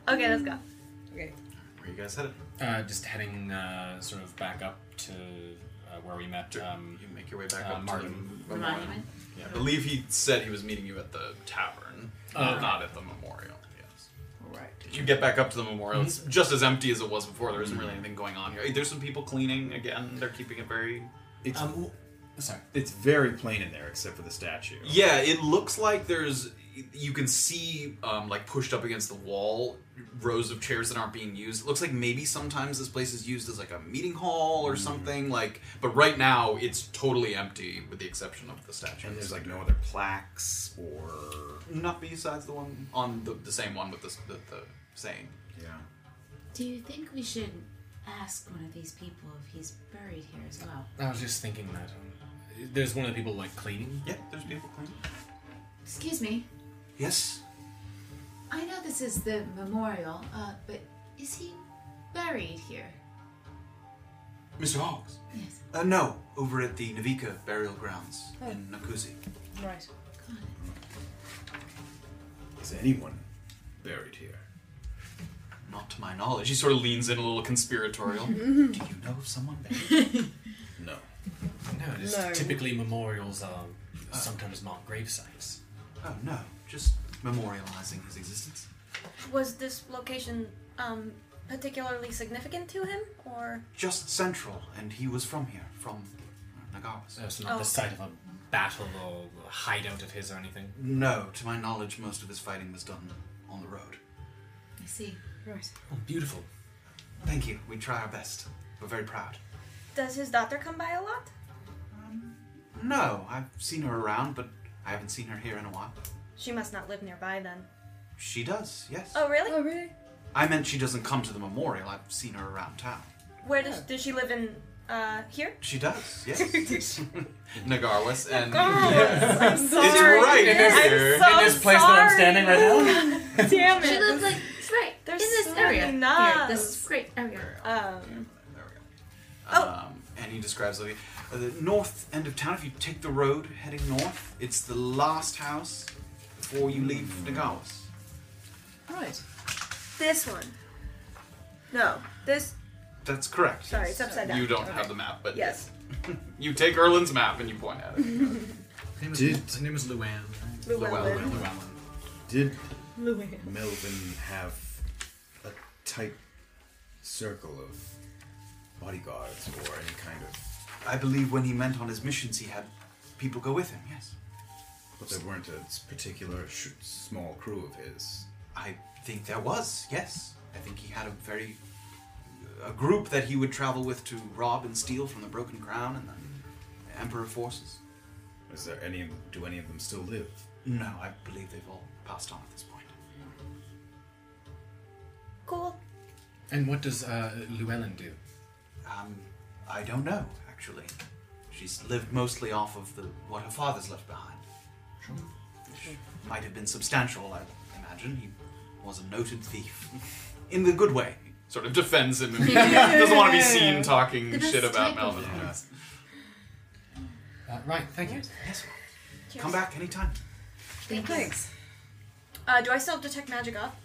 [SPEAKER 5] okay, let's go.
[SPEAKER 7] Okay.
[SPEAKER 2] Where you guys headed?
[SPEAKER 4] Uh, just heading uh, sort of back up to uh, uh, where we met. Um,
[SPEAKER 2] You make your way back
[SPEAKER 4] Uh,
[SPEAKER 2] up
[SPEAKER 4] Martin.
[SPEAKER 2] to the
[SPEAKER 3] Monument?
[SPEAKER 2] Yeah, I believe he said he was meeting you at the tavern, uh, not at the memorial. Yes.
[SPEAKER 7] Right.
[SPEAKER 2] You get back up to the memorial. It's just as empty as it was before. There isn't really anything going on here. There's some people cleaning again. They're keeping it very.
[SPEAKER 6] It's,
[SPEAKER 4] um, w- sorry.
[SPEAKER 6] it's very plain in there except for the statue.
[SPEAKER 2] Yeah, it looks like there's. You can see, um, like pushed up against the wall, rows of chairs that aren't being used. It looks like maybe sometimes this place is used as like a meeting hall or something. Like, but right now it's totally empty with the exception of the statue.
[SPEAKER 6] And there's like no other plaques or
[SPEAKER 2] Not besides the one on the, the same one with the, the, the saying.
[SPEAKER 6] yeah.
[SPEAKER 3] Do you think we should ask one of these people if he's buried here as well?
[SPEAKER 4] I was just thinking that um, there's one of the people like cleaning.
[SPEAKER 2] Yeah, there's people cleaning.
[SPEAKER 3] Excuse me.
[SPEAKER 2] Yes.
[SPEAKER 3] I know this is the memorial, uh, but is he buried here?
[SPEAKER 2] Mr. Hawks?
[SPEAKER 3] Yes.
[SPEAKER 2] Uh, no, over at the Navika burial grounds in Nakuzi.
[SPEAKER 7] Right.
[SPEAKER 6] Is anyone buried here?
[SPEAKER 2] Not to my knowledge. He sort of leans in a little conspiratorial. Do you know of someone buried?
[SPEAKER 6] No.
[SPEAKER 4] No, it is
[SPEAKER 7] No.
[SPEAKER 4] typically memorials are sometimes mark grave sites.
[SPEAKER 2] oh, no. Just memorializing his existence.
[SPEAKER 5] Was this location um, particularly significant to him, or
[SPEAKER 2] Just central, and he was from here, from Nagawas. Uh,
[SPEAKER 4] So it's not
[SPEAKER 5] Oh.
[SPEAKER 4] the site of a battle or a hideout of his or anything.
[SPEAKER 2] No, to my knowledge, most of his fighting was done on the road.
[SPEAKER 3] I see.
[SPEAKER 7] Right.
[SPEAKER 4] Oh, beautiful.
[SPEAKER 2] Thank you. We try our best. We're very proud.
[SPEAKER 5] does his daughter come by a lot?
[SPEAKER 2] No, I've seen her around, but I haven't seen her here in a while.
[SPEAKER 5] She must not live nearby then.
[SPEAKER 2] She does, yes.
[SPEAKER 5] Oh, really?
[SPEAKER 7] Oh, really?
[SPEAKER 2] I meant she doesn't come to the memorial. I've seen her around town.
[SPEAKER 5] Where does does she live in? Uh, here.
[SPEAKER 2] She does, yes. Nagarwas and
[SPEAKER 5] I'm sorry.
[SPEAKER 2] it's right here.
[SPEAKER 5] I'm so
[SPEAKER 4] In this place that I'm standing right now.
[SPEAKER 5] now. Damn
[SPEAKER 3] She
[SPEAKER 5] it.
[SPEAKER 3] looks like it's right
[SPEAKER 5] There's
[SPEAKER 3] in this
[SPEAKER 5] so
[SPEAKER 3] area.
[SPEAKER 5] many
[SPEAKER 3] Here,
[SPEAKER 5] knobs.
[SPEAKER 3] this is great area.
[SPEAKER 5] Um,
[SPEAKER 2] There we go.
[SPEAKER 5] Oh.
[SPEAKER 2] Um, and he describes the, uh, the north end of town. If you take the road heading north, it's the last house before you leave Nagawas.
[SPEAKER 7] Right.
[SPEAKER 5] this one. No, this.
[SPEAKER 2] That's correct.
[SPEAKER 5] Sorry,
[SPEAKER 2] yes.
[SPEAKER 5] it's upside down.
[SPEAKER 2] You don't have the map, but
[SPEAKER 5] Yes.
[SPEAKER 2] you take Erlin's map and you point at it.
[SPEAKER 4] His
[SPEAKER 6] Did-
[SPEAKER 4] his name is Luann.
[SPEAKER 5] Llewellyn.
[SPEAKER 4] Llewellyn.
[SPEAKER 6] Did
[SPEAKER 7] Louis.
[SPEAKER 6] Melvin have a tight circle of bodyguards or any kind of?
[SPEAKER 2] I believe when he went on his missions, he had people go with him. Yes,
[SPEAKER 6] But there weren't a particular sh- small crew of his.
[SPEAKER 2] I think there was. Yes, I think he had a very uh, a group that he would travel with to rob and steal from the Broken Crown and the Emperor forces.
[SPEAKER 6] Is there any? Do any of them still live?
[SPEAKER 2] No, I believe they've all passed on at this point.
[SPEAKER 5] Cool.
[SPEAKER 4] And what does uh, Llewellyn do?
[SPEAKER 2] Um, I don't know actually. She's lived mostly off of the what her father's left behind. Which might have been substantial, I imagine. He was a noted thief. In the good way. Sort of defends him. He doesn't want to be seen talking
[SPEAKER 3] The best
[SPEAKER 2] shit about
[SPEAKER 3] type of
[SPEAKER 2] Melvin.
[SPEAKER 4] Uh, right, thank you.
[SPEAKER 2] Yes. Come back anytime.
[SPEAKER 3] Thank you.
[SPEAKER 7] Thanks.
[SPEAKER 5] Uh, do I still have detect magic up?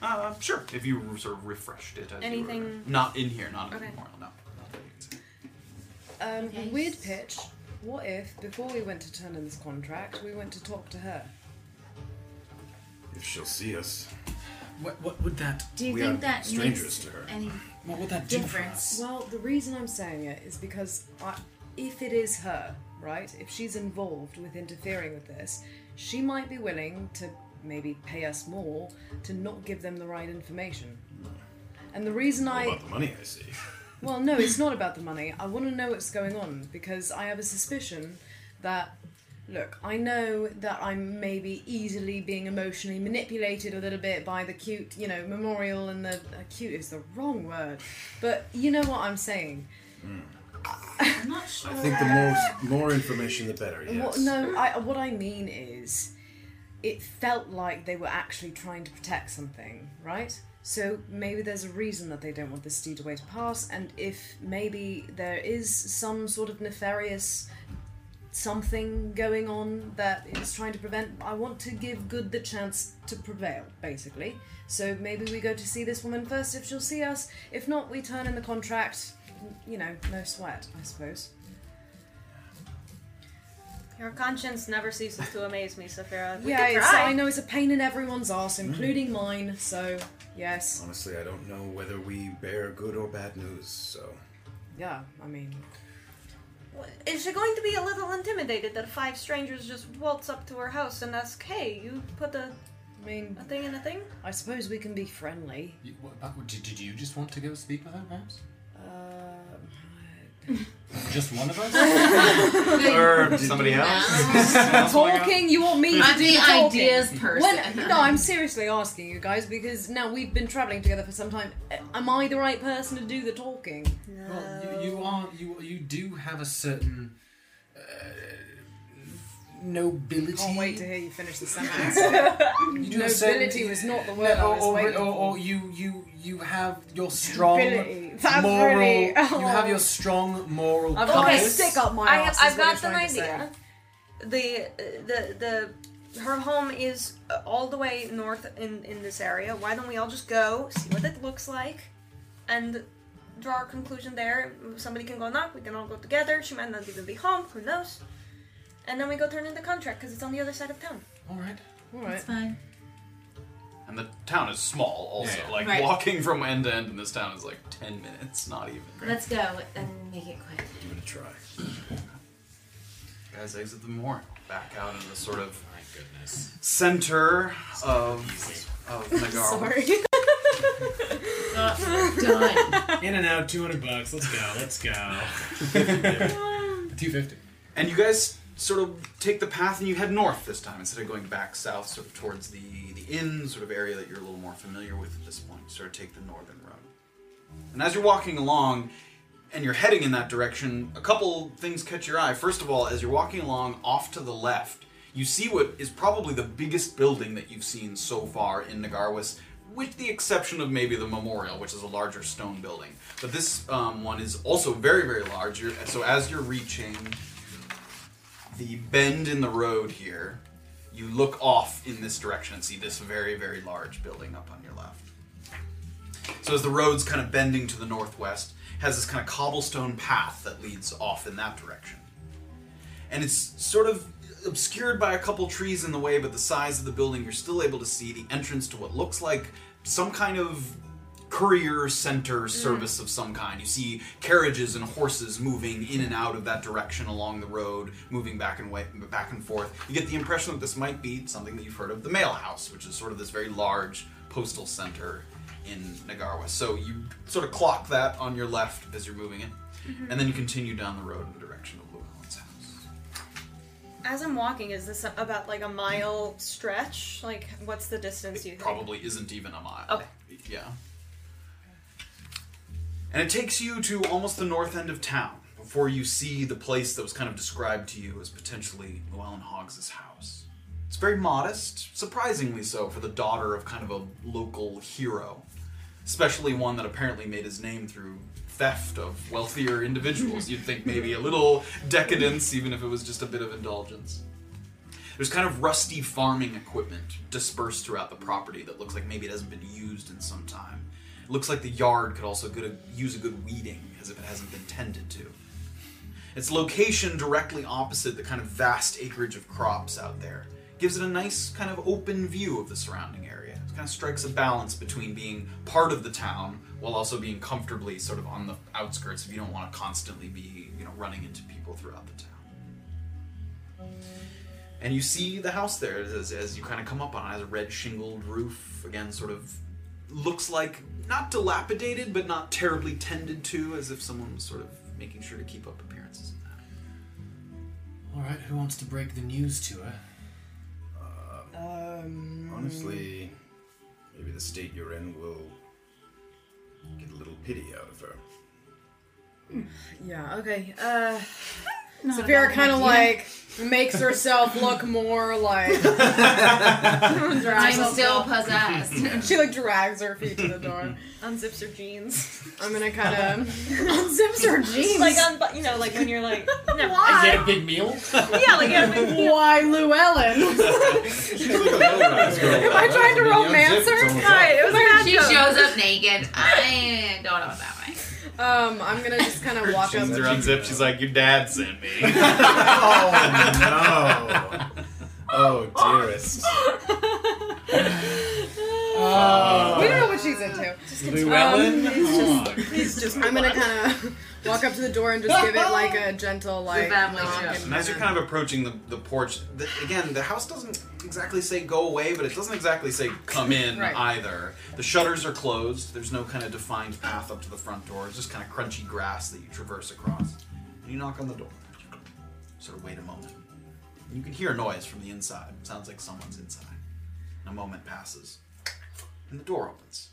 [SPEAKER 2] Uh, sure. If you sort of refreshed it. As you were-
[SPEAKER 5] Anything-
[SPEAKER 2] not in here, not in
[SPEAKER 5] Okay.
[SPEAKER 2] the memorial, no. Not that you can see.
[SPEAKER 7] Um,
[SPEAKER 3] Okay.
[SPEAKER 7] Weird pitch. What if, before we went to turn in this contract, we went to talk to her?
[SPEAKER 6] If she'll see us,
[SPEAKER 4] What, what would that
[SPEAKER 3] Do you
[SPEAKER 6] We
[SPEAKER 3] think
[SPEAKER 6] are
[SPEAKER 3] that
[SPEAKER 6] strangers
[SPEAKER 3] makes
[SPEAKER 6] to her.
[SPEAKER 3] any
[SPEAKER 4] what would that do for
[SPEAKER 3] difference?
[SPEAKER 4] us?
[SPEAKER 7] Well, the reason I'm saying it is because I, if it is her, right, if she's involved with interfering with this, she might be willing to maybe pay us more to not give them the right information. And the reason
[SPEAKER 6] What
[SPEAKER 7] I.
[SPEAKER 6] about the money I see.
[SPEAKER 7] Well, no, it's not about the money. I want to know what's going on because I have a suspicion that. Look, I know that I'm maybe easily being emotionally manipulated a little bit by the cute, you know, memorial and the. Uh, cute is the wrong word. But you know what I'm saying.
[SPEAKER 3] I'm not sure.
[SPEAKER 6] I think the more more information, the better. Yes.
[SPEAKER 7] What, no, I, what I mean is, it felt like they were actually trying to protect something, right? So maybe there's a reason that they don't want this deed away to pass, and if maybe there is some sort of nefarious something going on that is trying to prevent, I want to give good the chance to prevail, basically. So maybe we go to see this woman first if she'll see us. If not, we turn in the contract.
[SPEAKER 8] you know, no sweat, I suppose.
[SPEAKER 5] Your conscience never ceases to amaze me, Saphira. We
[SPEAKER 8] yeah,
[SPEAKER 5] could
[SPEAKER 8] it's,
[SPEAKER 5] try.
[SPEAKER 8] I know it's a pain in everyone's ass, including mine. So yes,
[SPEAKER 6] Honestly, I don't know whether we bear good or bad news, so.
[SPEAKER 8] yeah. I mean,
[SPEAKER 5] Is she going to be a little intimidated that five strangers just waltz up to her house and ask, "Hey, you put a,
[SPEAKER 8] I mean,
[SPEAKER 5] a thing in a thing"?
[SPEAKER 8] I suppose we can be friendly.
[SPEAKER 4] You- what- uh, Did, did you just want to go speak with her, perhaps?
[SPEAKER 8] Uh,
[SPEAKER 4] Just one of us?
[SPEAKER 2] Or somebody else?
[SPEAKER 8] Talking? You want me to
[SPEAKER 3] I'm
[SPEAKER 8] do the
[SPEAKER 3] the
[SPEAKER 8] talking?
[SPEAKER 3] ideas person.
[SPEAKER 8] When, no, I'm seriously asking you guys because now we've been traveling together for some time. Am I the right person to do the talking?
[SPEAKER 4] Well, you, you are. You you do have a certain uh, nobility.
[SPEAKER 8] Can't wait to hear you finish the sentence.
[SPEAKER 4] You do have a certain-
[SPEAKER 8] Nobility was not the word I
[SPEAKER 4] or,
[SPEAKER 8] was
[SPEAKER 4] or,
[SPEAKER 8] waiting
[SPEAKER 4] or,
[SPEAKER 8] for.
[SPEAKER 4] or you you you have your strong
[SPEAKER 8] Ability. That's
[SPEAKER 4] moral.
[SPEAKER 8] really-
[SPEAKER 4] You have your strong moral.
[SPEAKER 8] I've got my
[SPEAKER 5] Okay.
[SPEAKER 4] compass.
[SPEAKER 8] stick up my
[SPEAKER 5] I
[SPEAKER 8] ass. is
[SPEAKER 5] have, I've
[SPEAKER 8] what I'm
[SPEAKER 5] got an
[SPEAKER 8] trying to say.
[SPEAKER 5] idea. The the the her home is uh, all the way north in in this area. Why don't we all just go see what it looks like, and draw our conclusion there? Somebody can go knock. We can all go together. She might not even be home. Who knows? And then we go turn in the contract because it's on the other side of town.
[SPEAKER 4] All right.
[SPEAKER 8] All right.
[SPEAKER 3] It's fine.
[SPEAKER 2] And the town is small, also.
[SPEAKER 4] Yeah.
[SPEAKER 2] Like,
[SPEAKER 3] Right.
[SPEAKER 2] walking from end to end in this town is like 10 minutes, not even.
[SPEAKER 3] Let's go and make it quick.
[SPEAKER 2] Give it a try. Guys, exit the moor. Back out into the sort of
[SPEAKER 4] My goodness.
[SPEAKER 2] center of, of Nagar.
[SPEAKER 3] Done.
[SPEAKER 4] In and out. Two hundred bucks. Let's go. Let's go. Two fifty.
[SPEAKER 2] And you guys sort of take the path and you head north this time instead of going back south, sort of towards the, the inn sort of area that you're a little more familiar with at this point. You sort of take the northern road. And as you're walking along and you're heading in that direction, a couple things catch your eye. First of all, as you're walking along off to the left, you see what is probably the biggest building that you've seen so far in Nagarwis, with the exception of maybe the memorial, which is a larger stone building. But this um, one is also very, very large. You're, so as you're reaching the bend in the road here, you look off in this direction and see this very, very large building up on your left. So as the road's kind of bending to the northwest, has this kind of cobblestone path that leads off in that direction. And it's sort of obscured by a couple trees in the way, but the size of the building, you're still able to see the entrance to what looks like some kind of courier center service of some kind. You see carriages and horses moving in and out of that direction along the road, moving back and way, back and forth. You get the impression that this might be something that you've heard of the mail house, which is sort of this very large postal center in Nagarwa. So you sort of clock that on your left as you're moving it, and then you continue down the road in the direction of Llewellyn's house.
[SPEAKER 5] As I'm walking, is this about like a mile stretch? Like, what's the distance you think?
[SPEAKER 2] probably isn't even a mile.
[SPEAKER 5] Okay.
[SPEAKER 2] Yeah. And it takes you to almost the north end of town before you see the place that was kind of described to you as potentially Llewellyn Hoggs's house. It's very modest, surprisingly so, for the daughter of kind of a local hero, especially one that apparently made his name through theft of wealthier individuals. You'd think maybe a little decadence, even if it was just a bit of indulgence. There's kind of rusty farming equipment dispersed throughout the property that looks like maybe it hasn't been used in some time. It looks like the yard could also good, use a good weeding, as if it hasn't been tended to. Its location directly opposite the kind of vast acreage of crops out there gives it a nice kind of open view of the surrounding area. It kind of strikes a balance between being part of the town while also being comfortably sort of on the outskirts if you don't want to constantly be, you know, running into people throughout the town and you see the house there as, as you kind of come up on it. it has a red shingled roof again sort of looks like not dilapidated but not terribly tended to as if someone was sort of making sure to keep up appearances and that
[SPEAKER 4] All right. Who wants to break the news to her?
[SPEAKER 6] Honestly, maybe the state you're in will get a little pity out of her.
[SPEAKER 8] Yeah. Okay. Uh,
[SPEAKER 3] Not a
[SPEAKER 8] Vera
[SPEAKER 3] bad
[SPEAKER 8] kind of
[SPEAKER 3] idea.
[SPEAKER 8] like makes herself look more like. drags
[SPEAKER 3] I'm still
[SPEAKER 8] herself-
[SPEAKER 3] possessed.
[SPEAKER 8] She like drags her feet to the door.
[SPEAKER 5] Unzips her jeans.
[SPEAKER 8] I'm gonna kind of unzips her jeans.
[SPEAKER 5] like, unbu- you know, like when you're like, never mind.
[SPEAKER 4] Is it a big meal?
[SPEAKER 5] yeah, like yeah, like, yeah.
[SPEAKER 8] Why, Llewellyn? Am I trying to romance her?
[SPEAKER 3] She shows up naked. I don't know about that way.
[SPEAKER 7] Um, I'm gonna just kind of walk up.
[SPEAKER 2] Jeans are unzipped. She's like, "Your dad sent me."
[SPEAKER 6] Oh no! Oh dearest.
[SPEAKER 8] Oh.
[SPEAKER 7] We don't know what she's into.
[SPEAKER 2] Llewellyn.
[SPEAKER 7] Um, I'm gonna kind of walk up to the door and just give it like a gentle like.
[SPEAKER 3] family
[SPEAKER 7] knock
[SPEAKER 3] joke.
[SPEAKER 2] And as you're kind of approaching the, the porch, the, again, the house doesn't exactly say go away, but it doesn't exactly say come in
[SPEAKER 7] Right.
[SPEAKER 2] either. The shutters are closed. There's no kind of defined path up to the front door. It's just kind of crunchy grass that you traverse across. And you knock on the door. Sort of wait a moment. And you can hear a noise from the inside. sounds like someone's inside. And a moment passes. And the door opens.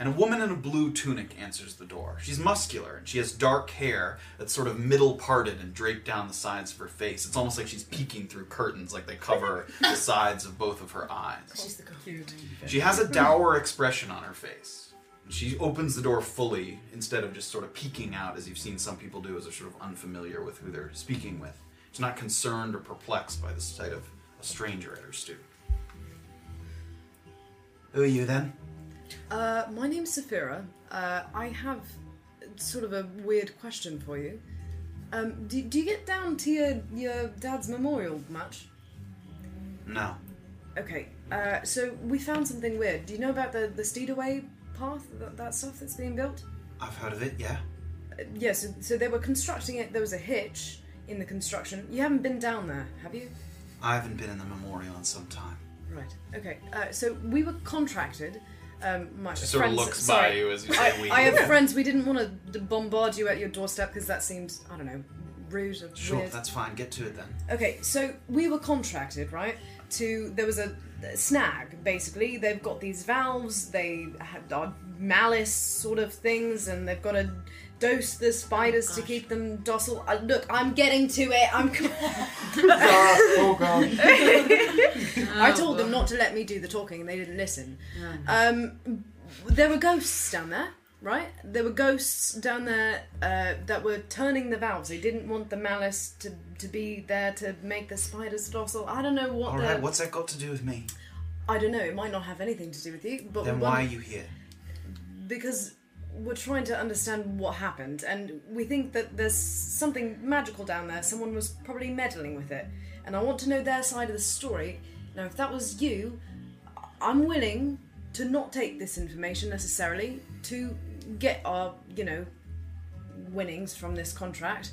[SPEAKER 2] And a woman in a blue tunic answers the door. She's muscular and she has dark hair that's sort of middle parted and draped down the sides of her face. It's almost like she's peeking through curtains, like they cover the sides of both of her eyes. She has a dour expression on her face. And She opens the door fully instead of just sort of peeking out, as you've seen some people do, as they're sort of unfamiliar with who they're speaking with. She's not concerned or perplexed by the sight of a stranger at her stoop. Who are you then?
[SPEAKER 7] Uh, my name's Safira. Uh, I have sort of a weird question for you. Um, do, do you get down to your, your dad's memorial much?
[SPEAKER 2] No.
[SPEAKER 7] Okay, uh, so we found something weird. Do you know about the, the Steedaway path, that, that stuff that's being built?
[SPEAKER 2] I've heard of it, yeah.
[SPEAKER 7] Uh, yeah, so, so they were constructing it, there was a hitch in the construction. You haven't been down there, have you?
[SPEAKER 2] I haven't been in the memorial in some time.
[SPEAKER 7] Right, okay. Uh, so we were contracted. Um, my
[SPEAKER 2] sort of
[SPEAKER 7] friends-
[SPEAKER 2] looks
[SPEAKER 7] sorry.
[SPEAKER 2] by you as you say
[SPEAKER 7] I,
[SPEAKER 2] we.
[SPEAKER 7] I have friends. We didn't want to bombard you at your doorstep because that seems, I don't know, rude or
[SPEAKER 2] Sure,
[SPEAKER 7] weird.
[SPEAKER 2] that's fine. Get to it then.
[SPEAKER 7] Okay, so we were contracted, right? To there was a, a snag. Basically, they've got these valves. They have, are malice sort of things, and they've got to dose the spiders to keep them docile. Uh, look, I'm getting to it. I'm.
[SPEAKER 6] Oh god.
[SPEAKER 2] Oh,
[SPEAKER 7] I told them not to let me do the talking, and they didn't listen. Um, there were ghosts down there, right? There were ghosts down there uh, that were turning the valves. They didn't want the malice to, to be there to make the spiders docile. I don't know what.
[SPEAKER 2] All
[SPEAKER 7] the-
[SPEAKER 2] right, what's that got to do with me?
[SPEAKER 7] I don't know. It might not have anything to do with you, but
[SPEAKER 2] Then
[SPEAKER 7] one-
[SPEAKER 2] why are you here?
[SPEAKER 7] because we're trying to understand what happened, and we think that there's something magical down there. Someone was probably meddling with it, and I want to know their side of the story. Now, if that was you, I- I'm willing to not take this information necessarily to get our, you know, winnings from this contract.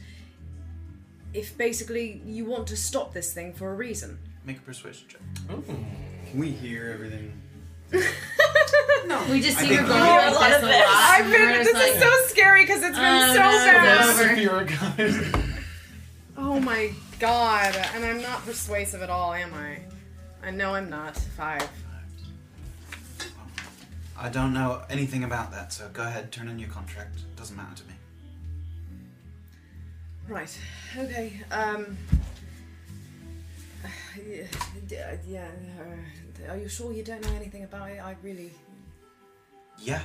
[SPEAKER 7] If basically you want to stop this thing for a reason.
[SPEAKER 2] Make a persuasion check.
[SPEAKER 6] Can we hear everything?
[SPEAKER 3] We just see
[SPEAKER 6] think
[SPEAKER 3] her going
[SPEAKER 6] you
[SPEAKER 5] know
[SPEAKER 3] like
[SPEAKER 5] a lot
[SPEAKER 3] this
[SPEAKER 5] of
[SPEAKER 3] a
[SPEAKER 5] this.
[SPEAKER 3] lot.
[SPEAKER 8] I've
[SPEAKER 3] and we're
[SPEAKER 8] been.
[SPEAKER 3] just
[SPEAKER 8] This
[SPEAKER 3] like,
[SPEAKER 8] is so scary because it's been
[SPEAKER 3] oh,
[SPEAKER 8] so
[SPEAKER 3] no, it's
[SPEAKER 8] bad.
[SPEAKER 3] over.
[SPEAKER 8] Oh my god. And I'm not persuasive at all, am I? I know I'm not. Five.
[SPEAKER 2] I don't know anything about that, so go ahead, turn in your contract. Doesn't matter to me.
[SPEAKER 7] Right. Okay. Um. Yeah. d- yeah uh, are you sure you don't know anything about it? I really.
[SPEAKER 2] Yeah.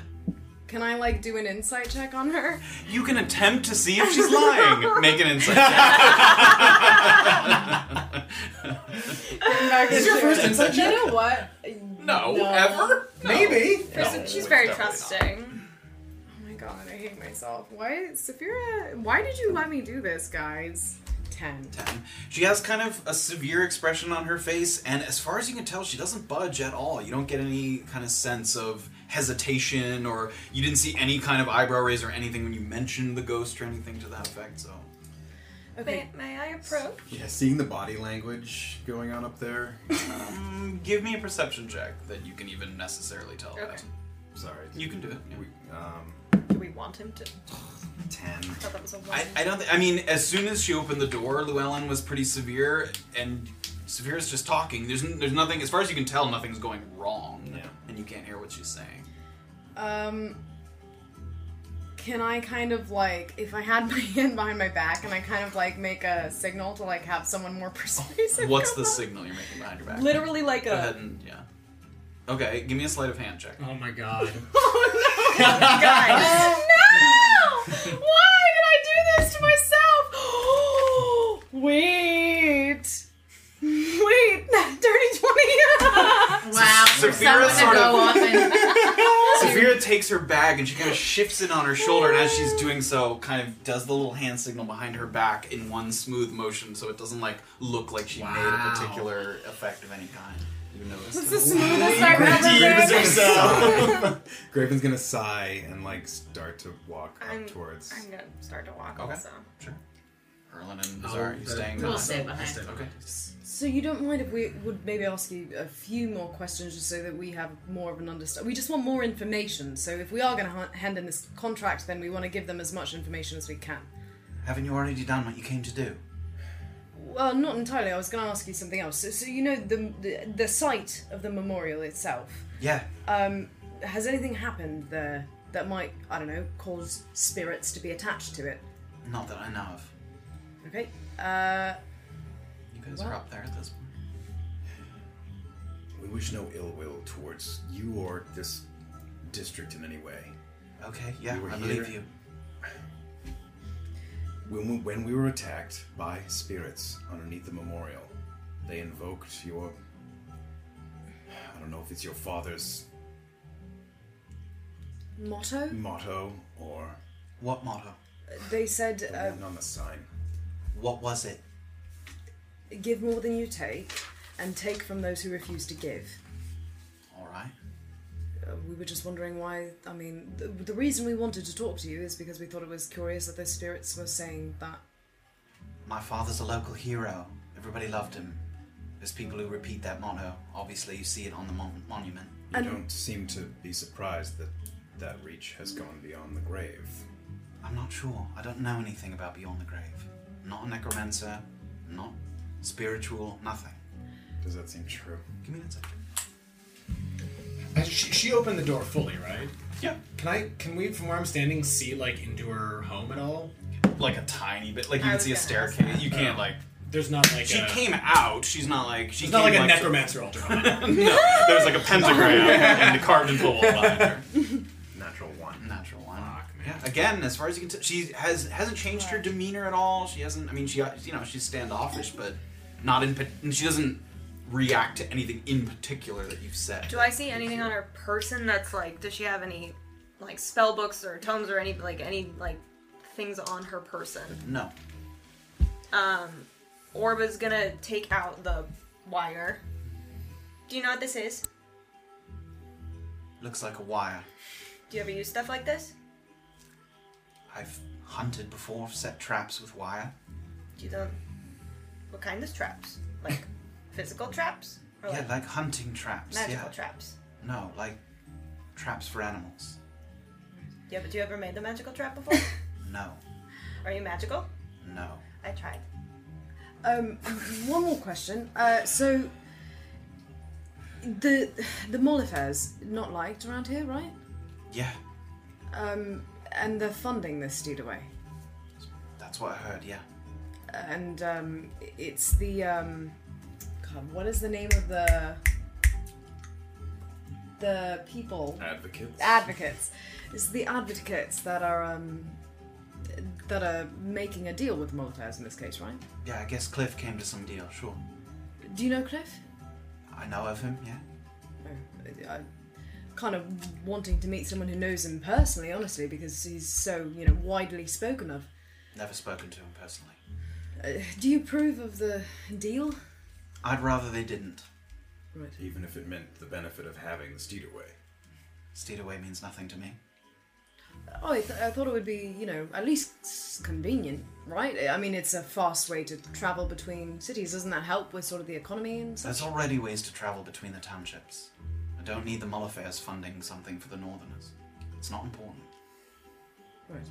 [SPEAKER 8] Can I like do an insight check on her?
[SPEAKER 2] You can attempt to see if she's lying. Make an insight check.
[SPEAKER 8] Is your first insight check? You know what? Oh
[SPEAKER 2] No, ever?
[SPEAKER 6] Maybe.
[SPEAKER 2] No,
[SPEAKER 5] She's
[SPEAKER 2] it's
[SPEAKER 5] very
[SPEAKER 2] definitely
[SPEAKER 5] trusting.
[SPEAKER 8] Oh my god, I hate myself. Why, Safira? Why did you let me do this, guys? Ten.
[SPEAKER 2] not. Ten. She has kind of a severe expression on her face, and as far as you can tell, she doesn't budge at all. You don't get any kind of sense of hesitation, or you didn't see any kind of eyebrow raise or anything when you mentioned the ghost or anything to that effect, so.
[SPEAKER 5] May, may I approach?
[SPEAKER 6] Yeah, seeing the body language going on up there.
[SPEAKER 2] Give me a perception check that you can even necessarily tell.
[SPEAKER 5] Okay.
[SPEAKER 2] That.
[SPEAKER 6] Sorry.
[SPEAKER 2] You can do it. yeah.
[SPEAKER 6] We, um,
[SPEAKER 5] Do we want him to? I
[SPEAKER 6] ten.
[SPEAKER 5] thought that was a one.
[SPEAKER 2] I, I don't. Th- I mean, as soon as she opened the door, Llewellyn was pretty severe, and Severa's just talking. There's n- there's nothing, as far as you can tell, nothing's going wrong.
[SPEAKER 6] Yeah.
[SPEAKER 2] And you can't hear what she's saying.
[SPEAKER 8] Um, can I kind of like, if I had my hand behind my back, and I kind of like make a signal to like have someone more persuasive?
[SPEAKER 2] What's
[SPEAKER 8] come
[SPEAKER 2] the
[SPEAKER 8] up?
[SPEAKER 2] signal you're making behind your back?
[SPEAKER 5] Literally like
[SPEAKER 2] Go ahead
[SPEAKER 5] a
[SPEAKER 2] and yeah. Okay, give me a sleight of hand check.
[SPEAKER 4] Oh my god.
[SPEAKER 5] guy.
[SPEAKER 8] Oh, No! Why did I do this to myself? Wait. Wait, dirty 20.
[SPEAKER 3] Wow, for
[SPEAKER 2] Saphira
[SPEAKER 3] someone to
[SPEAKER 2] sort
[SPEAKER 3] go
[SPEAKER 2] of-
[SPEAKER 3] off and
[SPEAKER 2] Severa takes her bag and she kind of shifts it on her shoulder, and as she's doing so, kind of does the little hand signal behind her back in one smooth motion, so it doesn't like look like she made a particular effect of any kind. You notice?
[SPEAKER 8] the smoothest I've ever
[SPEAKER 2] Redeems
[SPEAKER 8] been.
[SPEAKER 2] herself.
[SPEAKER 9] Graven's gonna sigh and like start to walk up
[SPEAKER 5] I'm-
[SPEAKER 9] towards.
[SPEAKER 5] I'm gonna start to walk
[SPEAKER 2] Okay.
[SPEAKER 5] also.
[SPEAKER 2] Erlen and Bizarre, are you staying?
[SPEAKER 3] We'll stay behind.
[SPEAKER 2] Okay.
[SPEAKER 7] So you don't mind if we would maybe ask you a few more questions just so that we have more of an understanding? We just want more information. So if we are going to ha- hand in this contract, then we want to give them as much information as we can.
[SPEAKER 2] Haven't you already done what you came to do?
[SPEAKER 7] Well, not entirely. I was going to ask you something else. So, so you know the, the the site of the memorial itself.
[SPEAKER 2] Yeah.
[SPEAKER 7] Um, has anything happened there that might I don't know cause spirits to be attached to it?
[SPEAKER 2] Not that I know of.
[SPEAKER 7] Okay. Uh,
[SPEAKER 2] You guys are
[SPEAKER 7] Well-
[SPEAKER 2] up there at this point.
[SPEAKER 9] We wish no ill will towards you or this district in any way.
[SPEAKER 2] Okay. Yeah,
[SPEAKER 9] were
[SPEAKER 2] I
[SPEAKER 9] here.
[SPEAKER 2] believe you.
[SPEAKER 9] When we, when we were attacked by spirits underneath the memorial, they invoked your. I don't know if it's your father's
[SPEAKER 7] motto?
[SPEAKER 9] motto or.
[SPEAKER 2] What motto?
[SPEAKER 7] They said
[SPEAKER 9] The
[SPEAKER 7] uh,
[SPEAKER 9] one on the sign.
[SPEAKER 2] What was it?
[SPEAKER 7] give more than you take, and take from those who refuse to give.
[SPEAKER 2] All right.
[SPEAKER 7] Uh, we were just wondering why. I mean, the, the reason we wanted to talk to you is because we thought it was curious that those spirits were saying that.
[SPEAKER 2] My father's a local hero. Everybody loved him. There's people who repeat that motto. Obviously, you see it on the mon- monument.
[SPEAKER 9] You
[SPEAKER 7] And-
[SPEAKER 9] don't seem to be surprised that that reach has gone beyond the grave.
[SPEAKER 2] I'm not sure. I don't know anything about Beyond the Grave. I'm not a necromancer. I'm not spiritual. Nothing.
[SPEAKER 9] Does that seem true?
[SPEAKER 2] Give me that second.
[SPEAKER 4] Uh, She, she opened the door fully, right?
[SPEAKER 2] Yeah.
[SPEAKER 4] Can I? Can we, from where I'm standing, see like into her home at all?
[SPEAKER 2] Like a tiny bit. Like you
[SPEAKER 5] I
[SPEAKER 2] can
[SPEAKER 5] was
[SPEAKER 2] see a
[SPEAKER 5] gonna ask
[SPEAKER 2] staircase. You can't
[SPEAKER 4] Oh.
[SPEAKER 2] like.
[SPEAKER 4] There's not like
[SPEAKER 2] She
[SPEAKER 4] a,
[SPEAKER 2] came out. She's not like. She's
[SPEAKER 4] There's not like a necromancer altar on it.
[SPEAKER 2] No, there's like a pentagram and a carved into the wall behind her.
[SPEAKER 9] Natural one.
[SPEAKER 2] Natural one.
[SPEAKER 4] Fuck, man.
[SPEAKER 2] Yeah. Again, as far as you can tell, she has hasn't changed her demeanor at all. She hasn't. I mean, she you know she's standoffish, but not in. pa- and She doesn't react to anything in particular that you've said.
[SPEAKER 5] Do I see anything on her person that's like? Does she have any like spell books or tomes or any like any like things on her person?
[SPEAKER 2] No.
[SPEAKER 5] Um, Orba's gonna take out the wire. Do you know what this is?
[SPEAKER 2] Looks like a wire.
[SPEAKER 5] Do you ever use stuff like this?
[SPEAKER 2] I've hunted before, set traps with wire.
[SPEAKER 5] Do you don't? What kind of traps? Like physical traps or
[SPEAKER 2] Yeah,
[SPEAKER 5] like
[SPEAKER 2] like hunting traps.
[SPEAKER 5] magical
[SPEAKER 2] yeah.
[SPEAKER 5] traps?
[SPEAKER 2] No, like traps for animals.
[SPEAKER 5] Yeah, but you ever made the magical trap before?
[SPEAKER 2] No.
[SPEAKER 5] Are you magical?
[SPEAKER 2] No.
[SPEAKER 5] I tried.
[SPEAKER 7] Um, one more question. Uh, so the the Molifers not liked around here, right?
[SPEAKER 2] Yeah.
[SPEAKER 7] Um, and they're funding this steed away,
[SPEAKER 2] That's what I heard. Yeah.
[SPEAKER 7] and um, it's the um, God, what is the name of the the people
[SPEAKER 9] Advocates.
[SPEAKER 7] advocates? It's the advocates that are um, that are making a deal with the Molifers in this case, right?
[SPEAKER 2] Yeah. I guess Cliff came to some deal. Sure.
[SPEAKER 7] Do you know Cliff?
[SPEAKER 2] I know of him. Yeah.
[SPEAKER 7] I, I- kind of wanting to meet someone who knows him personally, honestly, because he's so you know widely spoken of.
[SPEAKER 2] Never spoken to him personally.
[SPEAKER 7] Uh, do you approve of the deal?
[SPEAKER 2] I'd rather they didn't.
[SPEAKER 9] Even if it meant the benefit of having the steed away.
[SPEAKER 2] Steered away means nothing to me.
[SPEAKER 7] Oh, I, th- I thought it would be you know at least s- convenient, right? I mean, it's a fast way to travel between cities. Doesn't that help with sort of the economy and such?
[SPEAKER 2] There's already ways to travel between the townships. I don't need the Mullifairs funding something for the Northerners. It's not important.
[SPEAKER 7] Right.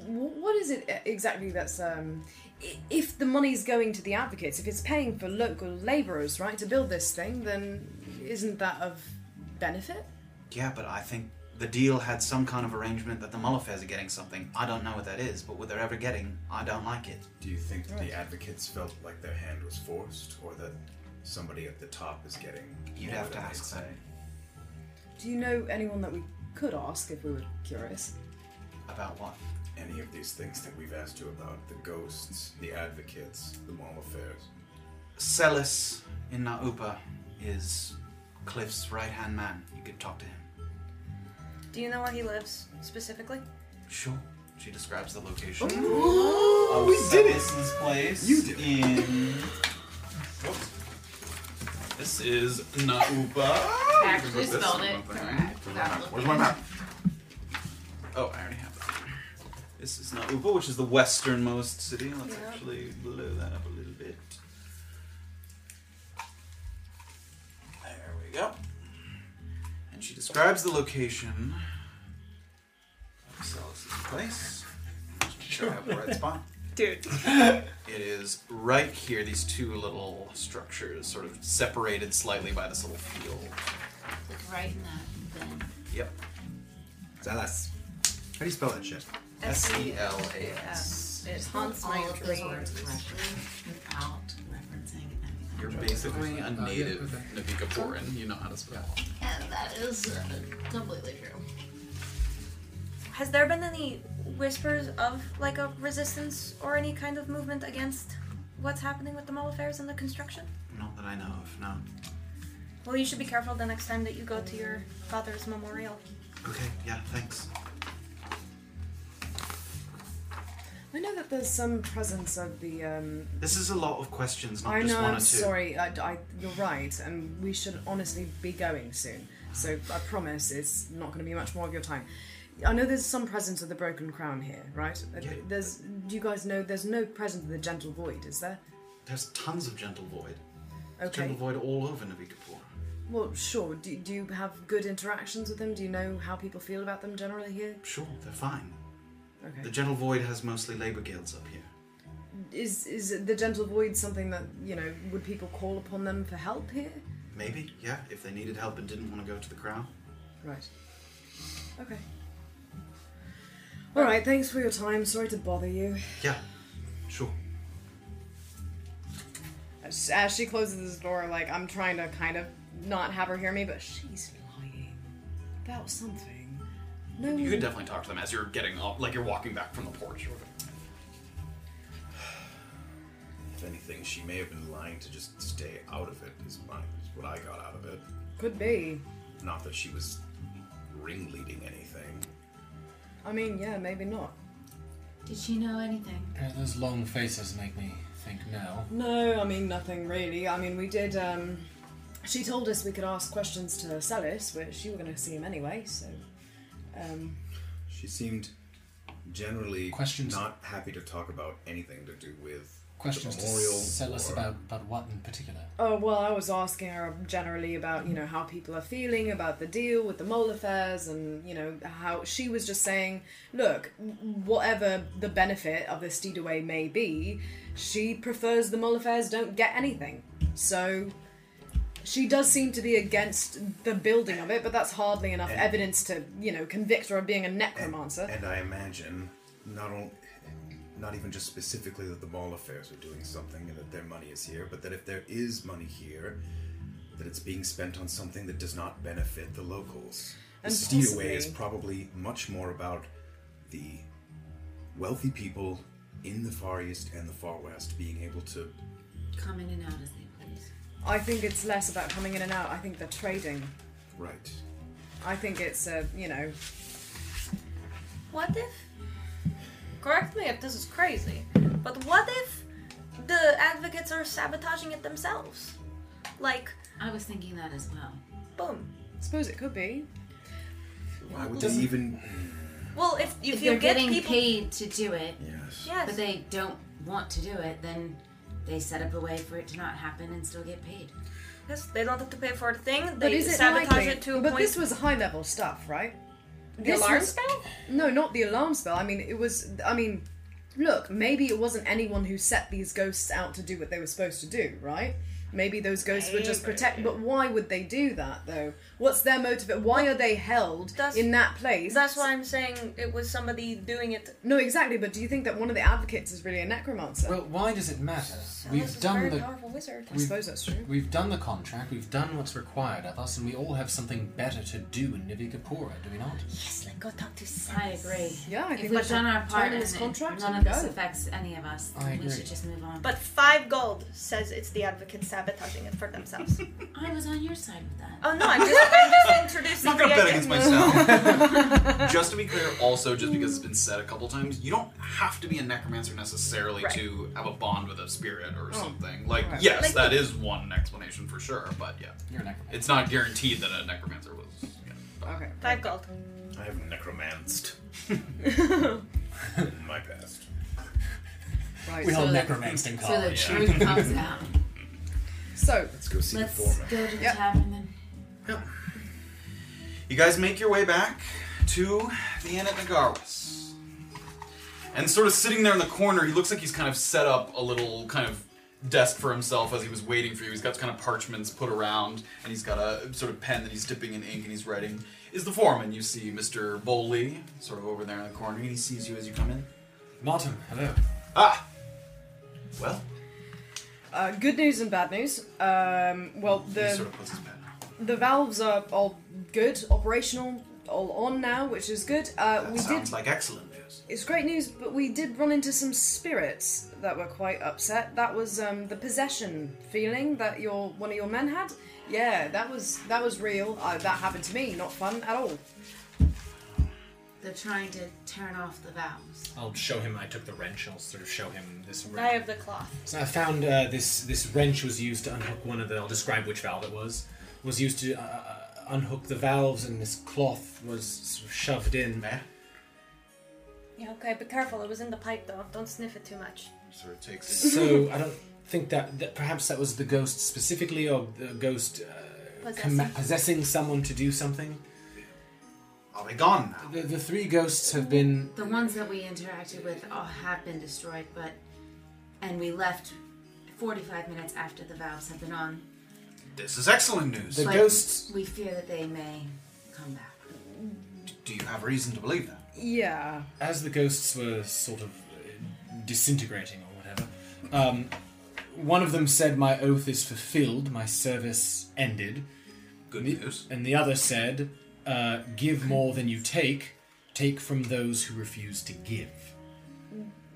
[SPEAKER 7] W- What is it e- exactly that's um, i- if the money's going to the advocates, if it's paying for local labourers, right, to build this thing, then isn't that of benefit?
[SPEAKER 2] Yeah, but I think the deal had some kind of arrangement that the Mullifairs are getting something. I don't know what that is, but what they're ever getting, I don't like it.
[SPEAKER 9] Do you think that the advocates felt like their hand was forced, or that somebody at the top is getting?
[SPEAKER 2] You'd
[SPEAKER 9] more
[SPEAKER 2] have to
[SPEAKER 9] than they
[SPEAKER 2] ask
[SPEAKER 9] say?
[SPEAKER 2] that.
[SPEAKER 7] Do you know anyone that we could ask if we were curious?
[SPEAKER 2] About what?
[SPEAKER 9] Any of these things that we've asked you about: the ghosts, the advocates, the mall affairs.
[SPEAKER 2] Celis in Naupa is Cliff's right hand man. You could talk to him.
[SPEAKER 5] Do you know where he lives specifically?
[SPEAKER 2] Sure. She describes the location of we did this place. You did in. Whoops. This is Naupa.
[SPEAKER 3] Actually spelled it correct. without
[SPEAKER 6] Where's my map?
[SPEAKER 2] Oh, I already have that. This is Naupa, which is the westernmost city. Let's actually blow that up a little bit. There we go. And she describes the location of Celis' place. Just make sure I have the right spot.
[SPEAKER 5] Dude.
[SPEAKER 2] It is right here, these two little structures, sort of separated slightly by this little field.
[SPEAKER 3] looking. Look right in that bin.
[SPEAKER 2] Yep.
[SPEAKER 6] Zealous. How do you spell that shit?
[SPEAKER 2] S E L A S.
[SPEAKER 5] It
[SPEAKER 3] Spelled
[SPEAKER 5] haunts my
[SPEAKER 3] all of those words correctly without referencing anything.
[SPEAKER 2] You're basically a native Navikaporan. You know how to spell.
[SPEAKER 3] And that is uh, completely true.
[SPEAKER 5] Has there been any whispers of like a resistance or any kind of movement against what's happening with the mall affairs and the construction?
[SPEAKER 2] Not that I know of, no.
[SPEAKER 5] Well, you should be careful the next time that you go to your father's memorial.
[SPEAKER 2] Okay, yeah, thanks.
[SPEAKER 7] I know that there's some presence of the. Um,
[SPEAKER 2] This is a lot of questions, not
[SPEAKER 7] I
[SPEAKER 2] just
[SPEAKER 7] know.
[SPEAKER 2] one
[SPEAKER 7] I'm
[SPEAKER 2] or two.
[SPEAKER 7] sorry. I, I, you're right, and we should honestly be going soon. So I promise it's not going to be much more of your time. I know there's some presence of the Broken Crown here, right? Uh,
[SPEAKER 2] Yeah.
[SPEAKER 7] There's. Do you guys know there's no presence of the Gentle Void, is there?
[SPEAKER 2] There's tons of Gentle Void.
[SPEAKER 7] Okay.
[SPEAKER 2] Gentle Void all over Navikaporan.
[SPEAKER 7] Well, sure. Do, do you have good interactions with them? Do you know how people feel about them generally here?
[SPEAKER 2] Sure, they're fine.
[SPEAKER 7] Okay.
[SPEAKER 2] The Gentle Void has mostly labor guilds up here.
[SPEAKER 7] Is is the gentle void something that you know? Would people call upon them for help here?
[SPEAKER 2] Maybe, yeah, if they needed help and didn't want to go to the crown.
[SPEAKER 7] Right. Okay. All right. Thanks for your time. Sorry to bother you.
[SPEAKER 2] Yeah, sure.
[SPEAKER 8] As as she closes this door, like I'm trying to kind of not have her hear me, but she's lying about something. No,
[SPEAKER 2] You can definitely talk to them as you're getting up, like you're walking back from the porch. Or whatever.
[SPEAKER 9] If anything, she may have been lying to just stay out of it, is, my, is what I got out of it.
[SPEAKER 7] Could be.
[SPEAKER 9] Not that she was ringleading anything.
[SPEAKER 7] I mean, yeah, maybe not.
[SPEAKER 3] Did she know anything?
[SPEAKER 4] those long faces make me think no.
[SPEAKER 7] No, I mean nothing really. I mean, we did. um... She told us we could ask questions to Celis, which you were going to see him anyway. So, um,
[SPEAKER 9] She seemed generally
[SPEAKER 4] Questions-
[SPEAKER 9] not happy to talk about anything to do with
[SPEAKER 4] Questions
[SPEAKER 9] the
[SPEAKER 4] to
[SPEAKER 9] memorial
[SPEAKER 4] sell us
[SPEAKER 9] or-
[SPEAKER 4] about, about what in particular?
[SPEAKER 7] Oh, well, I was asking her generally about, you know, how people are feeling about the deal with the mole affairs and, you know, how she was just saying, look, whatever the benefit of this deed away may be, she prefers the mole affairs don't get anything. So she does seem to be against the building of it, but that's hardly enough evidence to, you know, convict her of being a necromancer.
[SPEAKER 9] And I imagine not only, not even just specifically that the mall affairs are doing something and that their money is here, but that if there is money here, that it's being spent on something that does not benefit the locals. The
[SPEAKER 7] And
[SPEAKER 9] steed away is
[SPEAKER 7] possibly-
[SPEAKER 9] probably much more about the wealthy people in the Far East and the Far West being able to.
[SPEAKER 3] Come in and out as they please.
[SPEAKER 7] I think it's less about coming in and out. I think they're trading.
[SPEAKER 9] Right.
[SPEAKER 7] I think it's a, you know,
[SPEAKER 5] What if? Correct me if this is crazy, but what if the advocates are sabotaging it themselves? Like,
[SPEAKER 3] I was thinking that as well.
[SPEAKER 5] boom.
[SPEAKER 7] suppose it could be.
[SPEAKER 9] Why would they even.
[SPEAKER 5] Well, if if,
[SPEAKER 3] If
[SPEAKER 5] you
[SPEAKER 3] you're
[SPEAKER 5] get
[SPEAKER 3] getting
[SPEAKER 5] people,
[SPEAKER 3] paid to do it,
[SPEAKER 9] Yes.
[SPEAKER 5] yes,
[SPEAKER 3] but they don't want to do it, then they set up a way for it to not happen and still get paid.
[SPEAKER 5] yes, they don't have to pay for a thing. They
[SPEAKER 7] But is it
[SPEAKER 5] sabotage
[SPEAKER 7] likely?
[SPEAKER 5] it to a
[SPEAKER 7] but
[SPEAKER 5] point.
[SPEAKER 7] this was high level stuff, right?
[SPEAKER 5] the
[SPEAKER 7] this
[SPEAKER 5] alarm
[SPEAKER 7] was-
[SPEAKER 5] spell.
[SPEAKER 7] No, not the alarm spell. I mean, it was. I mean, look, maybe it wasn't anyone who set these ghosts out to do what they were supposed to do, right? Maybe those ghosts were just protect. But why would they do that though? What's their motive? Why are they held
[SPEAKER 5] That's-
[SPEAKER 7] in that place?
[SPEAKER 5] That's why I'm saying it was somebody doing it.
[SPEAKER 7] No, exactly. But do you think that one of the advocates is really a necromancer?
[SPEAKER 4] Well, why does it matter?
[SPEAKER 5] this
[SPEAKER 4] We've
[SPEAKER 5] is a
[SPEAKER 4] done
[SPEAKER 5] very
[SPEAKER 4] the
[SPEAKER 5] powerful wizard.
[SPEAKER 7] I suppose that's true.
[SPEAKER 4] we've done the contract. We've done what's required of us, and we all have something better to do in Nivikapura, do we not?
[SPEAKER 5] Yes, like go talk to. Sam.
[SPEAKER 3] I agree.
[SPEAKER 7] Yeah, I
[SPEAKER 3] If
[SPEAKER 7] think
[SPEAKER 3] we've
[SPEAKER 7] that's
[SPEAKER 3] done our part and
[SPEAKER 7] this
[SPEAKER 3] it-
[SPEAKER 7] contract
[SPEAKER 3] none
[SPEAKER 7] and
[SPEAKER 3] of this
[SPEAKER 7] go.
[SPEAKER 3] affects any of us,
[SPEAKER 4] I
[SPEAKER 3] then we
[SPEAKER 4] agree.
[SPEAKER 3] should just move on.
[SPEAKER 5] But five gold says it's the advocate's sabotaging it for themselves.
[SPEAKER 3] I was on your side with that.
[SPEAKER 5] oh no, I'm just, I'm just introducing
[SPEAKER 2] I'm not gonna
[SPEAKER 5] the
[SPEAKER 2] bet
[SPEAKER 5] idea.
[SPEAKER 2] against myself. just to be clear, also just because it's been said a couple times, you don't have to be a necromancer necessarily
[SPEAKER 5] Right.
[SPEAKER 2] to have a bond with a spirit or something. Like, yes,
[SPEAKER 5] Like
[SPEAKER 2] that
[SPEAKER 5] the-
[SPEAKER 2] is one explanation for sure, but yeah,
[SPEAKER 4] You're a necromancer.
[SPEAKER 2] it's not guaranteed that a necromancer was. Yeah.
[SPEAKER 7] Okay.
[SPEAKER 5] Five gold.
[SPEAKER 9] I have necromanced in my past.
[SPEAKER 7] Right.
[SPEAKER 4] We all
[SPEAKER 7] So,
[SPEAKER 4] necromanced in
[SPEAKER 3] So the
[SPEAKER 4] college.
[SPEAKER 3] truth comes out.
[SPEAKER 7] so
[SPEAKER 9] Let's go see
[SPEAKER 3] Let's
[SPEAKER 9] the foreman.
[SPEAKER 3] go to the
[SPEAKER 7] Yep.
[SPEAKER 3] tavern then.
[SPEAKER 2] You guys make your way back to the inn at Nagarwis. And sort of sitting there in the corner, he looks like he's kind of set up a little kind of desk for himself as he was waiting for you. He's got kind of parchments put around, and he's got a sort of pen that he's dipping in ink and he's writing. Is the foreman. You see Mr. Bowley sort of over there in the corner, and he sees you as you come in.
[SPEAKER 4] Martin, hello.
[SPEAKER 2] Ah! Well,
[SPEAKER 7] uh, good news and bad news. Um, well,
[SPEAKER 2] he
[SPEAKER 7] the
[SPEAKER 2] sort of puts his pen down.
[SPEAKER 7] the valves are all good, operational, all on now, which is good. Uh, we did.
[SPEAKER 2] Sounds like excellent news.
[SPEAKER 7] It's great news, but we did run into some spirits that were quite upset. That was um, the possession feeling that your one of your men had. Yeah, that was that was real. Uh, that happened to me. Not fun at all.
[SPEAKER 3] They're trying to turn off the valves.
[SPEAKER 4] I'll show him. I took the wrench. I'll sort of show him this wrench.
[SPEAKER 5] I have the cloth.
[SPEAKER 4] So I found uh, this this wrench was used to unhook one of the. I'll describe which valve it was. Was used to uh, uh, unhook the valves, and this cloth was sort of shoved in.
[SPEAKER 2] Man,
[SPEAKER 5] Yeah, okay, be careful. It was in the pipe though. Don't sniff it too much.
[SPEAKER 2] sort of takes it.
[SPEAKER 4] So I don't think that, that perhaps that was the ghost specifically, or the ghost uh,
[SPEAKER 5] Possessing.
[SPEAKER 4] comm- possessing someone to do something.
[SPEAKER 2] Are they gone now?
[SPEAKER 4] The, the three ghosts have been.
[SPEAKER 3] The ones that we interacted with all have been destroyed, but and we left 45 minutes after the valves have been on.
[SPEAKER 2] This is excellent news.
[SPEAKER 4] The
[SPEAKER 3] but
[SPEAKER 4] ghosts.
[SPEAKER 3] We fear that they may come back.
[SPEAKER 2] Do you have reason to believe that?
[SPEAKER 7] Yeah.
[SPEAKER 4] as the ghosts were sort of uh, disintegrating or whatever, um, one of them said, "My oath is fulfilled. My service ended."
[SPEAKER 2] Good
[SPEAKER 4] The-
[SPEAKER 2] news.
[SPEAKER 4] And the other said, uh, "Give more than you take. Take from those who refuse to give."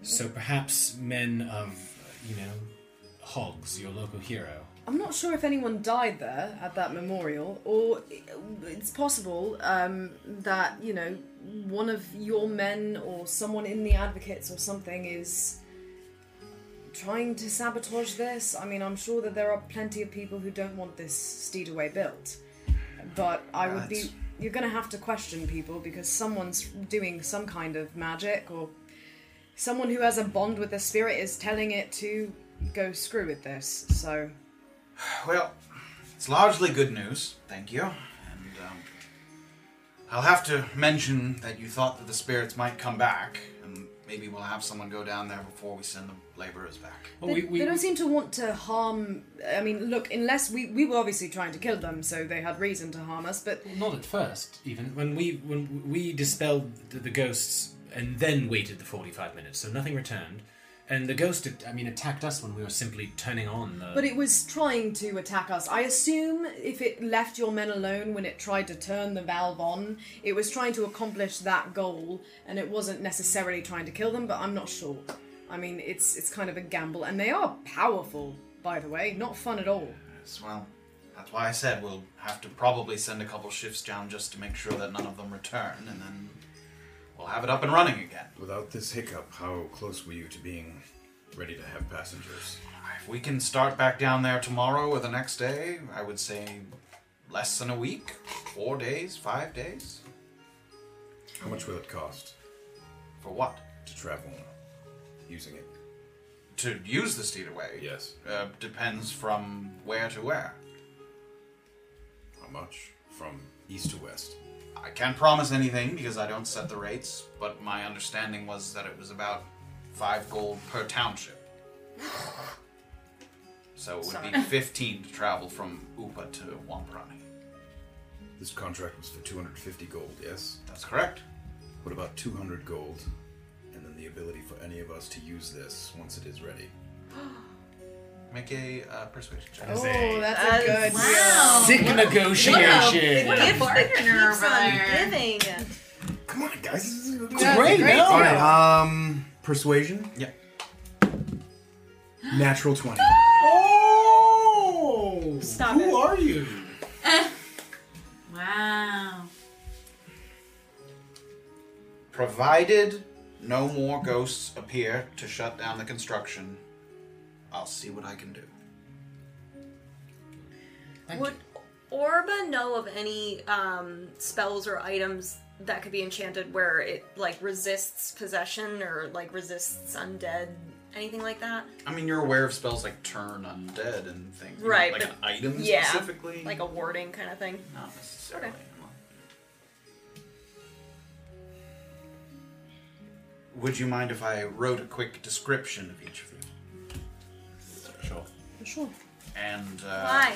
[SPEAKER 4] So perhaps men of, you know, Hogs, your local hero.
[SPEAKER 7] I'm not sure if anyone died there at that memorial, or it's possible um, that you know one of your men or someone in the advocates or something is trying to sabotage this. I mean, I'm sure that there are plenty of people who don't want this Steedaway built, but I would be.
[SPEAKER 2] That's-
[SPEAKER 7] You're going to have to question people because someone's doing some kind of magic, or someone who has a bond with the spirit is telling it to go screw with this. So.
[SPEAKER 2] Well, it's largely good news. Thank you. And um, I'll have to mention that you thought that the spirits might come back, and maybe we'll have someone go down there before we send the laborers back.
[SPEAKER 4] Oh,
[SPEAKER 7] They,
[SPEAKER 4] we, we,
[SPEAKER 7] they don't seem to want to harm. I mean, look, unless we we were obviously trying to kill them, so they had reason to harm us. But
[SPEAKER 4] not at first, even when we when we dispelled the, the ghosts and then waited the forty-five minutes, so nothing returned. And the ghost, I mean, attacked us when we were simply turning on the.
[SPEAKER 7] but it was trying to attack us. I assume if it left your men alone when it tried to turn the valve on, it was trying to accomplish that goal, and it wasn't necessarily trying to kill them. But I'm not sure. I mean, it's it's kind of a gamble, and they are powerful, by the way. Not fun at all.
[SPEAKER 2] Yes, well, that's why I said we'll have to probably send a couple shifts down just to make sure that none of them return, and then we'll have it up and running again.
[SPEAKER 9] Without this hiccup, how close were you to being ready to have passengers?
[SPEAKER 2] If we can start back down there tomorrow or the next day, I would say less than a week, four days, five days.
[SPEAKER 9] How much will it cost
[SPEAKER 2] For what?
[SPEAKER 9] to travel using it?
[SPEAKER 2] To use the Steedaway?
[SPEAKER 9] Yes.
[SPEAKER 2] Uh, depends from where to where.
[SPEAKER 9] How much? From east to west.
[SPEAKER 2] I can't promise anything because I don't set the rates, but my understanding was that it was about five gold per township. So it would be 15 to travel from Upa to Wamprani.
[SPEAKER 9] This contract was for 250 gold, yes?
[SPEAKER 2] That's correct.
[SPEAKER 9] What about 200 gold? And then the ability for any of us to use this once it is ready.
[SPEAKER 2] Make a uh, persuasion check.
[SPEAKER 7] Oh,
[SPEAKER 4] Uh,
[SPEAKER 7] that's a good.
[SPEAKER 3] Wow!
[SPEAKER 4] Sick negotiation.
[SPEAKER 5] What a bargainer
[SPEAKER 3] keeps on
[SPEAKER 5] giving.
[SPEAKER 9] Come on, guys!
[SPEAKER 7] That's a
[SPEAKER 4] Great, no?
[SPEAKER 7] deal.
[SPEAKER 6] Alright, um, persuasion?
[SPEAKER 2] Yeah.
[SPEAKER 6] Natural 20.
[SPEAKER 5] Stop
[SPEAKER 15] Who
[SPEAKER 5] it.
[SPEAKER 15] are you?
[SPEAKER 3] Wow.
[SPEAKER 2] Provided no more ghosts appear to shut down the construction, I'll see what I can do.
[SPEAKER 5] Would Orba know of any um, spells or items that could be enchanted where it like resists possession or like resists undead, anything like that?
[SPEAKER 2] I mean, you're aware of spells like turn undead and things, you know,
[SPEAKER 5] Right,
[SPEAKER 2] Like
[SPEAKER 5] but-
[SPEAKER 2] an item
[SPEAKER 5] yeah,
[SPEAKER 2] specifically,
[SPEAKER 5] like a warding kind of thing.
[SPEAKER 2] not necessarily.
[SPEAKER 5] Okay.
[SPEAKER 2] Would you mind if I wrote a quick description of each of you?
[SPEAKER 4] Sure.
[SPEAKER 8] Sure.
[SPEAKER 2] And uh,
[SPEAKER 5] Why?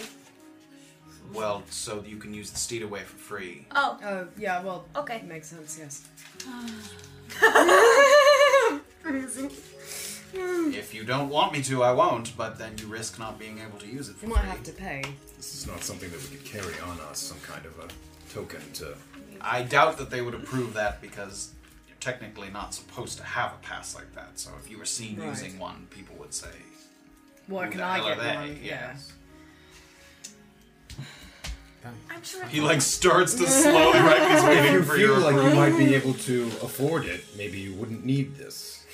[SPEAKER 2] Well, so you can use the steed away for free.
[SPEAKER 5] Oh,
[SPEAKER 7] Oh, yeah, well,
[SPEAKER 5] okay.
[SPEAKER 7] makes sense, yes.
[SPEAKER 5] Mm.
[SPEAKER 2] If you don't want me to, I won't. But then you risk not being able to use it for
[SPEAKER 7] You might
[SPEAKER 2] free.
[SPEAKER 7] have to pay.
[SPEAKER 9] This is not something that we could carry on us, some kind of a token to.
[SPEAKER 2] I doubt that they would approve that because you're technically not supposed to have a pass like that. So if you were seen
[SPEAKER 7] Right.
[SPEAKER 2] using one, people would say,
[SPEAKER 7] Where
[SPEAKER 2] "Who
[SPEAKER 7] can
[SPEAKER 2] the
[SPEAKER 7] I
[SPEAKER 2] hell are
[SPEAKER 7] get
[SPEAKER 2] they?"
[SPEAKER 7] one? Yeah.
[SPEAKER 2] Yes.
[SPEAKER 5] I'm sure.
[SPEAKER 2] He like starts to slowly write these
[SPEAKER 9] If you
[SPEAKER 2] waiting for
[SPEAKER 9] feel
[SPEAKER 2] your
[SPEAKER 9] like you might be able to afford it, maybe you wouldn't need this.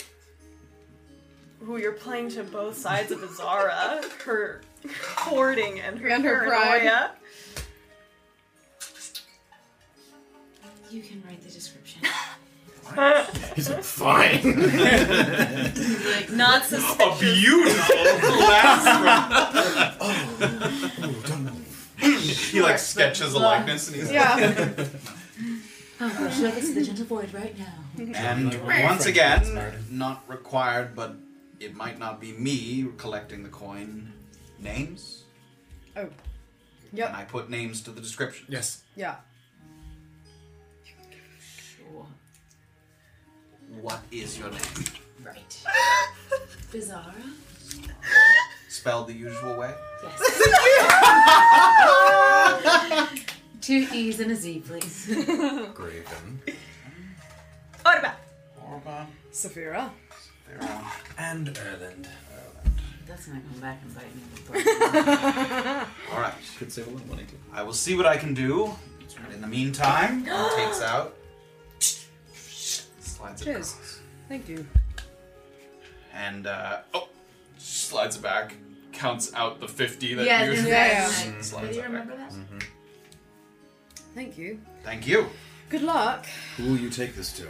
[SPEAKER 5] Who you're playing to both sides of Azara, her hoarding and her,
[SPEAKER 8] And her pride.
[SPEAKER 5] paranoia.
[SPEAKER 3] You can write the description.
[SPEAKER 9] He's like, fine.
[SPEAKER 5] Not
[SPEAKER 2] a
[SPEAKER 5] suspicious.
[SPEAKER 2] beautiful last He like sketches a likeness and he's
[SPEAKER 8] Yeah.
[SPEAKER 3] Oh, show this to the gentle void right now.
[SPEAKER 2] like, and
[SPEAKER 4] Right.
[SPEAKER 2] once
[SPEAKER 4] Right.
[SPEAKER 2] again,
[SPEAKER 4] Right.
[SPEAKER 2] not required, but it might not be me collecting the coin. Names?
[SPEAKER 7] Oh,
[SPEAKER 2] And I put names to the description.
[SPEAKER 4] Yes.
[SPEAKER 7] yeah.
[SPEAKER 3] Sure.
[SPEAKER 2] What is your name?
[SPEAKER 3] Right. Bizarre.
[SPEAKER 2] Spelled the usual way.
[SPEAKER 3] Yes. Two E's and a Z, please.
[SPEAKER 9] Graven.
[SPEAKER 5] Orba.
[SPEAKER 2] Orba.
[SPEAKER 7] Saphira.
[SPEAKER 2] There we are.
[SPEAKER 4] And Erland.
[SPEAKER 3] That's not going back and bite me. before.
[SPEAKER 2] All right.
[SPEAKER 9] Could save a lot of money too.
[SPEAKER 2] I will see what I can do. But in the meantime, he takes out. Slides it
[SPEAKER 7] Cheers.
[SPEAKER 2] across.
[SPEAKER 7] Thank you.
[SPEAKER 2] And, uh, oh, slides it back. Counts out the 50 that
[SPEAKER 3] yeah,
[SPEAKER 2] you
[SPEAKER 3] this
[SPEAKER 8] Yeah.
[SPEAKER 3] is nice.
[SPEAKER 2] Slides
[SPEAKER 3] Do you
[SPEAKER 2] it
[SPEAKER 3] remember
[SPEAKER 2] back.
[SPEAKER 3] that?
[SPEAKER 7] Thank you.
[SPEAKER 2] Thank you.
[SPEAKER 8] Good luck.
[SPEAKER 9] Who will you take this to?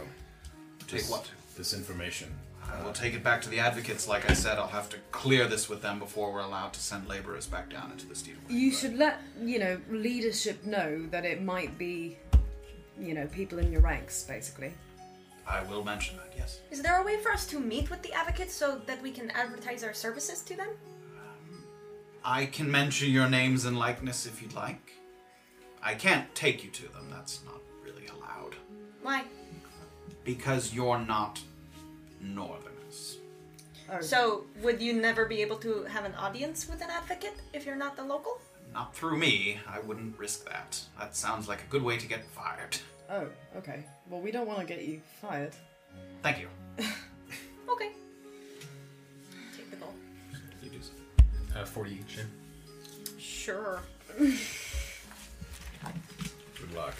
[SPEAKER 2] Take what?
[SPEAKER 9] This information.
[SPEAKER 2] I will take it back to the advocates. Like I said, I'll have to clear this with them before we're allowed to send laborers back down into the steel.
[SPEAKER 7] You should let, you know, leadership know that it might be, you know, people in your ranks, basically.
[SPEAKER 2] I will mention that, yes.
[SPEAKER 5] Is there a way for us to meet with the advocates so that we can advertise our services to them?
[SPEAKER 2] I can mention your names and likeness if you'd like. I can't take you to them, that's not really allowed.
[SPEAKER 5] Why?
[SPEAKER 2] Because you're not northerners.
[SPEAKER 5] So, would you never be able to have an audience with an advocate if you're not the local?
[SPEAKER 2] Not through me, I wouldn't risk that. That sounds like a good way to get fired.
[SPEAKER 7] Oh, okay. Well, we don't want to get you fired.
[SPEAKER 2] Thank you.
[SPEAKER 5] Okay. Take the goal.
[SPEAKER 4] You do. Uh, 40 each.
[SPEAKER 5] Sure.
[SPEAKER 9] Good luck.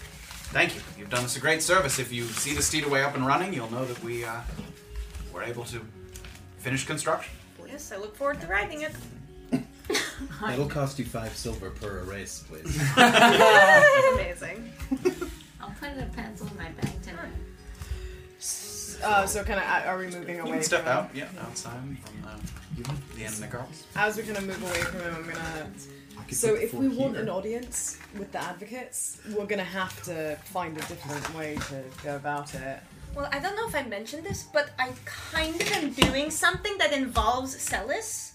[SPEAKER 2] Thank you. You've done us a great service. If you see the Steedaway up and running, you'll know that we uh, were able to finish construction.
[SPEAKER 5] Yes, I look forward to riding it.
[SPEAKER 9] That'll cost you five silver per erase, please.
[SPEAKER 5] Amazing.
[SPEAKER 3] I'll put a pencil in my bag tonight.
[SPEAKER 8] Uh, so kind of are we moving
[SPEAKER 2] You
[SPEAKER 8] away?
[SPEAKER 2] can step
[SPEAKER 8] from
[SPEAKER 2] out, yeah, outside from uh, the end of the girls.
[SPEAKER 8] As we kind of move away from him, I'm gonna. So if we want an audience with the advocates, we're gonna have to find a different way to go about it.
[SPEAKER 5] Well, I don't know if I mentioned this, but I kind of am doing something that involves Celis.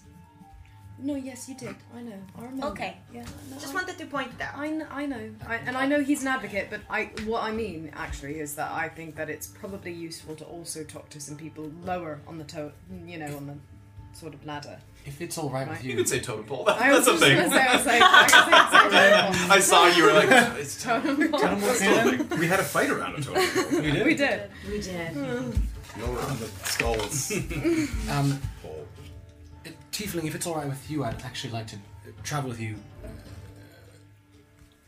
[SPEAKER 7] No, yes, you did. I know. I remember.
[SPEAKER 5] Okay.
[SPEAKER 7] Hmm. Yeah. No,
[SPEAKER 5] Just
[SPEAKER 7] I-
[SPEAKER 5] wanted to point that out.
[SPEAKER 7] I, kn- I know, I, and I know he's an advocate, but I what I mean actually is that I think that it's probably useful to also talk to some people lower on the to- you know, on the sort of ladder.
[SPEAKER 4] If it's all right with
[SPEAKER 2] You
[SPEAKER 4] you.
[SPEAKER 2] could say totem pole. That-
[SPEAKER 8] I was
[SPEAKER 2] that's a
[SPEAKER 8] just
[SPEAKER 2] thing.
[SPEAKER 8] gonna say, I was like, I was
[SPEAKER 2] I saw you were like, it's totem.
[SPEAKER 8] like,
[SPEAKER 4] Tell them what's in.
[SPEAKER 9] we had a fight around a token.
[SPEAKER 4] You
[SPEAKER 7] We
[SPEAKER 4] did.
[SPEAKER 7] did.
[SPEAKER 3] We did.
[SPEAKER 9] Lower on the skulls.
[SPEAKER 4] Um,
[SPEAKER 9] Pole.
[SPEAKER 4] it- Tiefling, if it's all right with you, I'd actually like to uh, travel with you. Uh,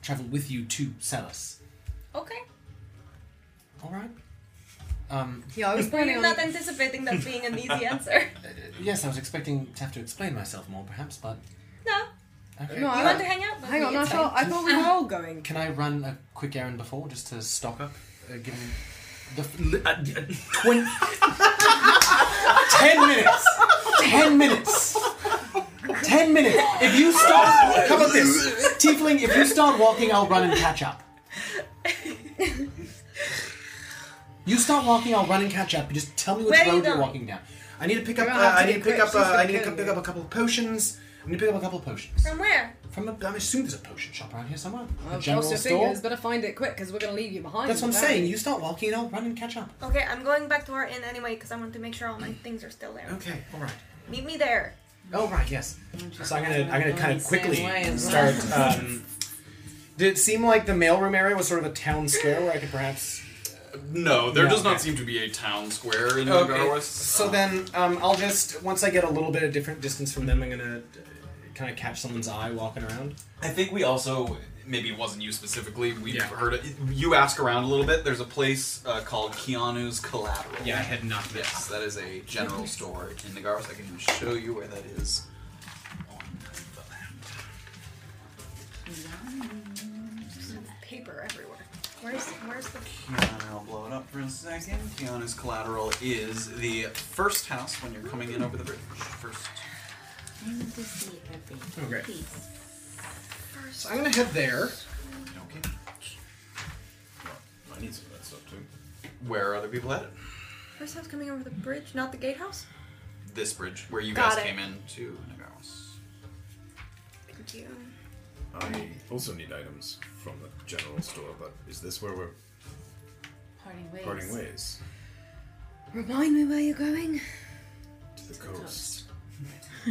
[SPEAKER 4] travel with you to Celis.
[SPEAKER 5] Okay.
[SPEAKER 4] All right. Um,
[SPEAKER 7] Yeah, I was planning
[SPEAKER 5] We're
[SPEAKER 7] on.
[SPEAKER 5] not anticipating that being an easy answer.
[SPEAKER 4] yes, I was expecting to have to explain myself more, perhaps, but
[SPEAKER 5] No.
[SPEAKER 4] okay.
[SPEAKER 7] No,
[SPEAKER 5] You
[SPEAKER 7] I,
[SPEAKER 5] want to hang out? with
[SPEAKER 7] hang
[SPEAKER 5] me?
[SPEAKER 7] on, I
[SPEAKER 5] It's
[SPEAKER 7] thought, I thought we were all going.
[SPEAKER 4] Can I run a quick errand before, just to stock up, uh, given the f- li- uh, uh, twen- ten minutes, ten minutes, ten minutes. If you start, how about this, Tiefling? If you start walking, I'll run and catch up. You start walking, I'll run and catch up. You just tell me which
[SPEAKER 5] Where are you
[SPEAKER 4] road you are
[SPEAKER 5] going?
[SPEAKER 4] walking down. I need to pick up.
[SPEAKER 7] You're
[SPEAKER 4] Uh,
[SPEAKER 7] gonna have
[SPEAKER 4] I
[SPEAKER 7] to
[SPEAKER 4] need
[SPEAKER 7] be
[SPEAKER 4] to pick up.
[SPEAKER 7] quick,
[SPEAKER 4] Uh,
[SPEAKER 7] she's gonna
[SPEAKER 4] I need to
[SPEAKER 7] kill
[SPEAKER 4] come pick
[SPEAKER 7] you.
[SPEAKER 4] up a couple of potions. I need to pick up a couple of potions.
[SPEAKER 5] From where?
[SPEAKER 4] From a, I'm assuming there's a potion shop around here somewhere.
[SPEAKER 7] Well,
[SPEAKER 4] a general
[SPEAKER 7] cross your
[SPEAKER 4] store.
[SPEAKER 7] fingers, better find it quick because we're going to leave you behind.
[SPEAKER 4] That's what I'm
[SPEAKER 7] without
[SPEAKER 4] saying.
[SPEAKER 7] it.
[SPEAKER 4] You start walking, and I'll run and catch up.
[SPEAKER 5] Okay, I'm going back to our inn anyway because I want to make sure all my things are still there.
[SPEAKER 4] Okay. All right.
[SPEAKER 5] Meet me there.
[SPEAKER 4] Oh right. Yes. So I'm gonna I'm gonna kind of
[SPEAKER 7] Going the same
[SPEAKER 4] quickly
[SPEAKER 7] way as
[SPEAKER 4] start. Um, did it seem like the mailroom area was sort of a town square where I could perhaps?
[SPEAKER 2] No, there
[SPEAKER 4] No,
[SPEAKER 2] does not
[SPEAKER 4] okay.
[SPEAKER 2] seem to be a town square in
[SPEAKER 4] Okay.
[SPEAKER 2] Nagarwas.
[SPEAKER 4] So then um, I'll just once I get a little bit of different distance from them, I'm gonna kind of catch someone's eye walking around.
[SPEAKER 2] I think we also maybe it wasn't you specifically. We
[SPEAKER 4] Yeah.
[SPEAKER 2] have heard it. You ask around a little bit. There's a place uh, called Keanu's Collateral.
[SPEAKER 4] had not
[SPEAKER 2] Yes, that is a general store in Nagarwas. I can show you where that is on the map.
[SPEAKER 5] Paper everywhere. Where's where's the
[SPEAKER 2] Keanu, I'll blow it up for a second. Keanu's Collateral is the first house when you're coming in over the bridge. First.
[SPEAKER 4] Oh great. So I'm gonna head there.
[SPEAKER 2] Okay.
[SPEAKER 6] I need some of that stuff too.
[SPEAKER 2] Where are other people headed?
[SPEAKER 5] first house coming over the bridge, not the gatehouse?
[SPEAKER 2] This bridge, where you
[SPEAKER 5] Got
[SPEAKER 2] guys
[SPEAKER 5] it.
[SPEAKER 2] came in to Nagarwas.
[SPEAKER 5] Thank you.
[SPEAKER 6] I also need items from the general store, but is this where we're
[SPEAKER 3] Parting ways.
[SPEAKER 6] parting ways?
[SPEAKER 16] Remind me where you're going.
[SPEAKER 6] To the coast.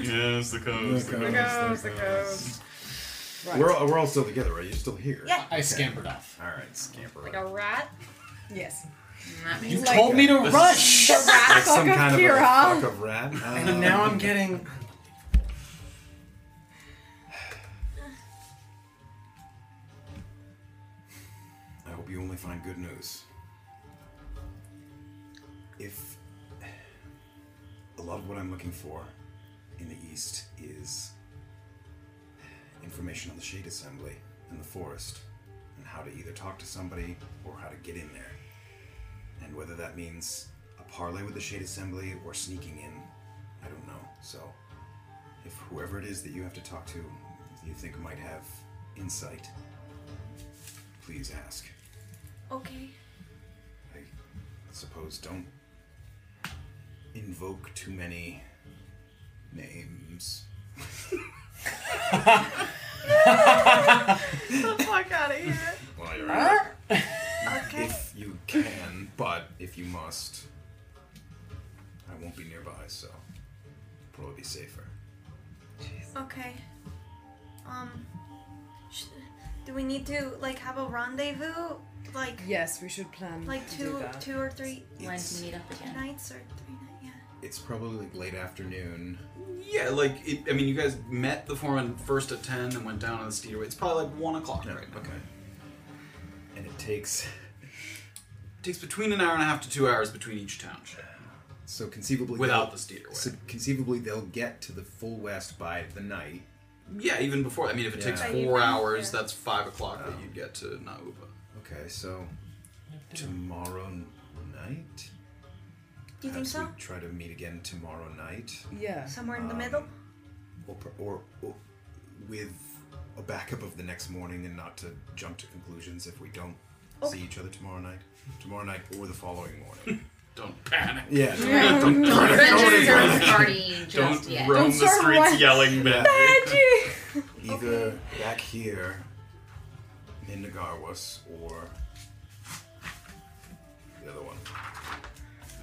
[SPEAKER 2] Yes, the coast.
[SPEAKER 6] We're all, we're all still together, right? You're still here.
[SPEAKER 5] Yeah.
[SPEAKER 4] I scampered off.
[SPEAKER 6] All right, scamper.
[SPEAKER 5] Like a rat?
[SPEAKER 7] Yes.
[SPEAKER 3] Not me.
[SPEAKER 4] You told me to rush,
[SPEAKER 6] Like some
[SPEAKER 7] Fuck
[SPEAKER 6] kind
[SPEAKER 7] up
[SPEAKER 6] of
[SPEAKER 7] here,
[SPEAKER 6] a
[SPEAKER 7] huh?
[SPEAKER 6] fuck of rat.
[SPEAKER 4] and now I'm getting.
[SPEAKER 6] I hope you only find good news. If a lot of what I'm looking for in the east is information on the Shade Assembly and the forest, and how to either talk to somebody or how to get in there, and whether that means a parley with the Shade Assembly or sneaking in, I don't know. So, if whoever it is that you have to talk to, you think might have insight, please ask.
[SPEAKER 5] Okay.
[SPEAKER 6] I suppose don't invoke too many names.
[SPEAKER 5] Fuck out of here.
[SPEAKER 6] While you're at it. If you can, but if you must, I won't be nearby, so probably be safer.
[SPEAKER 5] Okay. Um. Sh- do we need to like have a rendezvous? Like
[SPEAKER 16] Yes, we should plan.
[SPEAKER 5] like
[SPEAKER 16] to do
[SPEAKER 5] two
[SPEAKER 16] that.
[SPEAKER 5] two or three
[SPEAKER 3] When to meet up again.
[SPEAKER 5] nights or three nights? Yeah.
[SPEAKER 6] It's probably like late afternoon.
[SPEAKER 2] Yeah, like it, I mean, you guys met the foreman first at ten and went down on the steered It's probably like one o'clock right now.
[SPEAKER 6] Okay. And it takes
[SPEAKER 2] It takes between an hour and a half to two hours between each town check.
[SPEAKER 6] so conceivably
[SPEAKER 2] without
[SPEAKER 6] they'll-
[SPEAKER 2] the steered
[SPEAKER 6] So conceivably they'll get to the full west by the night.
[SPEAKER 2] Yeah, even before. I mean, if it takes
[SPEAKER 6] Yeah.
[SPEAKER 2] four hours,
[SPEAKER 5] yeah.
[SPEAKER 2] that's five o'clock that you'd get to Nauba.
[SPEAKER 6] Okay, so tomorrow night.
[SPEAKER 5] Do you think
[SPEAKER 6] Perhaps
[SPEAKER 5] so?
[SPEAKER 6] we try to meet again tomorrow night,
[SPEAKER 16] Yeah.
[SPEAKER 5] Somewhere in the
[SPEAKER 6] Um,
[SPEAKER 5] middle.
[SPEAKER 6] or, per- or, or with a backup of the next morning, and not to jump to conclusions if we don't see each other tomorrow night, tomorrow night or the following morning.
[SPEAKER 2] Don't panic.
[SPEAKER 6] yeah,
[SPEAKER 3] Adventures aren't starting just
[SPEAKER 2] Don't
[SPEAKER 3] yet.
[SPEAKER 2] roam the
[SPEAKER 16] start
[SPEAKER 2] streets
[SPEAKER 16] running.
[SPEAKER 2] yelling. Man.
[SPEAKER 6] either back here in Nagarwas or the other one.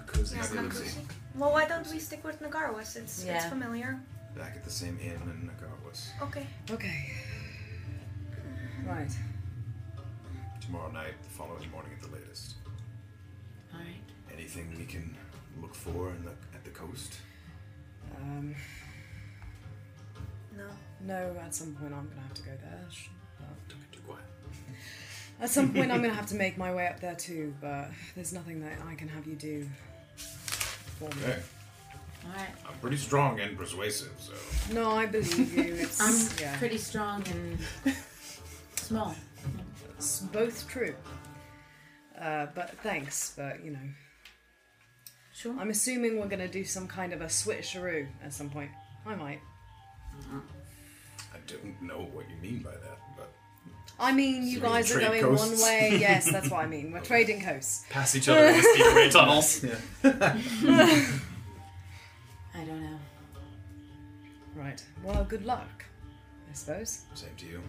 [SPEAKER 2] Cozy,
[SPEAKER 5] Yeah,
[SPEAKER 2] cozy.
[SPEAKER 5] Kakushi. Well, why don't we stick with Nagarwa since it's
[SPEAKER 3] Yeah.
[SPEAKER 5] familiar?
[SPEAKER 6] Back at the same inn in
[SPEAKER 9] "Oh,
[SPEAKER 6] Nagarwas
[SPEAKER 5] Okay.
[SPEAKER 16] Okay. Right.
[SPEAKER 6] tomorrow night, the following morning at the latest.
[SPEAKER 3] Alright.
[SPEAKER 6] Anything we can
[SPEAKER 9] look for in the, at the coast?
[SPEAKER 7] Um, no. No, at some point I'm gonna have to go there. Sh-
[SPEAKER 9] Don't get too quiet.
[SPEAKER 7] At some point I'm gonna have to make my way up there too, but there's nothing that I can have you do for me.
[SPEAKER 9] Okay.
[SPEAKER 3] Alright.
[SPEAKER 9] I'm pretty strong and persuasive, so.
[SPEAKER 7] No, I believe you. It's
[SPEAKER 3] I'm
[SPEAKER 7] yeah.
[SPEAKER 3] pretty strong and small.
[SPEAKER 7] It's both true. Uh, but thanks, but you know.
[SPEAKER 3] Sure.
[SPEAKER 7] I'm assuming we're gonna do some kind of a switcheroo at some point. I might.
[SPEAKER 9] I don't know what you mean by that, but.
[SPEAKER 7] I mean, you
[SPEAKER 9] So we
[SPEAKER 7] guys are
[SPEAKER 9] trade
[SPEAKER 7] going one
[SPEAKER 9] coasts?
[SPEAKER 7] way. Yes, that's what I mean. We're trading coasts.
[SPEAKER 2] Pass each other in the speedway tunnels.
[SPEAKER 3] I don't know.
[SPEAKER 7] Right. Well, good luck, I suppose.
[SPEAKER 9] Same to you.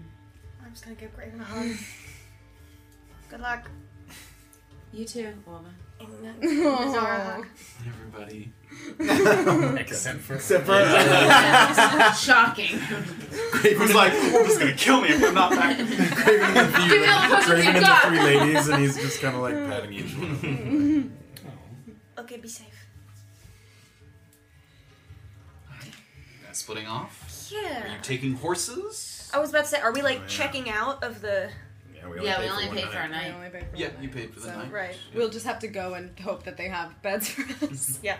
[SPEAKER 5] I'm just gonna give Graven a hug. Good luck.
[SPEAKER 3] You too, Orba.
[SPEAKER 5] Zara hug.
[SPEAKER 2] Everybody.
[SPEAKER 4] Except for
[SPEAKER 6] Except for
[SPEAKER 3] Shocking.
[SPEAKER 2] Graven's like, Orba's gonna kill me if I'm not back.
[SPEAKER 6] Craven and the,
[SPEAKER 3] Give me all the pussy
[SPEAKER 6] Craven
[SPEAKER 3] you
[SPEAKER 6] and the
[SPEAKER 3] got.
[SPEAKER 6] three ladies, and he's just kind of like patting each one. of them.
[SPEAKER 5] Okay, be safe.
[SPEAKER 2] Guys Splitting off. Are
[SPEAKER 5] Yeah.
[SPEAKER 2] you Oh, taking horses?
[SPEAKER 5] I was about to say, are we like
[SPEAKER 9] yeah.
[SPEAKER 5] checking out of the?
[SPEAKER 9] Yeah, we only
[SPEAKER 3] yeah,
[SPEAKER 9] pay
[SPEAKER 3] we
[SPEAKER 9] for
[SPEAKER 3] only
[SPEAKER 9] one
[SPEAKER 3] paid
[SPEAKER 9] night.
[SPEAKER 3] for our
[SPEAKER 7] I
[SPEAKER 3] night.
[SPEAKER 7] only paid for
[SPEAKER 2] Yeah,
[SPEAKER 7] one
[SPEAKER 2] you
[SPEAKER 7] night,
[SPEAKER 2] paid for the
[SPEAKER 7] so-
[SPEAKER 2] night.
[SPEAKER 5] Right.
[SPEAKER 8] We'll just have to go and hope that they have beds for us.
[SPEAKER 5] Yeah.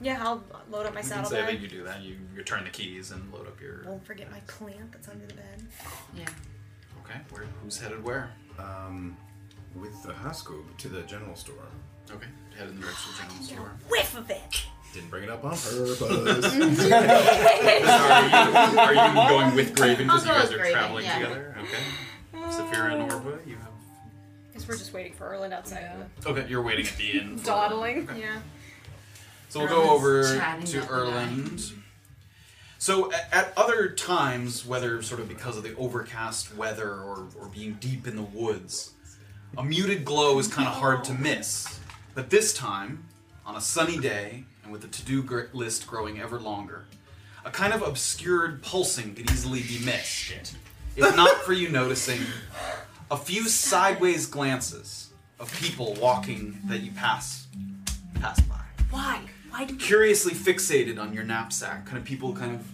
[SPEAKER 5] yeah, I'll load up my
[SPEAKER 2] You can say that
[SPEAKER 5] saddlebag.
[SPEAKER 2] you do that. You return the keys and load up your.
[SPEAKER 5] Won't forget my plant that's under the bed.
[SPEAKER 3] Yeah.
[SPEAKER 2] Okay. Where? Who's headed where?
[SPEAKER 9] Um, with the Haskub to the general store.
[SPEAKER 2] Okay. Headed in the direction of general store.
[SPEAKER 5] Whiff of it.
[SPEAKER 9] Didn't bring it up on purpose.
[SPEAKER 2] are, you, are you going with Graven because you
[SPEAKER 3] I'll go
[SPEAKER 2] guys
[SPEAKER 3] with
[SPEAKER 2] are
[SPEAKER 3] Graven,
[SPEAKER 2] traveling
[SPEAKER 3] yeah.
[SPEAKER 2] together? Okay. Saphira and Orba, you have.
[SPEAKER 5] Because we're just waiting for Erland outside.
[SPEAKER 2] Okay, you're waiting at the inn. for-
[SPEAKER 8] Dawdling.
[SPEAKER 5] Yeah. yeah.
[SPEAKER 2] So we'll go
[SPEAKER 3] Erland's
[SPEAKER 2] over
[SPEAKER 3] chatting
[SPEAKER 2] to
[SPEAKER 3] up the
[SPEAKER 2] Erland. So at, at other times, whether sort of because of the overcast weather or, or being deep in the woods, a muted glow is kind of hard to miss. But this time, on a sunny day, and with the to-do gr- list growing ever longer, a kind of obscured pulsing could easily be missed. If not for you noticing a few sideways glances of people walking that you pass pass by
[SPEAKER 5] Why? Why do we?
[SPEAKER 2] curiously fixated on your knapsack, kind of people kind of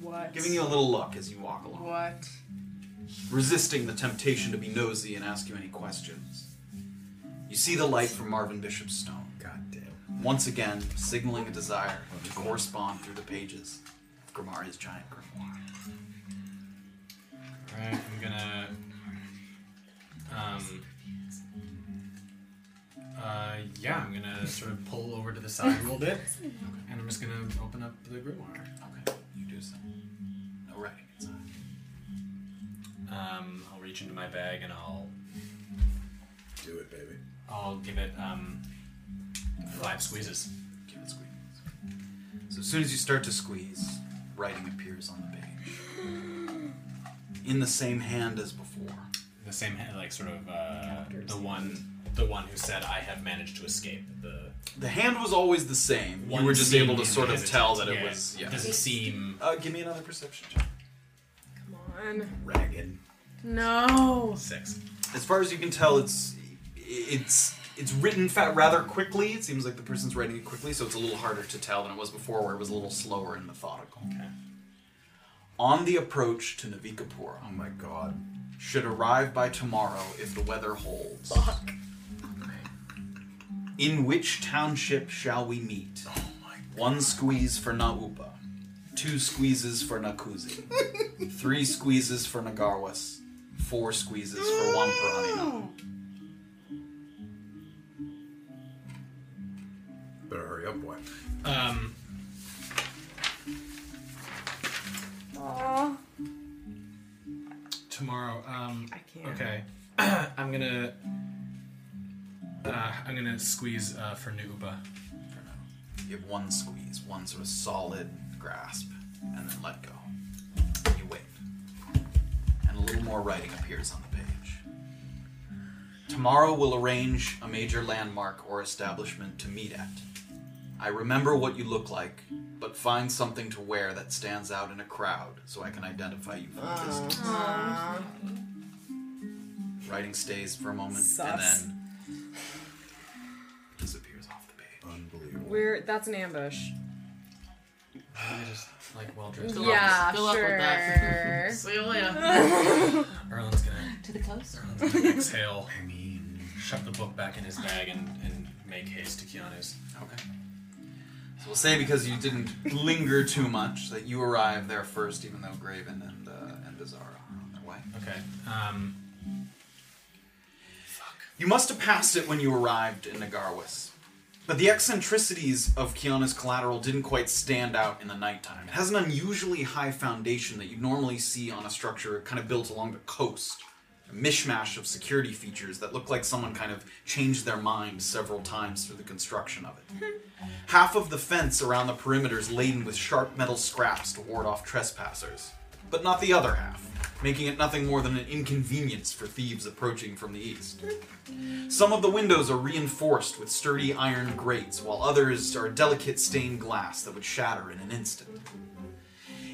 [SPEAKER 8] What?
[SPEAKER 2] giving you a little look as you walk along,
[SPEAKER 8] What?
[SPEAKER 2] resisting the temptation to be nosy and ask you any questions. You see the light from Marvin Bishop's stone,
[SPEAKER 9] God damn.
[SPEAKER 2] once again signaling a desire to correspond through the pages of Grammaria's giant grimoire.
[SPEAKER 4] Alright, I'm gonna. Um, uh, yeah, I'm gonna sort of pull over to the side a little bit, and I'm just gonna open up the grimoire.
[SPEAKER 2] Okay, you do so. No writing inside.
[SPEAKER 4] Um, I'll reach into my bag and I'll
[SPEAKER 9] Do it, baby.
[SPEAKER 4] I'll give it um five squeezes.
[SPEAKER 2] Give it a squeeze. So as soon as you start to squeeze, writing appears on the page. In the same hand as before.
[SPEAKER 4] The same, ha- like sort of uh, the one the one who said I have managed to escape the.
[SPEAKER 2] The hand was always the same.
[SPEAKER 4] one
[SPEAKER 2] you were just
[SPEAKER 4] scene
[SPEAKER 2] able to
[SPEAKER 4] in
[SPEAKER 2] sort of
[SPEAKER 4] Hesitant.
[SPEAKER 2] tell that it
[SPEAKER 4] Yeah,
[SPEAKER 2] was. Yeah.
[SPEAKER 4] Doesn't seem
[SPEAKER 2] Uh, give me another perception check.
[SPEAKER 8] Come on.
[SPEAKER 9] Ragged.
[SPEAKER 8] No.
[SPEAKER 4] six.
[SPEAKER 2] As far as you can tell, it's it's it's written fa- rather quickly. It seems like the person's writing it quickly, so it's a little harder to tell than it was before, where it was a little slower and methodical.
[SPEAKER 4] Okay.
[SPEAKER 2] On the approach to Navikapura,
[SPEAKER 9] Oh my god.
[SPEAKER 2] should arrive by tomorrow if the weather holds. In which township shall we meet? One squeeze for Naupa, two squeezes for Nakuzi, three squeezes for Nagarwas, four squeezes for one Piranha.
[SPEAKER 9] Better hurry up, boy.
[SPEAKER 4] Um,
[SPEAKER 8] Aw.
[SPEAKER 4] Um, tomorrow. Um,
[SPEAKER 8] I can't.
[SPEAKER 4] Okay. I'm gonna. Uh, I'm gonna squeeze uh, for Nuba.
[SPEAKER 2] You have one squeeze, one sort of solid grasp, and then let go. You wait. And a little more writing appears on the page. Tomorrow we'll arrange a major landmark or establishment to meet at. I remember what you look like, but find something to wear that stands out in a crowd so I can identify you from a distance. Writing stays for a moment and
[SPEAKER 7] Sus.
[SPEAKER 2] then disappears off the page.
[SPEAKER 7] We're that's an ambush.
[SPEAKER 4] They're just like well dressed.
[SPEAKER 3] Good luck.
[SPEAKER 7] yeah,
[SPEAKER 3] Good luck with
[SPEAKER 7] Ah, sure.
[SPEAKER 3] that. See you later.
[SPEAKER 4] Erlen's gonna,
[SPEAKER 3] to the coast.
[SPEAKER 4] Erlen's gonna exhale, shove the book back in his bag, and, and make haste to Keanu's.
[SPEAKER 2] Okay. So we'll say because you didn't linger too much that you arrived there first, even though Graven and uh, and Bizarro are on their way.
[SPEAKER 4] Okay. Um,
[SPEAKER 2] You must have passed it when you arrived in Nagarwis. But the eccentricities of Kiana's collateral didn't quite stand out in the nighttime. It has an unusually high foundation that you'd normally see on a structure kind of built along the coast. A mishmash of security features that look like someone kind of changed their mind several times through the construction of it. Half of the fence around the perimeter is laden with sharp metal scraps to ward off trespassers, but not the other half, making it nothing more than an inconvenience for thieves approaching from the east. Some of the windows are reinforced with sturdy iron grates, while others are delicate stained glass that would shatter in an instant.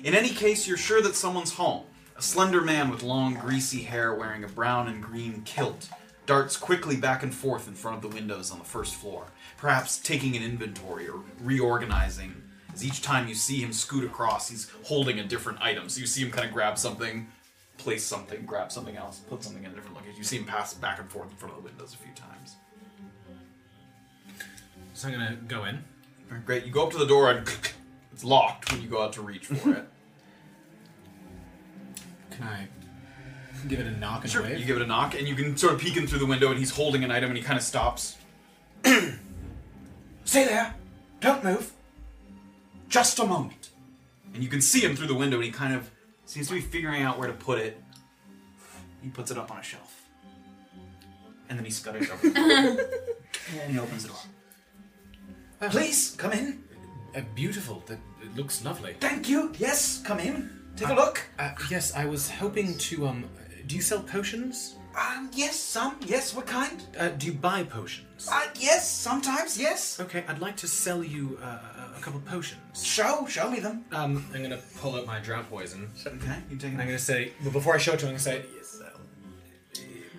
[SPEAKER 2] In any case, you're sure that someone's home. A slender man with long, greasy hair wearing a brown and green kilt darts quickly back and forth in front of the windows on the first floor, perhaps taking an inventory or reorganizing. As each time you see him scoot across, he's holding a different item. So you see him kind of grab something, place something, grab something else, put something in a different location. You see him pass back and forth in front of the windows a few times.
[SPEAKER 4] so I'm gonna go in.
[SPEAKER 2] Great, you go up to the door and it's locked when you go out to reach for it.
[SPEAKER 4] Can I give it a knock and
[SPEAKER 2] Sure.
[SPEAKER 4] wave?
[SPEAKER 2] You give it a knock, and you can sort of peek in through the window, and he's holding an item, and he kind of stops. Stay there. Don't move. Just a moment. And you can see him through the window, and he kind of seems to be figuring out where to put it. He puts it up on a shelf. And then he scutters over. and he opens the door. Please, come in.
[SPEAKER 4] Uh, Ah. beautiful. That it looks lovely.
[SPEAKER 2] Thank you. Yes, come in. Take a look.
[SPEAKER 4] Uh, yes, I was hoping to. Um, do you sell potions?
[SPEAKER 2] Um, yes, some. Yes, what kind?
[SPEAKER 4] Uh, do you buy potions?
[SPEAKER 2] Uh, yes, sometimes, yes.
[SPEAKER 4] Okay, I'd like to sell you uh, a- a couple potions.
[SPEAKER 2] Show, show me them.
[SPEAKER 4] Um, I'm gonna pull out my drought poison.
[SPEAKER 2] Okay, you take
[SPEAKER 4] And I'm gonna say, but before I show it to him, I'm gonna say, yes, uh,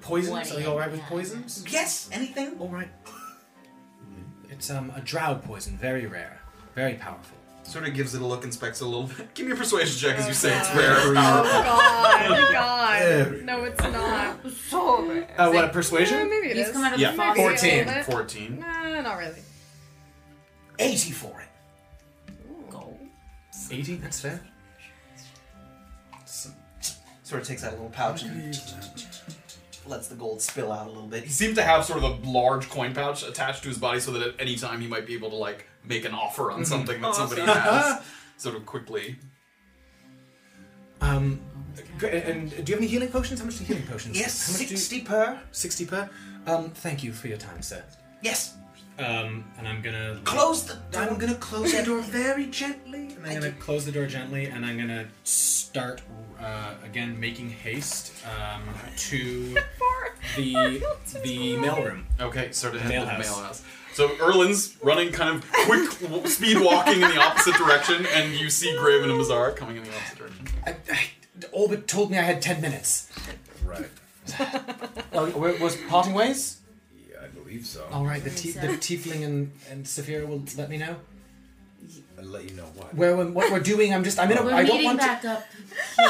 [SPEAKER 4] poisons? Are you alright with poisons?
[SPEAKER 2] Yes, anything?
[SPEAKER 4] Alright. It's um, a drow poison, very rare, very powerful.
[SPEAKER 2] Sort of gives it a look, inspects it a little bit. Give me a persuasion check as you say it's rare.
[SPEAKER 7] Oh god, god. No, it's not.
[SPEAKER 4] Uh, what, a
[SPEAKER 7] Uh,
[SPEAKER 4] persuasion?
[SPEAKER 7] maybe it
[SPEAKER 3] He's
[SPEAKER 7] is.
[SPEAKER 3] come out of
[SPEAKER 2] Yeah.
[SPEAKER 3] the fog.
[SPEAKER 7] Maybe a
[SPEAKER 4] 14.
[SPEAKER 7] little bit.
[SPEAKER 2] 14.
[SPEAKER 7] Nah, not really.
[SPEAKER 2] 80 for it.
[SPEAKER 4] 80, that's fair.
[SPEAKER 2] Sort of takes out a little pouch and lets the gold spill out a little bit. He seems to have sort of a large coin pouch attached to his body so that at any time he might be able to, like, make an offer on something that somebody has. Sort of quickly.
[SPEAKER 4] Um, great, and do you have any healing potions? How much do healing potions? How much do you-
[SPEAKER 2] per.
[SPEAKER 4] 60 per. Um, thank you for your time, sir.
[SPEAKER 2] Yes.
[SPEAKER 4] Um, and I'm gonna
[SPEAKER 2] the
[SPEAKER 4] I'm gonna close the door very gently. And I'm
[SPEAKER 2] I
[SPEAKER 4] gonna close the door gently, and I'm gonna start uh, again making haste um, to the the mailroom.
[SPEAKER 2] Okay, sort of head
[SPEAKER 4] Mail
[SPEAKER 2] to the
[SPEAKER 4] house.
[SPEAKER 2] mail house. So Erlin's running kind of quick, w- speed walking in the opposite direction, and you see Graven and Mazar coming in the opposite direction.
[SPEAKER 4] I, I, Orbit told me I had ten minutes.
[SPEAKER 9] Right.
[SPEAKER 4] Oh, wa- was parting ways?
[SPEAKER 9] Yeah, I believe so.
[SPEAKER 4] All right, the, tea, the tiefling and and Saphira will let me know
[SPEAKER 9] I'll let you know what.
[SPEAKER 4] where we're, what we're doing. I'm just I'm in a
[SPEAKER 3] We're
[SPEAKER 4] I don't
[SPEAKER 3] meeting
[SPEAKER 4] want
[SPEAKER 3] back
[SPEAKER 4] to.
[SPEAKER 3] up here.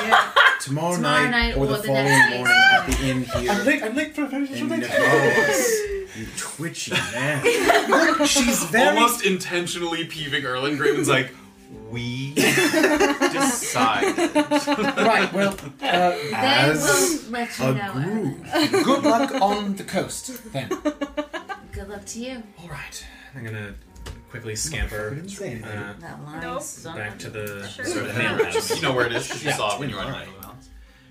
[SPEAKER 9] tomorrow,
[SPEAKER 3] Tomorrow
[SPEAKER 9] night,
[SPEAKER 3] night
[SPEAKER 9] or, the,
[SPEAKER 3] or the
[SPEAKER 9] following
[SPEAKER 3] next day.
[SPEAKER 9] morning at the inn here.
[SPEAKER 4] I'm late. I'm late for. for-
[SPEAKER 9] in
[SPEAKER 4] for-
[SPEAKER 9] Navarro's. you twitchy man.
[SPEAKER 4] She's very
[SPEAKER 2] Almost intentionally peeving Erlin, Graven's like, we decide.
[SPEAKER 4] right. Well, uh,
[SPEAKER 3] They
[SPEAKER 9] As
[SPEAKER 3] will let you
[SPEAKER 9] A
[SPEAKER 3] know.
[SPEAKER 9] group.
[SPEAKER 4] good luck on the coast then.
[SPEAKER 3] Good luck to you.
[SPEAKER 4] All right, I'm gonna quickly scamper uh,
[SPEAKER 3] That line son of
[SPEAKER 4] back to the
[SPEAKER 5] Sure.
[SPEAKER 4] sort of mail house.
[SPEAKER 2] you know where it is because you
[SPEAKER 4] Yeah.
[SPEAKER 2] saw it when you were in the
[SPEAKER 9] Alright.
[SPEAKER 2] middle of the house.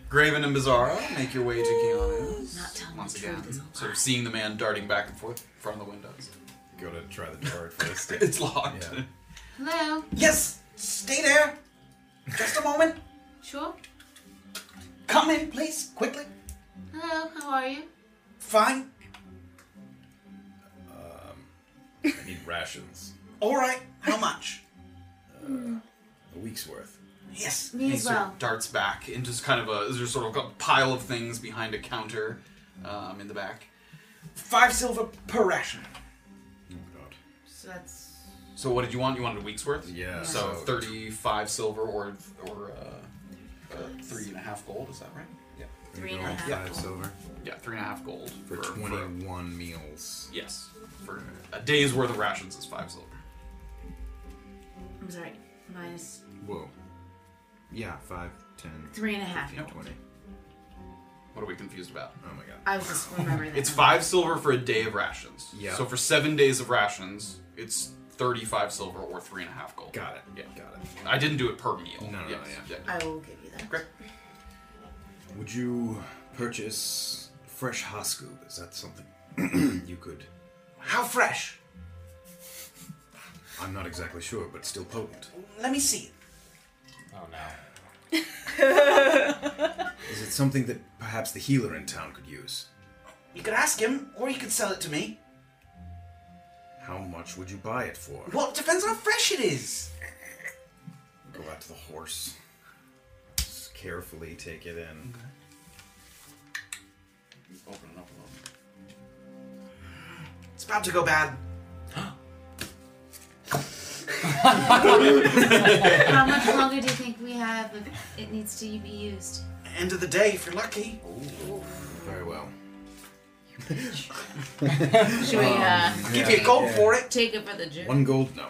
[SPEAKER 2] Graven and Bizarro make your way to Keanu's.
[SPEAKER 3] Not telling
[SPEAKER 2] Once
[SPEAKER 3] the truth
[SPEAKER 2] again,
[SPEAKER 3] is a lie.
[SPEAKER 2] sort of seeing the man darting back and forth in front of the windows.
[SPEAKER 9] Go to try the door at first.
[SPEAKER 2] It's locked.
[SPEAKER 9] Yeah.
[SPEAKER 3] Hello.
[SPEAKER 2] Yes, stay there. Just a moment.
[SPEAKER 3] Sure.
[SPEAKER 2] Come in, please, quickly.
[SPEAKER 3] Hello. How are you?
[SPEAKER 2] Fine.
[SPEAKER 9] I need rations.
[SPEAKER 2] All right. How much?
[SPEAKER 9] A week's worth.
[SPEAKER 2] Yes.
[SPEAKER 3] Me as well.
[SPEAKER 2] darts back into s- kind of a there's sort of a pile of things behind a counter um, in the back. Five silver per ration.
[SPEAKER 9] Oh god.
[SPEAKER 3] So that's
[SPEAKER 2] So what did you want? You wanted a week's worth.
[SPEAKER 6] Yeah,
[SPEAKER 2] So
[SPEAKER 6] so-
[SPEAKER 2] thirty-five silver or or uh, uh, three and a half gold. Is that right? Yeah.
[SPEAKER 3] Three and a half.
[SPEAKER 6] Five silver
[SPEAKER 2] Yeah, three and a half gold
[SPEAKER 6] for twenty-one meals.
[SPEAKER 2] yes, for a day's worth of rations is five silver.
[SPEAKER 3] I'm sorry. Minus
[SPEAKER 6] Whoa. Yeah, five, ten,
[SPEAKER 3] three and a half.
[SPEAKER 6] fifteen, twenty.
[SPEAKER 2] What are we confused about?
[SPEAKER 6] Oh my god.
[SPEAKER 3] I was just remembering that.
[SPEAKER 2] It's five silver for a day of rations.
[SPEAKER 6] Yeah.
[SPEAKER 2] So for seven days of rations, it's thirty-five silver or three and a half gold.
[SPEAKER 6] Got it.
[SPEAKER 2] Yeah.
[SPEAKER 6] Got it.
[SPEAKER 2] I didn't do it per meal.
[SPEAKER 6] No, no, no,
[SPEAKER 2] yes.
[SPEAKER 6] yeah.
[SPEAKER 3] I will give you that.
[SPEAKER 2] Great.
[SPEAKER 6] Would you purchase fresh Hoskoob? Is that something you could?
[SPEAKER 17] How fresh?
[SPEAKER 6] I'm not exactly sure, but still potent.
[SPEAKER 17] Let me see.
[SPEAKER 4] Oh no.
[SPEAKER 6] Is it something that perhaps the healer in town could use?
[SPEAKER 17] You could ask him, or you could sell it to me.
[SPEAKER 6] How much would you buy it for?
[SPEAKER 17] Well, it depends on how fresh it is.
[SPEAKER 6] Go out to the horse. Just carefully take it in.
[SPEAKER 2] Open it up a little.
[SPEAKER 17] It's about to go bad.
[SPEAKER 3] How much longer do you think we have if it needs to be used?
[SPEAKER 17] End of the day, if you're lucky.
[SPEAKER 6] Very well.
[SPEAKER 3] Should we uh,
[SPEAKER 17] I'll give you a gold for it.
[SPEAKER 3] take it for the juice?
[SPEAKER 6] One gold? No.
[SPEAKER 17] All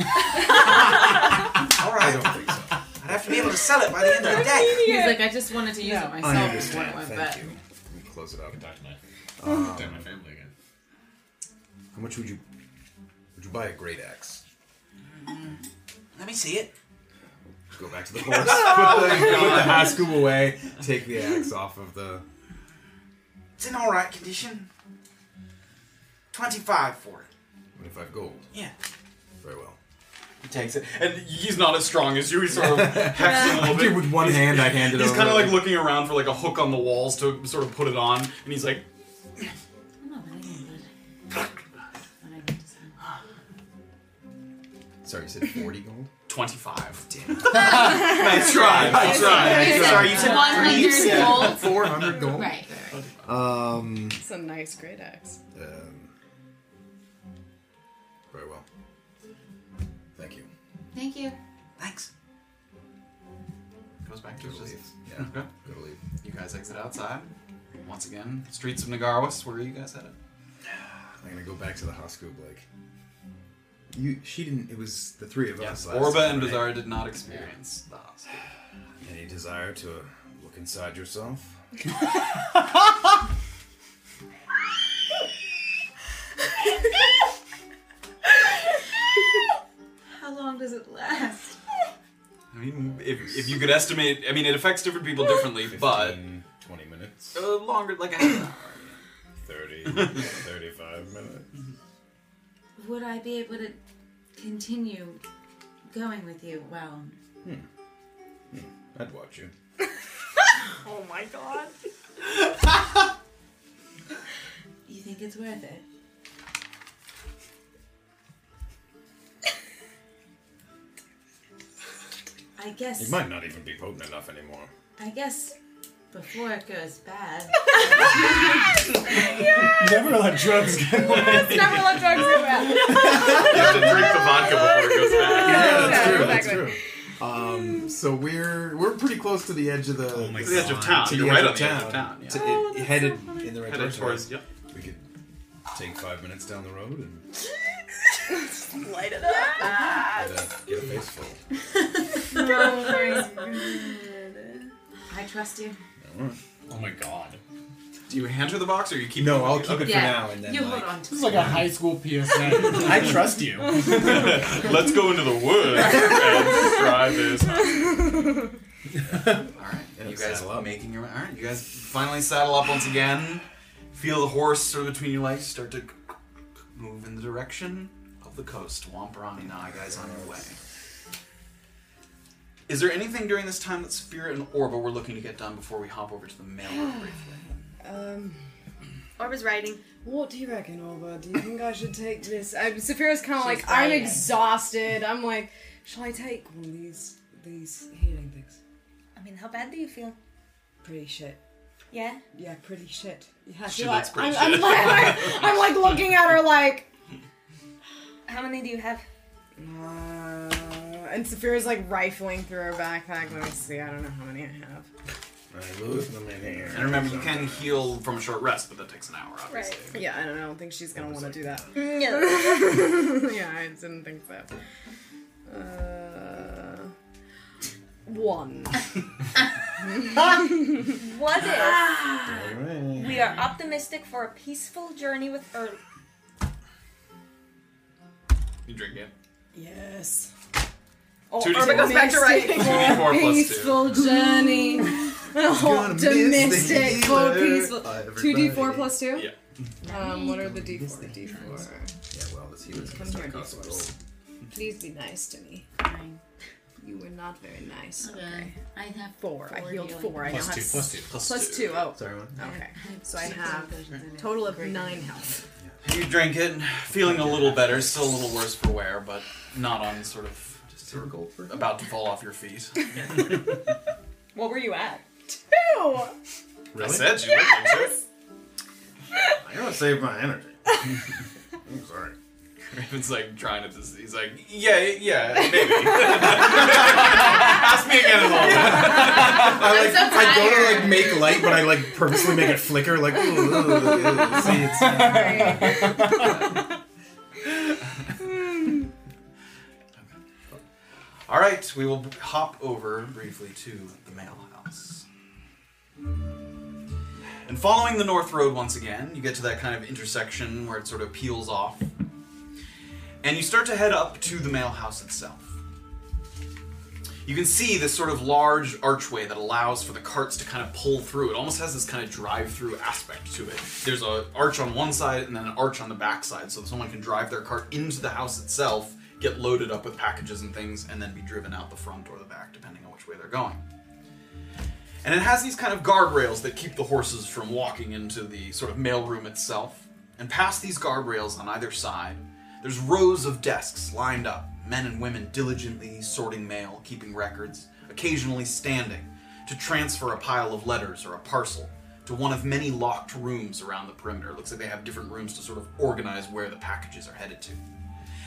[SPEAKER 6] I
[SPEAKER 17] right.
[SPEAKER 6] don't think so.
[SPEAKER 17] I'd have to be able to sell it by the end of the day.
[SPEAKER 3] He's like, I just wanted to use it myself.
[SPEAKER 6] I
[SPEAKER 3] before it
[SPEAKER 6] understand.
[SPEAKER 3] went
[SPEAKER 6] Thank
[SPEAKER 3] bad.
[SPEAKER 6] you. Let me close it up. Um,
[SPEAKER 4] Talk to my, talk to my family again.
[SPEAKER 6] How much would you would you buy a great axe?
[SPEAKER 17] Let me see it.
[SPEAKER 6] Go back to the horse. put the, put the Hoskoob away. Take the axe off of the.
[SPEAKER 17] It's in all right condition. Twenty-five for it.
[SPEAKER 6] 25 gold.
[SPEAKER 17] Yeah.
[SPEAKER 6] Very well.
[SPEAKER 2] He takes it, and he's not as strong as you. He's sort of hacks him a little bit.
[SPEAKER 6] with one hand, I handed
[SPEAKER 2] He's kind of like looking around for like a hook on the walls to sort of put it on, and he's like,
[SPEAKER 3] I'm not very good. I'm not good to sound.
[SPEAKER 6] Sorry, you said 40 gold?
[SPEAKER 2] 25. Damn. nice try. Nice
[SPEAKER 3] You
[SPEAKER 2] try.
[SPEAKER 3] said
[SPEAKER 17] Sorry, you said
[SPEAKER 3] 100
[SPEAKER 2] Oh,
[SPEAKER 3] gold.
[SPEAKER 6] 400 gold?
[SPEAKER 3] Right, right.
[SPEAKER 6] Um,
[SPEAKER 18] It's a nice great axe.
[SPEAKER 6] um, Very well. Thank you.
[SPEAKER 3] Thank you.
[SPEAKER 17] Thanks.
[SPEAKER 2] Goes back to
[SPEAKER 6] Good
[SPEAKER 2] his.
[SPEAKER 6] leave. Yeah,
[SPEAKER 2] Okay.
[SPEAKER 6] good leave.
[SPEAKER 2] You guys exit outside. Once again, streets of Nagarwis. Where are you guys headed?
[SPEAKER 6] I'm gonna go back to the Hoskoob, like. You, she didn't. It was the three of
[SPEAKER 2] Yes.
[SPEAKER 6] us. Last
[SPEAKER 2] Orba
[SPEAKER 6] time,
[SPEAKER 2] and
[SPEAKER 6] right?
[SPEAKER 2] Bizarre did not experience the hospital.
[SPEAKER 6] Any desire to look inside yourself?
[SPEAKER 3] How long does it last?
[SPEAKER 2] I mean, if, if you could estimate, I mean, it affects different people differently, but
[SPEAKER 6] 15, 20 minutes,
[SPEAKER 2] uh, longer, like a half an hour.
[SPEAKER 6] 30, 35 minutes.
[SPEAKER 3] Would I be able to continue going with you? Well,
[SPEAKER 6] I'd watch you.
[SPEAKER 5] Oh my god.
[SPEAKER 3] you think it's worth it? I guess.
[SPEAKER 6] It might not even be potent enough anymore.
[SPEAKER 3] I guess before it goes bad.
[SPEAKER 4] Never let drugs get
[SPEAKER 18] Never let drugs go bad.
[SPEAKER 2] You have to drink the vodka before it goes bad.
[SPEAKER 6] that's true.
[SPEAKER 18] exactly.
[SPEAKER 6] That's true. Um, so we're we're pretty close to the edge of the,
[SPEAKER 4] my
[SPEAKER 2] It's the edge of town.
[SPEAKER 6] To the
[SPEAKER 2] Oh You're right
[SPEAKER 6] edge of
[SPEAKER 2] on the edge of town.
[SPEAKER 6] town.
[SPEAKER 2] Yeah. Oh,
[SPEAKER 6] to- it- headed in the right
[SPEAKER 2] Headed
[SPEAKER 6] direction.
[SPEAKER 2] towards. Yep.
[SPEAKER 6] We could take five minutes down the road and
[SPEAKER 5] Light it up.
[SPEAKER 6] uh, get a face full.
[SPEAKER 3] I trust you.
[SPEAKER 4] Oh my god.
[SPEAKER 2] Do you hand her the box, or you keep?
[SPEAKER 6] No, I'll keep it
[SPEAKER 3] Yeah.
[SPEAKER 6] for now and then.
[SPEAKER 3] you
[SPEAKER 6] like,
[SPEAKER 3] hold on to
[SPEAKER 4] This is like a high school PSA. I trust you.
[SPEAKER 2] Let's go into the woods and try this. All right, you guys
[SPEAKER 6] saddle up.
[SPEAKER 2] making your all right. You guys finally saddle up once again. Feel the horse sort of between your legs start to move in the direction of the coast. Wamparani now, you guys on your way. Is there anything during this time that Spirit and Orba were looking to get done before we hop over to the mail room briefly?
[SPEAKER 7] Um,
[SPEAKER 5] Orba's writing.
[SPEAKER 7] what do you reckon, Orba? Do you think I should take this? Uh, Saphira's kind of
[SPEAKER 3] She's
[SPEAKER 7] like, I'm
[SPEAKER 3] dying.
[SPEAKER 7] exhausted. I'm like, shall I take one of these these healing things?
[SPEAKER 5] I mean, how bad do you feel?
[SPEAKER 7] Pretty shit.
[SPEAKER 5] Yeah.
[SPEAKER 7] Yeah, pretty shit. Yeah, I
[SPEAKER 2] She
[SPEAKER 7] feel
[SPEAKER 2] looks
[SPEAKER 7] like,
[SPEAKER 2] pretty
[SPEAKER 7] I'm,
[SPEAKER 2] shit.
[SPEAKER 7] I'm like, I'm like looking at her like,
[SPEAKER 5] How many do you have?
[SPEAKER 8] Uh, and Saphira's like rifling through her backpack. Let me see. I don't know how many I have.
[SPEAKER 9] I lose them in here.
[SPEAKER 2] And remember, you can heal from a short rest, but that takes an hour, obviously.
[SPEAKER 8] Yeah, I don't know. I don't think she's gonna want to do that.
[SPEAKER 5] No.
[SPEAKER 8] yeah, I didn't think so. Uh, one.
[SPEAKER 5] What if
[SPEAKER 9] Alright.
[SPEAKER 5] we are optimistic for a peaceful journey with Er-, Earth?
[SPEAKER 2] You drink it.
[SPEAKER 8] Yes.
[SPEAKER 5] Oh,
[SPEAKER 2] Two D
[SPEAKER 5] Urba goes back to
[SPEAKER 2] Two
[SPEAKER 5] writing.
[SPEAKER 2] D four plus two.
[SPEAKER 8] Peaceful journey.
[SPEAKER 9] Gonna miss the
[SPEAKER 8] Optimistic for
[SPEAKER 9] healer,
[SPEAKER 8] peaceful. Two D four
[SPEAKER 9] everybody.
[SPEAKER 8] plus two.
[SPEAKER 2] Yeah.
[SPEAKER 8] Um, what are the D four? D four.
[SPEAKER 9] Yeah, well, let's see what's going to
[SPEAKER 8] Come here,
[SPEAKER 9] start costing gold.
[SPEAKER 8] Please be nice to me. You were not very nice.
[SPEAKER 3] Okay. I have
[SPEAKER 8] Four. I healed
[SPEAKER 3] healing.
[SPEAKER 8] four. I now
[SPEAKER 4] Plus
[SPEAKER 8] have
[SPEAKER 4] two, plus two.
[SPEAKER 2] Plus,
[SPEAKER 8] Plus two. Oh,
[SPEAKER 9] Sorry, one.
[SPEAKER 8] okay. So I
[SPEAKER 3] Six
[SPEAKER 8] have
[SPEAKER 3] potions in it.
[SPEAKER 8] total of nine health.
[SPEAKER 2] You drink it, feeling a little better, still a little worse for wear, but not on sort of just sort
[SPEAKER 9] gold for
[SPEAKER 2] of about to fall off your feet.
[SPEAKER 5] What were you at?
[SPEAKER 8] Two.
[SPEAKER 2] I said you yes! would drink
[SPEAKER 9] I gotta save my energy. I'm sorry.
[SPEAKER 2] it. Raven's like trying to just, he's like, yeah, yeah, maybe. Ask me again in a moment.
[SPEAKER 6] I like
[SPEAKER 3] so
[SPEAKER 6] I go to
[SPEAKER 3] tired.
[SPEAKER 6] like make light, but I like purposely make it flicker. Like, ooh, ooh, see, it's
[SPEAKER 2] All right, we will hop over briefly to the mail house. And following the North Road once again, you get to that kind of intersection where it sort of peels off. And you start to head up to the mail house itself. You can see this sort of large archway that allows for the carts to kind of pull through. It almost has this kind of drive-through aspect to it. There's an arch on one side and then an arch on the back side, so someone can drive their cart into the house itself, get loaded up with packages and things, and then be driven out the front or the back, depending on which way they're going. And it has these kind of guardrails that keep the horses from walking into the sort of mailroom itself. And past these guardrails on either side, there's rows of desks lined up, men and women diligently sorting mail, keeping records, occasionally standing to transfer a pile of letters or a parcel to one of many locked rooms around the perimeter. Looks like they have different rooms to sort of organize where the packages are headed to.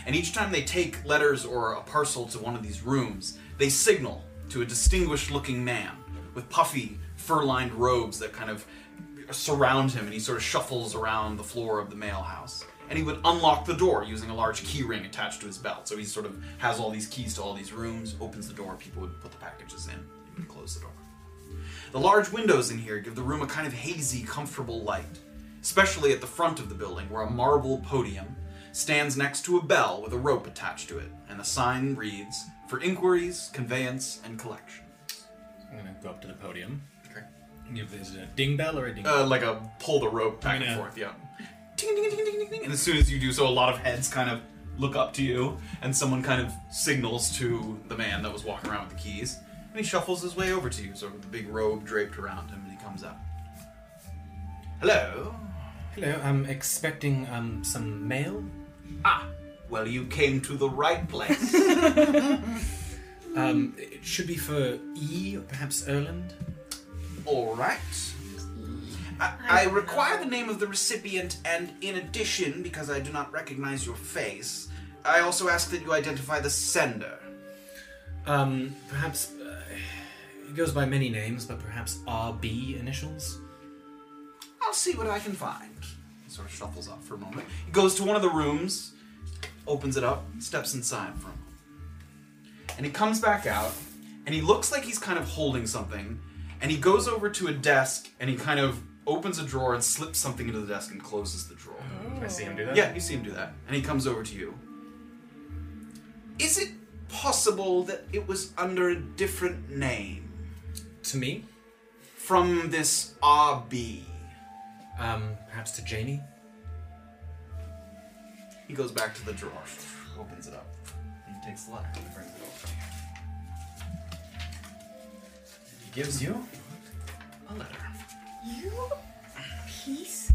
[SPEAKER 2] And each time they take letters or a parcel to one of these rooms, they signal to a distinguished looking man with puffy, fur lined robes that kind of surround him, and he sort of shuffles around the floor of the mail house. And he would unlock the door using a large key ring attached to his belt. So he sort of has all these keys to all these rooms, opens the door, people would put the packages in, he would close the door. The large windows in here give the room a kind of hazy, comfortable light, especially at the front of the building, where a marble podium stands next to a bell with a rope attached to it, and the sign reads, For inquiries, conveyance, and collection.
[SPEAKER 4] I'm gonna go up to the podium.
[SPEAKER 2] Okay.
[SPEAKER 4] Give this a ding bell or a ding.
[SPEAKER 2] Uh, like a pull the rope back and
[SPEAKER 4] Yeah.
[SPEAKER 2] forth, yeah. Ding, ding, ding, ding, ding, ding. And as soon as you do so, a lot of heads kind of look up to you, and someone kind of signals to the man that was walking around with the keys, and he shuffles his way over to you, sort of with the big robe draped around him, and he comes up. Hello?
[SPEAKER 4] Hello, Uh, I'm expecting um some mail.
[SPEAKER 2] Ah, well, you came to the right place.
[SPEAKER 4] Um, it should be for E, or perhaps Erland.
[SPEAKER 2] All right. I, I require the name of the recipient, and in addition, because I do not recognize your face, I also ask that you identify the sender.
[SPEAKER 4] Um, perhaps uh, it goes by many names, but perhaps RB initials.
[SPEAKER 2] I'll see what I can find. He sort of shuffles up for a moment. He goes to one of the rooms, opens it up, steps inside for a moment. And he comes back out, and he looks like he's kind of holding something, and he goes over to a desk, and he kind of opens a drawer and slips something into the desk and closes the drawer.
[SPEAKER 4] I see him do that.
[SPEAKER 2] Yeah, you see him do that. And he comes over to you. Is it possible that it was under a different name
[SPEAKER 4] To me,
[SPEAKER 2] from this RB?
[SPEAKER 4] um, perhaps to Janie.
[SPEAKER 2] He goes back to the drawer, opens it up, and he takes the letter and brings it over to you. He gives you a letter.
[SPEAKER 5] You piece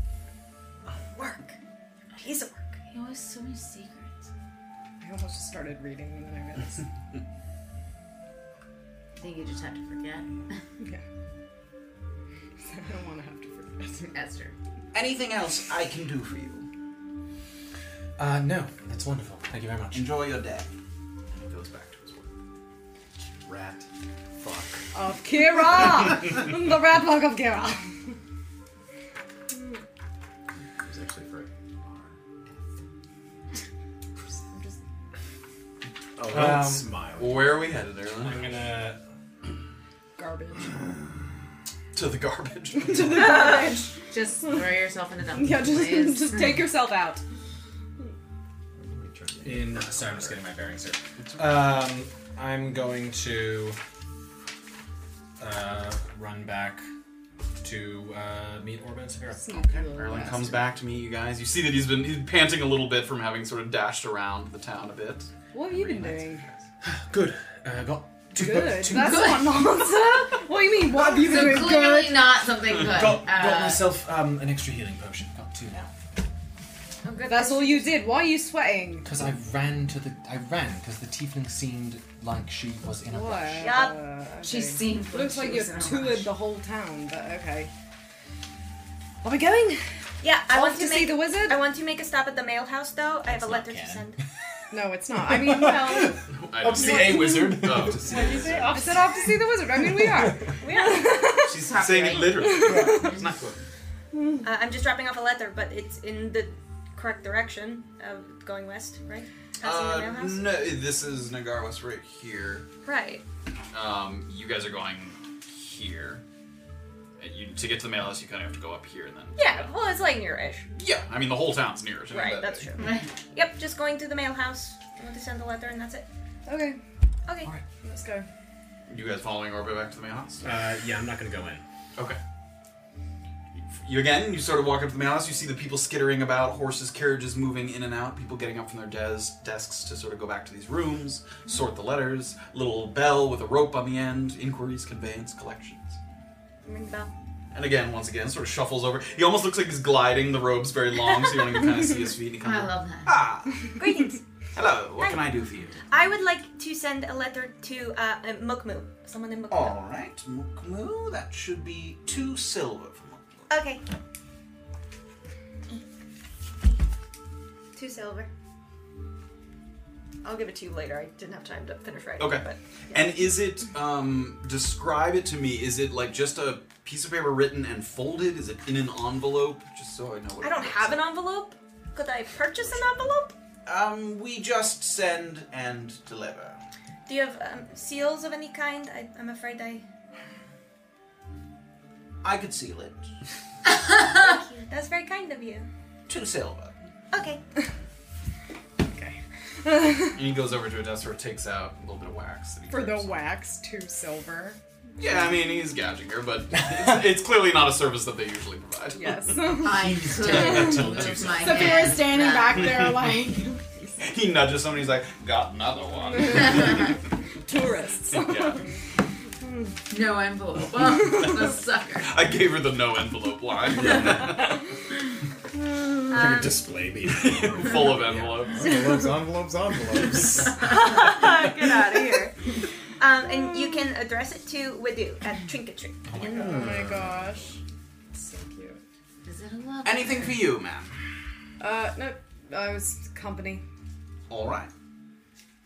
[SPEAKER 5] of work. Piece of work.
[SPEAKER 3] He always so many secrets.
[SPEAKER 8] I almost just started reading and then I realized.
[SPEAKER 3] I think you just have to forget.
[SPEAKER 8] yeah. I don't want to have to forget.
[SPEAKER 3] That's true.
[SPEAKER 2] Anything else I can do for you?
[SPEAKER 4] Uh, no, that's wonderful. Thank you very much.
[SPEAKER 2] Enjoy your day.
[SPEAKER 7] of Kira! the Ratlock of Kira.
[SPEAKER 6] It was actually for. Oh,
[SPEAKER 4] Um,
[SPEAKER 6] don't smile.
[SPEAKER 2] Where are we headed, Erlen?
[SPEAKER 4] I'm gonna.
[SPEAKER 7] Garbage.
[SPEAKER 2] To the garbage.
[SPEAKER 3] Just throw yourself in a dumpster.
[SPEAKER 7] Yeah,
[SPEAKER 3] please.
[SPEAKER 7] just, just take yourself out.
[SPEAKER 4] In sorry, I'm just getting my bearings here. Um, I'm going to uh, run back to uh, meet Orban and Severa.
[SPEAKER 2] Erlen comes back to meet you guys. You see that he's been he's panting a little bit from having sort of dashed around the town a bit.
[SPEAKER 7] What have you been doing?
[SPEAKER 4] Good. Uh, got two,
[SPEAKER 7] Good. That's
[SPEAKER 4] two-
[SPEAKER 7] not an answer. What do you mean? What have you been
[SPEAKER 3] So
[SPEAKER 7] doing?
[SPEAKER 3] clearly
[SPEAKER 7] Good.
[SPEAKER 3] not something good.
[SPEAKER 4] got, got
[SPEAKER 3] Uh,
[SPEAKER 4] myself um, an extra healing potion. Got two now.
[SPEAKER 7] That's all you did. Why are you sweating?
[SPEAKER 4] Because I ran to the I ran because the tiefling seemed like she was in a
[SPEAKER 7] What?
[SPEAKER 4] rush.
[SPEAKER 3] she seemed.
[SPEAKER 7] Looks like
[SPEAKER 3] she
[SPEAKER 7] you've
[SPEAKER 3] was in a rush.
[SPEAKER 7] toured the whole town, but okay. Are we going?
[SPEAKER 5] Yeah, I
[SPEAKER 7] Off
[SPEAKER 5] want to,
[SPEAKER 7] to
[SPEAKER 5] make,
[SPEAKER 7] see the wizard?
[SPEAKER 5] I want to make a stop at the mail house, though. I have a letter to
[SPEAKER 4] canon.
[SPEAKER 5] send.
[SPEAKER 7] No, it's not. I mean, well,
[SPEAKER 2] I don't know.
[SPEAKER 4] a wizard.
[SPEAKER 2] Oh,
[SPEAKER 7] I said off to see the wizard. I mean, we are.
[SPEAKER 2] she's saying it literally. It's not good.
[SPEAKER 5] Uh, I'm just dropping off a letter, but it's in the correct direction of going west, right? Passing the
[SPEAKER 2] Uh,
[SPEAKER 5] mail house.
[SPEAKER 2] no, this is Nagarwas right here.
[SPEAKER 5] Right.
[SPEAKER 2] Um, you guys are going here. Uh, You, to get to the mail house, you kind of have to go up here and then.
[SPEAKER 5] Yeah. Well, it's like near-ish.
[SPEAKER 2] Yeah, I mean the whole town's near. it. I mean,
[SPEAKER 5] Right.
[SPEAKER 2] that-
[SPEAKER 5] That's true. Yep. Just going to the mail house. I want to send a letter, and that's it.
[SPEAKER 7] Okay,
[SPEAKER 5] Okay.
[SPEAKER 7] let's go.
[SPEAKER 2] You guys following Orbe back to the mail house?
[SPEAKER 4] Uh, yeah, I'm not gonna go in.
[SPEAKER 2] Okay. You again, you sort of walk up to the mail house, you see the people skittering about, horses, carriages moving in and out, people getting up from their des- desks to sort of go back to these rooms, sort the letters, little bell with a rope on the end, inquiries, conveyance, collections.
[SPEAKER 5] Ring the bell.
[SPEAKER 2] And again, once again, sort of shuffles over. He almost looks like he's gliding, the robe's very long, so you don't even kind of see his feet. And he comes
[SPEAKER 3] I
[SPEAKER 2] up,
[SPEAKER 3] love that.
[SPEAKER 2] Ah,
[SPEAKER 5] Greetings.
[SPEAKER 2] hello, what can I do for you?
[SPEAKER 5] I would like to send a letter to uh, uh, Mukmu. Someone in Mukmu.
[SPEAKER 2] Alright, Mukmu, that should be two silver for Mukmu.
[SPEAKER 5] Okay. Two silver. I'll give it to you later. I didn't have time to finish writing.
[SPEAKER 2] Okay.
[SPEAKER 5] But
[SPEAKER 2] And is it um describe it to me? Is it like just a piece of paper written and folded? Is it in an envelope? Just so I know what
[SPEAKER 5] I don't have an envelope. Could I purchase an envelope?
[SPEAKER 2] Um we just send and deliver.
[SPEAKER 5] Do you have um, seals of any kind? I, I'm afraid I.
[SPEAKER 2] I could seal it.
[SPEAKER 5] Thank you. That's very kind of you.
[SPEAKER 2] Two silver.
[SPEAKER 5] Okay.
[SPEAKER 2] And he goes over to a desk where takes out a little bit of wax. That he
[SPEAKER 7] For the
[SPEAKER 2] carves.
[SPEAKER 7] wax, two silver.
[SPEAKER 2] Yeah, I mean he's gouging her, but it's, it's clearly not a service that they usually provide.
[SPEAKER 7] Yes.
[SPEAKER 3] I could move my
[SPEAKER 7] So we were
[SPEAKER 3] hand.
[SPEAKER 7] standing back there like
[SPEAKER 2] he nudges somebody. He's like, "Got another one."
[SPEAKER 7] tourists.
[SPEAKER 2] yeah.
[SPEAKER 3] No envelope. the sucker.
[SPEAKER 2] I gave her the no envelope line,
[SPEAKER 6] Like a display beam.
[SPEAKER 2] full of envelopes.
[SPEAKER 19] Envelopes, envelopes, envelopes.
[SPEAKER 5] Get out of here. Um, and you can address it to Widu at Trinketrick.
[SPEAKER 7] Oh my gosh. So cute.
[SPEAKER 3] Is it a love?
[SPEAKER 2] Anything for you, ma'am.
[SPEAKER 7] Uh, no, I was company.
[SPEAKER 2] All right.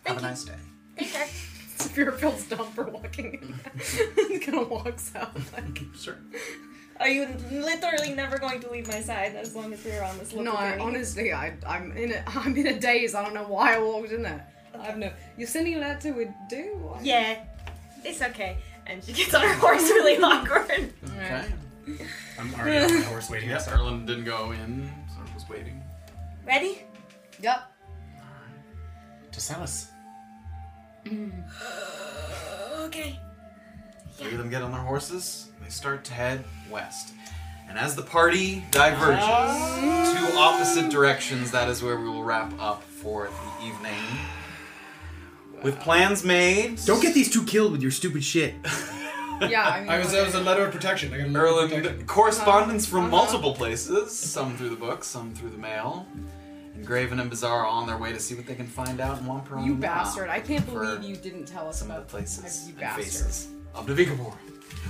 [SPEAKER 5] Thank
[SPEAKER 2] Have a
[SPEAKER 5] you.
[SPEAKER 2] nice day.
[SPEAKER 5] Take care.
[SPEAKER 7] Spearfield's done for walking in. He kind of walks out like.
[SPEAKER 2] Sure.
[SPEAKER 20] Are you literally never going to leave my side as long as we're on this little
[SPEAKER 7] No, I,
[SPEAKER 20] journey?
[SPEAKER 7] honestly, I, I'm in a, I'm in a daze. I don't know why I walked in there. I have no. You're sending a letter with do? Why?
[SPEAKER 20] yeah, it's okay. And she gets on her horse really awkward.
[SPEAKER 2] Okay.
[SPEAKER 4] I'm already on my horse waiting.
[SPEAKER 2] Yes, Erlen didn't go in, so I was waiting.
[SPEAKER 5] Ready?
[SPEAKER 7] Yep.
[SPEAKER 4] To Salas.
[SPEAKER 5] Okay.
[SPEAKER 2] Three of them get on their horses. They start to head west. And as the party diverges to opposite directions, that is where we will wrap up for the evening. With plans made,
[SPEAKER 19] Don't get these two killed with your stupid shit.
[SPEAKER 7] Yeah. I, mean,
[SPEAKER 4] I was, I was a letter of protection. I got a letter of
[SPEAKER 2] Erlen
[SPEAKER 4] protection.
[SPEAKER 2] correspondence from
[SPEAKER 7] uh-huh.
[SPEAKER 2] multiple places, some through the book, some through the mail. And Graven and Bizarre are on their way to see what they can find out in Wampron.
[SPEAKER 7] You bastard! I can't
[SPEAKER 2] for-
[SPEAKER 7] believe you didn't tell us
[SPEAKER 2] some of
[SPEAKER 7] about
[SPEAKER 2] the places
[SPEAKER 7] You
[SPEAKER 2] and
[SPEAKER 7] bastard.
[SPEAKER 2] faces of Navigabor.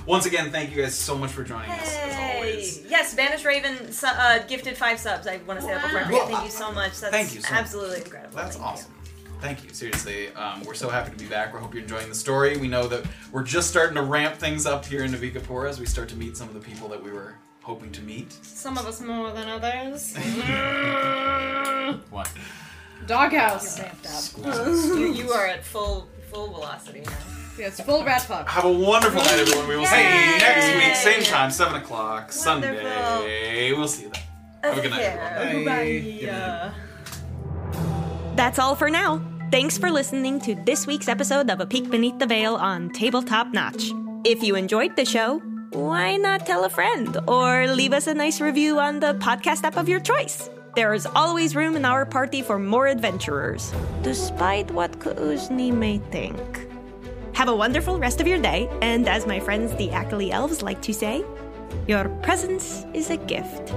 [SPEAKER 2] Once again, thank you guys so much for joining us, as always.
[SPEAKER 5] Hey. Yes, Banished Raven su- uh, gifted five subs. I want to say that before I forget. Thank you so much. That's
[SPEAKER 2] Thank you so much.
[SPEAKER 5] absolutely incredible.
[SPEAKER 2] That's
[SPEAKER 5] Thank you.
[SPEAKER 2] awesome. Thank you, seriously. Um, we're so happy to be back. We hope you're enjoying the story. We know that we're just starting to ramp things up here in Navikapura as we start to meet some of the people that we were hoping to meet.
[SPEAKER 5] Some of us more than others.
[SPEAKER 2] What?
[SPEAKER 8] Doghouse.
[SPEAKER 5] you, you are at full full velocity now.
[SPEAKER 8] Yes, full rat fuck.
[SPEAKER 2] Have a wonderful night, everyone. We will see you
[SPEAKER 5] Yay!
[SPEAKER 2] next week, same time, 7 o'clock, Sunday.
[SPEAKER 5] Wonderful.
[SPEAKER 2] We'll see you then. Have a good night, everyone.
[SPEAKER 5] Yeah.
[SPEAKER 1] That's all for now. Thanks for listening to this week's episode of A Peek Beneath the Veil on Tabletop Notch. If you enjoyed the show, why not tell a friend or leave us a nice review on the podcast app of your choice? There is always room in our party for more adventurers, despite what Kuzni may think. Have a wonderful rest of your day, and as my friends the Ackley Elves like to say, your presence is a gift.